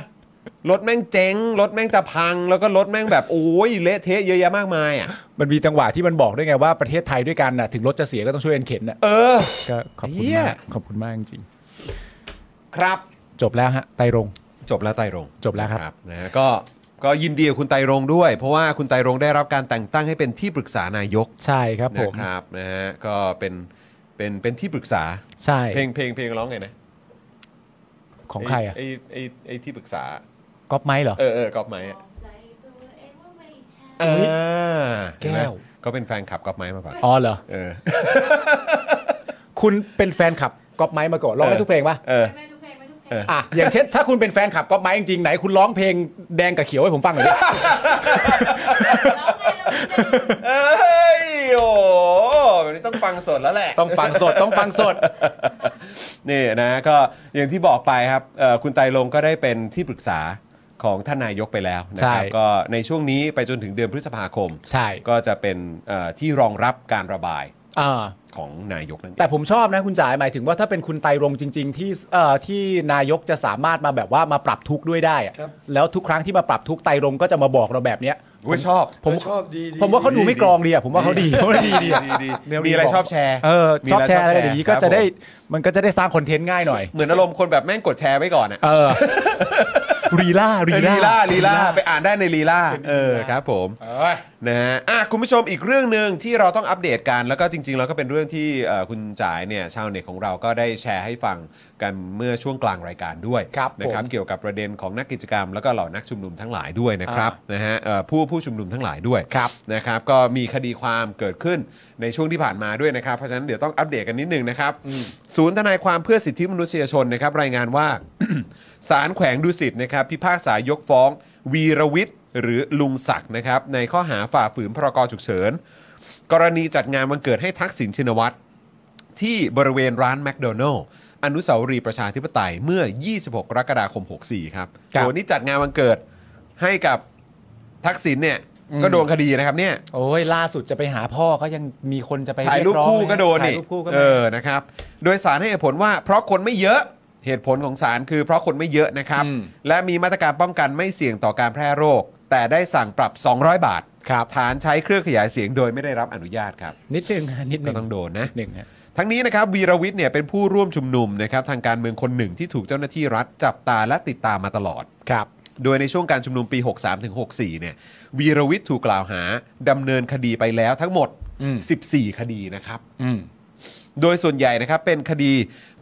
รถแม่งเจ๊ง รถแม่งจะพัง แล้วก็รถแม่งแบบโอ้ยเละเทะเยอะแยะมากมายอะ มันมีจังหวะที่มันบอกด้วยไงว่าประเทศไทยด้วยกันน่ะถึงรถจะเสียก็ต้องช่วยกันเข็นน่ะ เออ ก็ขอบคุณ เหี้ย มากขอบคุณมากจริง ครับ ๆจบแล้วฮะไตรรงค์ จบแล้วไตรรง จบแล้วครับ นะฮะก็ก็ยินดีกับคุณไตรรงค์ด้วย เพราะว่าคุณไตรรงค์ได้รับการแต่งตั้งให้เป็นที่ปรึกษานายก ใช่ครับผ นะ ม ครับนะฮะก็เป็นเป็นเป็นที่ปรึกษา ใช่ เพลงเพลงเพลงร้องไงนะ ของใครอ่ะ ไอไอไอที่ปรึกษา ก๊อปไม้เหรอ เออเออกอบไหมอะ อ่า แก้ว เห็นไหมเขาเป็นแฟนคลับกับไม้มาก่อน อ๋อเหรอ เออ คุณเป็นแฟนคลับก๊อปไม้มาก่อนร้อง เอ ได้ อ ทุกเพลงปะ เออ อ่ะอย่างเช่นถ้าคุณเป็นแฟนคลับก๊อปไม้จริงๆไหนคุณร้องเพลงแดงกับเขียวให้ผมฟังหน่อยดิ เอ้ยโอ้แบบนี้ต้องฟังสดแล้วแหละ ต้องฟังสดต้องฟังสด นี่นะก็อย่างที่บอกไปครับเอ่อคุณไตรรงค์ก็ได้เป็นที่ปรึกษาของท่านนายกไปแล้วนะครับ ใช่ ก็ในช่วงนี้ไปจนถึงเดือนพฤษภาคม ใช่ ก็จะเป็นเอ่อที่รองรับการระบาย อ่า ของนายกนั่นเอง แต่ผมชอบนะคุณจ๋าหมายถึงว่าถ้าเป็นคุณไตรรงค์จริง ๆ ที่เอ่อที่นายกจะสามารถมาแบบว่ามาปรับทุกข์ด้วยได้อะ ครับ แล้วทุกครั้งที่มาปรับทุกข์ไตรรงค์ก็จะมาบอกเราแบบเนี้ย อุ๊ยชอบ ผม ชอบดี ผมว่าเขาดูไม่กรองดีอะผมว่า เขาดีเขาดี ดี ดี ดีดีมีอะไรชอบแชร์ เออ มี ชอบ ไ แชร์อะไรอย่างนี้ก็ คบ จะได้ ผม มันก็จะได้สร้างคอนเทนต์ง่ายหน่อย เหมือนอารมณ์คนแบบแม่งกดแชร์ไว้ก่อนอะ เอ อ รีล่ารี เออลีลา ล่า ลีลาไปอ่านได้ในลีลาเออครับผม นะฮะอ่ะคุณผู้ชมอีกเรื่องหนึ่งที่เราต้องอัปเดตกัน แล้วก็จริงๆแล้วก็เป็นเรื่องที่เอ่อคุณจ๋ายเนี่ยชาวเน็ตของเราก็ได้แชร์ให้ฟังกันเมื่อช่วงกลางรายการด้วย ครับผม นะครับเกี่ยวกับประเด็นของนักกิจกรรม แล้วก็เหล่านักชุมนุมทั้งหลายด้วยนะครับนะฮะเอ่อผู้ผู้ชุมนุมทั้งหลายด้วย ครับ นะครับ ก็มีคดีความเกิดขึ้นในช่วงที่ผ่านมาด้วยนะครับ เพราะฉะนั้นเดี๋ยวต้องอัปเดตกันนิดนึงนะครับศูนย์ทนายความเพื่อสิทธิมนุษยชนนะครับรายงานว่า ศาลแขวงดุสิตนะครับพิพากษายกฟ้อง วีรวิทย์หรือลุงศักดิ์นะครับในข้อหาฝ่าฝืนพรกฉุกเฉิน กรณีจัดงานวันเกิดให้ทักษิณชินวัตร ที่บริเวณร้านแมคโดนัลล์อนุสาวรีย์ประชาธิปไตยเมื่อ 26 กรกฎาคม 64 ครับ ครับ โหนี่จัดงานวันเกิดให้กับทักษิณเนี่ยก็โดนคดีนะครับเนี่ย โอ้ยล่าสุดจะไปหาพ่อก็ยังมีคนจะไป ถ่ายรูป เอง คู่ก็โดน ถ่าย นี่ รูปคู่ก็ เอ มี อนะครับ โดยสารให้เหตุผลว่า เพราะคนไม่เยอะ เหตุผลของศาลคือเพราะคนไม่เยอะนะครับ อืม และมีมาตรการป้องกันไม่เสี่ยงต่อการแพร่โรค แต่ได้สั่งปรับ 200 บาท ครับ ฐานใช้เครื่องขยายเสียงโดยไม่ได้รับอนุญาตครับ นิดนึงฮะนิดนึ ก็ ง ต้องโดนนะ หนึ่งฮะ ทั้งนี้นะครับวีรวิทย์เนี่ยเป็นผู้ร่วมชุมนุมนะครับทางการเมืองคนหนึ่งที่ถูกเจ้าหน้าที่รัฐจับตาและติดตามมาตลอด ครับ โดยในช่วงการชุมนุมปี 63ถึง64 เนี่ย วีรวิทย์ถูกกล่าวหาดำเนินคดีไปแล้วทั้งหมด อืม 14 คดีนะครับ อืม โดยส่วนใหญ่นะครับเป็นคดี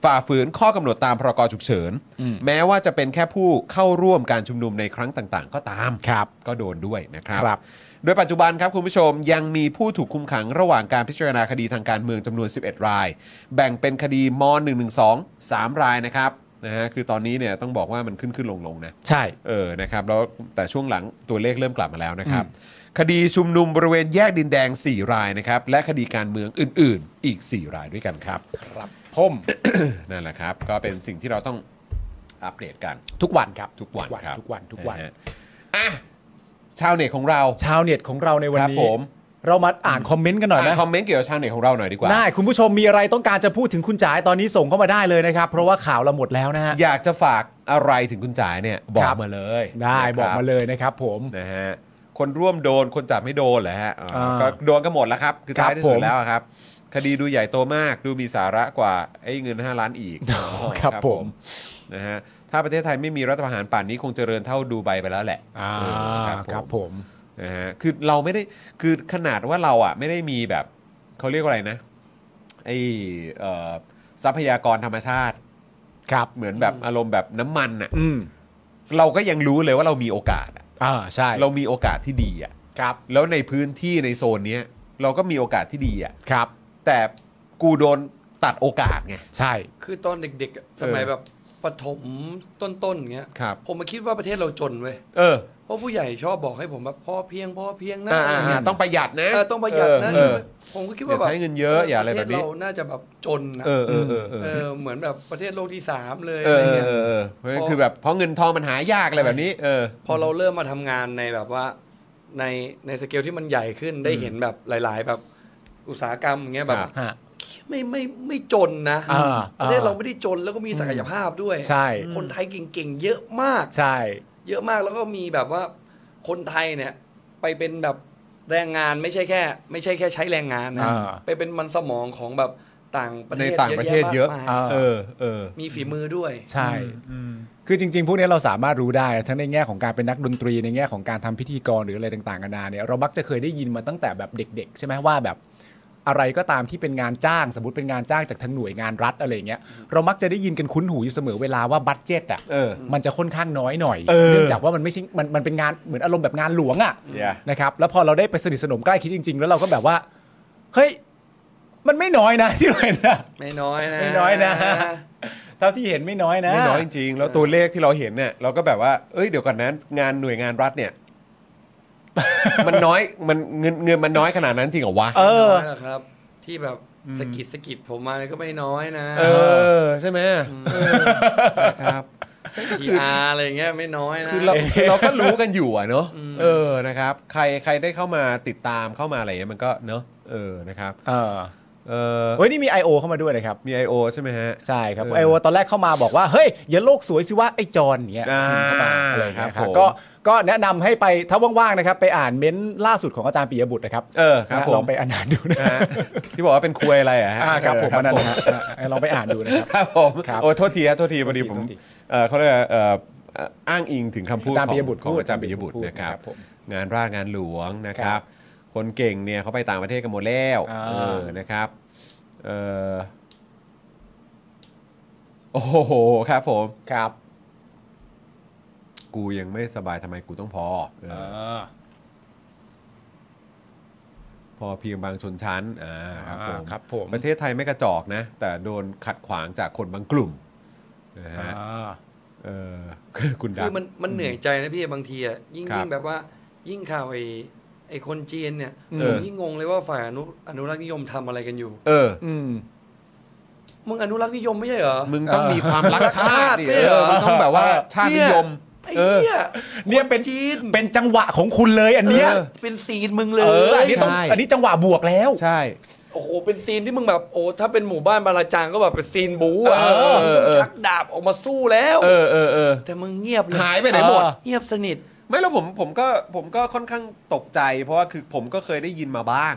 ฝ่าฝืนข้อกำหนดตามพรกฉุกเฉิน อืม แม้ว่าจะเป็นแค่ผู้เข้าร่วมการชุมนุมในครั้งต่างๆ ก็ตาม ครับ ก็โดนด้วยนะครับ ครับ โดยปัจจุบันครับคุณผู้ชมยังมีผู้ถูกคุมขังระหว่างการพิจารณาคดีทางการเมืองจำนวน 11 ราย แบ่งเป็นคดีม .112 3 รายนะครับนะฮะคือตอนนี้เนี่ยต้องบอกว่ามันขึ้นขึ้นลงลงๆนะ ใช่ เออ นะครับ แล้วแต่ช่วงหลังตัวเลขเริ่มกลับมาแล้วนะครับ คดีชุมนุมบริเวณแยกดินแดง 4 รายนะครับ และคดีการเมืองอื่น ๆ อีก 4 รายด้วยกันครับ ครับผม นั่นแหละครับ ก็เป็นสิ่งที่เราต้องอัปเดตกัน ทุกวันครับ ทุกวันครับ ทุกวันทุกวัน ะฮะอ่ะ ชาวเน็ตของเรา ชาวเน็ตของเราในวัน ครับ นี้ ผม เรามาอ่านคอมเมนต์กันหน่อย อ่าน นะ คอมเมนต์เกี่ยวกับชาวเน็ตของเราหน่อยดีกว่า ได้คุณผู้ชมมีอะไรต้องการจะพูดถึงคุณจ๋ายตอนนี้ส่งเข้ามาได้เลยนะครับ เพราะว่าข่าวเราหมดแล้วนะฮะ อยากจะฝากอะไรถึงคุณจ๋ายเนี่ย บอก ครับ มาเลย ได้ นะครับ อกมาเลยนะครับผม นะฮะ คนร่วมโดน คนจับไม่โดนเหรอฮะอ๋ออา ก็โดนกันหมดแล้วครับ คือ ครั ท้า บ ยที่สุ ผ ด ม แล้วอะครับ คดีดูใหญ่โตมาก ดูมีสาระกว่าไอ้เงิน 5 ล้านอีก ครับผม นะฮะ ถ้าประเทศไทยไม่มีรัฐประหารป่านนี้คงเจริญเท่าดูไบไปแล้วแหละ อ่า เออ ครับผม นะฮะ คือเราไม่ได้ คือขนาดว่าเราอ่ะไม่ได้มีแบบเขาเรียกว่าอะไรนะ ไอเอ่อทรัพยากรธรรมชาติ ครับ เหมือนแบบอารมณ์แบบน้ำมันอ่ะ อืม เราก็ยังรู้เลยว่าเรามีโอกาสอะ อ่าใช่ เรามีโอกาสที่ดีอ่ะ ครับ แล้วในพื้นที่ในโซนเนี้ยเราก็มีโอกาสที่ดีอ่ะ ครับ แต่กูโดนตัดโอกาสไง ใช่ คือตอนเด็กๆอะสมัยแบบปฐมต้นๆอย่างเงี้ย ครับ ผมมาคิดว่าประเทศเราจนเว้ย เออ เพราะผู้ใหญ่ชอบบอกให้ผมแบบพอเพียงพอเพียงนะ อ่า อะไร อ่า เงี้ย ต้องประหยัดนะ เออต้องประหยัดนะ เออ ผมก็คิดว่าแบอบย่าใช้เงินเยอะอย่าอะไรแบบนี้ ปเทศเราน่าจะแบบจนนะ เออเออเออเออ เออเหมือนแบบประเทศโลกที่สามเลย เอ อะไร อ เงี้ย เออเออเพราะฉะนั้นคือแบบเพราะเงินทองมันหายากอะไรแบบนี้ เออ พอเราเริ่มมาทำงานในแบบว่าในในสเกลที่มันใหญ่ขึ้นได้เห็นแบบหลาย ๆ แบบอุตสาหกรรมอย่างเงี้ยแบบ ครับ ฮะ ไม่ไม่ไม่จนนะ อ่า ประเทศ อ่า เราไม่ได้จนแล้วก็มีศักยภาพด้วย ใช่ คนไทยเก่งๆ เยอะมาก ใช่ เยอะมากแล้วก็มีแบบว่าคนไทยเนี่ยไปเป็นแบบแรงงานไม่ใช่แค่ ไม่ใช่แค่ใช้แรงงานนะ อ่า ไปเป็นมันสมองของแบบต่างประเทศ ในต่างประเทศเยอะ มาก อ่า มาย เออเออ มีฝีมือด้วย ใช่ คือจริง ๆ พวกนี้เราสามารถรู้ได้ทั้งในแง่ของการเป็นนักดนตรีในแง่ของการทำพิธีกรหรืออะไรต่างๆกันานาเนี่ยเรามักจะเคยได้ยินมาตั้งแต่แบบเด็ก ๆ ใช่ไหมว่าแบบอะไรก็ตามที่เป็นงานจ้างสมมติเป็นงานจ้างจากทางหน่วยงานรัฐอะไรอย่างเงี้ยเรามักจะได้ยินกันคุ้นหูอยู่เสมอเวลาว่าบัตเจตอ่ะ เออ มันจะค่อนข้างน้อยหน่อย เออ องจากว่ามันไม่ใช่มันมันเป็นงานเหมือนอารมณ์แบบงานหลวงอ่ะ อย่า นะครับแล้วพอเราได้ไปสนิทสนมใกล้คิดจริง ๆ แล้วเราก็แบบว่า เฮ้ย มันไม่น้อยนะ ที่เราเห็นนะ ไม่น้อยนะ ไม่น้อยนะ เท่าที่เห็นไม่น้อยนะ ไม่น้อยจริงๆ แล้วตัวเลขที่เราเห็นเนี่ยเราก็แบบว่า เอ้ยเดี๋ยวก่อนนะงานหน่วยงานรัฐเนี่ย มันน้อย มันเงินเงินมันน้อยขนาดนั้นจริงเหรอวะ เออ ไม่น้ยหรกครับ ที่แบบสะกิดสะกิดผมมาก็ไม่น้อยนะ เออ ใช่ไหมเออนะครับ ทีอาอะไรอย่างเงี้ยไม่น้อยนะ คือเราเราก็รู้กันอยู่อะเนาะเออนะครับ ใครใครได้เข้ามาติดตามเข้ามาอะไรเงี้ยมันก็เนาะเออนะครับ เออ เอ เอ่อ เฮ้ยนี่มี I.O. เข้ามาด้วยนะครับ มี I.O. ใช่ไหมฮะ ใช่ครับ เออ ไอโอตอนแรกเข้ามาบอกว่า เฮ้ย อย่าโลกสวยสิว่าไอ้จอนเนี้ย อ่า เข้ามาอะไรอย่างเงี้ย ครับผม ก็ก็แนะนำให้ไปถ้าว่างๆนะครับ ไปอ่านเม้นต์ล่าสุดของอาจารย์ปิยบุตรนะครับ เออครับ นะ ผ ลอ ม งไปอ่านดูนะ นะฮะที่บอกว่าเป็นควยอะไรอะฮะ อ่าครับผม เออ อันนั้นนะฮะอ่าลองไปอ่านดูนะครับ ครับผม ครับ โอ้โทษทีฮะโทษทีพอดี โทษที ผม โทษที เอ่อเขาเรียกว่าเอ่อเอ่ออ้างอิงถึงคำพูด อาจารย์ ของ ปิยบุตร ของ พูด อาจารย์ปิยบุตร พูด นะครับ ครับผม งานราชงานหลวงนะค ครั รับ บ คนเก่งเนี่ยเขาไปต่างประเทศกันหมดแล้ว อ่า เออนะครับเอ่อโอ้โหครับผม ครับ กูยังไม่สบายทำไมกูต้องพอเออ พอเพียงบางชนชั้นอ่าครับผ อ่าม ครับผม ประเทศไทยไม่กระจอกนะ แต่โดนขัดขวางจากคนบางกลุ่มนะฮะ อ่า เออ คุณดั คื บ อมันมันเหนื่อยใจนะพี่บางทีอ่ะยิ่ง ครับ ยิ่งแบบว่า ยิ่งข่าวไอ้ไอ้คนจีนเนี่ย เออ ผมยิ่งงงเลยว่าฝ่ายอนุอนุรักษ์นิยมทำอะไรกันอยู่ เออ อืม มึงอนุรักษ์นิยมไม่ใช่เหรอ มึงต้องมีความรักชาติดิ ชาติ เออมึงต้องแบบว่า เออ ชาตินิยม ไอ้ เออ เนี่ย เนี่ยเป็น คจีน เป็นจังหวะของคุณเลยอันเนี้ย เออ เป็นซีนมึงเล เอออัน ย นี้ต้อง ใช่ อันนี้จังหวะบวกแล้ว ใช่ โอ้โหเป็นซีนที่มึงแบบโอ้ถ้าเป็นหมู่บ้านบาราจางก็แบบเป็นซีนบู๊อ่ะ เออเออเออ ชักดาบออกมาสู้แล้ว เออเออเออ แต่มึงเงียบเลย หายไปไหนหมด เออเงียบสนิท ไม่แล้วผมผมก็ผมก็ค่อนข้างตกใจ เพราะว่าคือผมก็เคยได้ยินมาบ้าง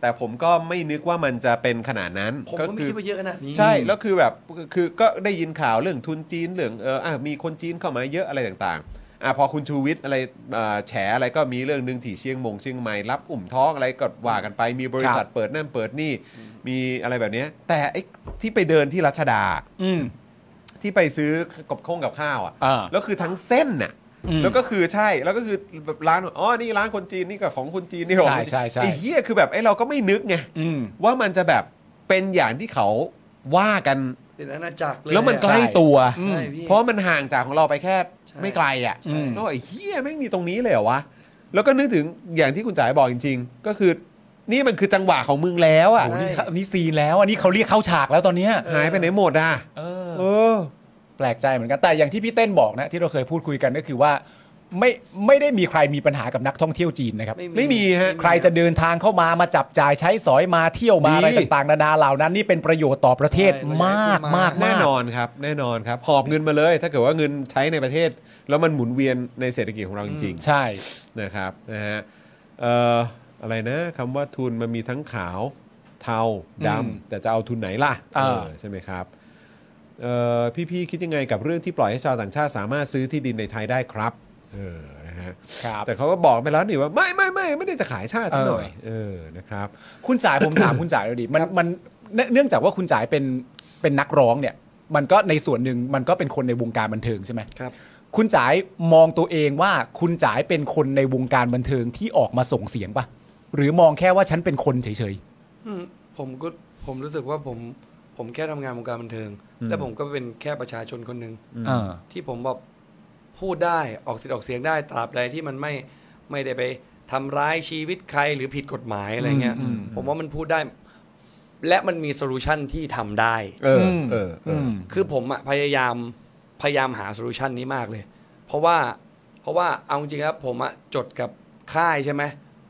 แต่ผมก็ไม่นึกว่ามันจะเป็นขนาดนั้น ผมก็ไม่ คือ คิดว่าเยอะขนาดนี้ ใช่แล้วคือแบบคือก็ได้ยินข่าวเรื่องทุนจีนเรื่องเอออ่ะมีคนจีนเข้ามาเยอะอะไรต่างๆอ่ะพอคุณชูวิทย์อะไรเอ่อแฉอะไรก็มีเรื่องหนึ่งที่เชียงมงเชียงใหม่รับอุ่มท้องอะไรก็ว่ากันไปมีบริษัทเปิดนั่นเปิดนี่มีอะไรแบบเนี้ยแต่ไอ้ที่ไปเดินที่รัชดา อืม ที่ไปซื้อกับข้องกับข้าวอ่ะ อ่า แล้วคือทั้งเส้นน่ะ อืม แล้วก็คือใช่แล้วก็คือแบบร้านอ๋อนี่ร้านคนจีนนี่ก็ของคนจีนนี่หรอ ใช่ใช่ใช่ ไอ้เหี้ยคือแบบไอ้เราก็ไม่นึกไง อืม ว่ามันจะแบบเป็นอย่างที่เขาว่ากัน เป็นอาณาจักรเลย แล้วมัน อะ ใกล้ตัว ใช่พี่ เพราะมันห่างจากของเราไปแค่ ใช่ ไม่ไกลอ่ะ อืม แล้วไอ้เฮียแม่งมีตรงนี้เลยเหรอวะ แล้วก็นึกถึงอย่างที่คุณจ๋ายบอกจริง ๆ ก็คือ นี่มันคือจังหวะของมึงแล้วอ่ะ ใช่ นี่เขานี่ซีนแล้วอันนี้เขาเรียกเข้าฉากแล้วตอนเนี้ย หายไปไหนหมดอ่ะ เออ เออ แปลกใจเหมือนกันแต่อย่างที่พี่เต้นบอกนะที่เราเคยพูดคุยกันก็คือว่า ไม่ไม่ได้มีใครมีปัญหากับนักท่องเที่ยวจีนนะครับ ไม่มีฮะ ใครจะเดินทางเข้ามามาจับจ่ายใช้สอยมาเที่ยวมา ดี อะไรต่างๆนานาเหล่านั้น นี่เป็นประโยชน์ต่อประเทศ ใช่ มาก ประโยชน์มาม าก ก แน่นอนครับ แน่นอนครับ หอบเงินมาเลย ถ้าเกิดว่าเงินใช้ในประเทศ แล้วมันหมุนเวียนในเศรษฐกิจของเราจริง ใช่ ๆนะครับนะฮะเอ่ออะไรนะคำว่าทุนมันมีทั้งขาวเทาด อืม ำแต่จะเอาทุนไหนล่ะ อ่า เออใช่ไหมครับ เอ่อพี่ๆคิดยังไงกับเรื่องที่ปล่อยให้ชาวต่างชาติสามารถซื้อที่ดินในไทยได้ครับเออนะฮะ ครับ แต่เขาก็บอกไปแล้วนี่ว่าไม่ไม่ไม่ไม่ได้จะขายชาติซะหน่อยเออนะครับ คุณจ๋ายผมถาม คุณจ๋ายดูดิมันมันเนื่องเนื่องจากว่าคุณจ๋ายเป็นเป็นนักร้องเนี่ย มันก็ในส่วนหนึ่งมันก็เป็นคนในวงการบันเทิงใช่ไหม ครับ คุณจ๋ายมองตัวเองว่าคุณจ๋ายเป็นคนในวงการบันเทิงที่ออกมาส่งเสียงปะหรือมองแค่ว่าฉันเป็นคนเฉย อืมผมก็ผมรู้สึกว่าผมผมแค่ทำงานวงการบันเทิง และผมก็เป็นแค่ประชาชนคนหนึ่ง อืมอ่า ที่ผมแบบพูดได้ออกเสียงออกเสียงได้ตราบใดที่มันไม่ไม่ได้ไปทำร้ายชีวิตใครหรือผิดกฎหมายอะไรเงี้ยผมว่ามันพูดได้ และมันมีโซลูชันที่ทำได้ เออ ม เออ ๆ เอ อื อ ม คือผมอะพยายามพยายามหาโซลูชันนี้มากเลย เพราะว่าเพราะว่าเอาจริงๆครับผมอะจดกับค่ายใช่ไหม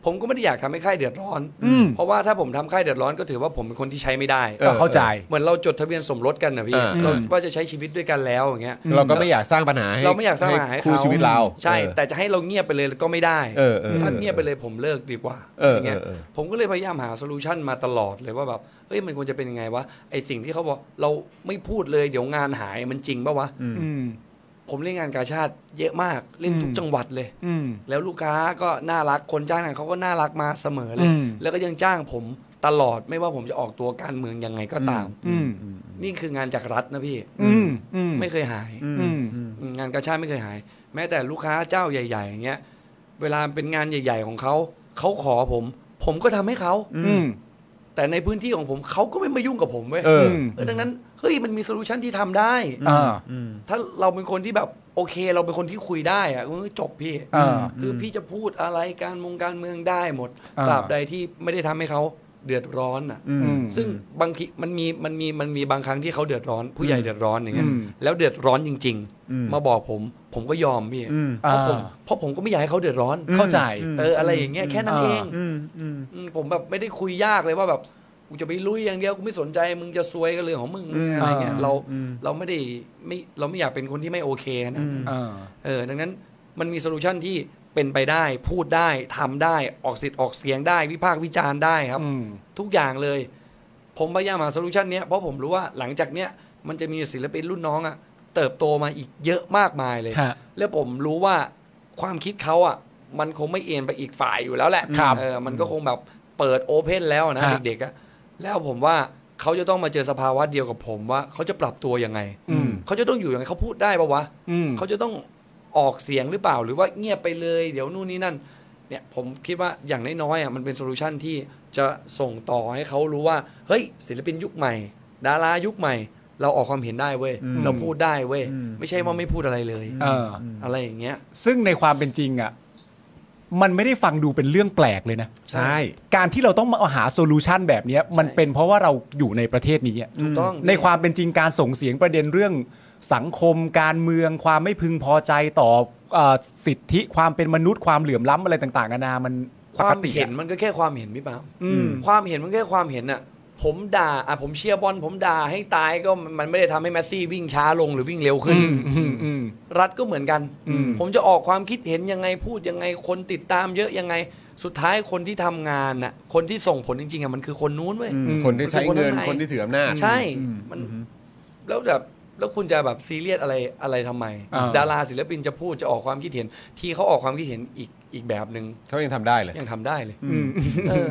ผมก็ไม่ได้อยากทำให้ค่ายเดือดร้อน อืม เพราะว่าถ้าผมทำค่ายเดือดร้อนก็ถือว่าผมเป็นคนที่ใช้ไม่ได้ ก็เข้าใจ เหมือนเราจดทะเบียนสมรสกันนะพี่ อ่า เราว่าจะใช้ชีวิตด้วยกันแล้วอย่างเงี้ย เราก็ไม่อยากสร้างปัญหาให้ เราไม่อยากสร้างปัญหาให้ คู่ เขา ชีวิตเรา ใช่ เออ แต่จะให้เราเงียบไปเลยก็ไม่ได้ เออเออ ถ้าเงียบไปเลยผมเลิกดีกว่า เอออย่าง เงี้ย เออเออ ผมก็เลยพยายามหาโซลูชันมาตลอดเลยว่าแบบเอ้ยมันควรจะเป็นยังไงวะไอสิ่งที่เขาบอกเราไม่พูดเลยเดี๋ยวงานหายมันจริงปะวะ อืม ผมเล่นงานกาชาติเยอะมากเล่นทุก อืม จังหวัดเลย อืม แล้วลูกค้าก็น่ารักคนจ้างงานเขาก็น่ารักมาเสมอเลย อืม แล้วก็ยังจ้างผมตลอดไม่ว่าผมจะออกตัวการเมืองยังไงก็ตาม อืม นี่คืองานจากรัฐนะพี่ อืมอืม ไม่เคยหาย อืม งานกาชาติไม่เคยหาย แม้แต่ลูกค้าเจ้าใหญ่ ๆ อย่างเงี้ย เวลาเป็นงานใหญ่ ๆ ของเขาเขาขอผม ผมก็ทำให้เขา อืม แต่ในพื้นที่ของผมเขาก็ไม่มายุ่งกับผมเว้ย เออ เออดังนั้นเฮ้ยมันมีโซลูชันที่ทำได้ อ่า ถ้าเราเป็นคนที่แบบโอเค เราเป็นคนที่คุยได้อะเออจบพี่ อ่า คือพี่จะพูดอะไรการมงการเมืองได้หมด อ่า ตราบใดที่ไม่ได้ทำให้เขาเดือดร้อนอ่ะ อืม ซึ่งบางทีมันมีมันมีมันมีบางครั้งที่เขาเดือดร้อนผู้ใหญ่เดือดร้อนอย่างเงี้ย อืม แล้วเดือดร้อนจริง ๆ มาบอกผมผมก็ยอมพี่เพราะผม อ่า เพราะผมก็ไม่อยากให้เขาเดือดร้อน เข้าใจ เอออะไรอย่างเงี้ยแค่นั้น อ่า เองอืมผมแบบไม่ได้คุยยากเลยว่าแบบ กูจะไปลุยอย่างเดียวกูไม่สนใจมึงจะซวยก็เรื่องของมึงอะไรเงี้ย อ่า เราเราไม่ได้ไม่เราไม่อยากเป็นคนที่ไม่โอเคนะ เออ เออดังนั้นมันมีโซลูชันที่เป็นไปได้ พูดได้ทำได้ออกสิทธิ์ออกเสียงได้ วิพากษ์วิจารณ์ได้ครับ อืม ทุกอย่างเลย ผมพยายามหาโซลูชันเนี้ยเพราะผมรู้ว่าหลังจากเนี้ยมันจะมีศิลปินรุ่นน้องอะเติบโตมาอีกเยอะมากมายเลย ฮะ แล้วผมรู้ว่าความคิดเขาอะมันคงไม่เอ็นไปอีกฝ่ายอยู่แล้วแหละ ครับ เออมันก็คงแบบเปิดโอเพนแล้วนะ ฮะ เด็กๆอะแล้วผมว่าเขาจะต้องมาเจอสภาวะเดียวกับผมว่าเขาจะปรับตัวยังไง อืม เขาจะต้องอยู่ยังไงเขาพูดได้ปะวะ อืม เขาจะต้องออกเสียงหรือเปล่าหรือว่าเงียบไปเลย เดี๋ยวนู่นนี่นั่นเนี่ยผมคิดว่าอย่างน้อยๆอ่ะมันเป็นโซลูชันที่จะส่งต่อให้เขารู้ว่า เฮ้ย ศิลปินยุคใหม่ ดารายุคใหม่ เราออกความเห็นได้เว้ย เราพูดได้เว้ย ไม่ใช่ว่าไม่พูดอะไรเลย เออ อะไรอย่างเงี้ย ซึ่งในความเป็นจริงอ่ะ มันไม่ได้ฟังดูเป็นเรื่องแปลกเลยนะ ใช่ การที่เราต้องมาหาโซลูชันแบบเนี้ยมันเป็นเพราะว่าเราอยู่ในประเทศนี้อะ ถูกต้อง ในความเป็นจริงการส่งเสียงประเด็นเรื่องสังคมการเมืองความไม่พึงพอใจต่อเอ่อสิทธิความเป็นมนุษย์ความเหลื่อมล้ำอะไรต่างๆนานามันปควาก ม ติ เห็น อะ มันก็แค่ความเห็นพี่ปาล์ม อืม ความเห็นมันก็แค่ความเห็นอ่ะ ผมด่าอ่ะผมเชียร์บอลผมด่าให้ตายก็มันไม่ได้ทำให้แมสซี่วิ่งช้าลงหรือวิ่งเร็วขึ้น อืมอืมอืม รัฐก็เหมือนกัน อืม ผมจะออกความคิดเห็นยังไงพูดยังไงคนติดตามเยอะยังไง สุดท้ายคนที่ทำงานน่ะ คนที่ส่งผลจริงๆอ่ะมันคือคนนู้นเว้ย คนที่ใช้เงิน มันเป็นคนข้างใน คนที่ถืออำนาจ ใช่ มัน แล้วแบบ แล้วคุณจะแบบซีเรียสอะไรอะไรทำไม อ่า ดาราศิลปินจะพูดจะออกความคิดเห็น ที่เขาออกความคิดเห็นอีกอีกแบบหนึง เขายังทำได้เลย ่งยังทำได้เลยเออ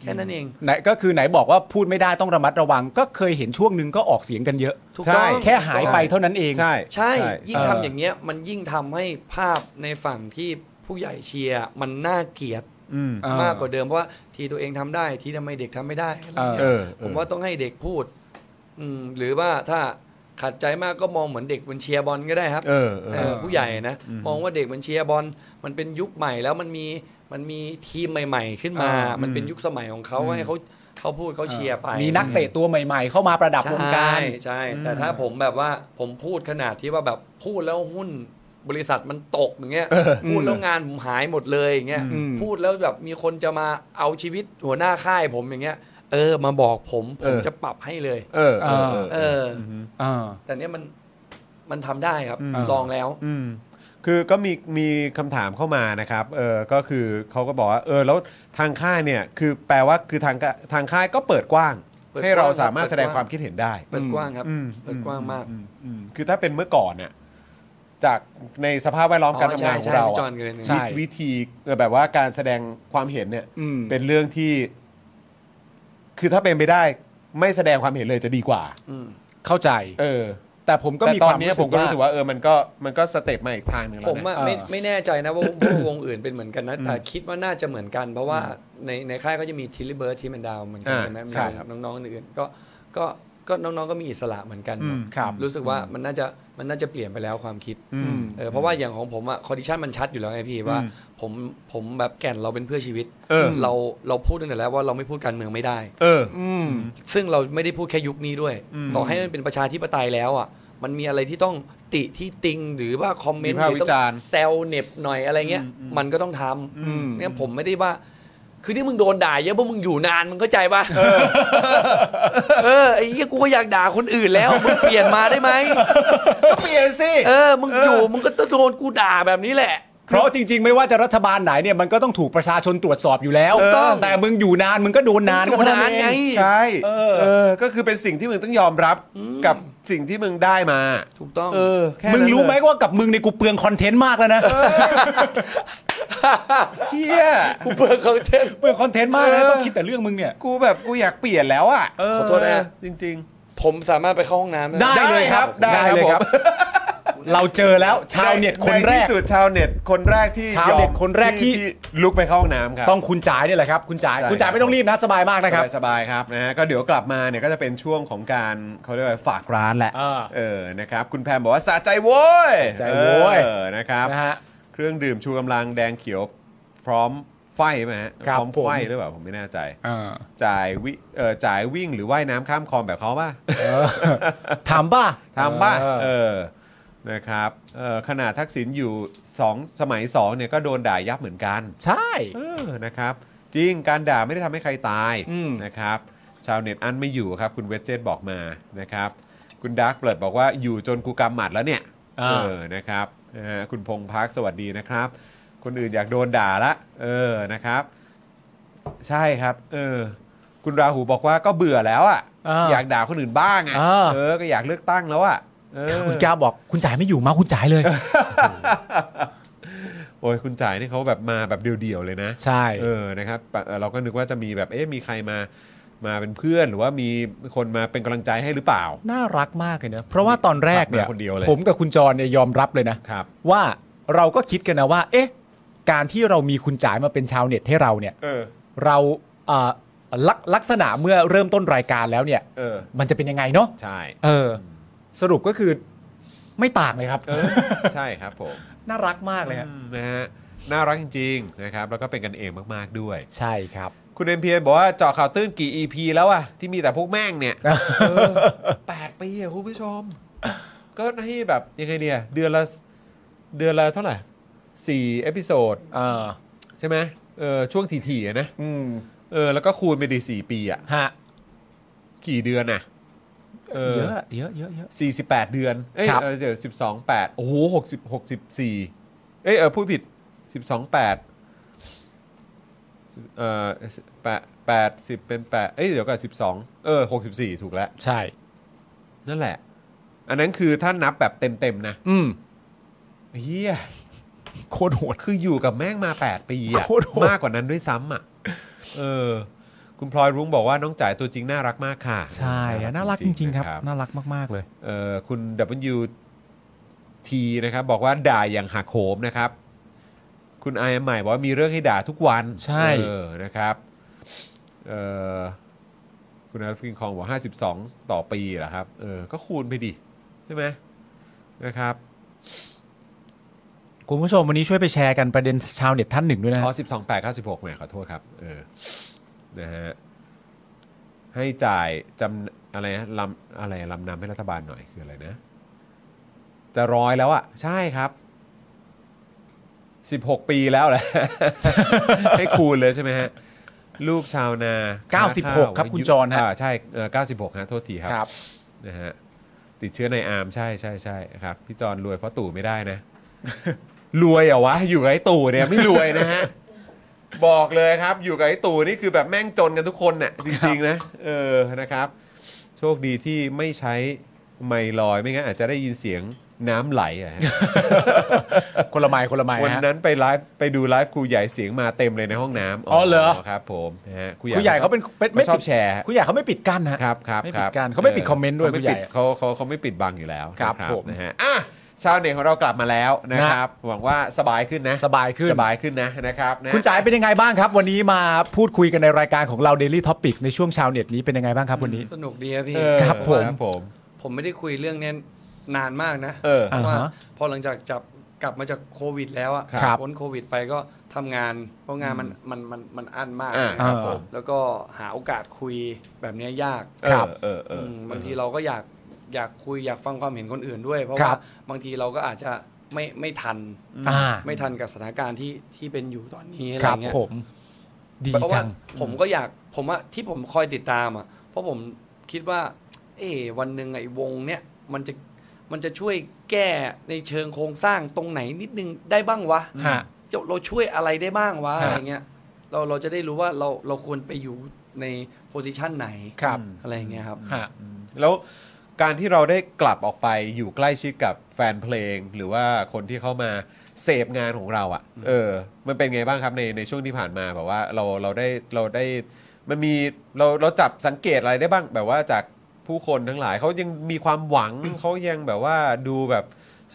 แค่นั้นเอง ไหนก็คือไหนบอกว่าพูดไม่ได้ต้องระมัดระวัง ก็เคยเห็นช่วงหนึ่งก็ออกเสียงกันเยอะ ถูก ใช่ ต้อง แค่หายไปเท่านั้นเอง ใช่ ใช่ ยิ่งทำ เอออ อย่างเงี้ย มันยิ่งทำให้ภาพในฝั่งที่ผู้ใหญ่เชียร์มันน่าเกลียด อืม อ่ มากกว่าเดิมเพราะว่าทีตัวเองทำได้ทีทำไมเด็กทำไม่ได้อะไรเงี้ย เออเออ ผมว่าต้องให้เด็กพูด อืมหรือว่าถ้าขัดใจมากก็มองเหมือนเด็กมันเชียร์บอลก็ได้ครับ เออเออ เออผู้ใหญ่นะมองว่าเด็กมันเชียร์บอลมันเป็นยุคใหม่แล้วมันมีมันมีทีมใหม่ ๆ ขึ้นมา อ่ามั มันเป็นยุคสมัยของเขาให้เขาเขาพูดเขาเชียร์ไป มีนักเตะตัวใหม่ ๆ เข้ามาประดับวงการ ใช่ใช่ แต่ถ้าผมแบบว่าผมพูดขนาดที่ว่าแบบพูดแล้วหุ้นบริษัทมันตกอย่างเงี้ยพูดแล้วงานผมหายหมดเลยอย่างเงี้ย อืม พูดแล้วแบบมีคนจะมาเอาชีวิตหัวหน้าค่ายผมอย่างเงี้ย เออ มาบอกผมผ เอ ม อ จะปรับให้เลย เออเออเออ เอ เออ อ อ่า แต่เนี้ยมันมันทำได้ครับ อืม ลองแล้ว อืมคือก็มีมีคำถามเข้ามานะครับเออก็คือเขาก็บอกว่าเออแล้วทางค่ายเนี่ยคือแปลว่าคือทางทางค่ายก็เปิดกว้าง เปิดกว้าง ให้เราสามารถแสดงความคิดเห็นได้ เปิดกว้างครับ อืม เปิดกว้างมาก อืมอืมคือถ้าเป็นเมื่อก่อนเนี่ยจากในสภาพแวดล้อมการทำงานของเรา พี่จอ อะ นเกิน ใช่ วิวิธีเออแบบว่าการแสดงความเห็นเนี่ย อืม เป็นเรื่องที่ คือถ้าเป็นไปได้ ไม่แสดงความเห็นเลยจะดีกว่า อืม เข้าใจ เออ แต่ผมก็ แต่ มี ตอ คน วาม เนี้ย รู้ ผ สึ ม ก ก็ ว่า รู้สึกว่าเออมันก็มันก็สเต็ปมาอีกทางหนึ่งแล้ ผ ว ม นะ อะ เออ ไม่ไม่แน่ใจนะว่าวง ว่าวงอื่นเป็นเหมือนกันนะ แต่คิดว่าน่าจะเหมือนกัน เพราะว่าในในค่ายก็จะมีทิลลี่เบิร์ดทีมันดาวเหมือนกัน อ่า ใช่ไหมมี ใช่ครับ น้องๆอื่นๆก็ก็ก็น้องๆก็มีอิสระเหมือนกันนะครับ รู้สึกว่ามันน่าจะมันน่าจะเปลี่ยนไปแล้วความคิด อืม เออเพราะว่าอย่างของผมอะคอนดิชันมันชัดอยู่แล้วไงพี่ว่า ผมผมแบบแก่นเราเป็นเพื่อชีวิต เออ เราเราพูดตั้งแต่แล้วว่าเราไม่พูดการเมืองไม่ได้ เออ อืม ซึ่งเราไม่ได้พูดแค่ยุคนี้ด้วย ต่อให้มันเป็นประชาธิปไตยแล้วอะมันมีอะไรที่ต้องติที่ติงหรือว่าคอมเมนต์ วิพากษ์ หรือต้อ วิจาง รณ์ แซวเหน็บหน่อยอะไรเงี้ย มันก็ต้องท อืม ำเนี่ยผมไม่ได้ว่า คือที่มึงโดนด่าเยอะเพราะมึงอยู่นานมึงเข้าใจปะเออไอ้เหี้ยกูก็อยากด่าคนอื่นแล้วมึงเปลี่ยนมาได้ไหม ก็เปลี่ยนสิ เออ มึงอยู่ มึงก็ต้องโดนกูด่าแบบนี้แหละ เพราะจริง ๆ ไม่ว่าจะรัฐบาลไหนเนี่ยมันก็ต้องถูกประชาชนตรวจสอบอยู่แล้ว ถูกต้อง แต่มึงอยู่นานมึงก็โดนนาน อยู่นานไง ใช่ เออ เออ ก็คือเป็นสิ่งที่มึงต้องยอมรับกับสิ่งที่มึงได้มา ถูกต้อง เออแค่ มึ นั้น ง เลย รู้ไหมว่ากับมึงในยกูเปลืองคอนเทนต์มากแล้วนะ เฮีย กูเปิดคอนเทนต์ เปลืองคอนเทนต์มากนะต้องคิดแต่เรื่องมึงเนี่ย กูแบบกูอยากเปลี่ยนแล้วอ่ะ ขอโทษนะ จริง ผมสามารถไปเข้าห้องน้ำนะ ได้เลยครับ ได้ครับ เลย ผม เราเจอแล้ว ๆ ชาวเน็ตคน ใน แรก ที่สุดชาวเน็ตคนแรกที่ ชาวย อม เน็ตคนแรกที่ ลุกไปเข้าห้องน้ำครับ ต้องคุณจ๋ายเนี่ยแหละครับคุณจ๋าย ใช่ คุณจ๋าย ครับ ไม่ต้องรีบนะสบายมากนะครับ สบายๆครับนะฮะก็เดี๋ยวกลับมาเนี่ยก็จะเป็นช่วงของการเขาเรียกว่าฝากร้านแหละ อ่า เออนะครับคุณแพมบอกว่าสะใจโว้ย สะใจโว้ย เออนะครับ นะฮะ เครื่องดื่มชูกำลังแดงเขียวพร้อมไฟไหมฮะ ครับ พร้อม ผม ไฟหรือเปล่าผมไม่แน่ใจ อ่า จ่ายวิเอ่อจ่ายวิ่งหรือว่ายน้ำข้ามคลองแบบเขา ป่ะ เออถามป่ะ ทำป่ะ เออ เออนะครับเอ่อขนาดทักษิณอยู่ 2 สมัย2เนี่ยก็โดนด่ายับเหมือนกัน ใช่ เออนะครับ จริงการด่าไม่ได้ทำให้ใครตาย อืม นะครับ ชาวเน็ตอันไม่อยู่ครับ คุณเวจเจตบอกมานะครับ คุณดาร์กเปิดบอกว่าอยู่จนกูกำหมัดแล้วเนี่ย เอ อ่า อนะครับนะฮะคุณพงพักสวัสดีนะครับ คนอื่นอยากโดนด่าละ เออนะครับ ใช่ครับ เออ คุณราหูบอกว่าก็เบื่อแล้วอ่ะ อ่า อยากด่าคนอื่นบ้างอ่ะ อ่า เออก็อยากเลือกตั้งแล้วอ่ะเออ คุณกาบอกคุณจ่ายไม่อยู่มาคุณจ่ายเลย โอ้ยคุณจ่ายนี่เขาแบบมาแบบเดี่ยวๆเลยนะ ใช่ เออนะครับปะเอ่อเราก็นึกว่าจะมีแบบเอ๊ะมีใครมามาเป็นเพื่อน หรือว่ามีคนมาเป็นกำลังใจให้หรือเปล่า น่ารักมากเลยเนอะเพราะว่าตอนแรกเนี่ย มาคนเดียวเลย ผมกับคุณจรเนี่ยยอมรับเลยนะ ครับ ว่าเราก็คิดกันนะว่า เอ๊ะ การที่เรามีคุณจ่ายมาเป็นชาวเน็ตให้เราเนี่ย เออ เราเอ่อลักลักษณะเมื่อเริ่มต้นรายการแล้วเนี่ย เออ มันจะเป็นยังไงเนาะ ใช่ เออ สรุปก็คือไม่ต่างเลยครับ เออ ใช่ครับผม น่ารักมากเลยฮะ อืมนะฮะน่ารักจริงๆนะครับแล้วก็เป็นกันเองมากๆด้วย ใช่ ครับ คุณเอ็มพีบอกว่าเจาะข่าวตื้นกี่ EP แล้วอะที่มีแต่พวกแม่งเนี่ยเออแปดปีอะคุณผู้ชม ก็ให้แบบยังไงเนี่ยเดือนละเดือนละเท่าไหร่สี่เอพิโซด เออ ใช่ไหมเออช่วงถี่ๆอะนะ อืม เออ แล้วก็คูณไปดีสี่ปีอ่ะ ฮะ กี่เดือนอ่ะ เออ เยอะเยอะเยอะเยอะ สี่สิบแปดเดือน เอ้ย ครับ เออเดี๋ยวสิบสองแปดโอ้โหหกสิบหกสิบสี่เอ้ยเออพูดผิดสิบสองแปดเออแปดแปดสิบเป็นแปดเอ้ยเดี๋ยวก่อนสิบสองเออหกสิบสี่ถูกแล้ว ใช่ นั่นแหละ อันนั้นคือถ้านับแบบเต็มๆนะ อืม เฮีย โคตรโหด คืออยู่กับแม่งมา 8 ปีอะ โคตรโหด มากกว่านั้นด้วยซ้ำอ่ะ เออ คุณพลอยรุ้งบอกว่าน้องจ่ายตัวจริงน่ารักมากค่ะ ใช่อะน่ารักจริง ๆ ครับ นะ น่ารักมากๆเลย เอ่อคุณ WT นะครับบอกว่าด่าอย่างหักโหมนะครับ คุณไอใหม่บอกว่ามีเรื่องให้ด่าทุกวัน ใช่ เออนะครับเอ่อคุณอาร์ฟินคองบอก52 ต่อปีเหรอครับเออก็คูณไปดิใช่ไหมนะครับ คุณผู้ชมวันนี้ช่วยไปแชร์กันประเด็นชาวเน็ตท่านหนึ่งด้วยนะ อ๋อ12 8 96แหมขอโทษครับเออนะฮะให้จ่ายจำอะไรนะลำอะไรลำนำให้รัฐบาลหน่อยคืออะไรนะ จะร้อยแล้วอะใช่ครับ 16 ปีแล้วแหละ ให้คูณเลยใช่ไหมฮะ ลูกชาวนา เก้าสิบหก ข้าว ครับคุณ ยุ จรฮะ าใช่เออ96 ฮะ โทษทีครับนะฮะติดเชื้อในอาร์มใช่ใช่ใช่ครับ พี่จรรวยเพราะตู่ไม่ได้นะ รวยเหรอวะ อยู่กับไอ้ตู่เนี่ยไม่รวยนะ ฮะ บอกเลยครับ อยู่กับไอ้ตู่นี่คือแบบแม่งจนกันทุกคนเนี่ยจริง ๆ นะ เออนะครับ โชคดีที่ไม่ใช้ไม่ลอยไม่งั้นอาจจะได้ยินเสียงน้ำไหลอะ ฮะ คนละไมคนละไม วัน ฮะ นั้นไปไลฟ์ไปดูไลฟ์ครูใหญ่เสียงมาเต็มเลยในห้องน้ำ อ๋อเหรอ ครับผมนะฮะครู ครูใหญ่เขาเป็นเป็น ไม่ชอบแชร์ฮะ ครูใหญ่เขาไม่ปิดกั้นฮะ ครับครับ ไม่ ค ปิ รั ด บ กั้นเขาไม่ปิดคอมเมนต์ด้วย ขา ครูใหญ่ เขาเขาเขาไม่ปิดบังอยู่แล้ว ครับ นะ ผม นะฮะอ่ะชาวเน็ตของเรากลับมาแล้วนะครับหวังว่าสบายขึ้นนะ สบายขึ้น สบายขึ้นนะนะครับนะ คุณจ๋ายเป็นยังไงบ้างครับ วันนี้มาพูดคุยกันในรายการของเรา Daily Topics ในช่วงชาวเน็ตนี้เป็นยังไงบ้างครับวันนี้ สนุกดีครับพี่ เออ ครับผม ครับผม ผมไม่ได้คุยเรื่องเนี้ยนานมากนะ เออ ราะว่า อ่าฮะ พอหลังจากจับกลับมาจากโควิด แล้วอะ ครับ พ้นโควิดไปก็ทำงาน เพราะงานมันมันมันมันอั้นมาก อ่า นะค อ่า รับผมแล้วก็หาโอกาสคุยแบบเนี้ยยาก ครับ เออเออ ม เออบ างทีเราก็อยากอยากคุยอยากฟังความเห็นคนอื่นด้วย เพราะ ครั ว่า บ บางทีเราก็อาจจะไม่ไม่ทัน อ่า ไม่ทันกับสถานการณ์ที่ที่เป็นอยู่ตอนนี้อะไร ครับ เงี้ย ผม ดี เพราะ จั ว่าง ผมก็อยากผมว่าที่ผมคอยติดตามอ่ะ เพราะผมคิดว่า เออวันหนึ่งไอ้วงเนี้ยมันจะมันจะช่วยแก้ในเชิงโครงสร้างตรงไหนนิดนึงได้บ้างวะ ฮะ จะเราช่วยอะไรได้บ้างวะ ฮะ อะไรเงี้ยเราเราจะได้รู้ว่าเราเราควรไปอยู่ในโพสิชันไหน ครับ อะไรเงี้ยครับ ฮะ แล้วการที่เราได้กลับออกไปอยู่ใกล้ชิดกับแฟนเพลง หรือว่าคนที่เข้ามาเสพงานของเราอะ่ะเออ มันเป็นไงบ้างครับในในช่วงที่ผ่านมาแบบว่าเราเราได้เราได้มันมีเราเราจับสังเกตอะไรได้บ้างแบบว่าจากผู้คนทั้งหลายเขายังมีความหวัง เขายังแบบว่าดูแบบ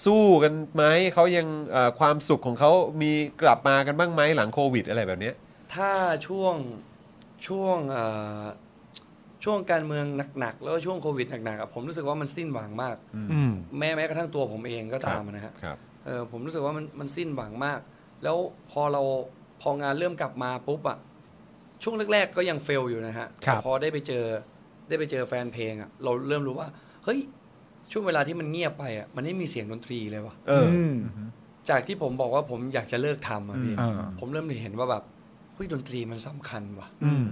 สู้กันไหมเขายังเอ่อความสุขของเขามีกลับมากันบ้างไหมหลังโควิดอะไรแบบเนี้ย ถ้าช่วงช่วงเอ่อช่วงการเมืองหนักๆแล้วก็ช่วงโควิดหนักๆอะผมรู้สึกว่ามันสิ้นหวังมาก อืม แม้แม้กระทั่งตัวผมเองก็ตามอะนะฮะ ครับ เออผมรู้สึกว่ามันมันสิ้นหวังมาก แล้วพอเราพองานเริ่มกลับมาปุ๊บอะช่วงแรก ๆ ก็ยังเฟลอยู่นะฮะ ครับ แต่พอได้ไปเจอได้ไปเจอแฟนเพลงอะเราเริ่มรู้ว่า เฮ้ย ช่วงเวลาที่มันเงียบไปอะมันไม่มีเสียงดนตรีเลยว่ะ เออ ม จากที่ผมบอกว่าผมอยากจะเลิกทำอะพี่ อืมอ่า ผมเริ่มเห็นว่าแบบเฮ้ยดนตรีมันสำคัญว่ะ อืม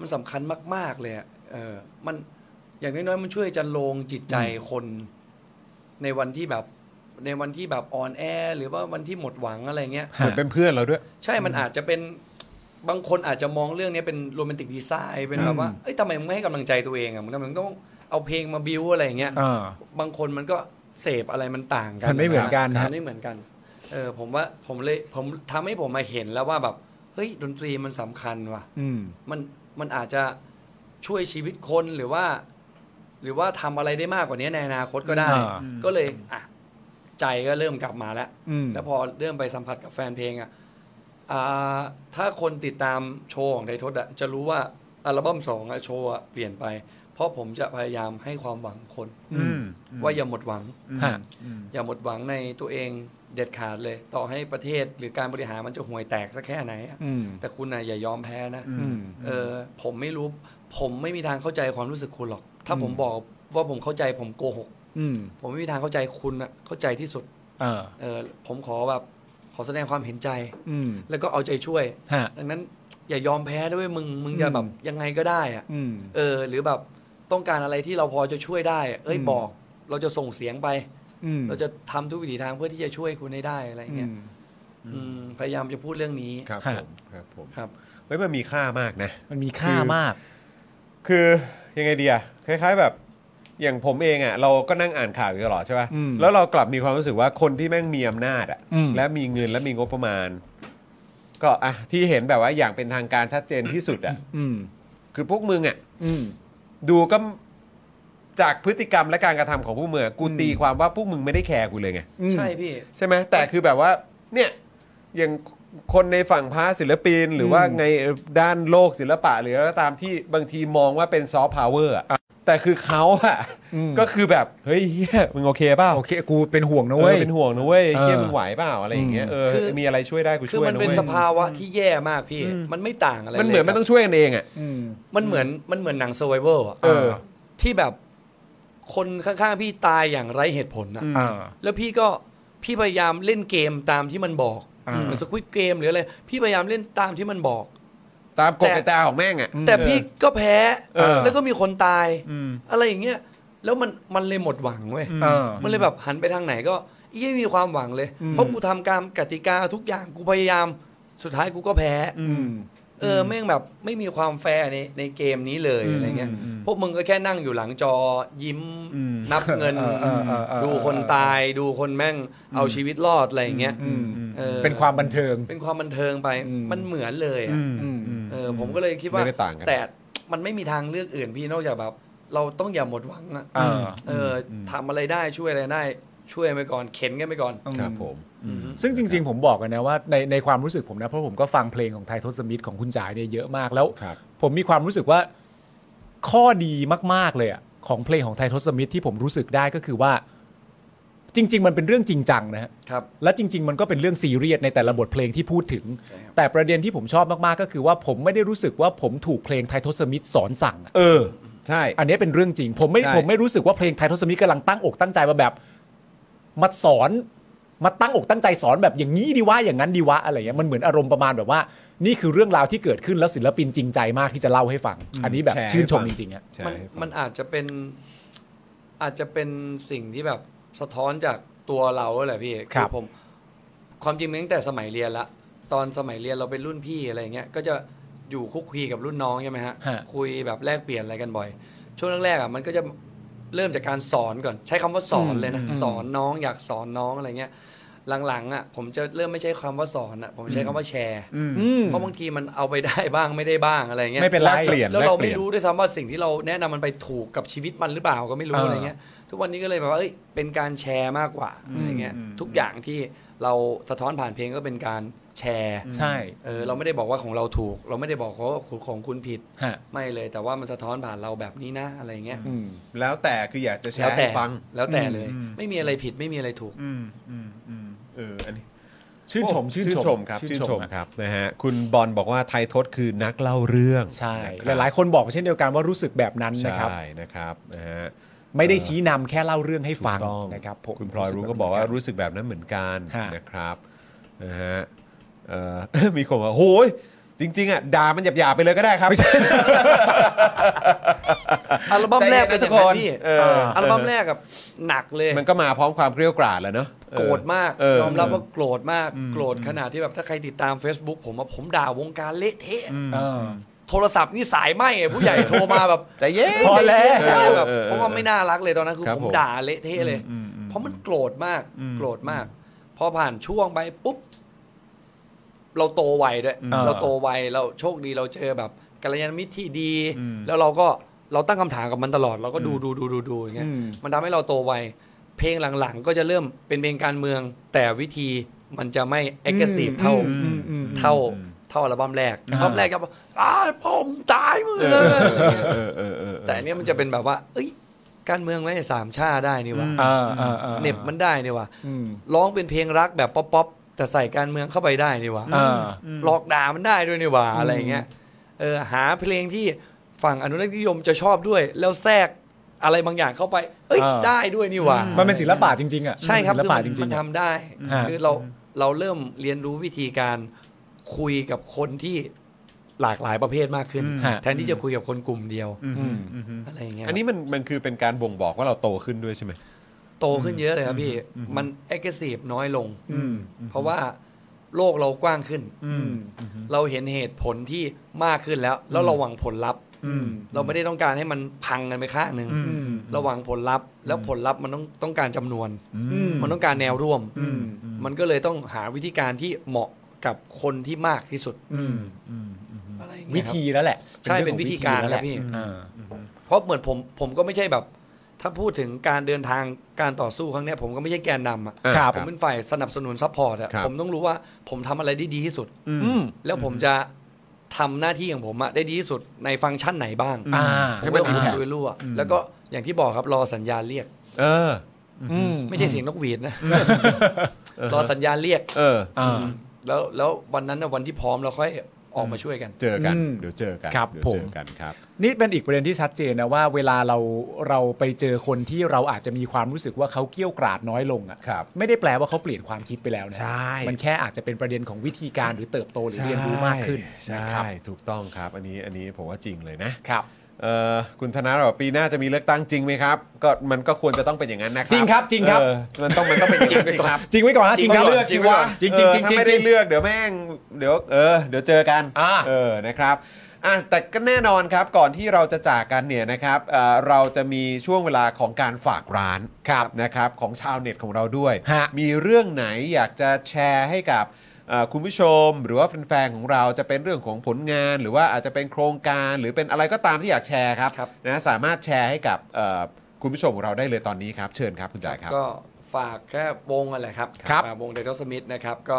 มันสำคัญมาก ๆ เลยอะเออมันอย่างน้อยๆมันช่วยจะลงจิตใจคนในวันที่แบบในวันที่แบบอ่อนแอ หรือว่าวันที่หมดหวังอะไรเงี้ย เหมือนเป็นเพื่อนเราด้วย ใช่ มันอาจจะเป็นบางคนอาจจะมองเรื่องนี้เป็นโรแมนติกดีไซน์เป็นแบบว่า เอ้ยทำไมมึงไม่ให้กำลังใจตัวเองอ่ะมึงทำไมมึงต้องเอาเพลงมาบิวอะไรอย่างเงี้ย อ่า บางคนมันก็เสพอะไรมันต่างกัน มันไม่เหมือนกัน ครับ ฮะ มันไม่เหมือนกัน เออผมว่าผมเลยผมทำให้ผมมาเห็นแล้วว่าแบบ เฮ้ย ดนตรีมันสำคัญว่ะ อืม มันมันอาจจะช่วยชีวิตคนหรือว่า หรือว่าทำอะไรได้มากกว่านี้ในอนาคตก็ได้ อ่า ก็เลยอ่ะใจก็เริ่มกลับมาแล้ว อืม แล้วพอเริ่มไปสัมผัสกับแฟนเพลงอ่ะอ่าถ้าคนติดตามโชว์ของไททศอ่ะจะรู้ว่าอัลบั้มสองอะโชว์อะเปลี่ยนไป เพราะผมจะพยายามให้ความหวังคน อืม ว่าอย่าหมดหวัง ฮะ อย่าหมดหวังในตัวเองเด็ดขาดเลย ต่อให้ประเทศหรือการบริหารมันจะห่วยแตกสักแค่ไหนอะ อืม แต่คุณนะอย่ายอมแพ้นะ อืม เออผมไม่รู้ ผมไม่มีทางเข้าใจความรู้สึกคุณหรอก ถ้าผมบอกว่าผมเข้าใจผมโกหก อืม ผมไม่มีทางเข้าใจคุณอะเข้าใจที่สุด เออ เออผมขอแบบขอแสดงความเห็นใจ อืม แล้วก็เอาใจช่วย ฮะ ดังนั้นอย่ายอมแพ้ด้วยมึง มึงจะแบบ อืม ยังไงก็ได้อะ อืม เออ หรือแบบต้องการอะไรที่เราพอจะช่วยได้อะเอ้ย อืม บอก เราจะส่งเสียงไป อืม เราจะทำทุกวิถีทางเพื่อที่จะช่วยคุณให้ได้อะไรเงี้ย อืม อืมพยายามจะพูดเรื่องนี้ ครับ ฮะ ผมครับผม ครับ เฮ้ยมันมีค่ามากนะ มันมีค่ามาก คือยังไงดีอะคล้าย ๆแบบอย่างผมเองอะเราก็นั่งอ่านข่าวอยู่ตลอดใช่ป่ะ อืม แล้วเรากลับมีความรู้สึกว่าคนที่แม่งมีอำนาจอะ อืม และมีเงินและมีงบประมาณ ก็อะที่เห็นแบบว่าอย่างเป็นทางการชัดเจนที่สุดอะ อืม คือพวกมึงอะ อืม ดูก็จากพฤติกรรมและการกระทำของพวกมึงอะกู อืม ตีความว่าพวกมึงไม่ได้แคร์กูเลยไง อืม ใช่พี่ ใช่ไหมแต่คือแบบว่าเนี่ยอย่างคนในฝั่งพาศิลปิน หรือว่าในด้านโลกศิลปะหรืออะไรก็ตามที่บางทีมองว่าเป็นซอฟต์พาวเวอร์อะแต่คือเขาอะ อืม ก็คือแบบเฮ้ยเหี้ยมึงโอเคเปล่า โอเค กูเป็นห่วงนะ เอ เว้ อย เป็นห่วงนะเว้ย เออ เฮียมึงไหวเปล่าอะไรอย่างเงี้ยเออ คือ มีอะไรช่วยได้กู คือ ช่วย มัน นะ เป็น เว้ย สภาวะที่แย่มากพี่ มันไม่ต่างอะไร มันเหมือน ลย มันต้องช่วยกันเองอะ อืม มันเหมือนมันเหมือนหนัง s u r v i v o r อะ เออ ที่แบบคนข้างๆพี่ตายอย่างไร้เหตุผลอะ อ่า แล้วพี่ก็พี่พยายามเล่นเกมตามที่มันบอก อ่า เหมือนสควิตเกมหรืออะไรพี่พยายามเล่นตามที่มันบอก ตามกฎ แต่ กติกาของแม่งอะ แต่พี่ก็แพ้ เออ แล้วก็มีคนตายอะไรอย่างเงี้ยแล้วมันมันเลยหมดหวังเว้ย เออ มันเลยแบบหันไปทางไหนก็เอี้ยไม่มีความหวังเลย อืม เพราะกูทำตามกติกาทุกอย่างกูพยายามสุดท้ายกูก็แพ้ อืม เออแม่งแบบไม่มีความแฟร์ในในเกมนี้เลย อืม อะไรเงี้ย อืม พวกมึงก็แค่นั่งอยู่หลังจอยิ้มนับเงิน เออเออเออเออ ดูคนตายดูคนแม่งเอาชีวิตรอดอะไรอย่างเงี้ย อืม ออ เป็นความบันเทิง เป็นความบันเทิงไป อืม มันเหมือนเลยอะ อืม เออผมก็เลยคิดว่า ไม่ได้ต่างกัน แต่มันไม่มีทางเลือกอื่นพี่นอกจากแบบ เราต้องอย่าหมดหวังอะ เออ เอออทำอะไรได้ช่วยอะไรได้ช่วยไปก่อนเข็นกันไปก่อน ครับผม อืม ซึ่งจริง ๆ ผมบอกกันนะว่าในในความรู้สึกผมนะ เพราะผมก็ฟังเพลงของไททศมิตรของคุณจ๋าเนี่ยเยอะมากแล้ว ครับ ผมมีความรู้สึกว่าข้อดีมาก ๆ เลยอะของเพลงของไททศมิตรที่ผมรู้สึกได้ก็คือว่า จริง ๆ มันเป็นเรื่องจริงจังนะฮะ ครับ และจริง ๆ มันก็เป็นเรื่องซีเรียสในแต่ละบทเพลงที่พูดถึง ใช่ครับ แต่ประเด็นที่ผมชอบมาก ๆ ก็คือว่าผมไม่ได้รู้สึกว่าผมถูกเพลงไททศมิตรสอนสั่งอะ เออใช่ อันนี้เป็นเรื่องจริง ผมไม่ ใช่ ผมไม่รู้สึกว่าเพลงไทยทศมิตรกำลังตั้งอกตั้งใจมาแบบมาสอนมาตั้งอกตั้งใจสอนแบบอย่างนี้ดีวะอย่างนั้นดีวะอะไรเงี้ยมันเหมือนอารมณ์ประมาณแบบว่า นี่คือเรื่องราวที่เกิดขึ้นแล้วศิลปินจริงใจมากที่จะเล่าให้ฟัง อันนี้แบบชื่นชมจริงๆอะ ใช่ มันมันอาจจะเป็น อาจจะเป็นสิ่งที่แบบสะท้อนจากตัวเราแหละพี่ผม ความจริงตั้งแต่สมัยเรียนละ ตอนสมัยเรียนเราเป็นรุ่นพี่อะไรอย่างเงี้ยก็จะอยู่คุกคีกับรุ่นน้องใช่ไหมฮะ คุยแบบแลกเปลี่ยนอะไรกันบ่อย ช่วงแรกๆอ่ะมันก็จะเริ่มจากการสอนก่อน ใช้คำว่าสอนเลยนะสอนน้องอยากสอนน้องอะไรเงี้ยหลังๆอ่ะผมจะเริ่มไม่ใช้คำว่าสอนอ่ะผมใช้คำว่าแชร์ อืม เพราะบางทีมันเอาไปได้บ้างไม่ได้บ้างอะไรเงี้ย ไม่เป็นไร แลกเปลี่ยน แล้วเรา แลกเปลี่ยนไม่รู้ด้วยซ้ำว่าสิ่งที่เราแนะนำมันไปถูกกับชีวิตมันหรือเปล่าก็ไม่รู้ เอออ อะไรเงี้ย ทุกวันนี้ก็เลยแบบว่าเอ้ยเป็นการแชร์มากกว่าอะไรเงี้ย อืม ทุกอย่างที่เราสะท้อนผ่านเพลงก็เป็นการแชร์ ใช่ เออเราไม่ได้บอกว่าของเราถูก เราไม่ได้บอกว่าของคุณผิด ฮะ ไม่เลย แต่ว่ามันสะท้อนผ่านเราแบบนี้นะอะไรเงี้ย อืม แล้วแต่คืออยากจะแช แล้ว ร์ แต่ ให้ฟัง แล้วแต่เลย อืม ไม่มีอะไรผิดไม่มีอะไรถูก อืมอืมอืม เอออันนี้ ชื่นชมชื่นชม ครับชื่นชม อะ ครับนะฮะคุณบอลบอกว่าไทยทศคือนักเล่าเรื่อง ใช่ห นะค ลา รับ ยๆคนบอกเช่นเดียวกันว่ารู้สึกแบบนั้นนะครับ ใช่นะครับนะฮะ ไม่ได้ชี้นำแค่เล่าเรื่องให้ ถู ฟั ก ง ต้อง นะครับผม คุณพลอยรุ้งก็บอกว่ารู้สึกแบบนั้นเหมือนกัน ฮะ นะครับนะฮะเอ่อ มีคนว่าโหย จริง ๆ อ่ะด่ามันหยาบๆไปเลยก็ได้ครับ อัลบั้มแรกเป็นอย่างนั้นใจพี่เย็นนะทุกคนเออ อัลบั้มแรกกับหนักเลย มันก็มาพร้อมความเกรี้ยวกราดแหล้วเนอะเออ โกรธมาก เออย อมรับว่าโกรธมาก โกรธขนาดที่แบบถ้าใครติดตาม Facebook ผมอะผมด่าวงการเละเทะ เออ โทรศัพท์นี่สายไหมไงผู้ใหญ่โทรมาแบบ ใจเย็น พอแล้ว ใจเย็นแบบ เออเออ เพราะว่าไม่น่ารักเลยตอนนั้นคือ ครับ ผม ผม ด่าเละเทะเลย เพราะมันโกรธมากโกรธมาก พอผ่านช่วงไปปุ๊บ เราโตไวด้วย เออ เราโตไวเราโชคดีเราเจอแบบกัลยาณมิตรที่ดี แล้วเราก็เราตั้งคำถามกับมันตลอด เราก็ดูดูดูดูดูอย่างเงี้ยมันทำให้เราโตไวเพลงหลังๆ ก็จะเริ่มเป็นเพลงการเมือง แต่วิธีมันจะไม่ aggressive เท่า อืมอืม เท่าเท่าอัลบั้มแรกอัลบั้มแรกจะบอกอ้าวผมตายมึงเลย เออเออเออเออ แต่อันเนี้ยมันจะเป็นแบบว่า เอ้ย การเมืองไม่สามชาได้นี่วะ เออเออเออ เหน็บมันได้นี่วะ อืม ร้องเป็นเพลงรักแบบป๊อปป๊อปแต่ใส่การเมืองเข้าไปได้นี่วะ เออ หลอกด่ามันได้ด้วยนี่วะอะไรอย่างเงี้ยเออหาเพลงที่ฝั่งอนุรักษ์นิยมจะชอบด้วย แล้วแทรกอะไรบางอย่างเข้าไป เอ้ย อ่า ได้ด้วยนี่วะ มันเป็นศิลปะจริง ๆ อ่ะ ใช่ครับ ศิล คือ ปะ มัน จริ มั งๆนอะ ทำได้ ฮะ คือเราเราเริ่มเรียนรู้วิธีการคุยกับคนที่หลากหลายประเภทมากขึ้น แทนที่จะคุยกับคนกลุ่มเดียว อืม อะไรอย่างเงี้ย อันนี้มันมันคือเป็นการบ่งบอกว่าเราโตขึ้นด้วยใช่ไหม โตขึ้นเยอะเลยครับพี่ มันเอ็กซ์ซีฟน้อยลง อืม เพราะว่าโลกเรากว้างขึ้น อืม เราเห็นเหตุผลที่มากขึ้นแล้ว แล้วเราหวังผลลัพธ์ อืม เราไม่ได้ต้องการให้มันพังกันไปข้างหนึ่ง ม เราหวังผลลัพธ์ แล้วผลลัพธ์มันต้องต้องการจำนวน อืม มันต้องการแนวร่วม อืม มันก็เลยต้องหาวิธีการที่เหมาะกับคนที่มากที่สุด อืม อะไรอย่างเงี้ย วิ ครับ ธีแล้วแหละ ใช่เป็นวิธีการ แล้วแหละ ครับพี่ อ่า เพราะเหมือนผมผมก็ไม่ใช่แบบ ถ้าพูดถึงการเดินทางการต่อสู้ครั้งเนี้ยผมก็ไม่ใช่แกนนำอะ อ่าครับ ผมเป็นฝ่ายสนับสนุนซัพพอร์ตอะ ครับ ผมต้องรู้ว่าผมทำอะไรได้ดีที่สุด อืม แล้วผมจะทำหน้าที่ของผมอะได้ดีที่สุดในฟังก์ชันไหนบ้าง อ่า ผมก็ ให้มัน ต้อง impact ดูรั่วแล้วก็อย่างที่บอกครับรอสัญญาณเรียก เออ อืม ไม่ใช่เสียงนกหวีดนะรอสัญญาณเรียก เออ อ่า แล้วแล้ววันนั้นนะวันที่พร้อมเราค่อยออกมาช่วยกัน เจอกัน อืม เดี๋ยวเจอกัน ครับ เดี๋ยวเจอ ผม กันครับ นี่เป็นอีกประเด็นที่ชัดเจนนะว่าเวลาเราเราไปเจอคนที่เราอาจจะมีความรู้สึกว่าเขาเกรี้ยวกราดน้อยลงอะ ครับ ไม่ได้แปลว่าเขาเปลี่ยนความคิดไปแล้วนะ ใช่ มันแค่อาจจะเป็นประเด็นของวิธีการหรือเติบโตหรือเรียนรู้มากขึ้น ใช่ นะค ใช่ รับ ถูกต้องครับ อันนี้อันนี้ผมว่าจริงเลยนะครับ เออคุณธนาบอกปีหน้าจะมีเลือกตั้งจริงไหมครับ ก็มันก็ควรจะต้องเป็นอย่างนั้นนะ จริงครับจริงครับ เออมันต้องมันต้องเป็นอย่างนั้น จริ จริ ง ง ไปก่คอนรับ จริงไว้ก่อนฮะจริงครับ เลือก จสิริงไว้ วะ ก่อน จริงจ เอ ริง อ จริง ถ้า จริง ไม่ จ ได้ ริง เลือกเดี๋ยวแม่งเดี๋ยวเออเดี๋ยวเจอกัน อ่า เออนะครับอ่ะแต่ก็แน่นอนครับก่อนที่เราจะจากกันเนี่ยนะครับเอ่อเราจะมีช่วงเวลาของการฝากร้าน ครับ นะครับของชาวเน็ตของเราด้วย ฮะ มีเรื่องไหนอยากจะแชร์ให้กับเอ่อคุณผู้ชม หรือว่าแฟนๆของเราจะเป็นเรื่องของผลงาน หรือว่าอาจจะเป็นโครงการ หรือเป็นอะไรก็ตามที่อยากแชร์ครับ ครับ นะสามารถแชร์ให้กับเอ่อคุณผู้ชมของเราได้เลยตอนนี้ครับ เชิญครับคุณจ๋าครับ ก็ฝากแค่วงนั่นแหละครับ ครับ ฝากวงเดลสมิธนะครับก็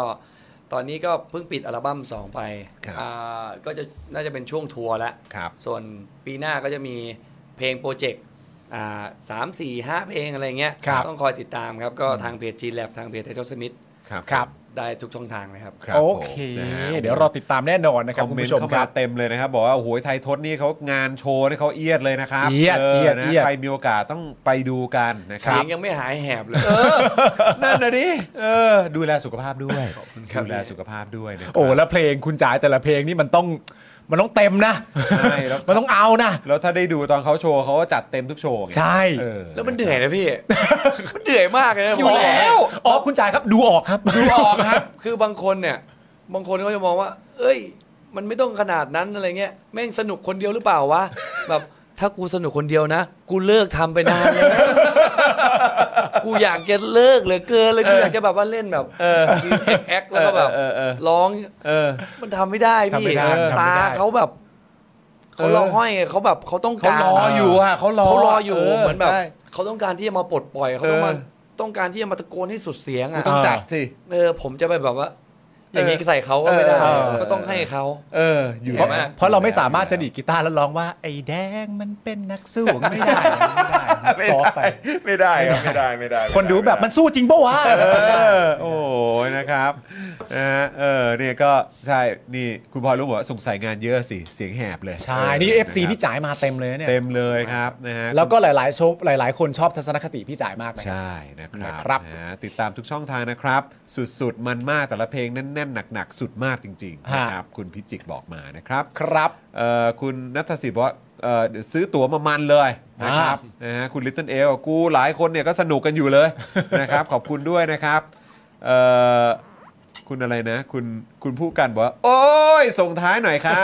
ตอนนี้ก็เพิ่งปิดอัลบั้ม 2 ไป ครับ อ่าก็จะน่าจะเป็นช่วงทัวร์แล้ว ครับ ส่วนปีหน้าก็จะมีเพลงโปรเจกต์อ่าสามสี่ห้าเพลงอะไรเงี้ย ครับ ต้องคอยติดตามครับ ก็ทางเพจ G Lab ทางเพจเดลสมิธ ครับ ครับ ได้ทุกช่องทางนะครับ รับ โอเค ผมนะฮะ เดี๋ยวรอติดตามแน่นอนนะค ครับ อม คุณ เมน ผู้ช ต์ ม เข้า ค มา รับ เต็มเลยนะครับ บอกว่าโอ้โหไทยทศนี่เขางานโชว์นี่เขาเอียดเลยนะครับ เอียดเอียด นะ เอียด ใครมีโอกาสต้องไปดูกันนะค เสี รั ย บ งยังไม่หายแหบเลย นั่นนะดิเออ ดูแลสุขภาพด้วย ครับ ดูแลสุขภาพด้วยนะครับ โอ้แล้วเพลงคุณจ๋าแต่ละเพลงนี่มันต้องมันต้องเต็มนะ ใช่แล้ว มันต้องเอานะ แล้วถ้าได้ดูตอนเขาโชว์เขาก็จัดเต็มทุกโชว์ไง ใช่ เออ แล้วมันเหนื่อยนะพี่ มันเหนื่อยมากเลยนะผม อ๋อคุณจ๋าครับดูออกครับ ดูออกครับ คือบางคนเนี่ย บางคนก็จะมองว่า เอ้ย มันไม่ต้องขนาดนั้นอะไรเงี้ย แม่งสนุกคนเดียวหรือเปล่าวะ แบบถ้ากูสนุกคนเดียวนะ กูเลิกทำไปนานแล้ว กูอยากจะเลิกเหลือเกินเลย กูอยากจะแบบว่าเล่นแบบแอคแล้วก็แบบ เออเออเออ ร้อง เออ มันทำไม่ได้พี่ ทำไม่ได้ทำ ตา ไม่ได้ เขาแบบเขาร้องห้อยไงเขาแบบเขาต้อง เขา การ รออยู่อ่ะเขารอ เขารออยู่เหมือนแบบ ใช่ เขาต้องการที่จะมาปลดปล่อยเขาต้องมา เออ ต้องการที่จะมาตะโกนให้สุดเสียง กู อ่ะ ต้องจัดสิ เออผมจะไปแบบว่า อย่างนี้ใส่เขาก็ไม่ได้ เออเออ ก็ต้องให้เขา เออ อยู่ เพราะ ห็นไหม เพราะเราไม่สามารถจะดีดกีตาร์แล้วร้องว่า ไอ้แดงมันเป็นนักสู้ไม่ได้ไม่ได้ ไม่ ซอฟ ได้ ไป ไม่ได้ครับไม่ได้ไม่ได้ คนดูแบบมันสู้จริงปะวะ เออโอ้ยนะครับนะฮะเออเนี่ยก็ใช่นี่คุณพลอยรู้บอกว่าสงสัยงานเยอะสิเสียงแหบเลย ใช่ นี่ FC นะครับ พี่จ่ายมาเต็มเลยนะเนี่ย เต็มเลยครับนะฮะ แล้วก็หลาย ๆ ชมหลาย ๆ คนชอบทัศนคติพี่จ่ายมากนะ ใช่นะครับ นะครับ นะฮะติดตามทุกช่องทางนะครับ สุดๆ มันมากแต่ละเพลงแน่น น่นหนัก ๆ สุดมากจริงๆ ฮะ นะครับคุณพิจิกบอกมานะครับ ครับ เอ่อคุณนัทศิษย์บอกว่าเอ่อเดี๋ยวซื้อตั๋วมามันเลยนะครับ อ่าน นะฮะคุณลิตเติ้ลเอลกูหลายคนเนี่ยก็สนุกกันอยู่เลย นะครับ ขอบคุณด้วยนะครับเอ่อคุณอะไรนะ คุณคุณผู้กันบอกว่า โอ้ย ส่งท้ายหน่อยค่ะ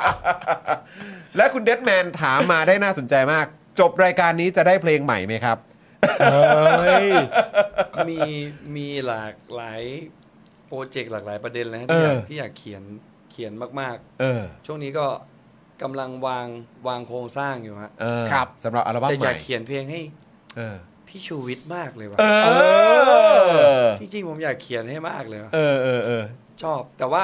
และคุณเดดแมนถามมาได้น่าสนใจมาก จบรายการนี้จะได้เพลงใหม่ไหมครับ มีมีหลากหลายโปรเจกต์หลากหลายประเด็นเลยนะที่อยากที่อยากเขียนเขียนมาก เออ ๆ ช่วงนี้ก็กำลังวางวางโครงสร้างอยู่ฮะ เออ ครับ สำหรับอัลบั้ม แต่ ให อ ม่ ยากเขียนเพลงให้ เออ พี่ชูวิทย์มากเลยว่ะ เออ จริงๆผมอยากเขียนให้มากเลยว่ะ เออเออเออ ชอบ แต่ว่า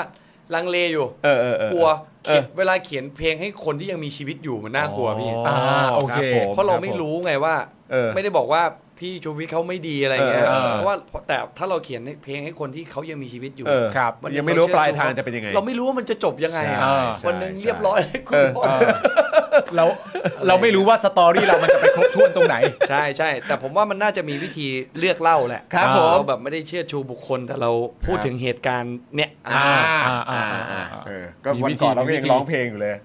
ลังเลอยู่ เออเออเออก ลัว เอ เขีย อน เวลาเขียนเพลงให้คนที่ยังมีชีวิตอยู่มันน่ากลัวพี่ อ่าโอเค บผม เพราะเราไม่ คบผม รู้ไงว่า เออ ไม่ได้บอกว่าพี่ชูวิทย์เขาไม่ดีอะไรเงี้ย เออเออ เพราะว่าแต่ถ้าเราเขียนเพลงให้คนที่เขายังมีชีวิตอยู่ เออ ครับ วันหนึ่ ยังไม่รู้ว่าปลายทางจะเป็นยังไง เราไม่รู้ว่ามันจะจบยังไงอะ ใช่ วันหนึ่งเรียบร้อย คุณ เออ พ่อ เราเราไม่รู้ว่าสตอรี่เรามันจะไปครบถ้วนตรงไหน ใช่ใช่แต่ผมว่ามันน่าจะมีวิธีเลือกเล่าแหละ ครับผม เราแบบไม่ได้เชื่อชูบุคคลแต่เราพูดถึงเหตุการณ์เนี่ย อ่า อ่า อ่าอ่าอ่า เออก็ มี วัน วิธี ก่อนเราก็ มี ยั วิ ง ธี ร้องเพลงอยู่เลย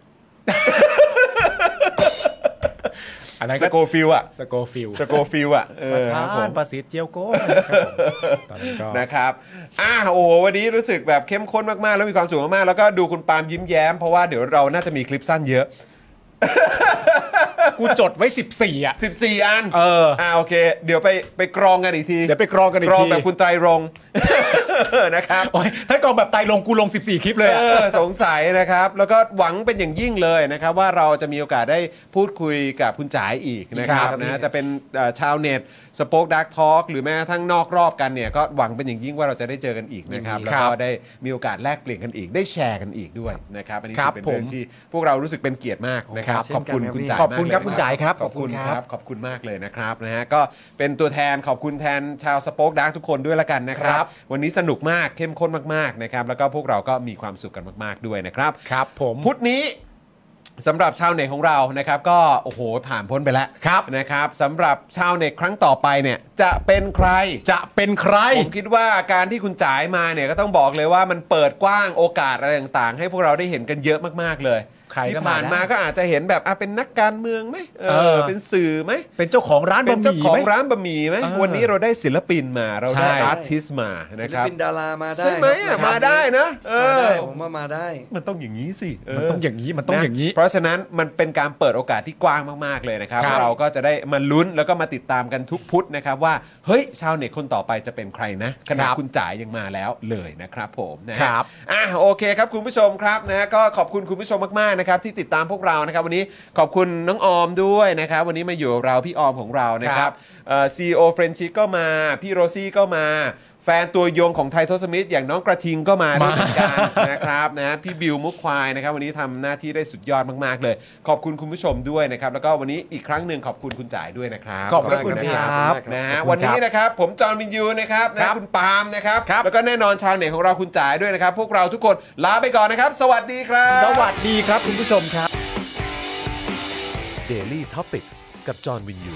อันนั้น ส ก็ โกฟิลอะ สโกฟิล สโกฟิลอะเออครับผม ประสิทธิ์เจียวโก้ ตอนนั้นก็ นะครับอ่ะโอ้โหวันนี้รู้สึกแบบเข้มข้นมาก ๆ แล้วมีความสุขมาก ๆ แล้วก็ดูคุณปาล์มยิ้มแย้ม เพราะว่าเดี๋ยวเราน่าจะมีคลิปสั้นเยอะ กูจดไว้ 14 อ่ะ 14 อัน เออ อ่าโอเค เดี๋ยวไปไปกรองกันอีกที เดี๋ยวไปกรองกันอีก กรอง ที แบบคุณใจรง ค์ นะครับ โอ้ยถ้ากองแบบไตรลงกูลง 14 คลิปเลย เอ อะ อสงสัยนะครับ แล้วก็หวังเป็นอย่างยิ่งเลยนะครับ ว่าเราจะมีโอกาสได้พูดคุยกับคุณจ๋ายอีกนะครับ ครับ นะจะเป็นเอ่อชาวเน็ตสป็อคดักทอล์กหรือแม้กระทั่งนอกรอบกันเนี่ยก็หวังเป็นอย่างยิ่งว่าเราจะได้เจอกันอีกนะครับ ยินแล้ดีว ครับ ก็ได้มีโอกาสแลกเปลี่ยนกันอีก ได้แชร์กันอีกด้วยนะครับอันนี้ คถืรับ อเป็นเรื่อง ผม ที่พวกเรารู้สึกเป็นเกียรติมากนะครับ ครับ ขอบคุณ เช่นกันครับ คุณจ๋าย ขอบมกเลคุณครับคุณจ๋ายครับ ขอบคุณ ขอคบคุณครั รับ บ ขอบคุณมากเลยนะครับนะฮะก็เป็นตัวแทนขอบคุณแทนชาวสป็อคดักทุกคนด้วยละกันนะครั ครับ บ วันนี้สนุกมากเข้มข้นมากๆนะครับแล้วก็พวกเราก็มีความสุขกันมาก ๆ ด้วยนะครับ ครับผม พุธนี้สำหรับชาวเน็ตของเรานะครับ ก็โอ้โหผ่านพ้นไปแล้ว ครับ นะครับสำหรับชาวเน็ตครั้งต่อไปเนี่ยจะเป็นใคร จะเป็นใคร ผมคิดว่าการที่คุณจ๋ายมาเนี่ยก็ต้องบอกเลยว่ามันเปิดกว้างโอกาสอะไรต่างๆ ให้พวกเราได้เห็นกันเยอะมากๆเลย ใครก็มา ที่ผ่านมาก็อาจจะเห็นแบบอ่ะเป็นนักการเมืองไหมเอ เอ อ อ เป็นสื่อไหม เป็นเจ้าของร้าน เป็ บะ น ห เจ้า มี่ ของ ไหม ร้านบะหมี่ไหม เออ วันนี้เราได้ศิลปินมาเราได้ ใช่ อาร์ติสมา ศิ นะ ล ครับ ปินดารามาได้ ใช่ไหมอ่ะ นะครับ มาได้นะเอ มา อ ได้ผมว่ามาได้ มันต้องอย่างนี้สิเ มันต้องอย่างนี้มันต้องอย่างนี้ เพราะฉะนั้นมันเป็นการเปิดโอกาสที่กว้างมากๆเลยนะครับ ครับ เราก็จะได้มาลุ้นแล้วก็มาติดตามกันทุกพุธนะครับว่าเฮ้ยชาวเน็ตคนต่อไปจะเป็นใครนะขนาด ครับ คุณจ๋ายยังมาแล้วเลยนะครับผมนะฮะ ครับ อ่ะโอเคครับคุณผู้ชมครับนะฮะก็ขอบคุณคุณผู้ชมมากๆนะครับที่ติดตามพวกเรานะครับ วันนี้ขอบคุณน้องออมด้วยนะครับ วันนี้มาอยู่กับเราพี่ออมของเรานะค ค รั รั บบ ซีโอเฟรนชิก็มาพี่โรซี่ก็มา แฟนตัวยงของไททอสมิธอย่างน้องกระทิงก็มาด้วยเหมือนกันนะครับนะพี่บิวมุกควายนะครับวันนี้ทำหน้าที่ได้สุดยอดมาก ๆ เลย ขอบคุณคุณผู้ชมด้วยนะครับ แล้วก็วันนี้อีกครั้งหนึ่งขอบคุณคุณจ่ายด้วยนะครับ ขอบพระคุณ นะ ค ค ร รับั บ นะ ขอบคุณครับ วันนี้นะครับผมจอห์นวินยูนะครับ ครั นะ บ คุณปาล์มนะครับ ครับ แล้วก็แน่นอนชาวเน็ตของเราคุณจ่ายด้วยนะครับ พวกเราทุกคนลาไปก่อนนะครับ สวัสดีครับ สวัสดีครับคุณผู้ชมครับ Daily Topics กับจอห์นวินยู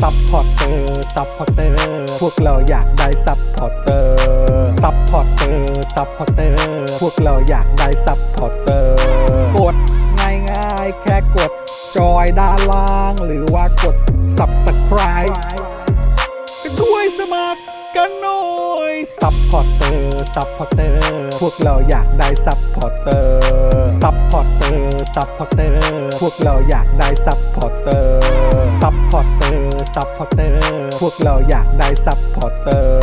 ซัพพอร์เตอร์ ซัพพอร์เตอร์ พวกเราอยากได้ซัพพอร์เตอร์ ซัพพอร์เตอร์ ซัพพอร์เตอร์ พวกเราอยากได้ซัพพอร์เตอร์ กดง่ายง่ายๆแค่กดจอยด้านล่าง หรือว่ากด subscribe ไปด้วยสมัครกันหน่อย ซัพพอร์เตอร์ ซัพพอร์เตอร์ พวกเราอยากได้ซัพพอร์เตอร์ ซัพพอร์เตอร์ ซัพพอร์เตอร์ พวกเราอยากได้ซัพพอร์เตอร์ ซัพพอร์เตอร์ ซัพพอร์เตอร์ พวกเราอยากได้ซัพพอร์เตอร์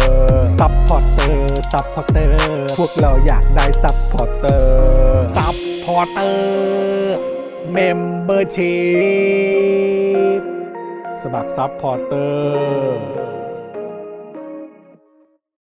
ซัพพอร์เตอร์ ซัพพอร์เตอร์ พวกเราอยากได้ซัพพอร์เตอร์ ซัพพอร์เตอร์ เมมเบอร์ชีพสมัครซัพพอร์เตอร์